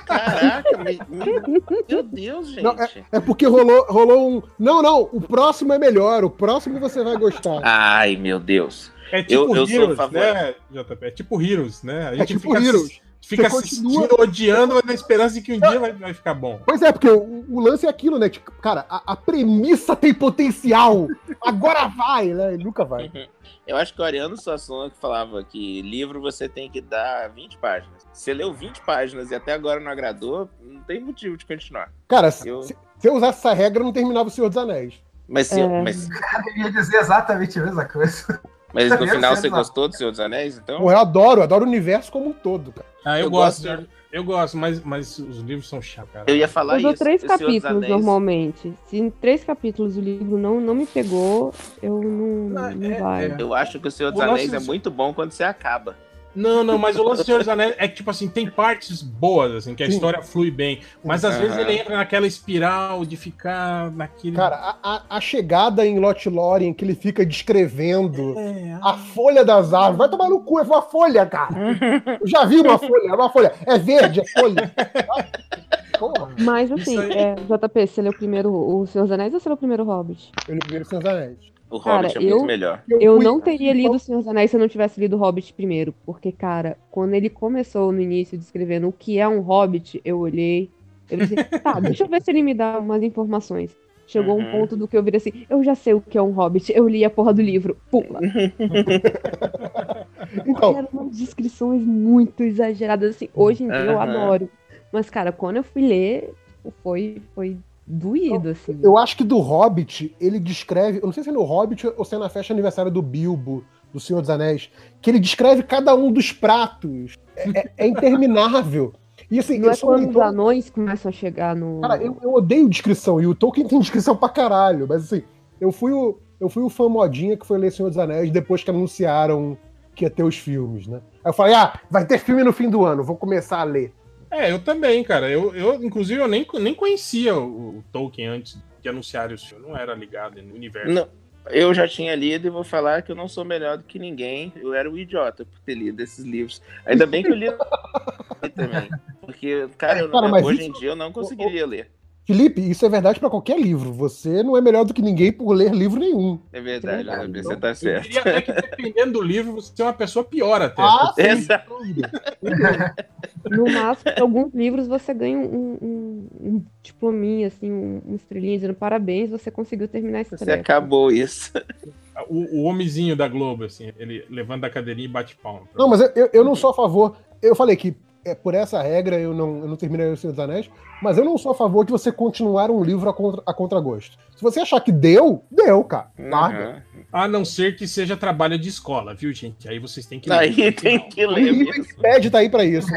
Speaker 2: Caraca, me- me- meu Deus, gente.
Speaker 3: Não, É porque rolou, rolou um. Não, não, o próximo é melhor, o próximo você vai gostar.
Speaker 2: Ai, meu Deus.
Speaker 5: É tipo
Speaker 2: Eu- eu sou
Speaker 5: Heroes, né,
Speaker 2: favorável.
Speaker 5: JP? É tipo Heroes, né? A
Speaker 3: É
Speaker 5: gente
Speaker 3: tipo
Speaker 5: fica,
Speaker 3: Heroes.
Speaker 5: assis- fica
Speaker 3: Você
Speaker 5: assistindo,
Speaker 3: continua-
Speaker 5: odiando, mas na esperança de que um dia vai, vai ficar bom.
Speaker 3: Pois é, porque o, o lance é aquilo, né? Tipo, cara, a, a premissa tem potencial. Agora vai, né? E nunca vai.
Speaker 2: Uhum. Eu acho que o Ariano Suassuna que falava que livro você tem que dar 20 páginas. Você leu 20 páginas e até agora não agradou, não tem motivo de continuar.
Speaker 3: Cara, se,
Speaker 2: Eu-
Speaker 3: se se eu usasse essa regra, eu não terminava o Senhor dos Anéis.
Speaker 2: Mas, se-
Speaker 4: É.
Speaker 2: mas,
Speaker 6: Eu ia dizer exatamente a mesma coisa.
Speaker 2: mas no
Speaker 6: Sabia,
Speaker 2: final
Speaker 6: sei
Speaker 2: você
Speaker 6: lá.
Speaker 2: gostou do Senhor dos Anéis, então?
Speaker 3: Pô, eu adoro, eu adoro o universo como um todo, cara.
Speaker 5: Ah, eu,
Speaker 2: Eu
Speaker 5: gosto.
Speaker 2: gosto,
Speaker 5: eu- Eu gosto, mas, mas os livros são chatos, cara.
Speaker 2: Eu ia falar
Speaker 4: eu dou
Speaker 2: isso.
Speaker 4: três
Speaker 2: o Senhor dos
Speaker 4: capítulos
Speaker 2: Anéis-
Speaker 4: normalmente. Se em três capítulos o livro não, não me pegou, eu não,
Speaker 5: Não,
Speaker 4: não
Speaker 5: é-
Speaker 4: vai.
Speaker 5: é-
Speaker 2: Eu acho que o Senhor dos
Speaker 5: O lance
Speaker 2: Anéis é
Speaker 5: do-
Speaker 2: muito bom quando você acaba.
Speaker 5: Não, não, mas o lance do Senhor dos Anéis é que, tipo assim, tem partes boas, assim, que a
Speaker 3: Sim.
Speaker 5: história flui bem. Mas às
Speaker 2: Aham.
Speaker 5: vezes ele entra naquela espiral de ficar naquele.
Speaker 3: Cara, a, a- a chegada em Lot Lorien, que ele fica descrevendo
Speaker 5: É, ah,
Speaker 3: a folha das árvores. Vai tomar no cu, é uma folha, cara. Eu já vi uma folha, é uma folha. É verde, é folha. Porra,
Speaker 4: Mas
Speaker 5: Isso
Speaker 4: assim,
Speaker 5: aí.
Speaker 4: é, JP, você leu primeiro o Senhor dos Anéis ou você leu primeiro o Hobbit?
Speaker 3: ele primeiro Senhor dos Anéis.
Speaker 2: O
Speaker 4: Cara,
Speaker 2: Hobbit é muito
Speaker 4: eu-
Speaker 2: melhor.
Speaker 4: Eu
Speaker 3: fui-
Speaker 4: não teria lido O Senhor dos Anéis se eu não tivesse lido o Hobbit primeiro, porque, cara, quando ele começou no início descrevendo o que é um Hobbit, eu olhei, eu pensei,
Speaker 3: *laughs*
Speaker 4: tá, deixa eu ver se ele me dá umas informações. Chegou
Speaker 2: Uhum.
Speaker 4: um ponto do que eu virei
Speaker 3: *laughs*
Speaker 4: assim, eu já sei o que é um Hobbit, eu li a porra do livro, pula.
Speaker 9: Então... Eram umas descrições muito exageradas, assim. Hoje em dia eu
Speaker 2: Aham.
Speaker 9: adoro. Mas, cara, quando eu fui ler, foi, foi doído, assim.
Speaker 3: Então, Eu acho que do Hobbit, ele descreve. Eu não sei se é no Hobbit ou se é na festa aniversário do Bilbo, do Senhor dos Anéis, que ele descreve cada um dos pratos. É, é- é interminável. E assim,
Speaker 9: Não
Speaker 3: eu
Speaker 9: é
Speaker 3: sou um
Speaker 9: quando os
Speaker 3: leitor-
Speaker 9: anões começam a chegar no.
Speaker 3: Cara, eu, eu odeio descrição, e o Tolkien tem descrição pra caralho, mas assim, eu fui o, eu fui o fã modinha que foi ler Senhor dos Anéis depois que anunciaram que ia ter os filmes, né? Aí eu falei, ah, vai ter filme no fim do ano, vou começar a ler.
Speaker 5: É, eu também, cara. Eu, eu inclusive, eu nem, nem conhecia o, o Tolkien antes de anunciar o filme. Eu não era ligado no universo.
Speaker 2: Não, eu já tinha lido e vou falar que eu não sou melhor do que ninguém. Eu era um idiota por ter lido esses livros. Ainda bem que eu li *laughs* também. Porque, cara, eu não-
Speaker 3: Cara, mas
Speaker 2: hoje
Speaker 3: isso-
Speaker 2: em dia eu não conseguiria ler.
Speaker 3: Felipe, isso é verdade pra qualquer livro. Você não é melhor do que ninguém por ler livro nenhum.
Speaker 2: É verdade, Ana, você
Speaker 5: Então,
Speaker 2: tá
Speaker 5: Eu *laughs*
Speaker 2: certo.
Speaker 5: diria até que, dependendo do livro, você é uma pessoa pior até.
Speaker 3: Ah, sim.
Speaker 2: Exato.
Speaker 9: No máximo, em alguns livros você ganha um, um, um diplominha, assim, um, uma estrelinha dizendo parabéns, você conseguiu terminar esse
Speaker 2: Você acabou isso.
Speaker 5: O, o homenzinho da Globo, assim, ele levanta a cadeirinha e bate palma.
Speaker 3: Não, mas eu, eu, eu não sou a favor. Eu falei que é, por essa regra eu não, eu não terminei o Senhor dos Anéis, mas eu não sou a favor de você continuar um livro a, contra, a contragosto. Se você achar que deu, deu, cara. Larga.
Speaker 2: Uhum.
Speaker 5: A não ser que seja trabalho de escola, viu, gente? Aí vocês têm que
Speaker 2: Aí *laughs* tem que
Speaker 3: O
Speaker 2: ler.
Speaker 3: livro *laughs*
Speaker 2: mesmo.
Speaker 3: Wikipedia tá aí pra isso.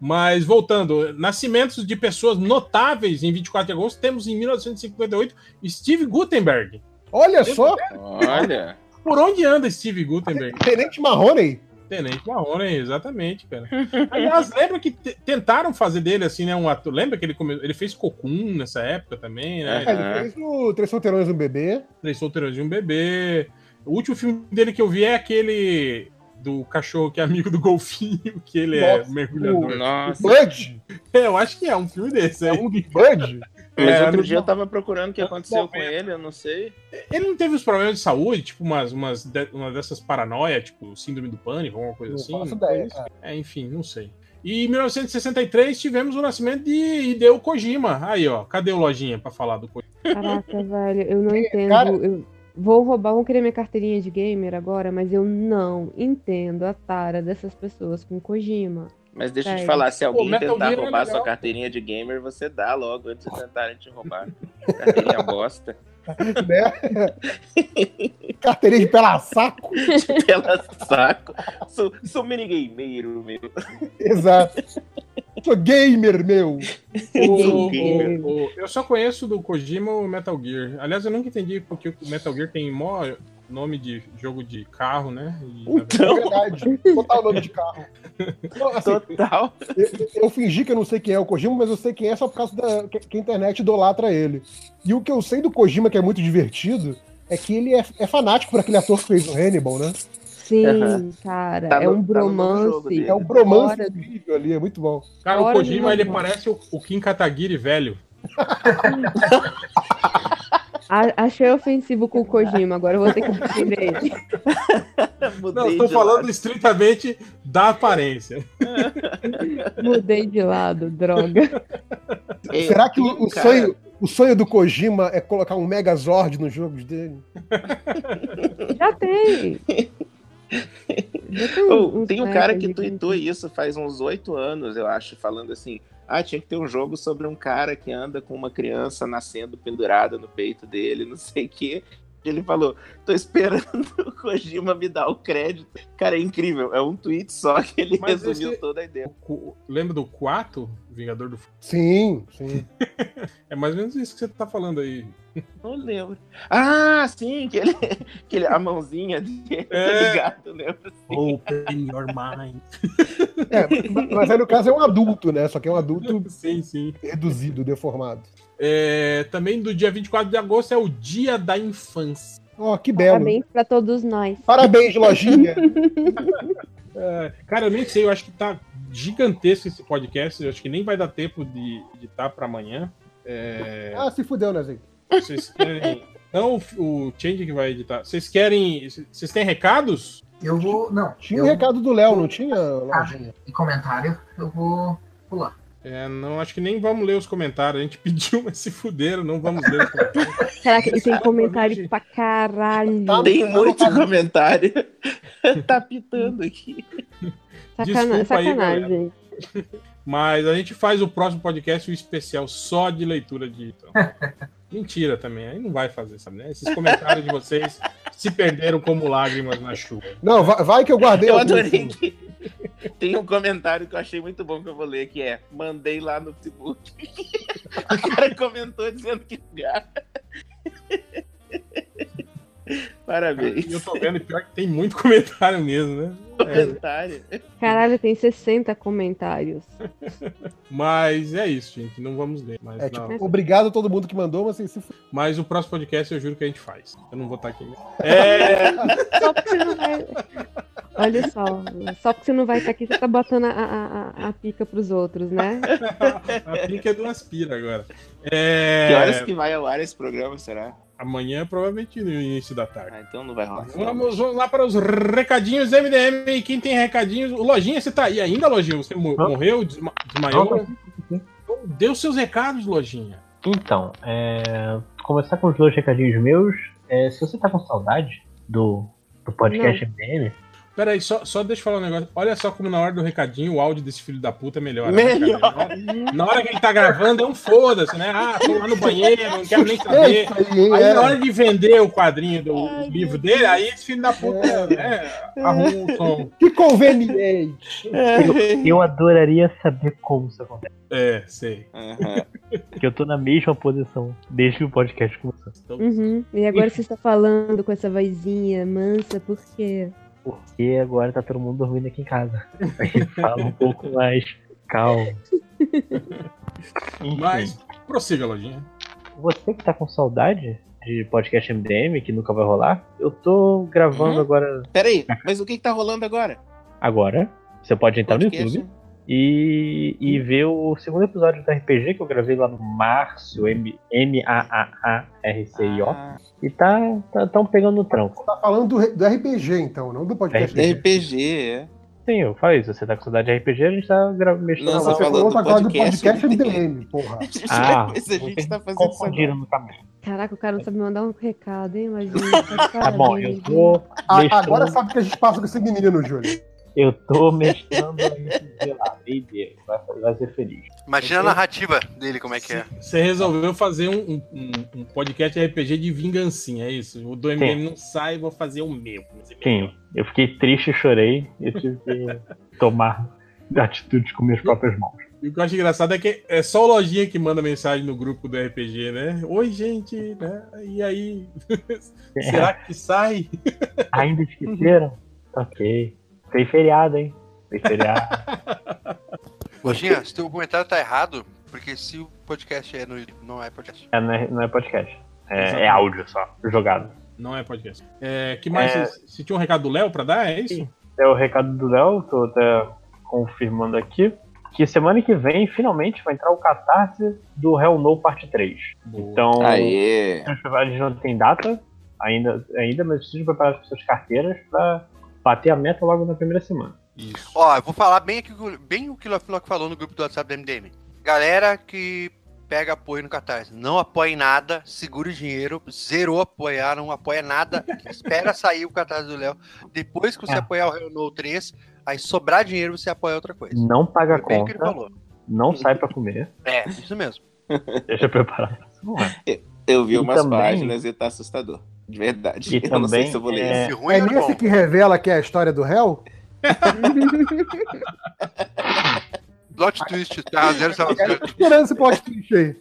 Speaker 5: Mas voltando, nascimentos de pessoas notáveis em 24 de agosto, temos em 1958 Steve Gutenberg.
Speaker 3: Olha só,
Speaker 2: Olha.
Speaker 5: Por onde anda
Speaker 2: *laughs*
Speaker 5: Steve Gutenberg?
Speaker 3: Tenente Marrone.
Speaker 5: Tenente Marrone, exatamente, cara. Aliás, lembra que te- tentaram fazer dele assim, né? Um ator. Lembra que ele come... ele fez Cocum nessa época também, né?
Speaker 2: É.
Speaker 3: Ele fez o Três Solteirões e um Bebê.
Speaker 5: Três solteiros de um bebê. O último filme dele que eu vi é aquele do cachorro que é amigo do golfinho, que ele é
Speaker 3: Nossa,
Speaker 5: mergulhador.
Speaker 2: Nossa.
Speaker 3: Bud.
Speaker 5: É, eu acho que é um filme desse.
Speaker 3: É
Speaker 5: É.
Speaker 3: um Bud.
Speaker 2: Mas
Speaker 5: É,
Speaker 2: outro
Speaker 5: no-
Speaker 2: dia eu tava procurando o que aconteceu com ele, eu não sei.
Speaker 5: Ele não teve os problemas de saúde, tipo umas, umas de- uma dessas paranoia, tipo síndrome do pânico, alguma coisa
Speaker 3: Não
Speaker 5: assim.
Speaker 3: faço
Speaker 5: não
Speaker 3: ideia,
Speaker 5: foi isso? É, enfim, não sei. E em 1963 tivemos o nascimento de Hideo Kojima. Aí, ó, cadê o lojinha pra falar do Kojima?
Speaker 9: Caraca, velho, eu não entendo.
Speaker 3: cara-
Speaker 9: Eu vou roubar, vão querer minha carteirinha de gamer agora, mas eu não entendo a tara dessas pessoas com Kojima.
Speaker 2: Mas deixa eu te
Speaker 9: Sério.
Speaker 2: falar, se alguém
Speaker 5: Metal
Speaker 2: tentar
Speaker 5: Gear é
Speaker 2: roubar sua
Speaker 5: legal.
Speaker 2: carteirinha de gamer, você dá logo antes de tentarem te roubar. Carteirinha bosta. *laughs*
Speaker 3: *laughs* Carteirinha de pela saco.
Speaker 2: Pela saco. Sou, sou minigameiro, meu.
Speaker 3: Exato. Sou gamer, meu.
Speaker 5: O-
Speaker 2: gamer.
Speaker 5: o- o- eu só conheço do Kojima o Metal Gear. Aliás, eu nunca entendi porque o Metal Gear tem mó nome de jogo de carro, né? E, na verdade,
Speaker 3: É
Speaker 2: Então,
Speaker 3: verdade. Botar o nome de carro. Não, assim,
Speaker 2: total.
Speaker 3: Eu fingi que eu não sei quem é o Kojima, mas eu sei quem é só por causa da que que a internet idolatra ele. E o que eu sei do Kojima, que é muito divertido, é que ele é, é fanático por aquele ator que fez o Hannibal, né?
Speaker 9: Sim,
Speaker 2: Aham.
Speaker 9: cara,
Speaker 2: Tá
Speaker 9: é
Speaker 2: no-
Speaker 9: um
Speaker 2: tá no novo jogo
Speaker 9: bromance.
Speaker 2: dele.
Speaker 3: É um bromance
Speaker 9: Fora.
Speaker 3: incrível ali, é muito bom.
Speaker 5: cara, o
Speaker 9: Fora de
Speaker 5: Kojima ele
Speaker 9: Kojima.
Speaker 5: parece o, o Kim Kataguiri velho.
Speaker 9: A- achei ofensivo com o Kojima, agora eu vou ter que *laughs* defender ele.
Speaker 5: Não,
Speaker 2: Mudei
Speaker 5: estou
Speaker 2: de
Speaker 5: falando
Speaker 2: lado.
Speaker 5: estritamente da aparência.
Speaker 9: Mudei de lado, droga.
Speaker 2: Eu
Speaker 3: Será que
Speaker 2: tenho,
Speaker 3: o, o
Speaker 2: cara.
Speaker 3: sonho, o sonho do Kojima é colocar um Megazord nos jogos dele?
Speaker 9: Já tem. Já tem
Speaker 2: *laughs* Ô,
Speaker 9: uns
Speaker 2: tem um
Speaker 4: né,
Speaker 9: metas
Speaker 2: cara que
Speaker 9: de-
Speaker 2: tuitou isso faz uns oito anos, eu acho, falando assim: ah, tinha que ter um jogo sobre um cara que anda com uma criança nascendo pendurada no peito dele, *laughs* não sei o quê. Ele falou: tô esperando *laughs* o Kojima me dar o crédito. Cara, é incrível. É um tweet só *laughs* que ele
Speaker 5: Mas
Speaker 2: resumiu
Speaker 5: esse-
Speaker 2: toda a ideia.
Speaker 5: Cu- Lembra do 4, Vingador do Futuro?
Speaker 3: Sim, sim.
Speaker 5: É mais ou menos isso que você tá falando aí.
Speaker 2: Não lembro. Ah, sim, que ele, *laughs* que ele- a mãozinha dele, *laughs* tá né?
Speaker 5: É.
Speaker 2: do gato, lembra?
Speaker 5: Open your mind.
Speaker 3: É, mas aí no caso é um adulto, né? Só que é um adulto
Speaker 5: *laughs* Sim, sim.
Speaker 3: reduzido, deformado.
Speaker 5: É, também do dia 24 de agosto é o dia da infância.
Speaker 3: Ó, que belo.
Speaker 9: Parabéns pra todos nós.
Speaker 3: Parabéns lojinha.
Speaker 5: É, cara, eu nem sei, eu acho que tá gigantesco esse podcast. Eu acho que nem vai dar tempo de editar pra amanhã. É,
Speaker 3: Ah, se fudeu, né, gente?
Speaker 5: vocês querem. Não, o o Change que vai editar. Vocês querem. Vocês têm recados?
Speaker 6: Eu vou. Não,
Speaker 3: Tinha
Speaker 6: eu,
Speaker 3: o recado do Léo, não tinha, lojinha?
Speaker 6: e comentário, eu
Speaker 3: *laughs*
Speaker 6: vou.
Speaker 5: É, não, acho que nem vamos ler os comentários. A gente *laughs* pediu, mas se fuderam, não vamos ler os comentários.
Speaker 9: Caraca, e tem
Speaker 5: Caramba,
Speaker 9: comentário
Speaker 5: gente.
Speaker 9: pra caralho.
Speaker 3: Tá
Speaker 2: Tem muito comentário. *laughs* tá pitando aqui.
Speaker 4: Sacana...
Speaker 5: Desculpa aí,
Speaker 4: Sacanagem.
Speaker 5: Mas a gente faz o próximo podcast um especial só de leitura de então. Mentira também, aí não vai fazer, sabe? Né? Esses comentários de vocês se perderam como lágrimas na chuva.
Speaker 3: *laughs* Não, vai, vai que eu guardei
Speaker 2: Eu
Speaker 3: algum,
Speaker 2: adorei
Speaker 3: assim.
Speaker 2: que *laughs* tem um comentário que eu achei muito bom que eu vou ler, que é mandei lá no Facebook. *laughs* o cara comentou dizendo que gata. *laughs* Parabéns.
Speaker 5: E Ah, eu tô vendo, pior que tem muito comentário mesmo, né?
Speaker 2: Comentário.
Speaker 4: Caralho, tem 60 comentários.
Speaker 5: Mas é isso, gente. Não vamos ler. Mas,
Speaker 3: É,
Speaker 5: não.
Speaker 3: tipo, obrigado a todo mundo que mandou, mas assim, se f-
Speaker 5: Mas o próximo podcast eu juro que a gente faz. Eu não vou
Speaker 3: *laughs*
Speaker 5: estar aqui. É,
Speaker 4: Só porque você não vai. Olha só, só porque você não vai estar aqui, você tá botando a, a, a- a pica pros outros, né?
Speaker 5: A pica é do Aspira agora. É,
Speaker 2: Que horas que vai ao ar esse programa, será?
Speaker 5: Amanhã, provavelmente no início da tarde.
Speaker 2: Ah, então não vai rolar.
Speaker 5: Vamos, vamos lá para os recadinhos MDM. E quem tem recadinhos? O Lojinha, você tá aí ainda, Lojinha? Você mo-
Speaker 11: Não.
Speaker 5: morreu? Desma desmaiou?
Speaker 11: aqui.
Speaker 5: Então, Dê os seus recados, Lojinha.
Speaker 11: Então, é, começar com os dois recadinhos meus. É, se você tá com saudade do, do podcast MDM,
Speaker 5: Peraí, só, só deixa eu falar um negócio. Olha só como na hora do recadinho o áudio desse filho da puta melhora. né, cara?
Speaker 2: Melhor.
Speaker 5: Na hora- Na hora que ele tá gravando, é um foda-se, né? Ah, tô lá no banheiro, não quero nem
Speaker 3: É
Speaker 5: saber.
Speaker 3: isso aí, hein?
Speaker 5: Aí
Speaker 3: é.
Speaker 5: na hora de vender o quadrinho do o livro dele, aí esse filho da puta né, arruma o som.
Speaker 3: É. Que conveniente.
Speaker 11: eu adoraria saber como isso acontece.
Speaker 5: É, sei.
Speaker 2: Aham.
Speaker 11: Porque eu tô na mesma posição desde que o podcast começou.
Speaker 4: Uhum. E agora você está falando com essa vozinha mansa, por quê?
Speaker 11: Porque agora tá todo mundo dormindo aqui em casa. A gente fala um pouco mais calmo. Enfim.
Speaker 5: Mas prossiga, Lojinha.
Speaker 11: Você que tá com saudade de podcast MDM, que nunca vai rolar, eu tô gravando
Speaker 2: Hum?
Speaker 11: agora.
Speaker 2: Peraí, mas o que, que tá rolando agora?
Speaker 11: Agora. Você pode entrar Tá no
Speaker 2: Podcast? Hum.
Speaker 11: YouTube e, e ver o segundo episódio do RPG que eu gravei lá no Márcio, M- M-A-A-A-R-C-I-O.
Speaker 2: Ah,
Speaker 11: E tá, tá tão pegando o tranco.
Speaker 3: Tá falando do, re- do RPG, então, não do podcast.
Speaker 2: RPG, é.
Speaker 11: Sim, eu falei, se você tá com saudade de RPG, a gente tá gra- mexendo
Speaker 2: Não,
Speaker 3: Não,
Speaker 2: só
Speaker 11: agora.
Speaker 3: você falou
Speaker 2: falando
Speaker 3: pra
Speaker 2: do
Speaker 3: falar do
Speaker 2: podcast
Speaker 3: podcast
Speaker 2: MDM.
Speaker 3: MDM, porra.
Speaker 2: *laughs*
Speaker 11: Ah,
Speaker 2: Mas a gente tá fazendo isso agora.
Speaker 11: confundiram no caminho.
Speaker 4: Caraca, o cara não sabe mandar um recado, hein? Mas
Speaker 11: Tá bom, eu tô.
Speaker 3: *laughs* A-
Speaker 11: deixando-
Speaker 3: Agora sabe o que a gente passa com esse menino, Júlio.
Speaker 11: Eu tô mestrando aí, sei lá, D&D, vai, vai ser feliz.
Speaker 1: Imagina a narrativa dele, como é que é.
Speaker 5: Você resolveu fazer um, um- um- um podcast RPG de vingancinha, é isso? O do MDM não sai, vou fazer o meu.
Speaker 11: Sim, eu fiquei triste, chorei, eu tive que tomar atitudes com minhas
Speaker 3: *laughs*
Speaker 11: próprias mãos.
Speaker 5: E o que eu acho engraçado é que é só o Lojinha que manda mensagem no grupo do RPG, né? Oi, gente, né? E aí?
Speaker 11: É.
Speaker 5: Será que sai?
Speaker 11: Ainda esqueceram? ok. Fez feriado, hein? Fez
Speaker 3: *laughs*
Speaker 11: feriado.
Speaker 1: Lojinha, se teu comentário tá errado, porque se o podcast é no não é podcast.
Speaker 11: É, não, é, não é podcast. É, é
Speaker 5: Exatamente.
Speaker 11: áudio só, jogado.
Speaker 5: Não é podcast. É, que mais?
Speaker 11: É.
Speaker 5: Você você tinha um recado do Léo pra dar? É isso?
Speaker 11: Sim. É o recado do Léo, tô até confirmando aqui. Que semana que vem, finalmente, vai entrar o catarse do Hell No Parte 3.
Speaker 5: Boa.
Speaker 11: Então.
Speaker 2: Aê.
Speaker 11: A gente não tem data ainda, ainda mas preciso preparar as suas carteiras pra bater a meta logo na primeira semana.
Speaker 5: Isso.
Speaker 1: Ó, eu vou falar bem, aqui, bem o que o Lock falou no grupo do WhatsApp do MDM. Galera que pega apoio no Catarse, não apoia em nada, segura o dinheiro, zerou apoiar, não apoia nada, *laughs* espera sair o Catarse do Léo. Depois que você
Speaker 11: É.
Speaker 1: apoiar o Renault 3, aí sobrar dinheiro você apoia outra coisa.
Speaker 11: Não paga
Speaker 1: Foi bem o que ele
Speaker 11: conta,
Speaker 1: falou.
Speaker 11: não sai pra comer. *laughs*
Speaker 1: É, isso mesmo.
Speaker 11: Deixa preparado pra semana.
Speaker 2: Eu vi
Speaker 11: E
Speaker 2: umas
Speaker 11: também-
Speaker 2: páginas e tá assustador. De verdade. *laughs*
Speaker 11: E
Speaker 2: eu não sei
Speaker 11: também
Speaker 2: se eu vou ler
Speaker 11: é-
Speaker 1: Se ruim
Speaker 3: É
Speaker 1: é bom.
Speaker 3: nesse que revela que é a história do *laughs* réu?
Speaker 1: Plot twist, tá? Zero, zero,
Speaker 3: Eu
Speaker 1: zero.
Speaker 3: tô esperando esse plot twist aí.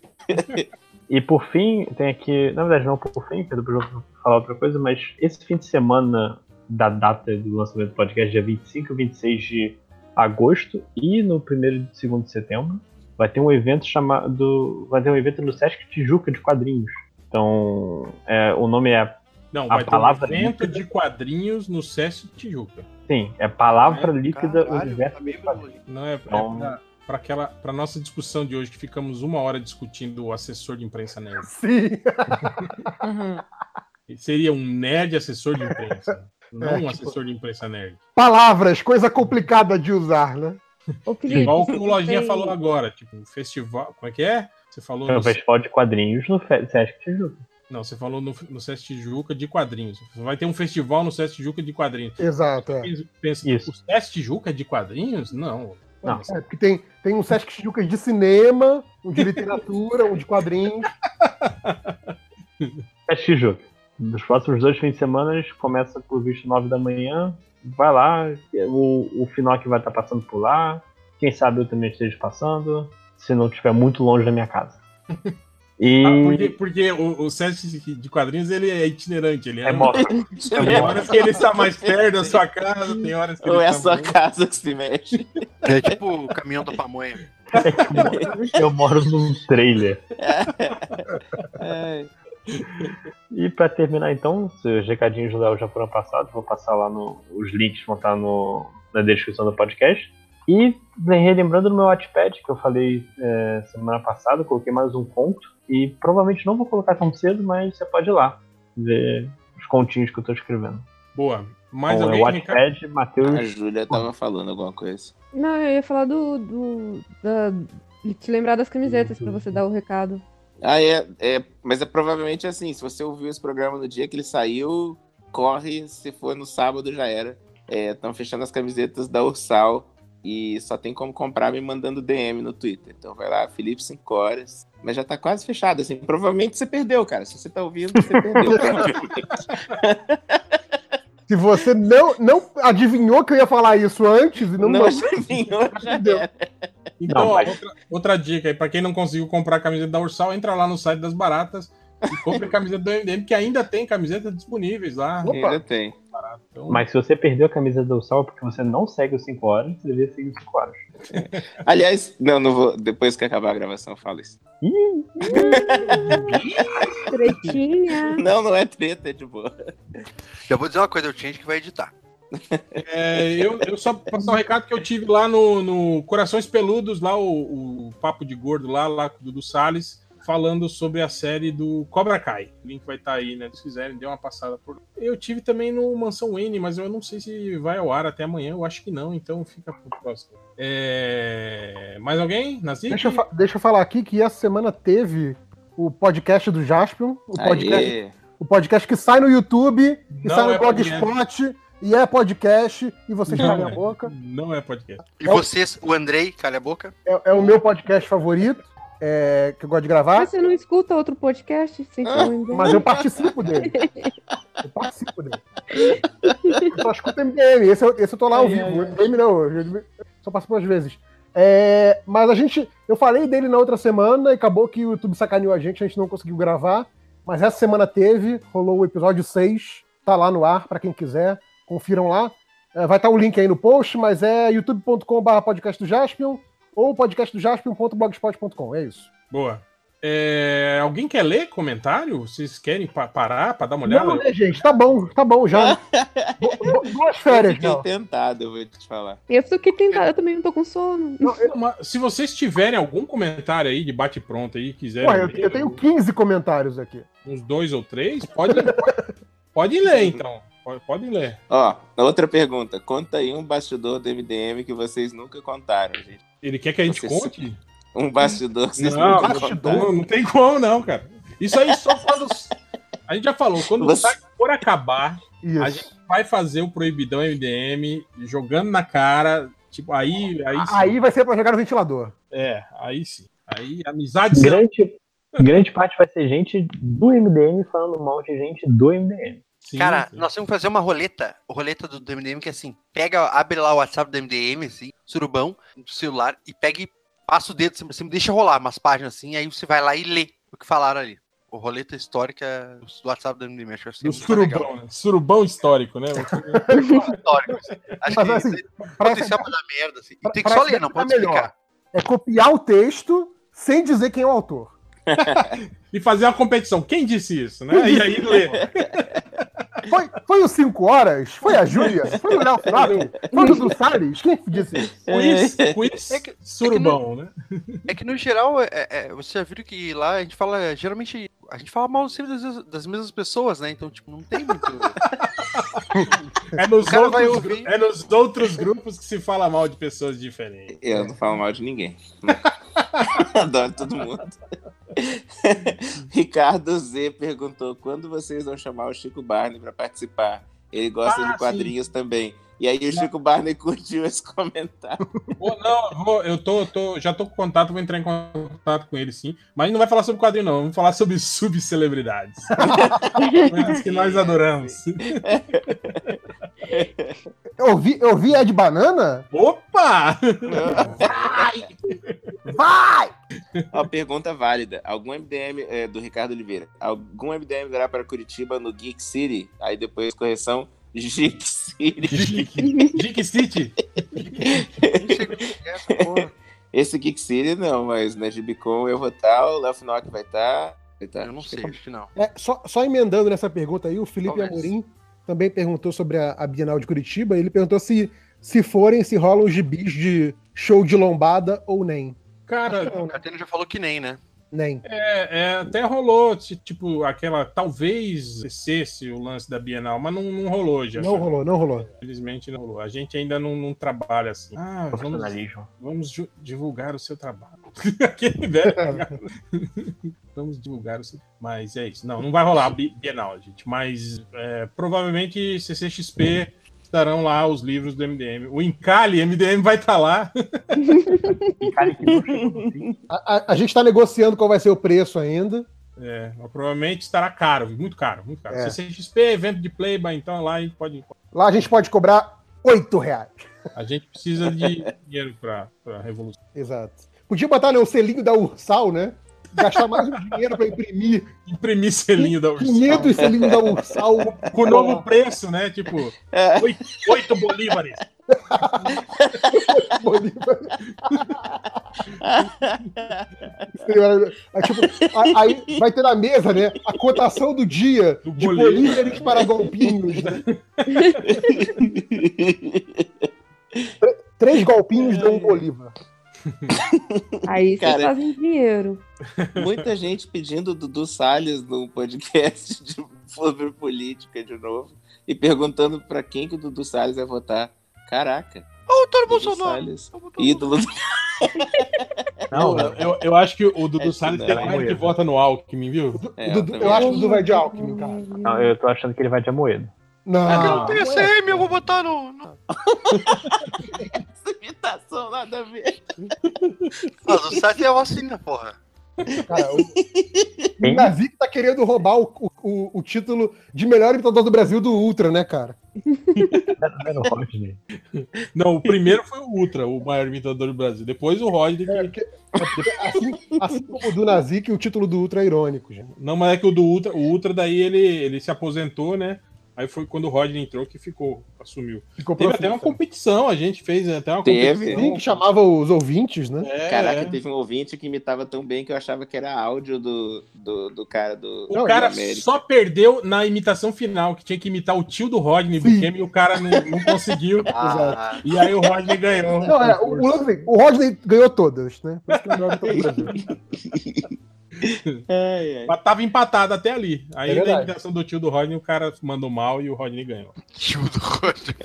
Speaker 11: E por fim, tem aqui. Na verdade, não por fim, porque depois eu vou falar outra coisa, mas esse fim de semana da data do lançamento do podcast, dia 25 e 26 de agosto, e no 1 e 2 de setembro, vai ter um evento chamado. Vai ter um evento no Sesc Tijuca de quadrinhos. Então, é, o nome é
Speaker 5: Não,
Speaker 11: A
Speaker 5: vai ter um
Speaker 11: palavra né?
Speaker 5: evento
Speaker 11: líquida.
Speaker 5: de quadrinhos no Sesc Tijuca.
Speaker 11: Sim, é palavra
Speaker 5: É,
Speaker 11: líquida
Speaker 1: Caralho,
Speaker 11: universo.
Speaker 1: tá bem, Lojinha.
Speaker 5: Não é, é
Speaker 11: Então-
Speaker 5: pra, pra aquela pra nossa discussão de hoje que ficamos uma hora discutindo o assessor de imprensa nerd.
Speaker 3: Sim.
Speaker 5: Seria um nerd assessor de
Speaker 11: *laughs*
Speaker 5: imprensa, não
Speaker 3: É,
Speaker 5: um
Speaker 3: tipo-
Speaker 5: assessor de imprensa nerd.
Speaker 3: Palavras, coisa complicada de usar, né?
Speaker 4: Ô, Felipe,
Speaker 5: Igual o
Speaker 4: você
Speaker 5: Lojinha
Speaker 4: tem-
Speaker 5: falou agora, tipo, um festival, como é que é? Você falou
Speaker 11: É um
Speaker 5: no-
Speaker 11: festival de quadrinhos no Fe- Sesc Tijuca.
Speaker 5: Não, você falou no, no SESC Tijuca de quadrinhos. Vai ter um festival no SESC Tijuca de quadrinhos.
Speaker 3: Exato. É.
Speaker 5: Pensa, Isso. o SESC Tijuca é de quadrinhos? Não.
Speaker 3: Não. É, porque tem, tem um Sesc Tijuca de cinema, um de literatura, um de quadrinhos.
Speaker 11: Sesc Tijuca. Nos próximos dois fins de semana, começa por visto 9 da manhã. Vai lá, é o, o Finoc vai estar passando por lá. Quem sabe eu também esteja passando, se não estiver muito longe da
Speaker 1: *laughs*
Speaker 11: minha casa.
Speaker 5: E... Ah, porque, porque o, o Sesc de quadrinhos ele é itinerante, ele é,
Speaker 1: *laughs*
Speaker 11: é moto.
Speaker 5: *laughs* Tem horas que ele está mais perto da sua casa, tem horas que
Speaker 2: Ou
Speaker 5: ele tá
Speaker 2: é a
Speaker 5: está
Speaker 2: sua
Speaker 5: muito-
Speaker 2: casa *laughs* que se mexe.
Speaker 1: É tipo o caminhão da pamonha.
Speaker 11: *laughs* Eu moro num trailer.
Speaker 2: É.
Speaker 11: E pra terminar, então, se os recadinhos do Léo já foram passados, vou passar lá no. Os links vão estar no, na descrição do podcast. E né, relembrando no meu Wattpad, que eu falei é, semana passada, eu coloquei mais um conto. E provavelmente não vou colocar tão cedo, mas você pode ir lá ver os continhos que eu tô escrevendo.
Speaker 5: Boa. Mais
Speaker 11: Então, é
Speaker 5: alguém que me ca-
Speaker 11: Wattpad,
Speaker 2: A
Speaker 11: Matheus.
Speaker 2: Júlia tava falando alguma coisa.
Speaker 4: Não, eu ia falar do. do da- de te lembrar das camisetas pra você dar o recado.
Speaker 2: Ah, é, é. Mas é provavelmente assim, se você ouviu esse programa no dia que ele saiu, corre, se for no sábado já era. Estão fechando as camisetas da Ursal e só tem como comprar me mandando DM no Twitter. Então vai lá, Felipe 5 horas. Mas já tá quase fechado, assim. Provavelmente você perdeu, cara. Se você tá ouvindo, você perdeu.
Speaker 3: Se você não, não adivinhou que eu ia falar isso antes e *laughs* não, é.
Speaker 2: Não, é
Speaker 3: *laughs*
Speaker 2: adivinhou, já
Speaker 3: Deu.
Speaker 2: era.
Speaker 5: Então,
Speaker 11: Não,
Speaker 5: ó,
Speaker 11: mas-
Speaker 5: outra, outra dica aí, pra quem não conseguiu comprar a camiseta da Ursal, entra lá no site das baratas e compre a camiseta do MDM, que ainda tem camisetas disponíveis lá.
Speaker 3: Opa.
Speaker 2: Ainda tem.
Speaker 5: Então,
Speaker 11: Mas se você perdeu a camisa do Sal porque você não segue os 5 horas, você deveria seguir os 5 horas.
Speaker 2: Aliás, não, não vou. Depois que acabar a gravação, eu falo isso.
Speaker 4: Tretinha!
Speaker 2: Não, não é treta, é de boa.
Speaker 1: Já vou dizer uma coisa, eu tinha gente que vai editar.
Speaker 5: é, eu, eu só passar um recado que eu tive lá no, no Corações Peludos, lá o, o Papo de Gordo, lá, lá com o Dudu Salles, falando sobre a série do Cobra Kai. O link vai estar aí, né? Se quiserem, dê uma passada por lá. Eu tive também no Mansão N, mas eu não sei se vai ao ar até amanhã, eu acho que não, então fica pro próximo. É, Mais alguém? Nazik?
Speaker 3: Deixa eu, fa- deixa eu falar aqui que essa semana teve o podcast do Jaspion, o podcast, é
Speaker 2: Aê.
Speaker 3: o podcast que sai no YouTube, e
Speaker 5: Não
Speaker 3: sai no
Speaker 5: é
Speaker 3: Blogspot, e é podcast, e vocês
Speaker 5: Não
Speaker 3: calem a
Speaker 5: é.
Speaker 3: boca.
Speaker 5: Não é podcast.
Speaker 1: E
Speaker 3: Eu-
Speaker 1: vocês, o Andrei, calha a boca.
Speaker 3: É, é o meu podcast favorito, é, que eu gosto de gravar,
Speaker 4: Você não escuta outro podcast sem ter um e-mail?
Speaker 3: Ah, mas eu participo dele. Eu participo dele. Eu só escuto MDM, esse, eu- esse eu tô lá ao
Speaker 5: Ai,
Speaker 3: vivo.
Speaker 5: ai,
Speaker 3: O MDM não, eu só participo às vezes. É, mas a gente, eu falei dele na outra semana e acabou que o YouTube sacaneou a gente, a gente não conseguiu gravar. Mas essa semana teve, rolou o episódio 6, tá lá no ar pra quem quiser, confiram lá. É, vai estar o link aí no post, mas é youtube.com.br podcast do Jaspion ou podcastdojaspion.blogspot.com, é isso.
Speaker 5: Boa. É, alguém quer ler comentário? Vocês querem pa- parar para dar uma olhada?
Speaker 3: Não, né, gente? Tá bom, tá bom já. Bo- bo- Boas
Speaker 2: Eu
Speaker 3: férias, né?
Speaker 2: fiquei
Speaker 3: Gal.
Speaker 2: tentado, eu vou te falar.
Speaker 4: Eu só que tentar, eu também não tô com sono.
Speaker 5: Não, mas se vocês tiverem algum comentário aí de bate-pronto aí, quiserem
Speaker 3: Ué, eu,
Speaker 5: ler,
Speaker 3: eu tenho 15 comentários aqui.
Speaker 5: uns dois ou três, pode, pode, pode ler então. Pode, pode ler.
Speaker 2: Ó, outra pergunta. Conta aí um bastidor do MDM que vocês nunca contaram, gente.
Speaker 5: Ele quer que a gente
Speaker 2: Vocês-
Speaker 5: conte?
Speaker 2: Um bastidor que vocês
Speaker 5: Não,
Speaker 2: nunca
Speaker 5: não,
Speaker 2: contaram.
Speaker 1: né?
Speaker 5: não tem como não, cara. Isso aí só quando. A gente já falou, quando
Speaker 2: Você-
Speaker 5: o saco for acabar,
Speaker 3: Isso.
Speaker 5: a gente vai fazer o Proibidão MDM jogando na cara. Tipo, aí. Aí, sim.
Speaker 3: Aí vai ser pra jogar no ventilador.
Speaker 5: É, aí sim. Aí, amizade
Speaker 11: Grande, grande parte vai ser gente do MDM falando mal de gente do MDM.
Speaker 5: sim, né?
Speaker 1: Cara,
Speaker 5: sim.
Speaker 1: nós temos que fazer uma roleta. A roleta do, do MDM, que é assim, pega, abre lá o WhatsApp do MDM, assim, surubão, do celular, e pega e passa o dedo assim, por cima, deixa rolar umas páginas assim, aí você vai lá e lê o que falaram ali. O roleta histórica do WhatsApp do MDM, acho que vai ser
Speaker 5: Do
Speaker 1: muito tá legal.
Speaker 5: surubão, né? surubão histórico, né?
Speaker 1: Histórico, assim. Acho
Speaker 3: Mas,
Speaker 1: que
Speaker 3: assim,
Speaker 1: tem
Speaker 3: Pra
Speaker 1: potencial pra dar merda, assim. E tem que
Speaker 3: pra-
Speaker 1: só
Speaker 3: pra-
Speaker 1: ler, não
Speaker 3: pra
Speaker 1: pode explicar.
Speaker 3: melhor. É copiar o texto sem dizer quem é o autor.
Speaker 5: E fazer uma competição. Quem disse isso, né? E aí lê.
Speaker 3: Foi, foi o 5 horas? Foi a Júlia? Foi o Léo Flávio? Foi o Dudu Salles? Quem disse isso?
Speaker 5: Quiz, quiz,
Speaker 1: É que-
Speaker 5: surubão, né?
Speaker 1: É que no geral, é, é, é, você já viu que lá a gente fala, é, geralmente, a gente fala mal sempre das, das mesmas pessoas, né? Então, tipo, não tem muito.
Speaker 5: É nos,
Speaker 1: cara vai
Speaker 5: outros,
Speaker 1: ouvir.
Speaker 5: é nos outros grupos que se fala mal de pessoas diferentes.
Speaker 2: *laughs* Eu não falo mal de ninguém. Adoro todo mundo. *laughs* Ricardo Z perguntou: quando vocês vão chamar o Chico Barney para participar? Ele gosta
Speaker 5: Ah,
Speaker 2: de quadrinhos também. E aí o Chico Barney curtiu esse *laughs* comentário.
Speaker 5: Vou- não, eu vou- eu tô, eu tô- já tô com contato, vou entrar em contato com ele sim. Mas a gente não vai falar sobre quadrinho, não. Vamos falar sobre *laughs* subcelebridades. Coisas que nós adoramos.
Speaker 3: Eu vi, eu vi Ed Banana?
Speaker 5: Opa!
Speaker 3: Vai!
Speaker 2: Uma pergunta válida. Algum MDM é, do Ricardo Oliveira? Algum MDM virá para Curitiba no Geek City? Aí depois correção. *laughs* Geek City.
Speaker 5: Dick City.
Speaker 1: é
Speaker 2: Esse Geek City não, mas na Gibicon eu vou estar, o Left Knock vai tá. estar.
Speaker 1: Eu não sei, acho que não.
Speaker 3: É, só, só emendando nessa pergunta aí, o Felipe
Speaker 1: Talvez.
Speaker 3: Amorim também perguntou sobre a, a Bienal de Curitiba. Ele perguntou se, se forem, se rolam os gibis de show de lombada ou nem.
Speaker 5: Cara,
Speaker 1: O Catena já falou que nem, né?
Speaker 3: Nem.
Speaker 5: É, é, até rolou, ti- tipo, aquela. Talvez descesse o lance da Bienal, mas não, não rolou já.
Speaker 3: Não rolou, não rolou. *laughs*
Speaker 5: Infelizmente não rolou. A gente ainda não, não trabalha assim. Ah, vamos,
Speaker 11: Profissionalismo.
Speaker 5: vamos ju- divulgar o seu trabalho. *laughs* Aquele velho. Vamos divulgar o seu. Mas é isso. Não, não vai rolar a Bi- Bienal, gente. Mas é, provavelmente CCXP estarão lá os livros do MDM. O Encalhe MDM vai estar lá.
Speaker 11: E cara que não chegou no fim.
Speaker 3: A, a- a gente tá negociando qual vai ser o preço ainda.
Speaker 5: É, mas provavelmente estará caro, muito caro, muito caro.
Speaker 3: É.
Speaker 5: CCXP, evento de playboy, então lá a gente pode.
Speaker 3: Lá a gente pode cobrar oito reais.
Speaker 5: A gente precisa de dinheiro pra, pra revolução.
Speaker 3: Exato. Podia botar né, o selinho da Ursal, né? Gastar mais um dinheiro pra imprimir
Speaker 5: Imprimir selinho da Ursal.
Speaker 3: 500 selinhos da Ursal.
Speaker 5: Com o novo preço, né? Tipo, oito, oito bolívares.
Speaker 3: Bolívar. Seria maravilhoso. Aí, tipo, a- aí vai ter na mesa, né? A cotação do dia
Speaker 5: Do
Speaker 3: de
Speaker 5: bolinho.
Speaker 3: bolívares para golpinhos. né? Tre- Três golpinhos dão
Speaker 5: É.
Speaker 3: um bolívar. *laughs*
Speaker 9: Aí vocês
Speaker 2: Cara,
Speaker 9: fazem dinheiro.
Speaker 2: *laughs* Muita gente pedindo o Dudu Salles no podcast de- sobre política de novo e perguntando pra quem que o Dudu Salles vai votar. Caraca.
Speaker 1: Doutor
Speaker 2: Dudu
Speaker 1: É Bolsonaro!
Speaker 2: Salles,
Speaker 1: Doutor
Speaker 2: ídolo do...
Speaker 11: Não,
Speaker 5: Não, eu, eu acho que o Dudu
Speaker 2: É,
Speaker 5: Salles
Speaker 2: não,
Speaker 5: tem mais que
Speaker 11: Moedo.
Speaker 5: vota no Alckmin, viu?
Speaker 2: É,
Speaker 3: O Dudu-
Speaker 2: também
Speaker 3: eu acho que o Dudu vai de Alckmin, cara.
Speaker 11: Não, eu tô achando que ele vai de Amoedo.
Speaker 5: Ah,
Speaker 3: Não.
Speaker 5: É
Speaker 3: é,
Speaker 5: não
Speaker 1: PSM, eu vou botar no. no-
Speaker 2: Essa imitação nada a ver.
Speaker 1: Ah, do site é vacina, porra.
Speaker 3: Cara, o o Nazik tá querendo roubar o, o- o título de melhor imitador do Brasil do Ultra, né, cara?
Speaker 11: Não, não, Rodney.
Speaker 5: Não, o primeiro foi o Ultra, o maior imitador do Brasil. Depois o Rodney. que-
Speaker 3: Assim, assim como o do Nazik, o título do Ultra é irônico, gente.
Speaker 5: Não, mas é que o do Ultra, o Ultra daí ele, ele se aposentou, né? Aí foi quando o Rodney entrou que ficou, assumiu.
Speaker 3: Ficou
Speaker 5: Teve
Speaker 3: profundo,
Speaker 5: até uma
Speaker 3: cara.
Speaker 5: competição, a gente fez até uma
Speaker 2: Teve.
Speaker 3: Sim,
Speaker 5: competição.
Speaker 3: que chamava os ouvintes, né?
Speaker 5: É,
Speaker 2: Caraca,
Speaker 5: é.
Speaker 2: teve um ouvinte que imitava tão bem que eu achava que era áudio do, do, do cara do.
Speaker 5: O
Speaker 2: do
Speaker 5: cara *laughs*
Speaker 2: América.
Speaker 5: só perdeu na imitação final, que tinha que imitar o tio do Rodney Buchemi e o cara não, não conseguiu.
Speaker 1: Ah,
Speaker 5: E aí o Rodney ganhou.
Speaker 3: Não, é, o, o, lance é que o Rodney ganhou todas, né? Por isso que ele ganhou todas as vezes.
Speaker 2: Ai, ai.
Speaker 5: Mas tava empatado até ali. Aí
Speaker 3: É
Speaker 5: na
Speaker 3: verdade.
Speaker 5: imitação do tio do Rodney, o cara mandou mal e o Rodney ganhou.
Speaker 1: tio do Roger.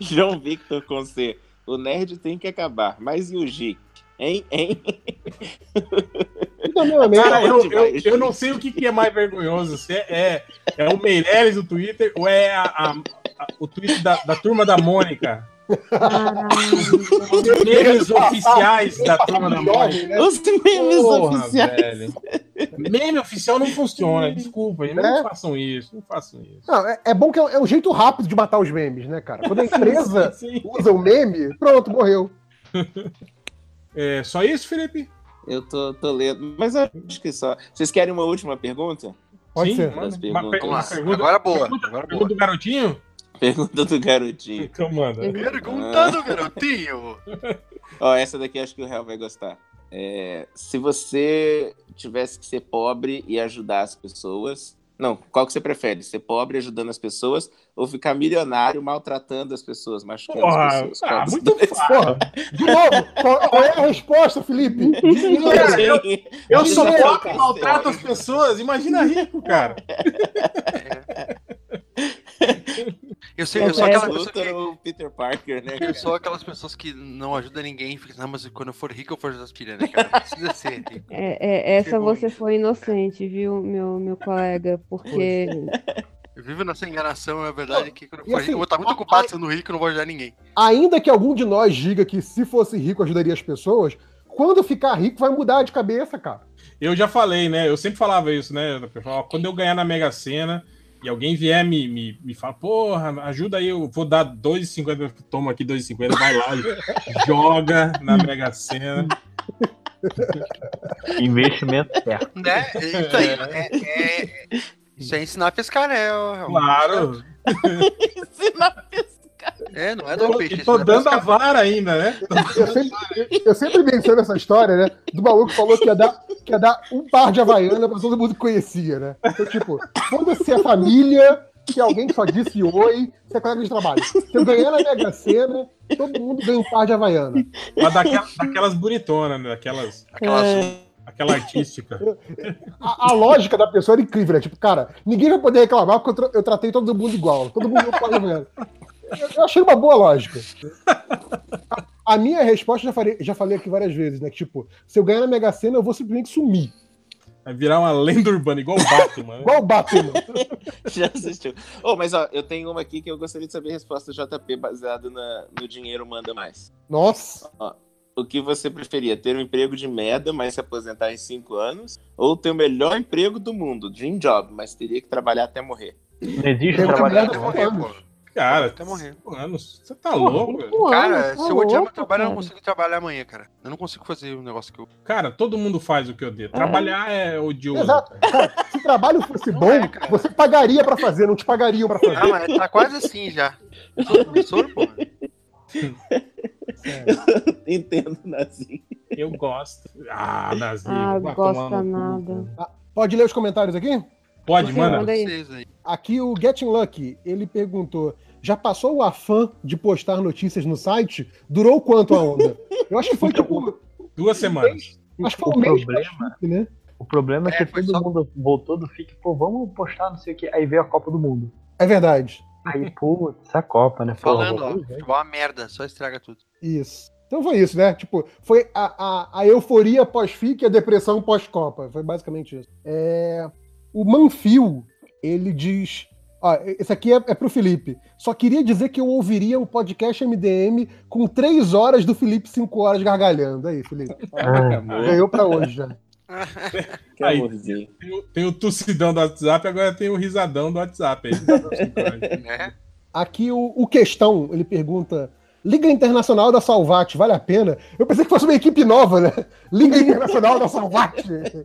Speaker 2: João Victor com C. O nerd tem que acabar. Mas e o G? Hein? Hein?
Speaker 3: Então, meu amigo,
Speaker 5: Cara, eu, eu,
Speaker 2: demais.
Speaker 5: eu não sei o que, que é mais vergonhoso. Se é, é, é o Meirelles do Twitter ou é a- a- a- o Twitter da, da turma da Mônica?
Speaker 9: Caralho.
Speaker 5: Os memes oficiais da turma da Mônica.
Speaker 3: jovem, né?
Speaker 2: Os memes
Speaker 5: É. Porra,
Speaker 2: oficiais.
Speaker 5: velho. Meme oficial não funciona, desculpa, gente,
Speaker 3: É?
Speaker 5: não façam isso, não façam isso.
Speaker 3: Não, é, é bom que é, é um jeito rápido de matar os memes, né, cara? Quando a empresa
Speaker 5: Sim, sim.
Speaker 3: usa o meme, pronto, morreu.
Speaker 5: É só isso, Felipe?
Speaker 2: Eu tô, tô lendo. Mas eu acho que só. Vocês querem uma última pergunta?
Speaker 3: Pode
Speaker 5: Sim,
Speaker 3: ser.
Speaker 5: manda.
Speaker 2: Das perguntas.
Speaker 5: Uma per-
Speaker 1: Vamos lá.
Speaker 5: pergunta-
Speaker 1: Agora é boa.
Speaker 5: pergunta-
Speaker 1: Agora boa.
Speaker 5: pergunta do garotinho?
Speaker 2: Pergunta do garotinho.
Speaker 5: Então manda.
Speaker 1: Perguntando, garotinho.
Speaker 2: Ó, essa daqui acho que o réu vai gostar. É, se você tivesse que ser pobre e ajudar as pessoas. Não, qual que você prefere? Ser pobre ajudando as pessoas ou ficar milionário maltratando as pessoas, machucando as
Speaker 5: Porra,
Speaker 2: pessoas? Qual
Speaker 5: ah,
Speaker 2: dos
Speaker 5: muito
Speaker 2: dois?
Speaker 3: Porra, de novo, qual, qual é a resposta, Felipe? *laughs*
Speaker 5: Cara,
Speaker 2: *laughs*
Speaker 5: eu- Eu sou
Speaker 2: Dinheiro,
Speaker 5: pobre e
Speaker 2: cara.
Speaker 5: maltrato as pessoas, imagina rico, cara.
Speaker 1: Eu, sei, eu sou aquela
Speaker 2: Luthor
Speaker 1: pessoa que. É.
Speaker 2: ou Peter Parker, né?
Speaker 1: Eu sou aquelas pessoas que não ajudam ninguém e ficam, não, mas quando eu for rico eu for das pilhas, né, cara? Precisa ser rico.
Speaker 9: É, é, essa
Speaker 1: Chegou
Speaker 9: você
Speaker 1: isso.
Speaker 9: foi inocente, viu, meu, meu colega? Porque.
Speaker 1: Eu vivo nessa enganação, é verdade, que quando eu
Speaker 3: E
Speaker 1: for
Speaker 3: assim,
Speaker 1: rico, eu vou estar muito ocupado sendo rico e não vou ajudar ninguém.
Speaker 3: Ainda que algum de nós diga que se fosse rico ajudaria as pessoas, quando ficar rico vai mudar de cabeça, cara.
Speaker 5: Eu já falei, né? Eu sempre falava isso, né? da pessoa, ó, Quando eu ganhar na Mega Sena e alguém vier me, me, me falar, porra, ajuda aí, eu vou dar 2,50, toma aqui 2,50, vai lá *laughs* e joga na Mega Sena.
Speaker 11: Investimento certo.
Speaker 1: Né? É Isso aí. É, é- é- Isso é ensinar a pescar, né? ô- ô-
Speaker 5: Claro.
Speaker 1: É, não é dar o
Speaker 5: Tô,
Speaker 1: peixe.
Speaker 5: e tô
Speaker 1: ensinar a
Speaker 5: dando a
Speaker 1: pescar.
Speaker 5: vara ainda, né?
Speaker 3: Eu sempre, eu sempre menciono essa história, né? Do maluco que falou que ia dar, que ia dar um par de Havaiana pra todo mundo que conhecia, né? Então, tipo, foda-se a família, que alguém só disse oi, você é colega de trabalho. Se eu ganhar na Mega Sena, todo mundo ganha um par de Havaiana.
Speaker 5: Mas daquelas, daquelas bonitonas, né? Daquelas,
Speaker 1: Aquelas-
Speaker 5: aquela artística.
Speaker 3: A, a lógica da pessoa era incrível, né? Tipo, cara, ninguém vai poder reclamar porque eu, tra- eu tratei todo mundo igual. Todo mundo ganhou um par de Havaiana. Eu, eu achei uma boa lógica. A, a minha resposta, eu já falei, já falei aqui várias vezes, né? Que, tipo, se eu ganhar na Mega Sena, eu vou simplesmente sumir.
Speaker 5: Vai virar uma lenda urbana, igual o Batman. né?
Speaker 3: Igual o Batman.
Speaker 2: *laughs* Já assistiu. Oh, mas ó, eu tenho uma aqui que eu gostaria de saber a resposta do JP baseado na- no dinheiro manda mais.
Speaker 3: Nossa.
Speaker 2: O que você preferia? Ter um emprego de merda, mas se aposentar em cinco anos? Ou ter o melhor emprego do mundo, dream job, mas teria que trabalhar até morrer?
Speaker 11: Não existe
Speaker 3: Tem
Speaker 11: trabalho.
Speaker 3: trabalhado
Speaker 1: Até
Speaker 3: com
Speaker 1: morrer,
Speaker 3: anos.
Speaker 1: é pô.
Speaker 5: Cara,
Speaker 1: Até morrer.
Speaker 5: cinco anos. Você tá louco, velho.
Speaker 4: um
Speaker 9: Pô,
Speaker 1: Cara,
Speaker 9: tá
Speaker 1: se eu odiar meu
Speaker 9: louco,
Speaker 1: trabalho, eu não
Speaker 9: cara.
Speaker 1: consigo trabalhar amanhã, cara. Eu não consigo fazer o negócio que eu.
Speaker 5: Cara, todo mundo faz o que eu odeia. Trabalhar é odioso.
Speaker 3: Exato. Cara, se trabalho fosse
Speaker 1: Não
Speaker 3: bom,
Speaker 1: é, cara.
Speaker 3: você pagaria pra fazer, não te pagariam pra fazer.
Speaker 1: Ah, mas tá quase assim já. Eu sou professor, pô.
Speaker 2: Entendo, Nazi.
Speaker 5: Eu gosto. Ah, Nazi.
Speaker 9: Ah,
Speaker 5: vai
Speaker 9: gosta
Speaker 5: tomar no cu.
Speaker 9: nada.
Speaker 3: Pode ler os comentários aqui?
Speaker 5: Pode,
Speaker 9: Sim,
Speaker 5: manda.
Speaker 9: manda aí.
Speaker 1: Vocês aí.
Speaker 3: Aqui o Getting Lucky, ele perguntou: já passou o afã de postar notícias no site? Durou quanto a onda? Eu acho que foi tipo.
Speaker 5: Duas semanas.
Speaker 3: Acho que foi
Speaker 11: O
Speaker 3: um mês,
Speaker 11: problema,
Speaker 3: né?
Speaker 11: o problema é que
Speaker 1: É, foi
Speaker 11: todo
Speaker 1: só-
Speaker 11: mundo voltou do FIC, pô, vamos postar não sei o que. Aí veio a Copa do Mundo.
Speaker 3: É verdade.
Speaker 11: Aí, putz, a Copa, né? Pô,
Speaker 1: Falando, ó.
Speaker 11: vamos ver.
Speaker 1: Futebol é uma merda, só estraga tudo.
Speaker 3: Isso. Então foi isso, né? Tipo, foi a, a, a euforia pós-FIC e a depressão pós-Copa. Foi basicamente isso. É, O Manfio, ele diz. Ó, esse aqui é, é pro Felipe. Só queria dizer que eu ouviria o podcast MDM com três horas do Felipe, cinco horas gargalhando. Aí, Felipe.
Speaker 11: Ah,
Speaker 3: Ganhou pra hoje já.
Speaker 2: Que
Speaker 5: Aí.
Speaker 2: amorzinho.
Speaker 5: Tem o, tem o tossidão do WhatsApp, agora tem o risadão do WhatsApp. Aí.
Speaker 1: Né?
Speaker 3: Aqui o, o Questão, ele pergunta. Liga Internacional da Salvate, vale a pena? Eu pensei que fosse uma equipe nova, né? *laughs* Liga Internacional da Salvate. *laughs*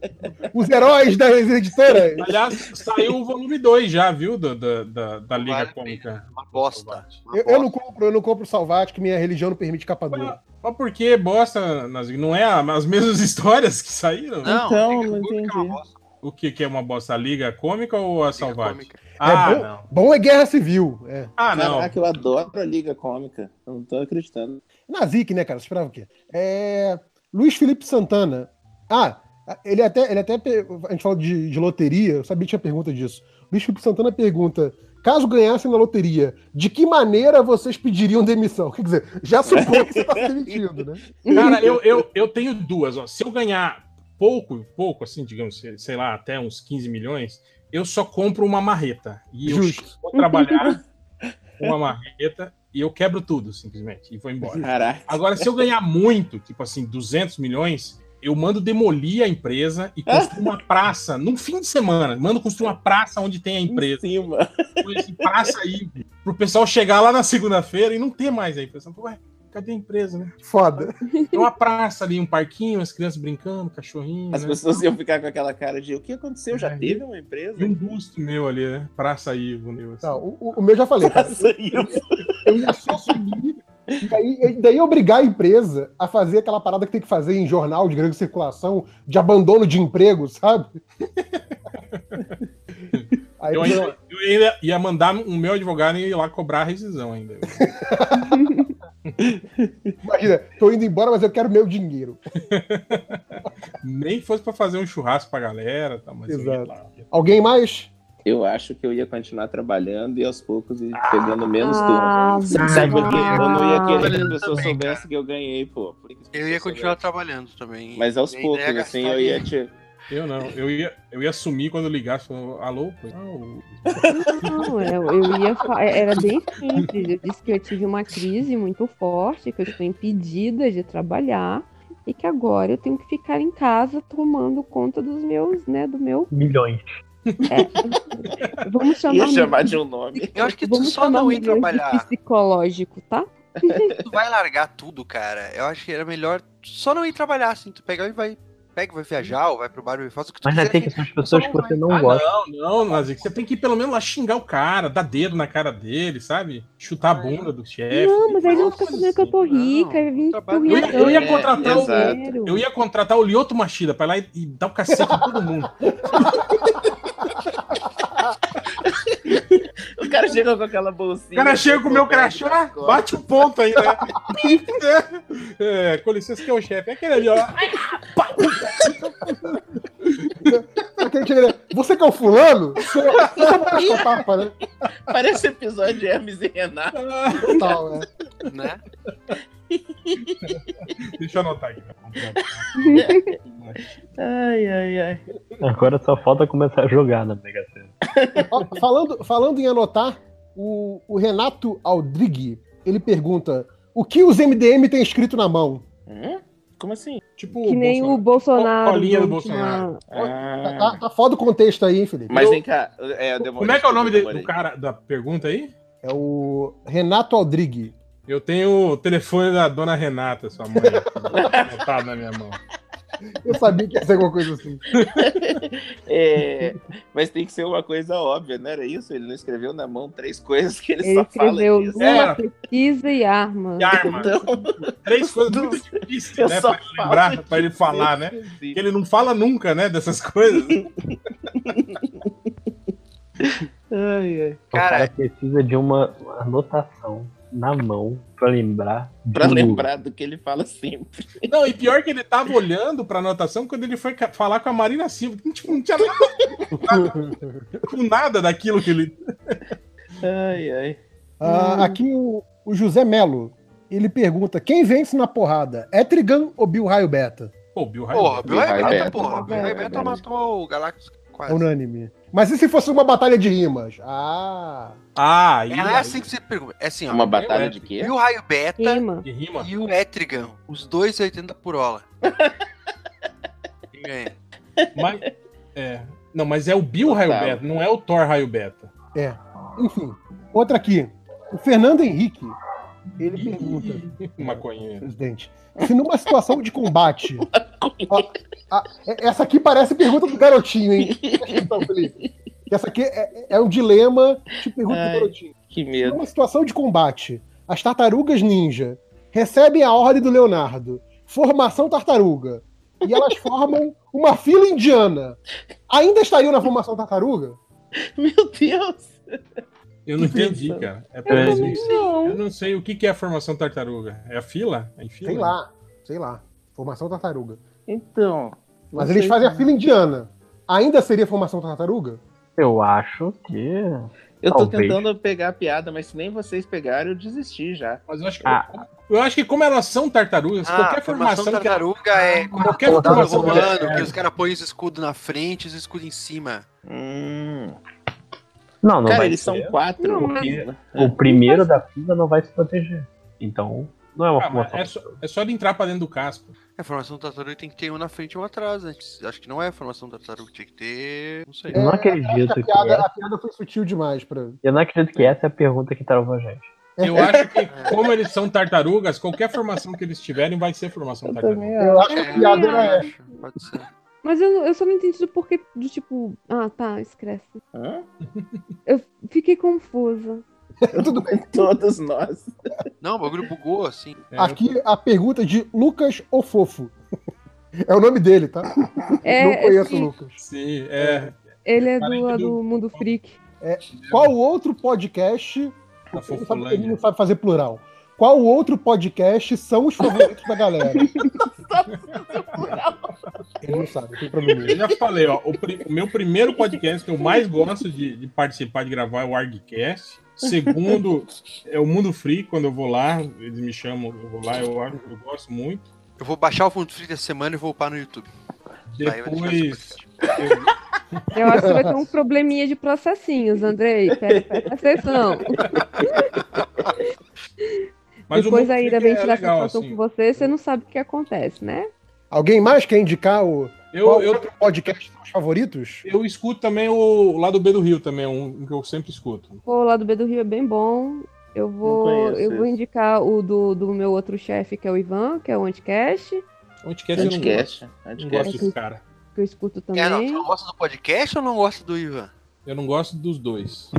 Speaker 3: Os heróis das editoras.
Speaker 5: Aliás, saiu o volume 2 já, viu? Da, da, da, da Liga
Speaker 1: Vale a
Speaker 5: Cômica.
Speaker 1: Uma bosta. Uma
Speaker 3: Eu,
Speaker 1: bosta.
Speaker 3: eu não compro, eu não compro Salvat, que minha religião não permite capa dura.
Speaker 5: Mas por que é bosta, Nazi? Não é a- as mesmas *laughs* histórias que saíram?
Speaker 1: Não,
Speaker 2: Então,
Speaker 1: Liga
Speaker 2: não
Speaker 1: Cômica é uma
Speaker 2: entendi.
Speaker 1: bosta, Liga
Speaker 5: O que, que é uma bosta? A Liga Cômica ou a Salvagem?
Speaker 1: Cômica.
Speaker 5: Ah,
Speaker 3: É bom?
Speaker 5: não.
Speaker 3: Bom é guerra civil. É.
Speaker 5: Ah, não.
Speaker 2: Caraca, eu adoro a Liga Cômica. Eu não tô acreditando.
Speaker 3: Nazik, né, cara? Você esperava o quê? É, Luiz Felipe Santana. Ah, ele até. Ele até pe- a gente falou de, de loteria, eu sabia que tinha pergunta disso. Luiz Felipe Santana pergunta: caso ganhassem na loteria, de que maneira vocês pediriam demissão? Quer dizer, já supõe que você está se demitindo, né?
Speaker 5: Cara, eu, eu, eu tenho duas. Ó. Se eu ganhar pouco, pouco, assim, digamos, sei- sei lá, até uns 15 milhões, eu só compro uma marreta. E
Speaker 3: Justo.
Speaker 5: eu vou trabalhar com uma marreta e eu quebro tudo, simplesmente, e vou embora. *laughs*
Speaker 2: Caraca.
Speaker 5: Agora, se eu ganhar muito, tipo assim, 200 milhões, eu mando demolir a empresa e construo uma praça num fim de semana. Mando construir uma praça onde tem a
Speaker 2: Em
Speaker 5: empresa.
Speaker 2: cima.
Speaker 5: Põe esse praça aí pro pessoal chegar lá na segunda-feira e não ter mais a empresa. Ué, cadê a empresa, né?
Speaker 3: Foda.
Speaker 5: Tem uma praça ali, um parquinho, as crianças brincando, cachorrinho.
Speaker 2: As
Speaker 5: né?
Speaker 2: pessoas iam ficar com aquela cara de o que aconteceu? Já teve uma empresa? *laughs*
Speaker 5: E um busto meu ali, né? Praça Ivo, né? Assim.
Speaker 3: Não, o, o- o meu já falei, cara.
Speaker 2: Nossa, eu-
Speaker 3: Eu ia só subir. E daí, e daí obrigar a empresa a fazer aquela parada que tem que fazer em jornal de grande circulação, de abandono de emprego,
Speaker 5: *laughs*
Speaker 3: sabe? Aí,
Speaker 5: Eu ainda, eu ainda ia mandar o meu advogado ir lá cobrar a rescisão ainda.
Speaker 3: imagina, tô indo embora, mas eu quero meu dinheiro.
Speaker 5: Nem fosse pra fazer um churrasco pra galera, tá? Mas eu ia
Speaker 3: Exato.
Speaker 5: lá.
Speaker 3: Alguém mais?
Speaker 2: eu acho que eu ia continuar trabalhando e aos poucos e pegando menos ah, turnos. Sabe por quê? Eu não ia querer que a pessoa também, soubesse cara. que eu ganhei, pô.
Speaker 1: Eu ia continuar soubesse. trabalhando também.
Speaker 2: Mas aos poucos, assim, eu ia te.
Speaker 5: Eu não, eu ia, eu ia sumir quando ligasse, falando, alô? ah,
Speaker 9: Não, não é, eu, eu ia. é, Era bem simples. Eu disse que eu tive uma crise muito forte, que eu estou impedida de trabalhar e que agora eu tenho que ficar em casa tomando conta dos meus, né, do meu...
Speaker 11: Milhões.
Speaker 9: É. Vamos chamar... Ia
Speaker 2: chamar de um nome.
Speaker 1: Eu acho que Vamos tu só não ir trabalhar.
Speaker 9: psicológico, tá?
Speaker 1: Tu vai largar tudo, cara. Eu acho que era melhor só não ir trabalhar, assim. Tu pegar e vai... Pega, vai viajar ou vai pro bar e faz o que tu
Speaker 11: Mas
Speaker 1: quiser.
Speaker 11: tem que ser as pessoas que você não gosta.
Speaker 5: Ah, não, não, Nazik. Você tem que ir pelo menos lá xingar o cara, dar dedo na cara dele, sabe? Chutar a bunda do chefe.
Speaker 9: Não, mas aí ele não fica sabendo que eu tô rica. eu, vim
Speaker 5: eu, ia, eu ia contratar o, eu ia contratar o Lioto Machida pra ir lá e, e dar o um cacete em todo mundo.
Speaker 2: o cara chega com aquela bolsinha.
Speaker 5: O cara chega com o meu crachá, bate o ponto aí, né? *laughs* é, com licença que é o chefe. É aquele ali, ó.
Speaker 3: Você que é o fulano? Você é o papa, né?
Speaker 2: Parece episódio de Hermes e
Speaker 5: Ah,
Speaker 2: Renato.
Speaker 3: Total, né?
Speaker 1: né?
Speaker 5: Deixa eu anotar aqui. tá
Speaker 9: *laughs*
Speaker 11: ai, ai, ai. Agora só falta começar a jogar na Mega
Speaker 3: Sena. Falando, falando em anotar, o, o Renato Aldrig, ele pergunta o que os MDM têm escrito na mão?
Speaker 2: Hum? Como assim?
Speaker 9: Tipo, que nem o Bolsonaro.
Speaker 5: Colinha do Bolsonaro.
Speaker 3: Ah. Tá, tá foda o contexto aí, hein, Felipe.
Speaker 2: Mas vem cá. É,
Speaker 5: como é que é o nome de, do cara da pergunta aí?
Speaker 3: É o Renato Aldrig.
Speaker 5: Eu tenho o telefone da dona Renata, sua mãe, botado na minha
Speaker 9: *laughs*
Speaker 5: mão.
Speaker 3: Eu sabia que ia ser alguma coisa assim.
Speaker 2: é, mas tem que ser uma coisa óbvia, não era isso? Ele não escreveu na mão três coisas que ele,
Speaker 9: ele
Speaker 2: só fala É,
Speaker 9: escreveu isso. Lula, pesquisa e arma.
Speaker 5: E arma. Então, três coisas do... muito difíceis, né? Pra ele lembrar, pra ele falar, né?
Speaker 2: assim.
Speaker 5: Que ele não fala nunca, né? Dessas coisas.
Speaker 11: ai, ai. O cara, cara precisa de uma anotação na mão para lembrar.
Speaker 2: Para lembrar do que ele fala assim. sempre.
Speaker 5: Não, e pior que ele tava olhando para anotação quando ele foi falar com a Marina Silva, que tipo, não tinha nada, nada com nada daquilo que ele.
Speaker 2: Ai, ai.
Speaker 3: Ah, aqui o, o, José Melo, ele pergunta: quem vence na porrada? É Trigan ou Bill Raio Beta?
Speaker 5: Pô, Bill Raio
Speaker 1: porra, Bill Raio Beta, Beta, porra. Bill Raio Beta matou o Galactus quase.
Speaker 3: Unânime. Mas e se fosse uma batalha de rimas? Ah.
Speaker 5: Ah,
Speaker 1: e é assim que você pergunta. É assim, ó.
Speaker 2: Uma batalha eu, de quê?
Speaker 1: E o raio beta
Speaker 9: Rima.
Speaker 5: Rima.
Speaker 1: e o Etrigan. Os dois 80 por hora.
Speaker 5: Ganha. Mas, é. Não, mas é o Bill Total. raio beta, não é o Thor raio *laughs* beta.
Speaker 3: É. Enfim, outra aqui. O Fernando Henrique, ele pergunta.
Speaker 5: Maconheiro.
Speaker 3: Presidente. Se numa situação de combate.
Speaker 2: *laughs*
Speaker 3: ó, a, essa aqui parece pergunta do garotinho, hein? Então, Felipe. Essa aqui é, é um dilema de pergunta Ai, do garotinho.
Speaker 2: Que medo.
Speaker 3: Numa situação de combate, as tartarugas ninja recebem a ordem do Leonardo, formação tartaruga,
Speaker 2: *laughs*
Speaker 3: e elas formam uma fila indiana. Ainda estariam na formação tartaruga?
Speaker 2: Meu Deus!
Speaker 5: Eu não entendi, cara. É pra eu, não sei. eu não sei o que, que é a formação tartaruga. É a fila? É fila?
Speaker 3: Sei lá, sei lá. Formação tartaruga.
Speaker 2: Então.
Speaker 3: Mas eles fazem a fila indiana. Ainda seria formação tartaruga?
Speaker 11: Eu acho que.
Speaker 2: Eu tô Talvez. tentando pegar a piada, mas se nem vocês pegaram, eu desisti já.
Speaker 5: Mas eu acho que, ah. eu, eu, acho que como elas são tartarugas, ah, qualquer formação.
Speaker 1: tartaruga que... é qualquer formação romano, é. que os caras põem os escudos na frente e os escudos em cima.
Speaker 2: Hum.
Speaker 11: Não, não
Speaker 2: Cara,
Speaker 11: vai
Speaker 2: eles ser. são quatro. Não,
Speaker 11: é. O primeiro da fila não vai se proteger. Então, não é uma ah, formação.
Speaker 5: É só, é só ele entrar pra dentro
Speaker 1: *laughs*
Speaker 5: do casco.
Speaker 1: É, A formação tartaruga tem que ter um na frente e um atrás. Né? Acho que não é a formação tartaruga, tinha que ter. Não sei.
Speaker 11: Eu não acredito que. é.
Speaker 3: A piada, a piada foi sutil demais pra.
Speaker 11: Eu não acredito que essa é a pergunta que travou a gente.
Speaker 5: Eu acho que, como eles são tartarugas, qualquer formação que eles tiverem vai ser formação eu tartaruga.
Speaker 3: É, Eu acho que a piada era essa. Pode
Speaker 9: ser. Mas eu, eu só não entendi do porquê do tipo. Ah, tá, esquece.
Speaker 2: Hã?
Speaker 9: Eu fiquei confusa.
Speaker 2: Tudo bem. Todos nós.
Speaker 1: Não, o bagulho bugou, assim.
Speaker 3: É, Aqui eu... a pergunta de Lucas ou Fofo. *laughs* É o nome dele, tá?
Speaker 9: É,
Speaker 3: Não conheço o Lucas.
Speaker 5: Sim, é.
Speaker 9: Ele é do, do Mundo Freak.
Speaker 3: É, qual outro podcast. Ele sabe, ele não sabe fazer plural. Qual outro podcast são os favoritos da galera? Ele não sabe, tem problema.
Speaker 5: Eu já falei, ó, o, pri- o meu primeiro podcast que eu mais gosto de, de participar, de gravar, é o ArgCast. Segundo, é o Mundo Free, quando eu vou lá, eles me chamam, eu vou lá, eu, acho- eu gosto muito.
Speaker 1: Eu vou baixar o Fundo Free dessa semana e vou upar no YouTube. Aí vai deixar esse
Speaker 5: Depois,
Speaker 9: Eu acho que vai ter um probleminha de processinhos, Andrei. Pera, presta atenção.
Speaker 5: Mas o
Speaker 9: Depois
Speaker 5: Mundo
Speaker 9: ainda
Speaker 5: Freak
Speaker 9: vem
Speaker 5: é
Speaker 9: tirar
Speaker 5: legal,
Speaker 9: satisfação
Speaker 5: assim.
Speaker 9: com você, você não sabe o que acontece, né?
Speaker 3: Alguém mais quer indicar o
Speaker 5: eu,
Speaker 3: qual
Speaker 5: eu,
Speaker 3: outro podcast são os favoritos?
Speaker 5: eu escuto também o Lado B do Rio, também, um, um que eu sempre escuto.
Speaker 9: Pô, o lado B do Rio é bem bom. Eu vou,
Speaker 2: conheço
Speaker 9: eu vou
Speaker 2: esse.
Speaker 9: indicar o do, do meu outro chefe, que é o Ivan, que é o Anticast,
Speaker 5: Onde quer eu não gosto.
Speaker 2: Podcast.
Speaker 5: Não
Speaker 2: podcast.
Speaker 5: gosto desse cara.
Speaker 9: que eu escuto também.
Speaker 1: É, não, tu não gosta do podcast ou não gosta do Ivan?
Speaker 5: Eu não gosto dos dois.
Speaker 10: *laughs*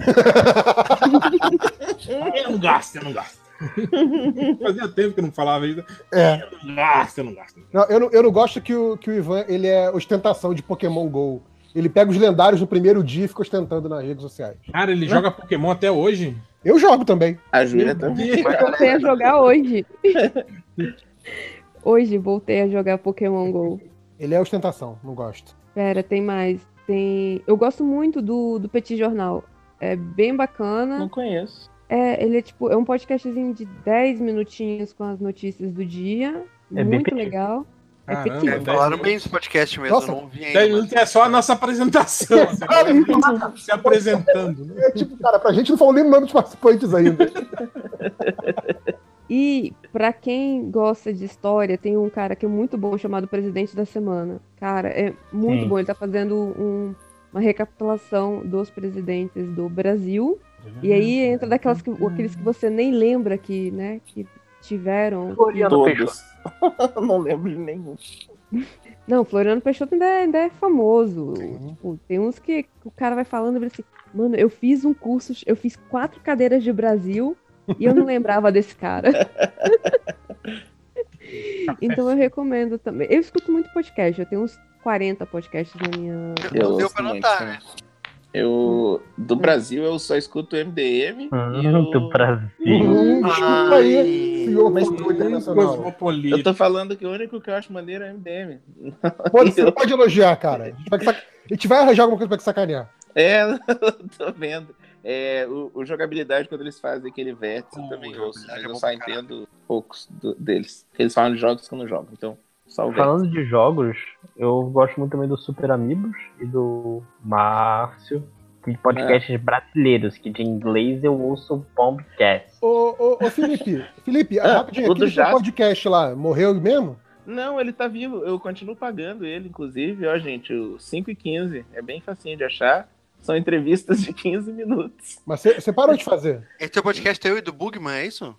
Speaker 10: Eu não gosto, eu não gosto.
Speaker 5: *laughs* Fazia tempo que eu não falava ainda.
Speaker 3: É.
Speaker 5: Eu não gosto, eu não gosto.
Speaker 3: Não, eu, não, eu não gosto que o, que o Ivan ele é ostentação de Pokémon GO. Ele pega os lendários no primeiro dia e fica ostentando nas redes sociais.
Speaker 5: Cara,
Speaker 2: Né?
Speaker 5: ele joga Pokémon até hoje?
Speaker 3: Eu jogo também.
Speaker 2: A Júlia também.
Speaker 9: Voltei a jogar hoje. *laughs* hoje voltei a jogar Pokémon GO.
Speaker 3: Ele é ostentação, não gosto.
Speaker 9: Pera, tem mais. Tem. Eu gosto muito do, do Petit Jornal. É bem bacana.
Speaker 2: Não conheço.
Speaker 9: É, ele é tipo, é um podcastzinho de 10 minutinhos com as notícias do dia.
Speaker 11: É bem
Speaker 9: muito
Speaker 11: pequeno.
Speaker 9: legal.
Speaker 5: Caramba,
Speaker 9: pequeno.
Speaker 1: É,
Speaker 5: dez
Speaker 1: falaram
Speaker 5: minutos.
Speaker 1: bem desse podcast mesmo,
Speaker 3: Nossa,
Speaker 1: eu não ouvi ainda.
Speaker 5: Dez minutos é só a
Speaker 2: *laughs*
Speaker 5: nossa apresentação. assim, agora se apresentando. né?
Speaker 3: É tipo, cara, pra gente não falou nem o nome dos participantes ainda.
Speaker 9: E pra quem gosta de história, tem um cara que é muito bom chamado Presidente da Semana. Cara, é muito
Speaker 11: Sim.
Speaker 9: bom. Ele tá fazendo um- uma recapitulação dos presidentes do Brasil. E aí entra daquelas que, aqueles que você nem lembra que, né, que tiveram.
Speaker 8: Floriano Peixoto.
Speaker 2: Todos. não lembro de nenhum.
Speaker 9: Não, Floriano Peixoto ainda é, ainda é famoso. Tipo, tem uns que o cara vai falando e ele assim, mano, eu fiz um curso, eu fiz quatro cadeiras de Brasil e eu não lembrava desse cara. *laughs* então eu recomendo também. Eu escuto muito podcast, eu tenho uns 40 podcasts na minha.
Speaker 1: Não
Speaker 2: Eu
Speaker 1: deu
Speaker 2: ouço
Speaker 1: pra
Speaker 2: muito
Speaker 1: notar,
Speaker 2: também.
Speaker 1: né?
Speaker 2: Eu, do Brasil, eu só escuto MDM.
Speaker 11: Ah, *laughs*
Speaker 2: e
Speaker 11: Santo
Speaker 2: o...
Speaker 11: Brasil.
Speaker 3: Hum, desculpa aí, senhor
Speaker 2: mas
Speaker 3: Fórum Internacional.
Speaker 2: Eu
Speaker 5: Cosmopolita.
Speaker 2: tô falando que o único que eu acho maneiro é MDM.
Speaker 3: Pode, você pode elogiar, cara. A gente, vai sac- a gente vai arranjar alguma coisa pra te sacanear.
Speaker 2: É, *laughs* eu tô vendo. É, o, o jogabilidade, quando eles fazem aquele vértice, eu
Speaker 1: Pô,
Speaker 2: também
Speaker 1: jogabilidade
Speaker 2: ouço, mas
Speaker 1: é
Speaker 2: eu
Speaker 1: bom
Speaker 2: só
Speaker 1: pra caralho.
Speaker 2: entendo poucos do- deles. Eles falam de jogos que eu não jogo, então só o vértice.
Speaker 11: Falando de jogos, eu gosto muito também do Super Amigos e do Márcio. De
Speaker 2: É.
Speaker 11: podcasts brasileiros, que de inglês eu ouço o Bombcast.
Speaker 3: Ô, ô, ô Felipe, Felipe,
Speaker 2: Ah,
Speaker 3: rapidinho,
Speaker 2: o do
Speaker 3: aquele seu
Speaker 2: Jasper.
Speaker 3: podcast lá, morreu mesmo?
Speaker 2: Não, ele tá vivo, eu continuo pagando ele, inclusive, ó, gente, o 5 e 15, é bem facinho de achar. São entrevistas de 15 minutos.
Speaker 3: Mas você você parou de fazer.
Speaker 1: Esse é o podcast teu e do Bugman, é isso?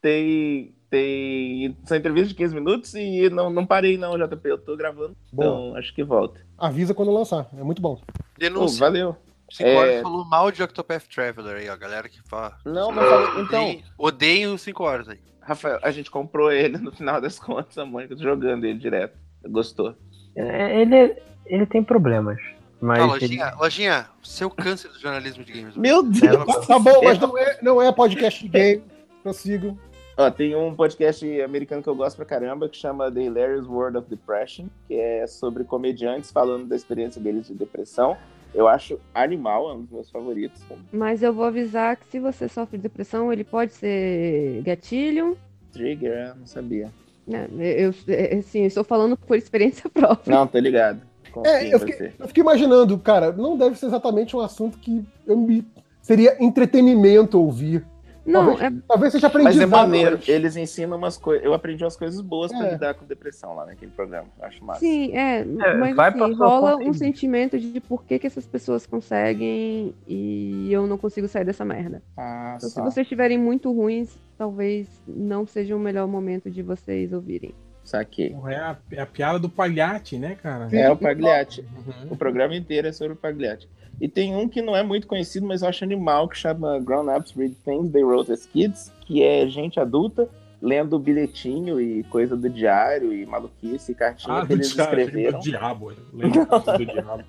Speaker 2: Tem. tem são entrevistas de 15 minutos e não, não parei, não, JP. Eu tô gravando,
Speaker 3: Bom,
Speaker 2: então acho que volta.
Speaker 3: avisa quando lançar, é muito bom.
Speaker 2: Pô,
Speaker 1: Denúncia.
Speaker 2: valeu.
Speaker 1: Cinco horas
Speaker 2: é.
Speaker 1: falou mal de Octopath Traveler aí, ó. Galera que fala.
Speaker 2: Não, não falei. Então,
Speaker 1: Odeio, odeio os 5 horas aí.
Speaker 2: Rafael, a gente comprou ele *laughs* no final das contas, a Mônica jogando ele direto. Gostou.
Speaker 11: É, Ele, ele tem problemas, mas.
Speaker 1: Tá,
Speaker 11: ele-
Speaker 1: lojinha, lojinha, seu câncer do jornalismo de games.
Speaker 2: Meu
Speaker 11: É,
Speaker 2: Deus!
Speaker 3: Tá bom, mas não é, não é podcast de game. Prossigo.
Speaker 2: Ó, tem um podcast americano que eu gosto pra caramba que chama The Hilarious World of Depression, que é sobre comediantes falando da experiência deles de depressão. Eu acho animal, é um dos meus favoritos.
Speaker 9: Mas eu vou avisar que se você sofre de depressão, ele pode ser gatilho.
Speaker 2: Trigger, eu não sabia.
Speaker 9: né? Eu, eu- assim, eu estou falando por experiência *laughs* própria.
Speaker 2: Não, tô ligado. Confio
Speaker 3: É,
Speaker 2: em
Speaker 3: eu
Speaker 2: você.
Speaker 3: fiquei, eu fiquei imaginando, cara, não deve ser exatamente um assunto que eu me. Seria entretenimento ouvir.
Speaker 9: Não, é
Speaker 3: talvez, talvez seja aprendizado.
Speaker 2: Mas é maneiro,
Speaker 3: mas-
Speaker 2: eles ensinam umas coisas. Eu aprendi umas coisas boas pra
Speaker 3: É.
Speaker 2: lidar com depressão lá naquele programa. Eu acho massa.
Speaker 9: Sim, é, mas
Speaker 11: vai pra
Speaker 9: assim,
Speaker 11: sua
Speaker 9: rola
Speaker 11: conta
Speaker 9: um
Speaker 11: aí.
Speaker 9: sentimento de por que, que essas pessoas conseguem e eu não consigo sair dessa merda.
Speaker 2: Ah,
Speaker 9: Então, se
Speaker 2: só.
Speaker 9: vocês estiverem muito ruins, talvez não seja o melhor momento de vocês ouvirem.
Speaker 2: Saquei.
Speaker 5: É a, é a piada do palhate, né, cara?
Speaker 2: É o Pagliatti.
Speaker 5: Uhum.
Speaker 2: O programa inteiro é sobre o Pagliatti. E tem um que não é muito conhecido, mas eu acho animal, que chama Grown Ups Read Things They Wrote as Kids, que é gente adulta lendo bilhetinho e coisa do diário e maluquice e cartinha
Speaker 5: Ah,
Speaker 2: que
Speaker 5: do
Speaker 2: eles
Speaker 5: diabo, do
Speaker 2: escreveram.
Speaker 5: diabo. eu lembro
Speaker 2: *laughs*
Speaker 5: do diabo.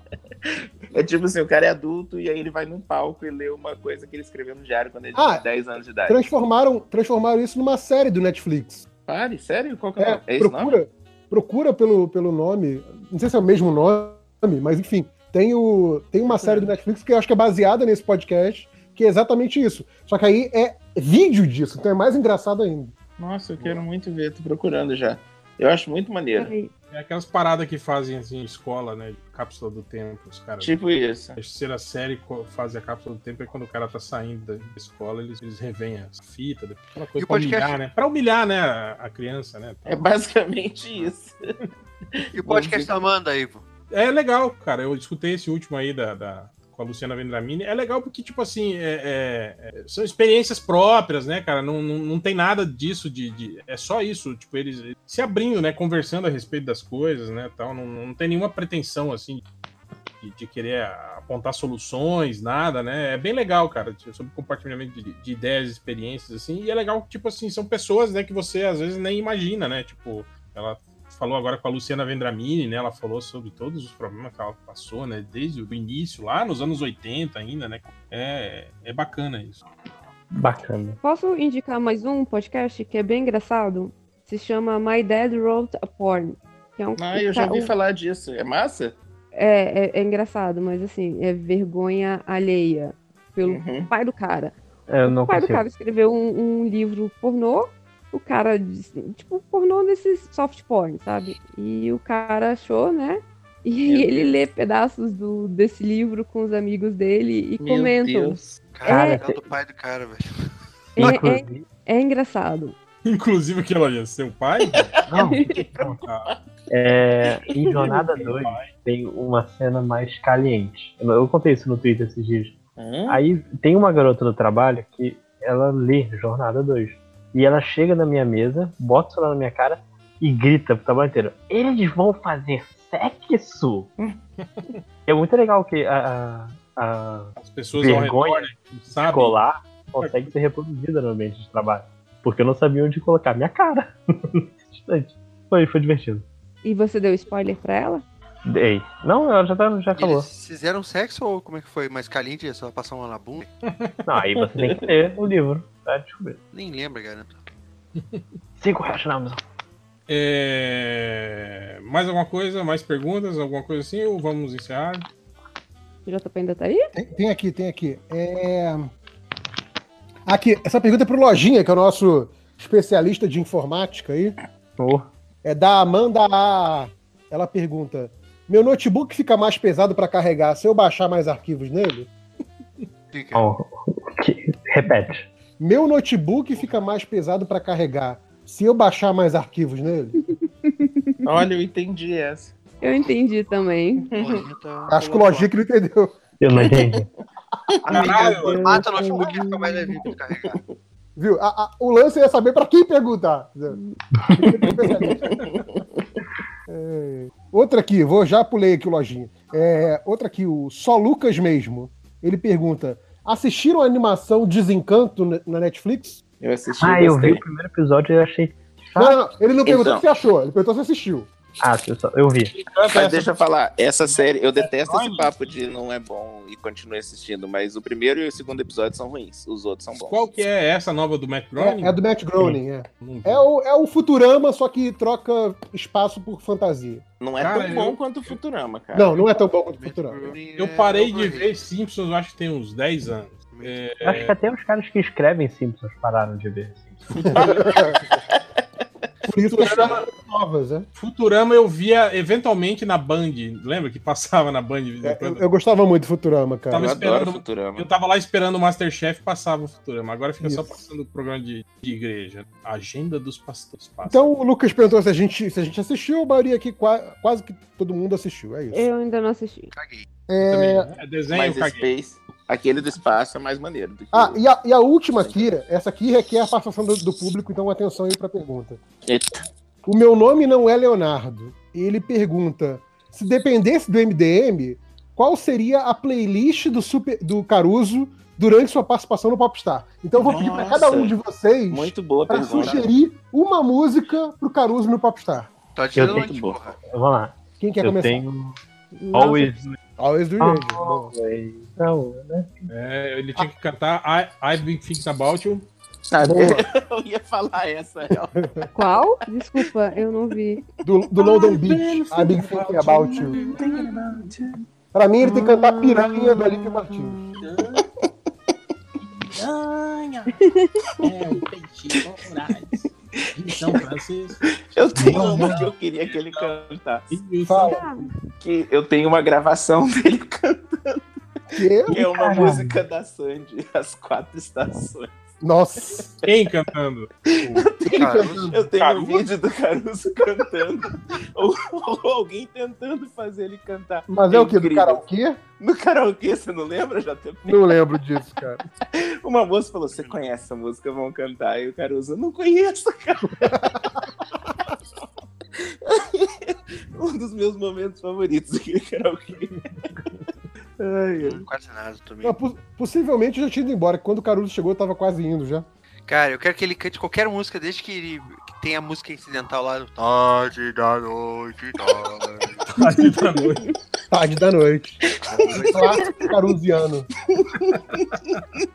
Speaker 2: É tipo assim, o cara é adulto e aí ele vai num palco e lê uma coisa que ele escreveu no diário quando ele
Speaker 3: Ah,
Speaker 2: tinha 10 anos de idade.
Speaker 3: Transformaram, transformaram isso numa série do Netflix.
Speaker 2: Pare, sério? Qual que é, o
Speaker 3: É,
Speaker 2: nome? é esse nome?
Speaker 3: procura, procura pelo, pelo nome, não sei se é o mesmo nome, mas enfim, tem, o, tem uma série do Netflix que eu acho que é baseada nesse podcast, que é exatamente isso. Só que aí é vídeo disso, então é mais engraçado ainda.
Speaker 2: Nossa, eu quero muito ver, tô procurando já. Eu acho muito maneiro.
Speaker 5: É aquelas paradas que fazem assim, escola, né? Cápsula do tempo, os caras.
Speaker 2: Tipo isso.
Speaker 5: A terceira série fazem a cápsula do tempo é quando o cara tá saindo da escola, eles, eles revêm a fita, aquela coisa pra podcast... humilhar, né? Pra humilhar, né, a criança, né?
Speaker 2: É basicamente isso.
Speaker 1: E o podcast da Amanda aí, pô?
Speaker 5: É legal, cara. Eu escutei esse último aí da, da com a Luciana Vendramini. É legal porque, tipo assim, é, é, são experiências próprias, né, cara? Não, não, não tem nada disso de, de, É só isso, tipo, eles, eles se abrindo, né? Conversando a respeito das coisas, né? Tal. Não, não tem nenhuma pretensão, assim, de, de, querer apontar soluções, nada, né? É bem legal, cara, sobre compartilhamento de, de ideias, experiências, assim. E é legal que, tipo assim, são pessoas, né, que você às vezes nem imagina, né? Tipo, ela falou agora com a Luciana Vendramini, né? Ela falou sobre todos os problemas que ela passou, né? Desde o início, lá nos anos 80 ainda, né? É, é bacana isso. *laughs*
Speaker 11: Bacana.
Speaker 9: Posso indicar mais um podcast que é bem engraçado? Se chama My Dad Wrote a Porn.
Speaker 2: Que é um, ah, eu já
Speaker 3: tá,
Speaker 2: ouvi um... falar disso. É massa?
Speaker 9: É, é, é, engraçado, mas assim, é vergonha alheia pelo
Speaker 2: Hum.
Speaker 9: uhum. pai do cara.
Speaker 11: É, eu não
Speaker 9: o pai
Speaker 11: consigo.
Speaker 9: do cara escreveu um, um livro pornô o cara, tipo, pornô desses soft porn, sabe? E o cara achou, né? E Meu *laughs* ele Deus. lê pedaços do, desse livro com os amigos dele e Meu comentam. Deus.
Speaker 1: Cara, é, é do pai do cara, velho.
Speaker 9: É, é, é, engraçado.
Speaker 5: Inclusive aquele olha, seu pai? né?
Speaker 11: *laughs* Não, não tá. é, em Jornada 2 tem uma cena mais caliente. Eu, eu contei isso no Twitter esses dias. Hum? Aí tem uma garota do trabalho que ela lê Jornada 2. E ela chega na minha mesa, bota o celular na minha cara e grita pro trabalho inteiro: Eles vão fazer *laughs* sexo! é muito legal que a, a,
Speaker 5: As
Speaker 11: um
Speaker 5: pessoas
Speaker 11: vergonha redor, escolar consegue ser reproduzida no ambiente de trabalho. Porque eu não sabia onde colocar minha cara. *laughs* foi, foi divertido.
Speaker 9: *laughs* E você deu spoiler pra ela?
Speaker 11: Dei. Não, ela já, tá, já acabou. Eles
Speaker 1: fizeram sexo ou como é que foi? Mais caliente, é só passar uma na bunda?
Speaker 11: Não, aí você tem que ler o livro pra descobrir.
Speaker 1: Nem lembra, garanto.
Speaker 11: Cinco reais na Amazon.
Speaker 5: É... Mais alguma coisa? Mais perguntas? Alguma coisa assim? Ou vamos encerrar?
Speaker 9: O JP ainda tá aí?
Speaker 3: Tem, tem aqui, tem aqui. É... Aqui, essa pergunta é pro Lojinha, que é o nosso especialista de informática aí.
Speaker 11: Oh.
Speaker 3: É da Amanda A. Ela pergunta: Meu notebook fica mais pesado para carregar se eu baixar mais arquivos nele?
Speaker 11: Oh. Repete.
Speaker 3: Meu notebook fica mais pesado para carregar se eu baixar mais arquivos nele?
Speaker 2: Olha, eu entendi essa.
Speaker 9: Eu entendi também.
Speaker 1: tá
Speaker 3: Acho que o Logic não entendeu.
Speaker 11: Eu não entendi.
Speaker 1: Caralho,
Speaker 3: é
Speaker 1: mata o
Speaker 3: um
Speaker 1: notebook tá, Ah, fica mais leve pra carregar.
Speaker 3: Viu? A, a, o lance é saber para quem perguntar. é, outra aqui, vou já pulei aqui o lojinha. É, outra aqui, o Só Lucas mesmo. Ele pergunta: assistiram a animação Desencanto na Netflix?
Speaker 2: Eu assisti.
Speaker 11: Ah, eu vi o primeiro episódio e achei.
Speaker 3: Não, não, ele não perguntou o então. que você achou, ele perguntou se assistiu.
Speaker 11: Ah, pessoal, eu vi.
Speaker 2: Mas
Speaker 5: é
Speaker 2: deixa eu falar, essa série, eu detesto esse papo de não é bom e continue assistindo, mas o primeiro e o segundo episódio são ruins, os outros são bons.
Speaker 5: Qual que é essa nova do Matt Groening?
Speaker 3: É, é do Matt Groening, é. É o, é o Futurama, só que troca espaço por fantasia.
Speaker 2: Não é cara, tão bom eu... quanto o Futurama, cara.
Speaker 3: Não, não é tão bom quanto o Futurama.
Speaker 5: É, Eu parei de ver Simpsons, acho que tem uns 10 anos. É...
Speaker 11: Acho que até os caras que escrevem Simpsons pararam de ver Simpsons.
Speaker 3: Por isso Futurama, novas, né?
Speaker 5: Futurama eu via eventualmente na Band. Lembra que passava na Band?
Speaker 3: É, eu, eu, gostava muito do Futurama, cara.
Speaker 2: Tava eu adoro Futurama.
Speaker 5: Eu tava lá esperando o Masterchef passava o Futurama. Agora fica isso. só passando o programa de, de igreja. Agenda dos pastores. Passa.
Speaker 3: Então o Lucas perguntou se a gente, se a gente assistiu. A maioria aqui, quase que todo mundo assistiu. É isso.
Speaker 9: Eu ainda não assisti.
Speaker 1: Caguei.
Speaker 5: É... é desenho,
Speaker 2: caguei. Space. Aquele do espaço é mais maneiro.
Speaker 3: ah, o... e, a, e a, última aqui, essa aqui requer a participação do, do público, então atenção aí para a pergunta.
Speaker 2: Eita.
Speaker 3: O meu nome não é Leonardo. Ele pergunta: se dependesse do MDM, qual seria a playlist do, super, do Caruso durante sua participação no Popstar? Então eu vou pedir para cada um de vocês
Speaker 2: muito boa
Speaker 3: pra pergunta. sugerir uma música pro Caruso no Popstar.
Speaker 1: Tá tirando muito boa.
Speaker 11: Vamos lá.
Speaker 3: Quem quer eu começar?
Speaker 11: Tenho... Always.
Speaker 3: Always do
Speaker 11: Ah,
Speaker 3: Always.
Speaker 11: Always. Não, né?
Speaker 5: É, ele tinha que cantar I, I've Been Thinking About You.
Speaker 1: tá,
Speaker 2: Ah, *laughs* eu ia falar essa. Real.
Speaker 4: Qual? Desculpa, eu não vi.
Speaker 3: Do, do London Beach, I Big Thinking About You. Pra mim, ele tem que cantar Piranha do Alípio Martins.
Speaker 13: Piranha é um peixe morais. São Francisco.
Speaker 2: Eu tenho uma que eu queria que ele cantasse.
Speaker 9: Ah,
Speaker 2: Fala. Que eu tenho uma gravação *laughs* dele cantando.
Speaker 3: Que?
Speaker 2: Que é uma música da Sandy, *laughs* As Quatro Estações.
Speaker 3: *laughs* Nossa.
Speaker 5: Quem cantando?
Speaker 2: Eu tenho, eu tenho um vídeo do Caruso *laughs* cantando. ou, ou, alguém tentando fazer ele cantar.
Speaker 3: Mas é, o que? Do karaokê?
Speaker 2: No karaokê, você não lembra, JP?
Speaker 3: Não lembro disso, cara.
Speaker 2: Uma moça falou: Você conhece essa música? Vão cantar. E o Caruso: Não conheço, cara. *laughs* um dos meus momentos favoritos aqui no karaokê. *laughs*
Speaker 1: Ai, eu... Quase nada também.
Speaker 3: Não, poss possivelmente eu já tinha ido embora. Quando o Caruso chegou, eu tava quase indo já.
Speaker 1: Cara, eu quero que ele cante qualquer música, desde que ele que tenha a música incidental lá. Tarde da noite,
Speaker 5: tarde da noite.
Speaker 3: Tarde da noite. Clássico carusiano.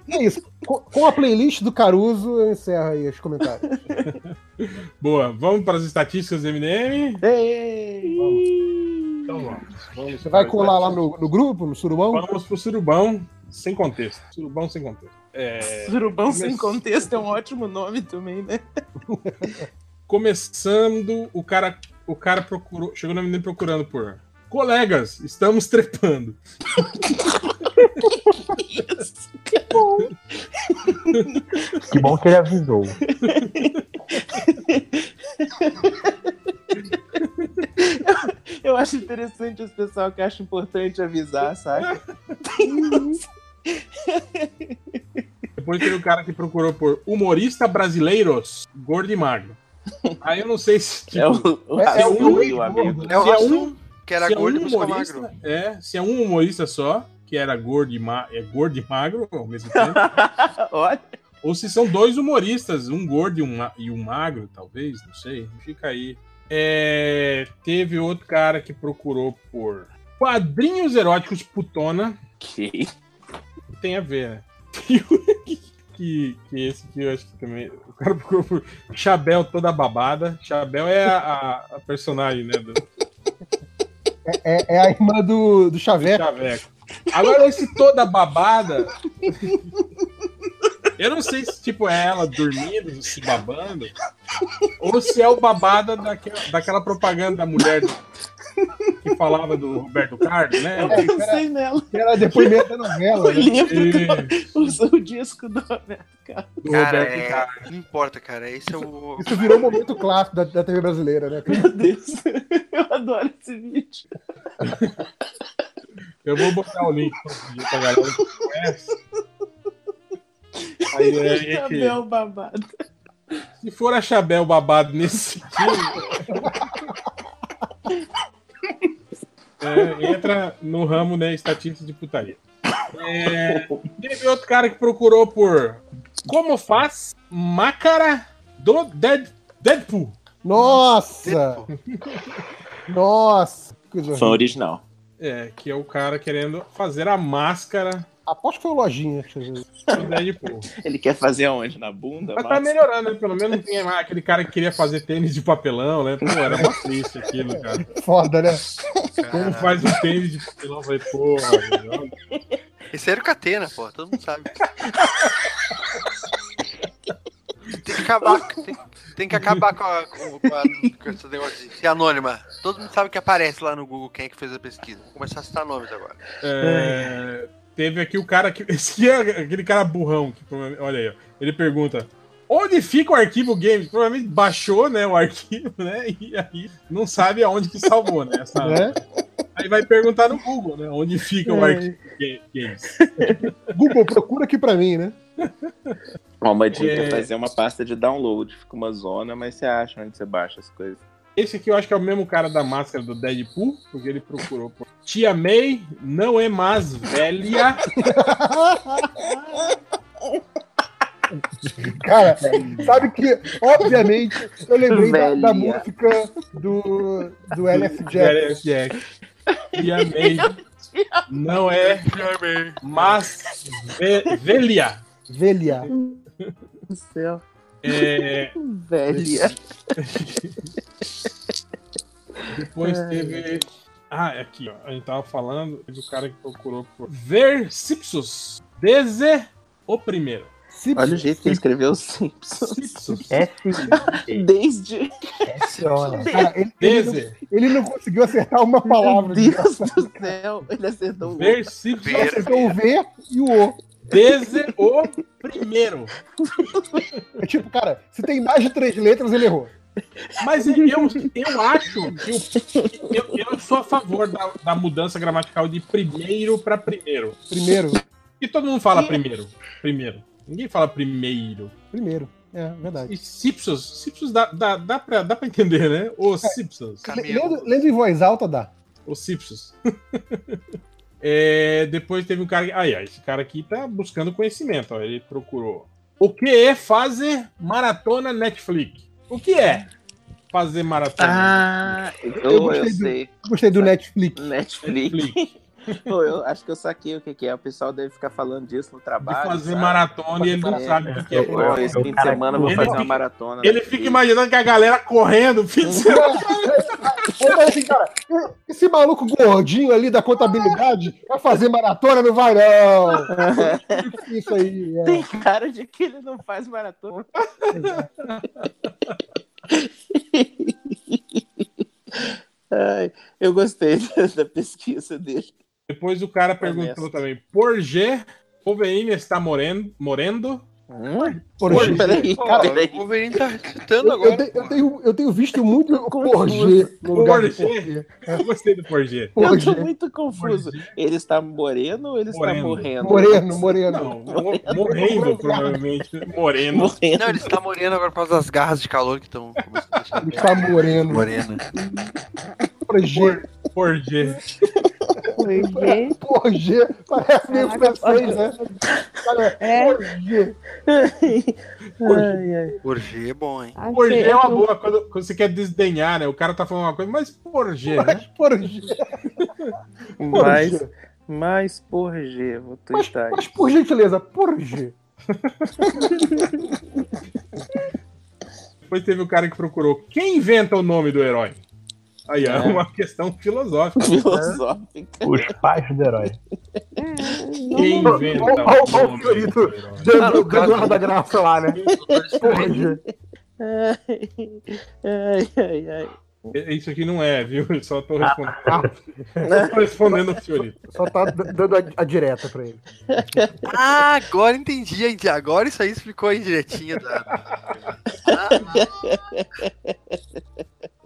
Speaker 3: é isso. Com, com a playlist do Caruso, eu encerro aí os comentários.
Speaker 5: Boa, vamos para as estatísticas do MDM?
Speaker 3: Ei! Vamos. Então vamos. vamos Você vai colar lá no, no grupo, no surubão?
Speaker 5: Vamos pro surubão, sem contexto. Surubão sem contexto.
Speaker 2: É... Surubão Come... sem contexto é um ótimo nome também, né?
Speaker 5: Começando, o cara, o cara procurou, chegou na menina procurando por colegas, estamos trepando.
Speaker 2: que, isso,
Speaker 11: que bom que ele avisou.
Speaker 2: Eu, eu acho interessante os pessoal que acha importante avisar, sabe?
Speaker 5: Depois teve o cara É que procurou por humorista brasileiros, gordo e magro. Aí eu não sei se. Tipo,
Speaker 2: *laughs* é o,
Speaker 5: é,
Speaker 2: é
Speaker 5: um, amigo. amigo.
Speaker 1: É o é um, que era gordo é um
Speaker 5: humorista,
Speaker 1: magro.
Speaker 5: É, se é um humorista só, que era gordo e, ma é gordo e magro
Speaker 1: *laughs*
Speaker 5: ao mesmo tempo.
Speaker 2: *laughs* Olha.
Speaker 5: Ou se são dois humoristas, um gordo e um, e um magro, talvez, não sei. Fica aí. É, teve outro cara que procurou por quadrinhos eróticos putona.
Speaker 2: Que?
Speaker 5: tem a ver, né? *laughs* que, que, que esse que eu acho que também. O cara procurou por Chabel toda babada. Chabel é a, a, a personagem, né? Do...
Speaker 3: É, é, a irmã do, do Chaveco.
Speaker 5: Chaveco. Agora, esse toda babada. Eu não sei se tipo é ela dormindo, se babando, ou se é o babada daquela, daquela propaganda da mulher do, que falava do Roberto Carlos, né?
Speaker 2: Eu pensei era, nela.
Speaker 3: Era é depoimento da novela.
Speaker 2: O né? livro e... do, usou o disco do Roberto Carlos.
Speaker 1: Cara, é... Carlos. não importa, cara. Esse é o...
Speaker 3: Isso virou um momento clássico da, da TV brasileira, né?
Speaker 2: *laughs* Meu Deus, eu adoro esse vídeo.
Speaker 5: Eu vou botar o link pra galera que conhece.
Speaker 2: *laughs*
Speaker 5: Aí, é,
Speaker 2: Chabel que... babado.
Speaker 5: Se for a Chabel babado nesse sentido. é, entra no ramo, né? Estatística de putaria. É, teve outro cara que procurou por Como faz Macara do Dead, Deadpool.
Speaker 3: Nossa! Deadpool. Nossa!
Speaker 2: Fã original.
Speaker 5: É, que é o cara querendo fazer a máscara
Speaker 3: Aposto que foi o Lojinha.
Speaker 2: Ele quer fazer aonde? Na bunda?
Speaker 5: Mas, mas tá melhorando, né? Pelo menos não tem ah, aquele cara que queria fazer tênis de papelão, né? Pô, era uma triste aquilo, cara.
Speaker 3: Foda, né?
Speaker 5: Caramba. Como faz um tênis de papelão? Falei, porra.
Speaker 1: Esse era o Catena, pô. Todo mundo sabe. Tem que acabar, tem, tem que acabar com, a, com, com, a, com esse negócio de ser anônima. Todo mundo sabe que aparece lá no Google quem é que fez a pesquisa. Vou começar a citar nomes agora.
Speaker 5: É, Teve aqui o cara que. *laughs* Esse é aquele cara burrão. Que, olha aí, ó. Ele pergunta: onde fica o arquivo games? Provavelmente baixou, né? O arquivo, né? *laughs* E aí não sabe aonde que salvou, né? Essa... É? Aí vai perguntar no Google, né? Onde fica é. o arquivo games?
Speaker 3: Google, procura aqui pra mim, né?
Speaker 2: Uma dica é fazer uma pasta de download. Fica uma zona, mas você acha onde você baixa as coisas.
Speaker 5: Esse aqui eu acho que é o mesmo cara da máscara do Deadpool, porque ele procurou por Tia May não é mais velha.
Speaker 3: Cara, sabe que, obviamente, eu lembrei da, da, música do, do LF Jack.
Speaker 5: LF Jack. Tia May não é mais ve velha.
Speaker 3: Velha.
Speaker 9: do céu.
Speaker 5: É...
Speaker 9: Velha.
Speaker 5: Depois teve. Ah, aqui, ó. A gente tava falando do cara que procurou por Versipsus. Deze o primeiro.
Speaker 2: Olha o jeito que ele escreveu os Simpsons.
Speaker 5: Sipsus.
Speaker 2: Desde.
Speaker 11: né?
Speaker 3: Cara, ele, ele, não,
Speaker 5: Deze.
Speaker 3: ele não conseguiu acertar uma palavra.
Speaker 9: Meu Deus
Speaker 3: desgraçado.
Speaker 9: do céu. Ele acertou
Speaker 2: um
Speaker 9: o
Speaker 5: Versipsus.
Speaker 3: Ele acertou o V e o O.
Speaker 5: Deze o primeiro.
Speaker 3: É tipo, cara, se tem mais de três letras, ele errou.
Speaker 5: Mas eu, *laughs* eu acho que o- eu, eu sou a favor da, da mudança gramatical de primeiro pra primeiro.
Speaker 3: Primeiro,
Speaker 5: E todo mundo fala primeiro. Primeiro. Ninguém fala primeiro.
Speaker 3: primeiro. É, verdade.
Speaker 5: E Simpsons, Simpsons dá, dá, dá, pra, dá pra entender, né? Os Simpsons.
Speaker 3: Le- Lendo, lendo em voz alta dá.
Speaker 5: Os Simpsons. *laughs* É, depois teve um cara. que- Aí, ó, esse cara aqui tá buscando conhecimento. ó, ele procurou. O que é fazer maratona Netflix? O que é fazer maratona
Speaker 2: Ah,
Speaker 3: Eu
Speaker 2: eu,
Speaker 3: gostei
Speaker 2: eu
Speaker 3: do-
Speaker 2: sei.
Speaker 3: Gostei
Speaker 5: Tá.
Speaker 3: do Netflix.
Speaker 2: Netflix.
Speaker 5: Netflix?
Speaker 2: Pô, eu acho que eu saquei o que, que é. O pessoal deve ficar falando disso no
Speaker 5: De
Speaker 2: trabalho.
Speaker 5: fazer
Speaker 2: sabe?
Speaker 5: maratona e ele não
Speaker 2: É,
Speaker 5: sabe o que
Speaker 2: Eu,
Speaker 5: é.
Speaker 2: pô, esse fim de semana eu vou
Speaker 5: Ele
Speaker 2: fazer uma
Speaker 5: fica-
Speaker 2: maratona. né?
Speaker 5: Ele
Speaker 2: Netflix.
Speaker 5: fica imaginando que a galera correndo *laughs* o fim de semana.
Speaker 3: Eu falei assim, cara, esse maluco gordinho ali da contabilidade vai fazer maratona, não vai não. Isso aí, é.
Speaker 2: Tem cara de que ele não faz maratona. Ai, eu gostei *laughs* da, da pesquisa dele.
Speaker 5: Depois o cara perguntou
Speaker 2: Honesto.
Speaker 5: também: por G, Poveína está morendo? morendo?
Speaker 3: Por
Speaker 2: Pô,
Speaker 3: G.
Speaker 5: tá
Speaker 2: peraí,
Speaker 3: *laughs*
Speaker 1: Pô,
Speaker 2: cara,
Speaker 1: o Wolverine tá citando
Speaker 3: Eu, eu
Speaker 1: agora.
Speaker 3: tenho- eu tenho, eu tenho visto muito
Speaker 2: confuso.
Speaker 3: Porgê no lugar de
Speaker 5: Porgê?
Speaker 3: Porgê.
Speaker 5: Eu gostei do por G.
Speaker 2: eu tô
Speaker 3: Porgê.
Speaker 2: muito confuso.
Speaker 5: Por G.
Speaker 2: Ele está moreno ou ele está
Speaker 5: Moreno.
Speaker 2: morrendo?
Speaker 3: Moreno, Moreno.
Speaker 5: Não, mo- *laughs* morrendo, provavelmente. Moreno.
Speaker 2: Moreno.
Speaker 1: Não, ele está moreno agora por causa das garras de calor que estão começando a deixar
Speaker 3: Ele tá *laughs* moreno.
Speaker 1: morena.
Speaker 3: Porgê.
Speaker 5: Por G.
Speaker 9: Foi G.
Speaker 3: Porgê. Parece meio
Speaker 9: Caraca,
Speaker 3: francês, né? Cara,
Speaker 9: É.
Speaker 3: Porgê.
Speaker 2: Ai, ai.
Speaker 1: Por G é bom, hein?
Speaker 9: achei-
Speaker 5: Por G é uma
Speaker 9: eu-
Speaker 5: boa quando, quando você quer desdenhar, né? O cara tá falando uma coisa, mas por G, né?
Speaker 3: Porgê.
Speaker 2: Mas, mas por G, vou
Speaker 3: Mas,
Speaker 2: twittar
Speaker 3: mas por gentileza, Porgê.
Speaker 5: Depois teve o cara que procurou: quem inventa o nome do herói? Aí é
Speaker 2: É.
Speaker 5: uma questão filosófica. *laughs*
Speaker 2: filosófica.
Speaker 11: Os pais do herói.
Speaker 5: Quem
Speaker 3: Não,
Speaker 5: inventa
Speaker 3: não, não,
Speaker 5: o
Speaker 3: não,
Speaker 5: nome
Speaker 3: querido.
Speaker 5: do herói?
Speaker 3: Dando
Speaker 1: cara.
Speaker 3: dando ar da graça lá, né? Porgê.
Speaker 2: Ai, ai, ai, ai.
Speaker 5: Isso aqui não é, viu? Eu só tô
Speaker 11: Ah.
Speaker 5: *laughs* respondendo. Só tô respondendo o senhorito.
Speaker 3: Só tá d- dando a, a direta pra ele.
Speaker 1: Ah, agora entendi, gente. Agora isso aí explicou a indiretinha da.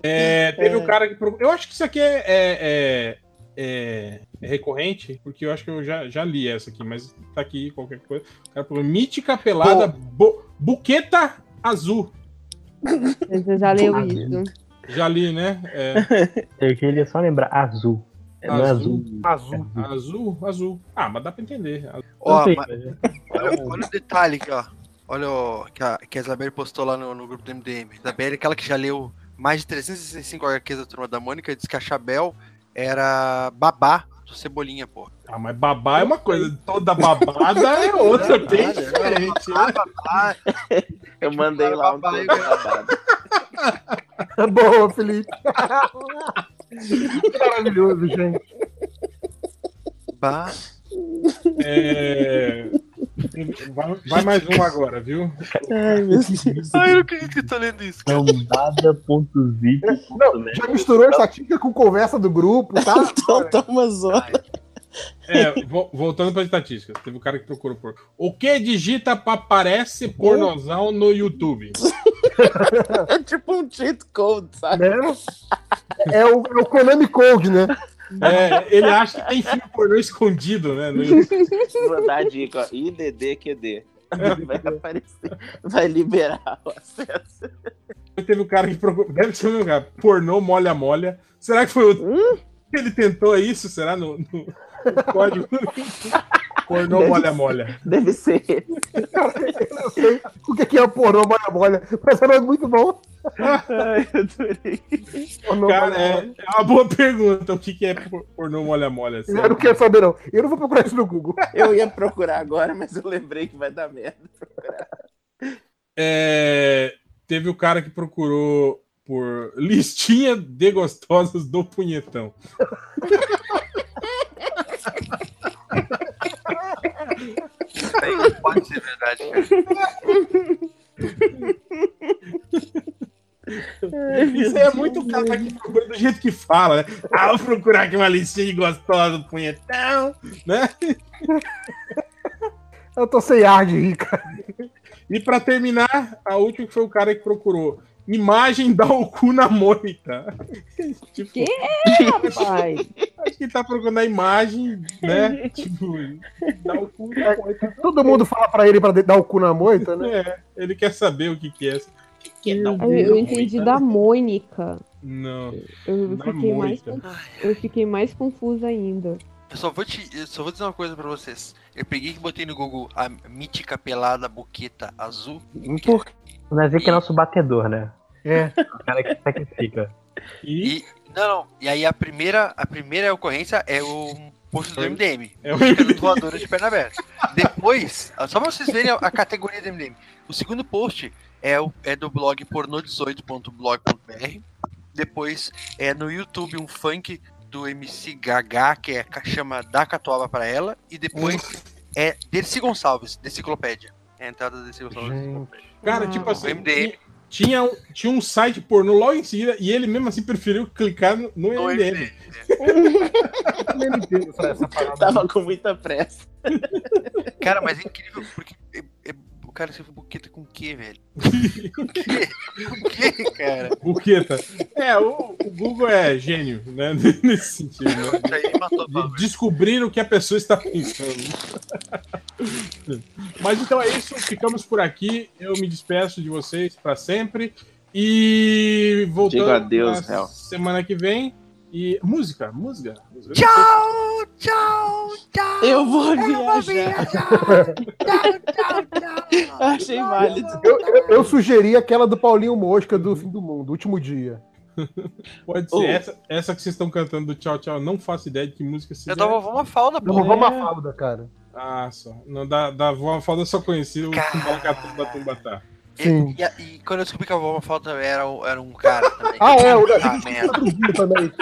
Speaker 5: É, teve o cara que. pro- Eu acho que isso aqui é, é- é- é- é recorrente, porque eu acho que eu já, já li essa aqui, mas tá aqui qualquer coisa. O cara falou: mítica pelada, bo- buqueta azul.
Speaker 9: Mas Eu já leu isso.
Speaker 5: Já li, né? É,
Speaker 11: Eu queria só lembrar, azul. É, Não é azul.
Speaker 3: Azul.
Speaker 5: É, azul, azul. Ah, mas dá pra entender.
Speaker 1: Ó,
Speaker 11: sei.
Speaker 1: mas olha, olha o detalhe aqui, ó. Olha o que a, que a Isabelle postou lá no, no grupo do MDM. Isabelle, aquela que já leu mais de 365 HQs da Turma da Mônica, disse que a Chabel era babá do Cebolinha, pô.
Speaker 5: Ah, mas babá é uma coisa, toda babada é
Speaker 11: *laughs*
Speaker 5: outra, bem diferente.
Speaker 1: Ah,
Speaker 2: Eu mandei lá um
Speaker 1: Babado.
Speaker 2: texto babado.
Speaker 3: Tá bom, Felipe. Maravilhoso, gente.
Speaker 1: babá.
Speaker 5: É, Vai, vai mais um agora, viu?
Speaker 2: *laughs* Ai, meu Deus.
Speaker 1: Ai, Ah, eu não acredito que eu tô lendo isso.
Speaker 11: É um dada.zip.
Speaker 3: Não, já misturou estatística com conversa do grupo, tá?
Speaker 2: Então tá uma zona.
Speaker 5: É, vo- voltando para estatísticas, teve um cara que procurou por. O que digita pra aparece pornozão no YouTube?
Speaker 2: É tipo um cheat code, sabe?
Speaker 3: Né? É o, é o Konami Code, né?
Speaker 5: É, ele acha que tem filme pornô escondido, né? no YouTube.
Speaker 2: Vou dar a dica, ó. IDDQD. Vai aparecer, vai liberar o acesso.
Speaker 5: Teve um cara que procurou. Deve ser o mesmo cara. Pornô molha molha. Será que foi o. Ele tentou isso? Será no, no- no código? pornô
Speaker 2: Deve
Speaker 5: molha
Speaker 2: ser.
Speaker 5: molha.
Speaker 2: Deve ser ele.
Speaker 3: Eu não sei o que que é o pornô bolha bolha, mas era muito bom.
Speaker 2: Ai, eu adorei.
Speaker 3: Pornô,
Speaker 5: Cara,
Speaker 3: bolha,
Speaker 5: é,
Speaker 3: bolha.
Speaker 5: é uma boa pergunta. O que, que é por- pornô molha molha?
Speaker 3: Eu não quero saber, não. Eu não vou procurar isso no Google.
Speaker 2: Eu ia procurar agora, mas eu lembrei que vai dar merda.
Speaker 5: É, teve o cara que procurou por listinha de gostosas do punhetão.
Speaker 1: Aí não pode ser verdade, cara.
Speaker 5: Isso aí é muito cara que procura do jeito que fala, né? Ah, vou procurar aqui uma listinha de gostosa do punhetão, né?
Speaker 3: Eu tô sem ar de rir, cara.
Speaker 5: E pra terminar, a última que foi o cara que procurou. Imagem *laughs* dá o cu na moita. *laughs*
Speaker 9: tipo, que, rapaz?
Speaker 5: Acho que tá procurando a imagem,
Speaker 9: *laughs*
Speaker 5: né? tipo, dá o cu na moita.
Speaker 3: Todo mundo fala pra ele pra dar o cu na moita, né?
Speaker 5: É, ele quer saber o que, que é. O que, que é dar o cu
Speaker 9: Eu, eu entendi da Mônica.
Speaker 5: Não.
Speaker 9: Eu
Speaker 5: Da
Speaker 9: fiquei, mais,
Speaker 5: moita.
Speaker 9: confu- eu fiquei mais confusa ainda.
Speaker 1: Eu só vou te, eu só vou dizer uma coisa pra vocês. Eu peguei e botei no Google a mítica pelada buqueta azul.
Speaker 14: Por quê? O Nazik é nosso batedor, né?
Speaker 3: É.
Speaker 14: O cara que sacrifica.
Speaker 5: E
Speaker 1: E não, não. E aí a primeira, a primeira ocorrência é o post do MDM.
Speaker 5: É o *laughs*
Speaker 1: Mítica doadora um de perna aberta. Depois, ah, só pra vocês verem a, a categoria do MDM. O segundo post é, o, é do blog porno18.blog.br. Depois é no YouTube um funk do MC Gagá, que é ca- chama Da Catuaba pra ela. E depois é Dercy Gonçalves, da Enciclopédia. É a entrada da Dercy Gonçalves. da Enciclopédia.
Speaker 5: Cara, tipo
Speaker 1: O
Speaker 5: assim.
Speaker 1: MDM.
Speaker 5: Tinha um, tinha um site pornô logo em seguida e ele mesmo assim preferiu clicar no, no
Speaker 1: No
Speaker 5: MDM.
Speaker 1: MDM.
Speaker 3: Ele entende essa- essa parada.
Speaker 6: Tava com muita pressa.
Speaker 1: Cara, mas é incrível, porque é- é- o cara se buqueta com o quê, velho? Com o quê, cara?
Speaker 5: Buqueta. É, o, o Google é gênio, né? *laughs* Nesse sentido. né?
Speaker 1: Isso aí matou o pau,
Speaker 5: De descobrir o que a pessoa está pensando. *laughs* Mas então é isso, ficamos por aqui. Eu me despeço de vocês para sempre. E voltamos
Speaker 2: Digo adeus,
Speaker 5: na
Speaker 2: Hel.
Speaker 5: semana que vem. E música, música. música.
Speaker 1: Tchau, tchau, tchau.
Speaker 6: Eu vou viajar.
Speaker 1: viajar. Tchau, tchau, tchau.
Speaker 6: Achei válido.
Speaker 3: Eu, eu- eu sugeri aquela do Paulinho Mosca do Fim do Mundo, último dia.
Speaker 5: Pode ser
Speaker 6: Oh.
Speaker 5: essa, essa que vocês estão cantando do tchau, tchau. Não faço ideia de que música seja.
Speaker 1: Eu dava uma falda,
Speaker 3: Do
Speaker 1: pô.
Speaker 3: Vovó Mafalda, cara.
Speaker 5: Ah, só. Não, da, da vó falda eu só conhecia o
Speaker 1: Cara.
Speaker 5: Tumbalacatumba Tumbatá.
Speaker 3: Sim.
Speaker 1: E, e- e quando eu descobri que a vovó Mafalda era, um- era um cara também.
Speaker 3: Ah, é, o
Speaker 1: Ah,
Speaker 3: Davi
Speaker 1: merda.
Speaker 3: também.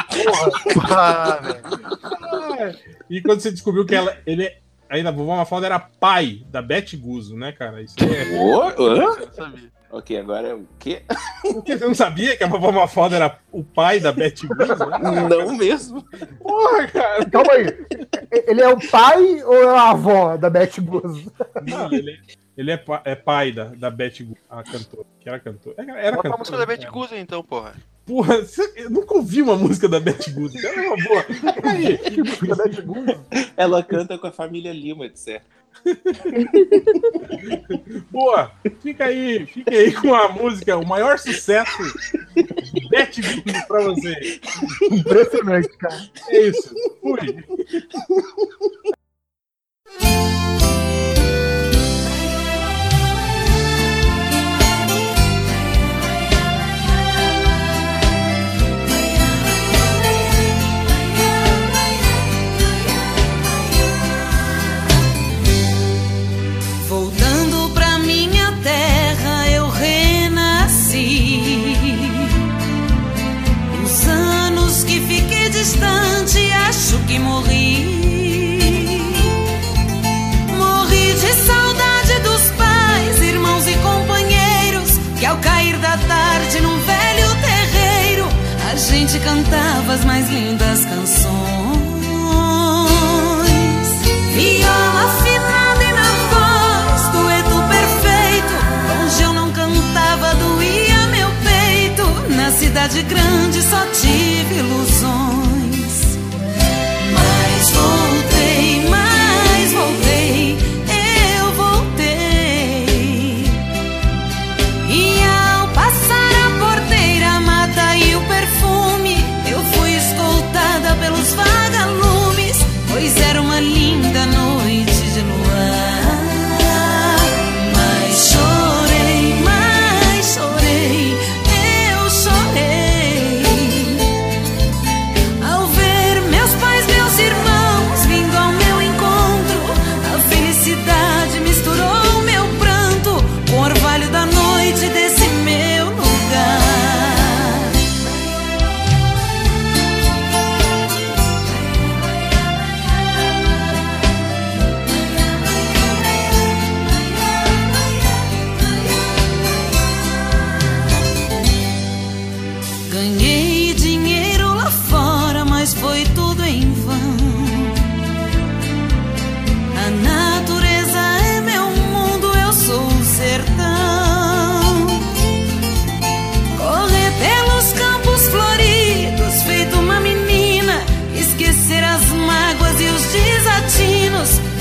Speaker 3: Porra.
Speaker 1: *laughs* Ah, velho.
Speaker 5: É. E quando você descobriu que ela, ele ainda a vovó Mafalda era pai da Beth Guzo, né, cara? Isso é.
Speaker 2: Ô,
Speaker 1: Eu não sabia.
Speaker 2: ô. Ok, agora é o quê?
Speaker 5: Por quê? Você não sabia que a vovó Mafalda era o pai da Beth né? Guzo?
Speaker 2: *laughs* Não mesmo.
Speaker 5: Porra, cara!
Speaker 3: Calma aí. Ele é o pai ou é a avó da Beth Guzzo?
Speaker 5: Não, ele, ele é, pa- é pai da, da Beth Guzo, a cantora, que era cantora. Era, era
Speaker 1: Bota
Speaker 5: cantora.
Speaker 1: a música da Betty
Speaker 5: né?
Speaker 1: Guza então, porra.
Speaker 5: Porra, você- eu nunca ouvi uma música da Beth Guzo. Era uma boa. Aí,
Speaker 2: Ela canta com a família Lima, de certo.
Speaker 5: Boa! Fica aí, fica aí com a música, o maior sucesso Beth Guzo pra você.
Speaker 3: Impressionante, cara.
Speaker 5: É isso. Fui.
Speaker 11: Voltando pra minha terra, eu renasci. Os anos que fiquei distante, acho que morri. Morri de saudade dos pais, irmãos e companheiros. Que ao cair da tarde, num velho terreiro, a gente cantava as mais lindas canções. Viola afinada e na voz, dueto perfeito. Longe eu não cantava, doía meu peito. Na cidade grande só tive ilusões. Mas voltei, mas voltei, eu voltei. E ao passar a porteira, a mata e o perfume, eu fui escoltada pelos vagalumes, pois era uma linda noite de luar. Mas chorei, mas chorei, eu chorei.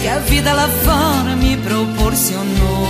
Speaker 6: é a vida lá fora me proporcionou.
Speaker 11: é um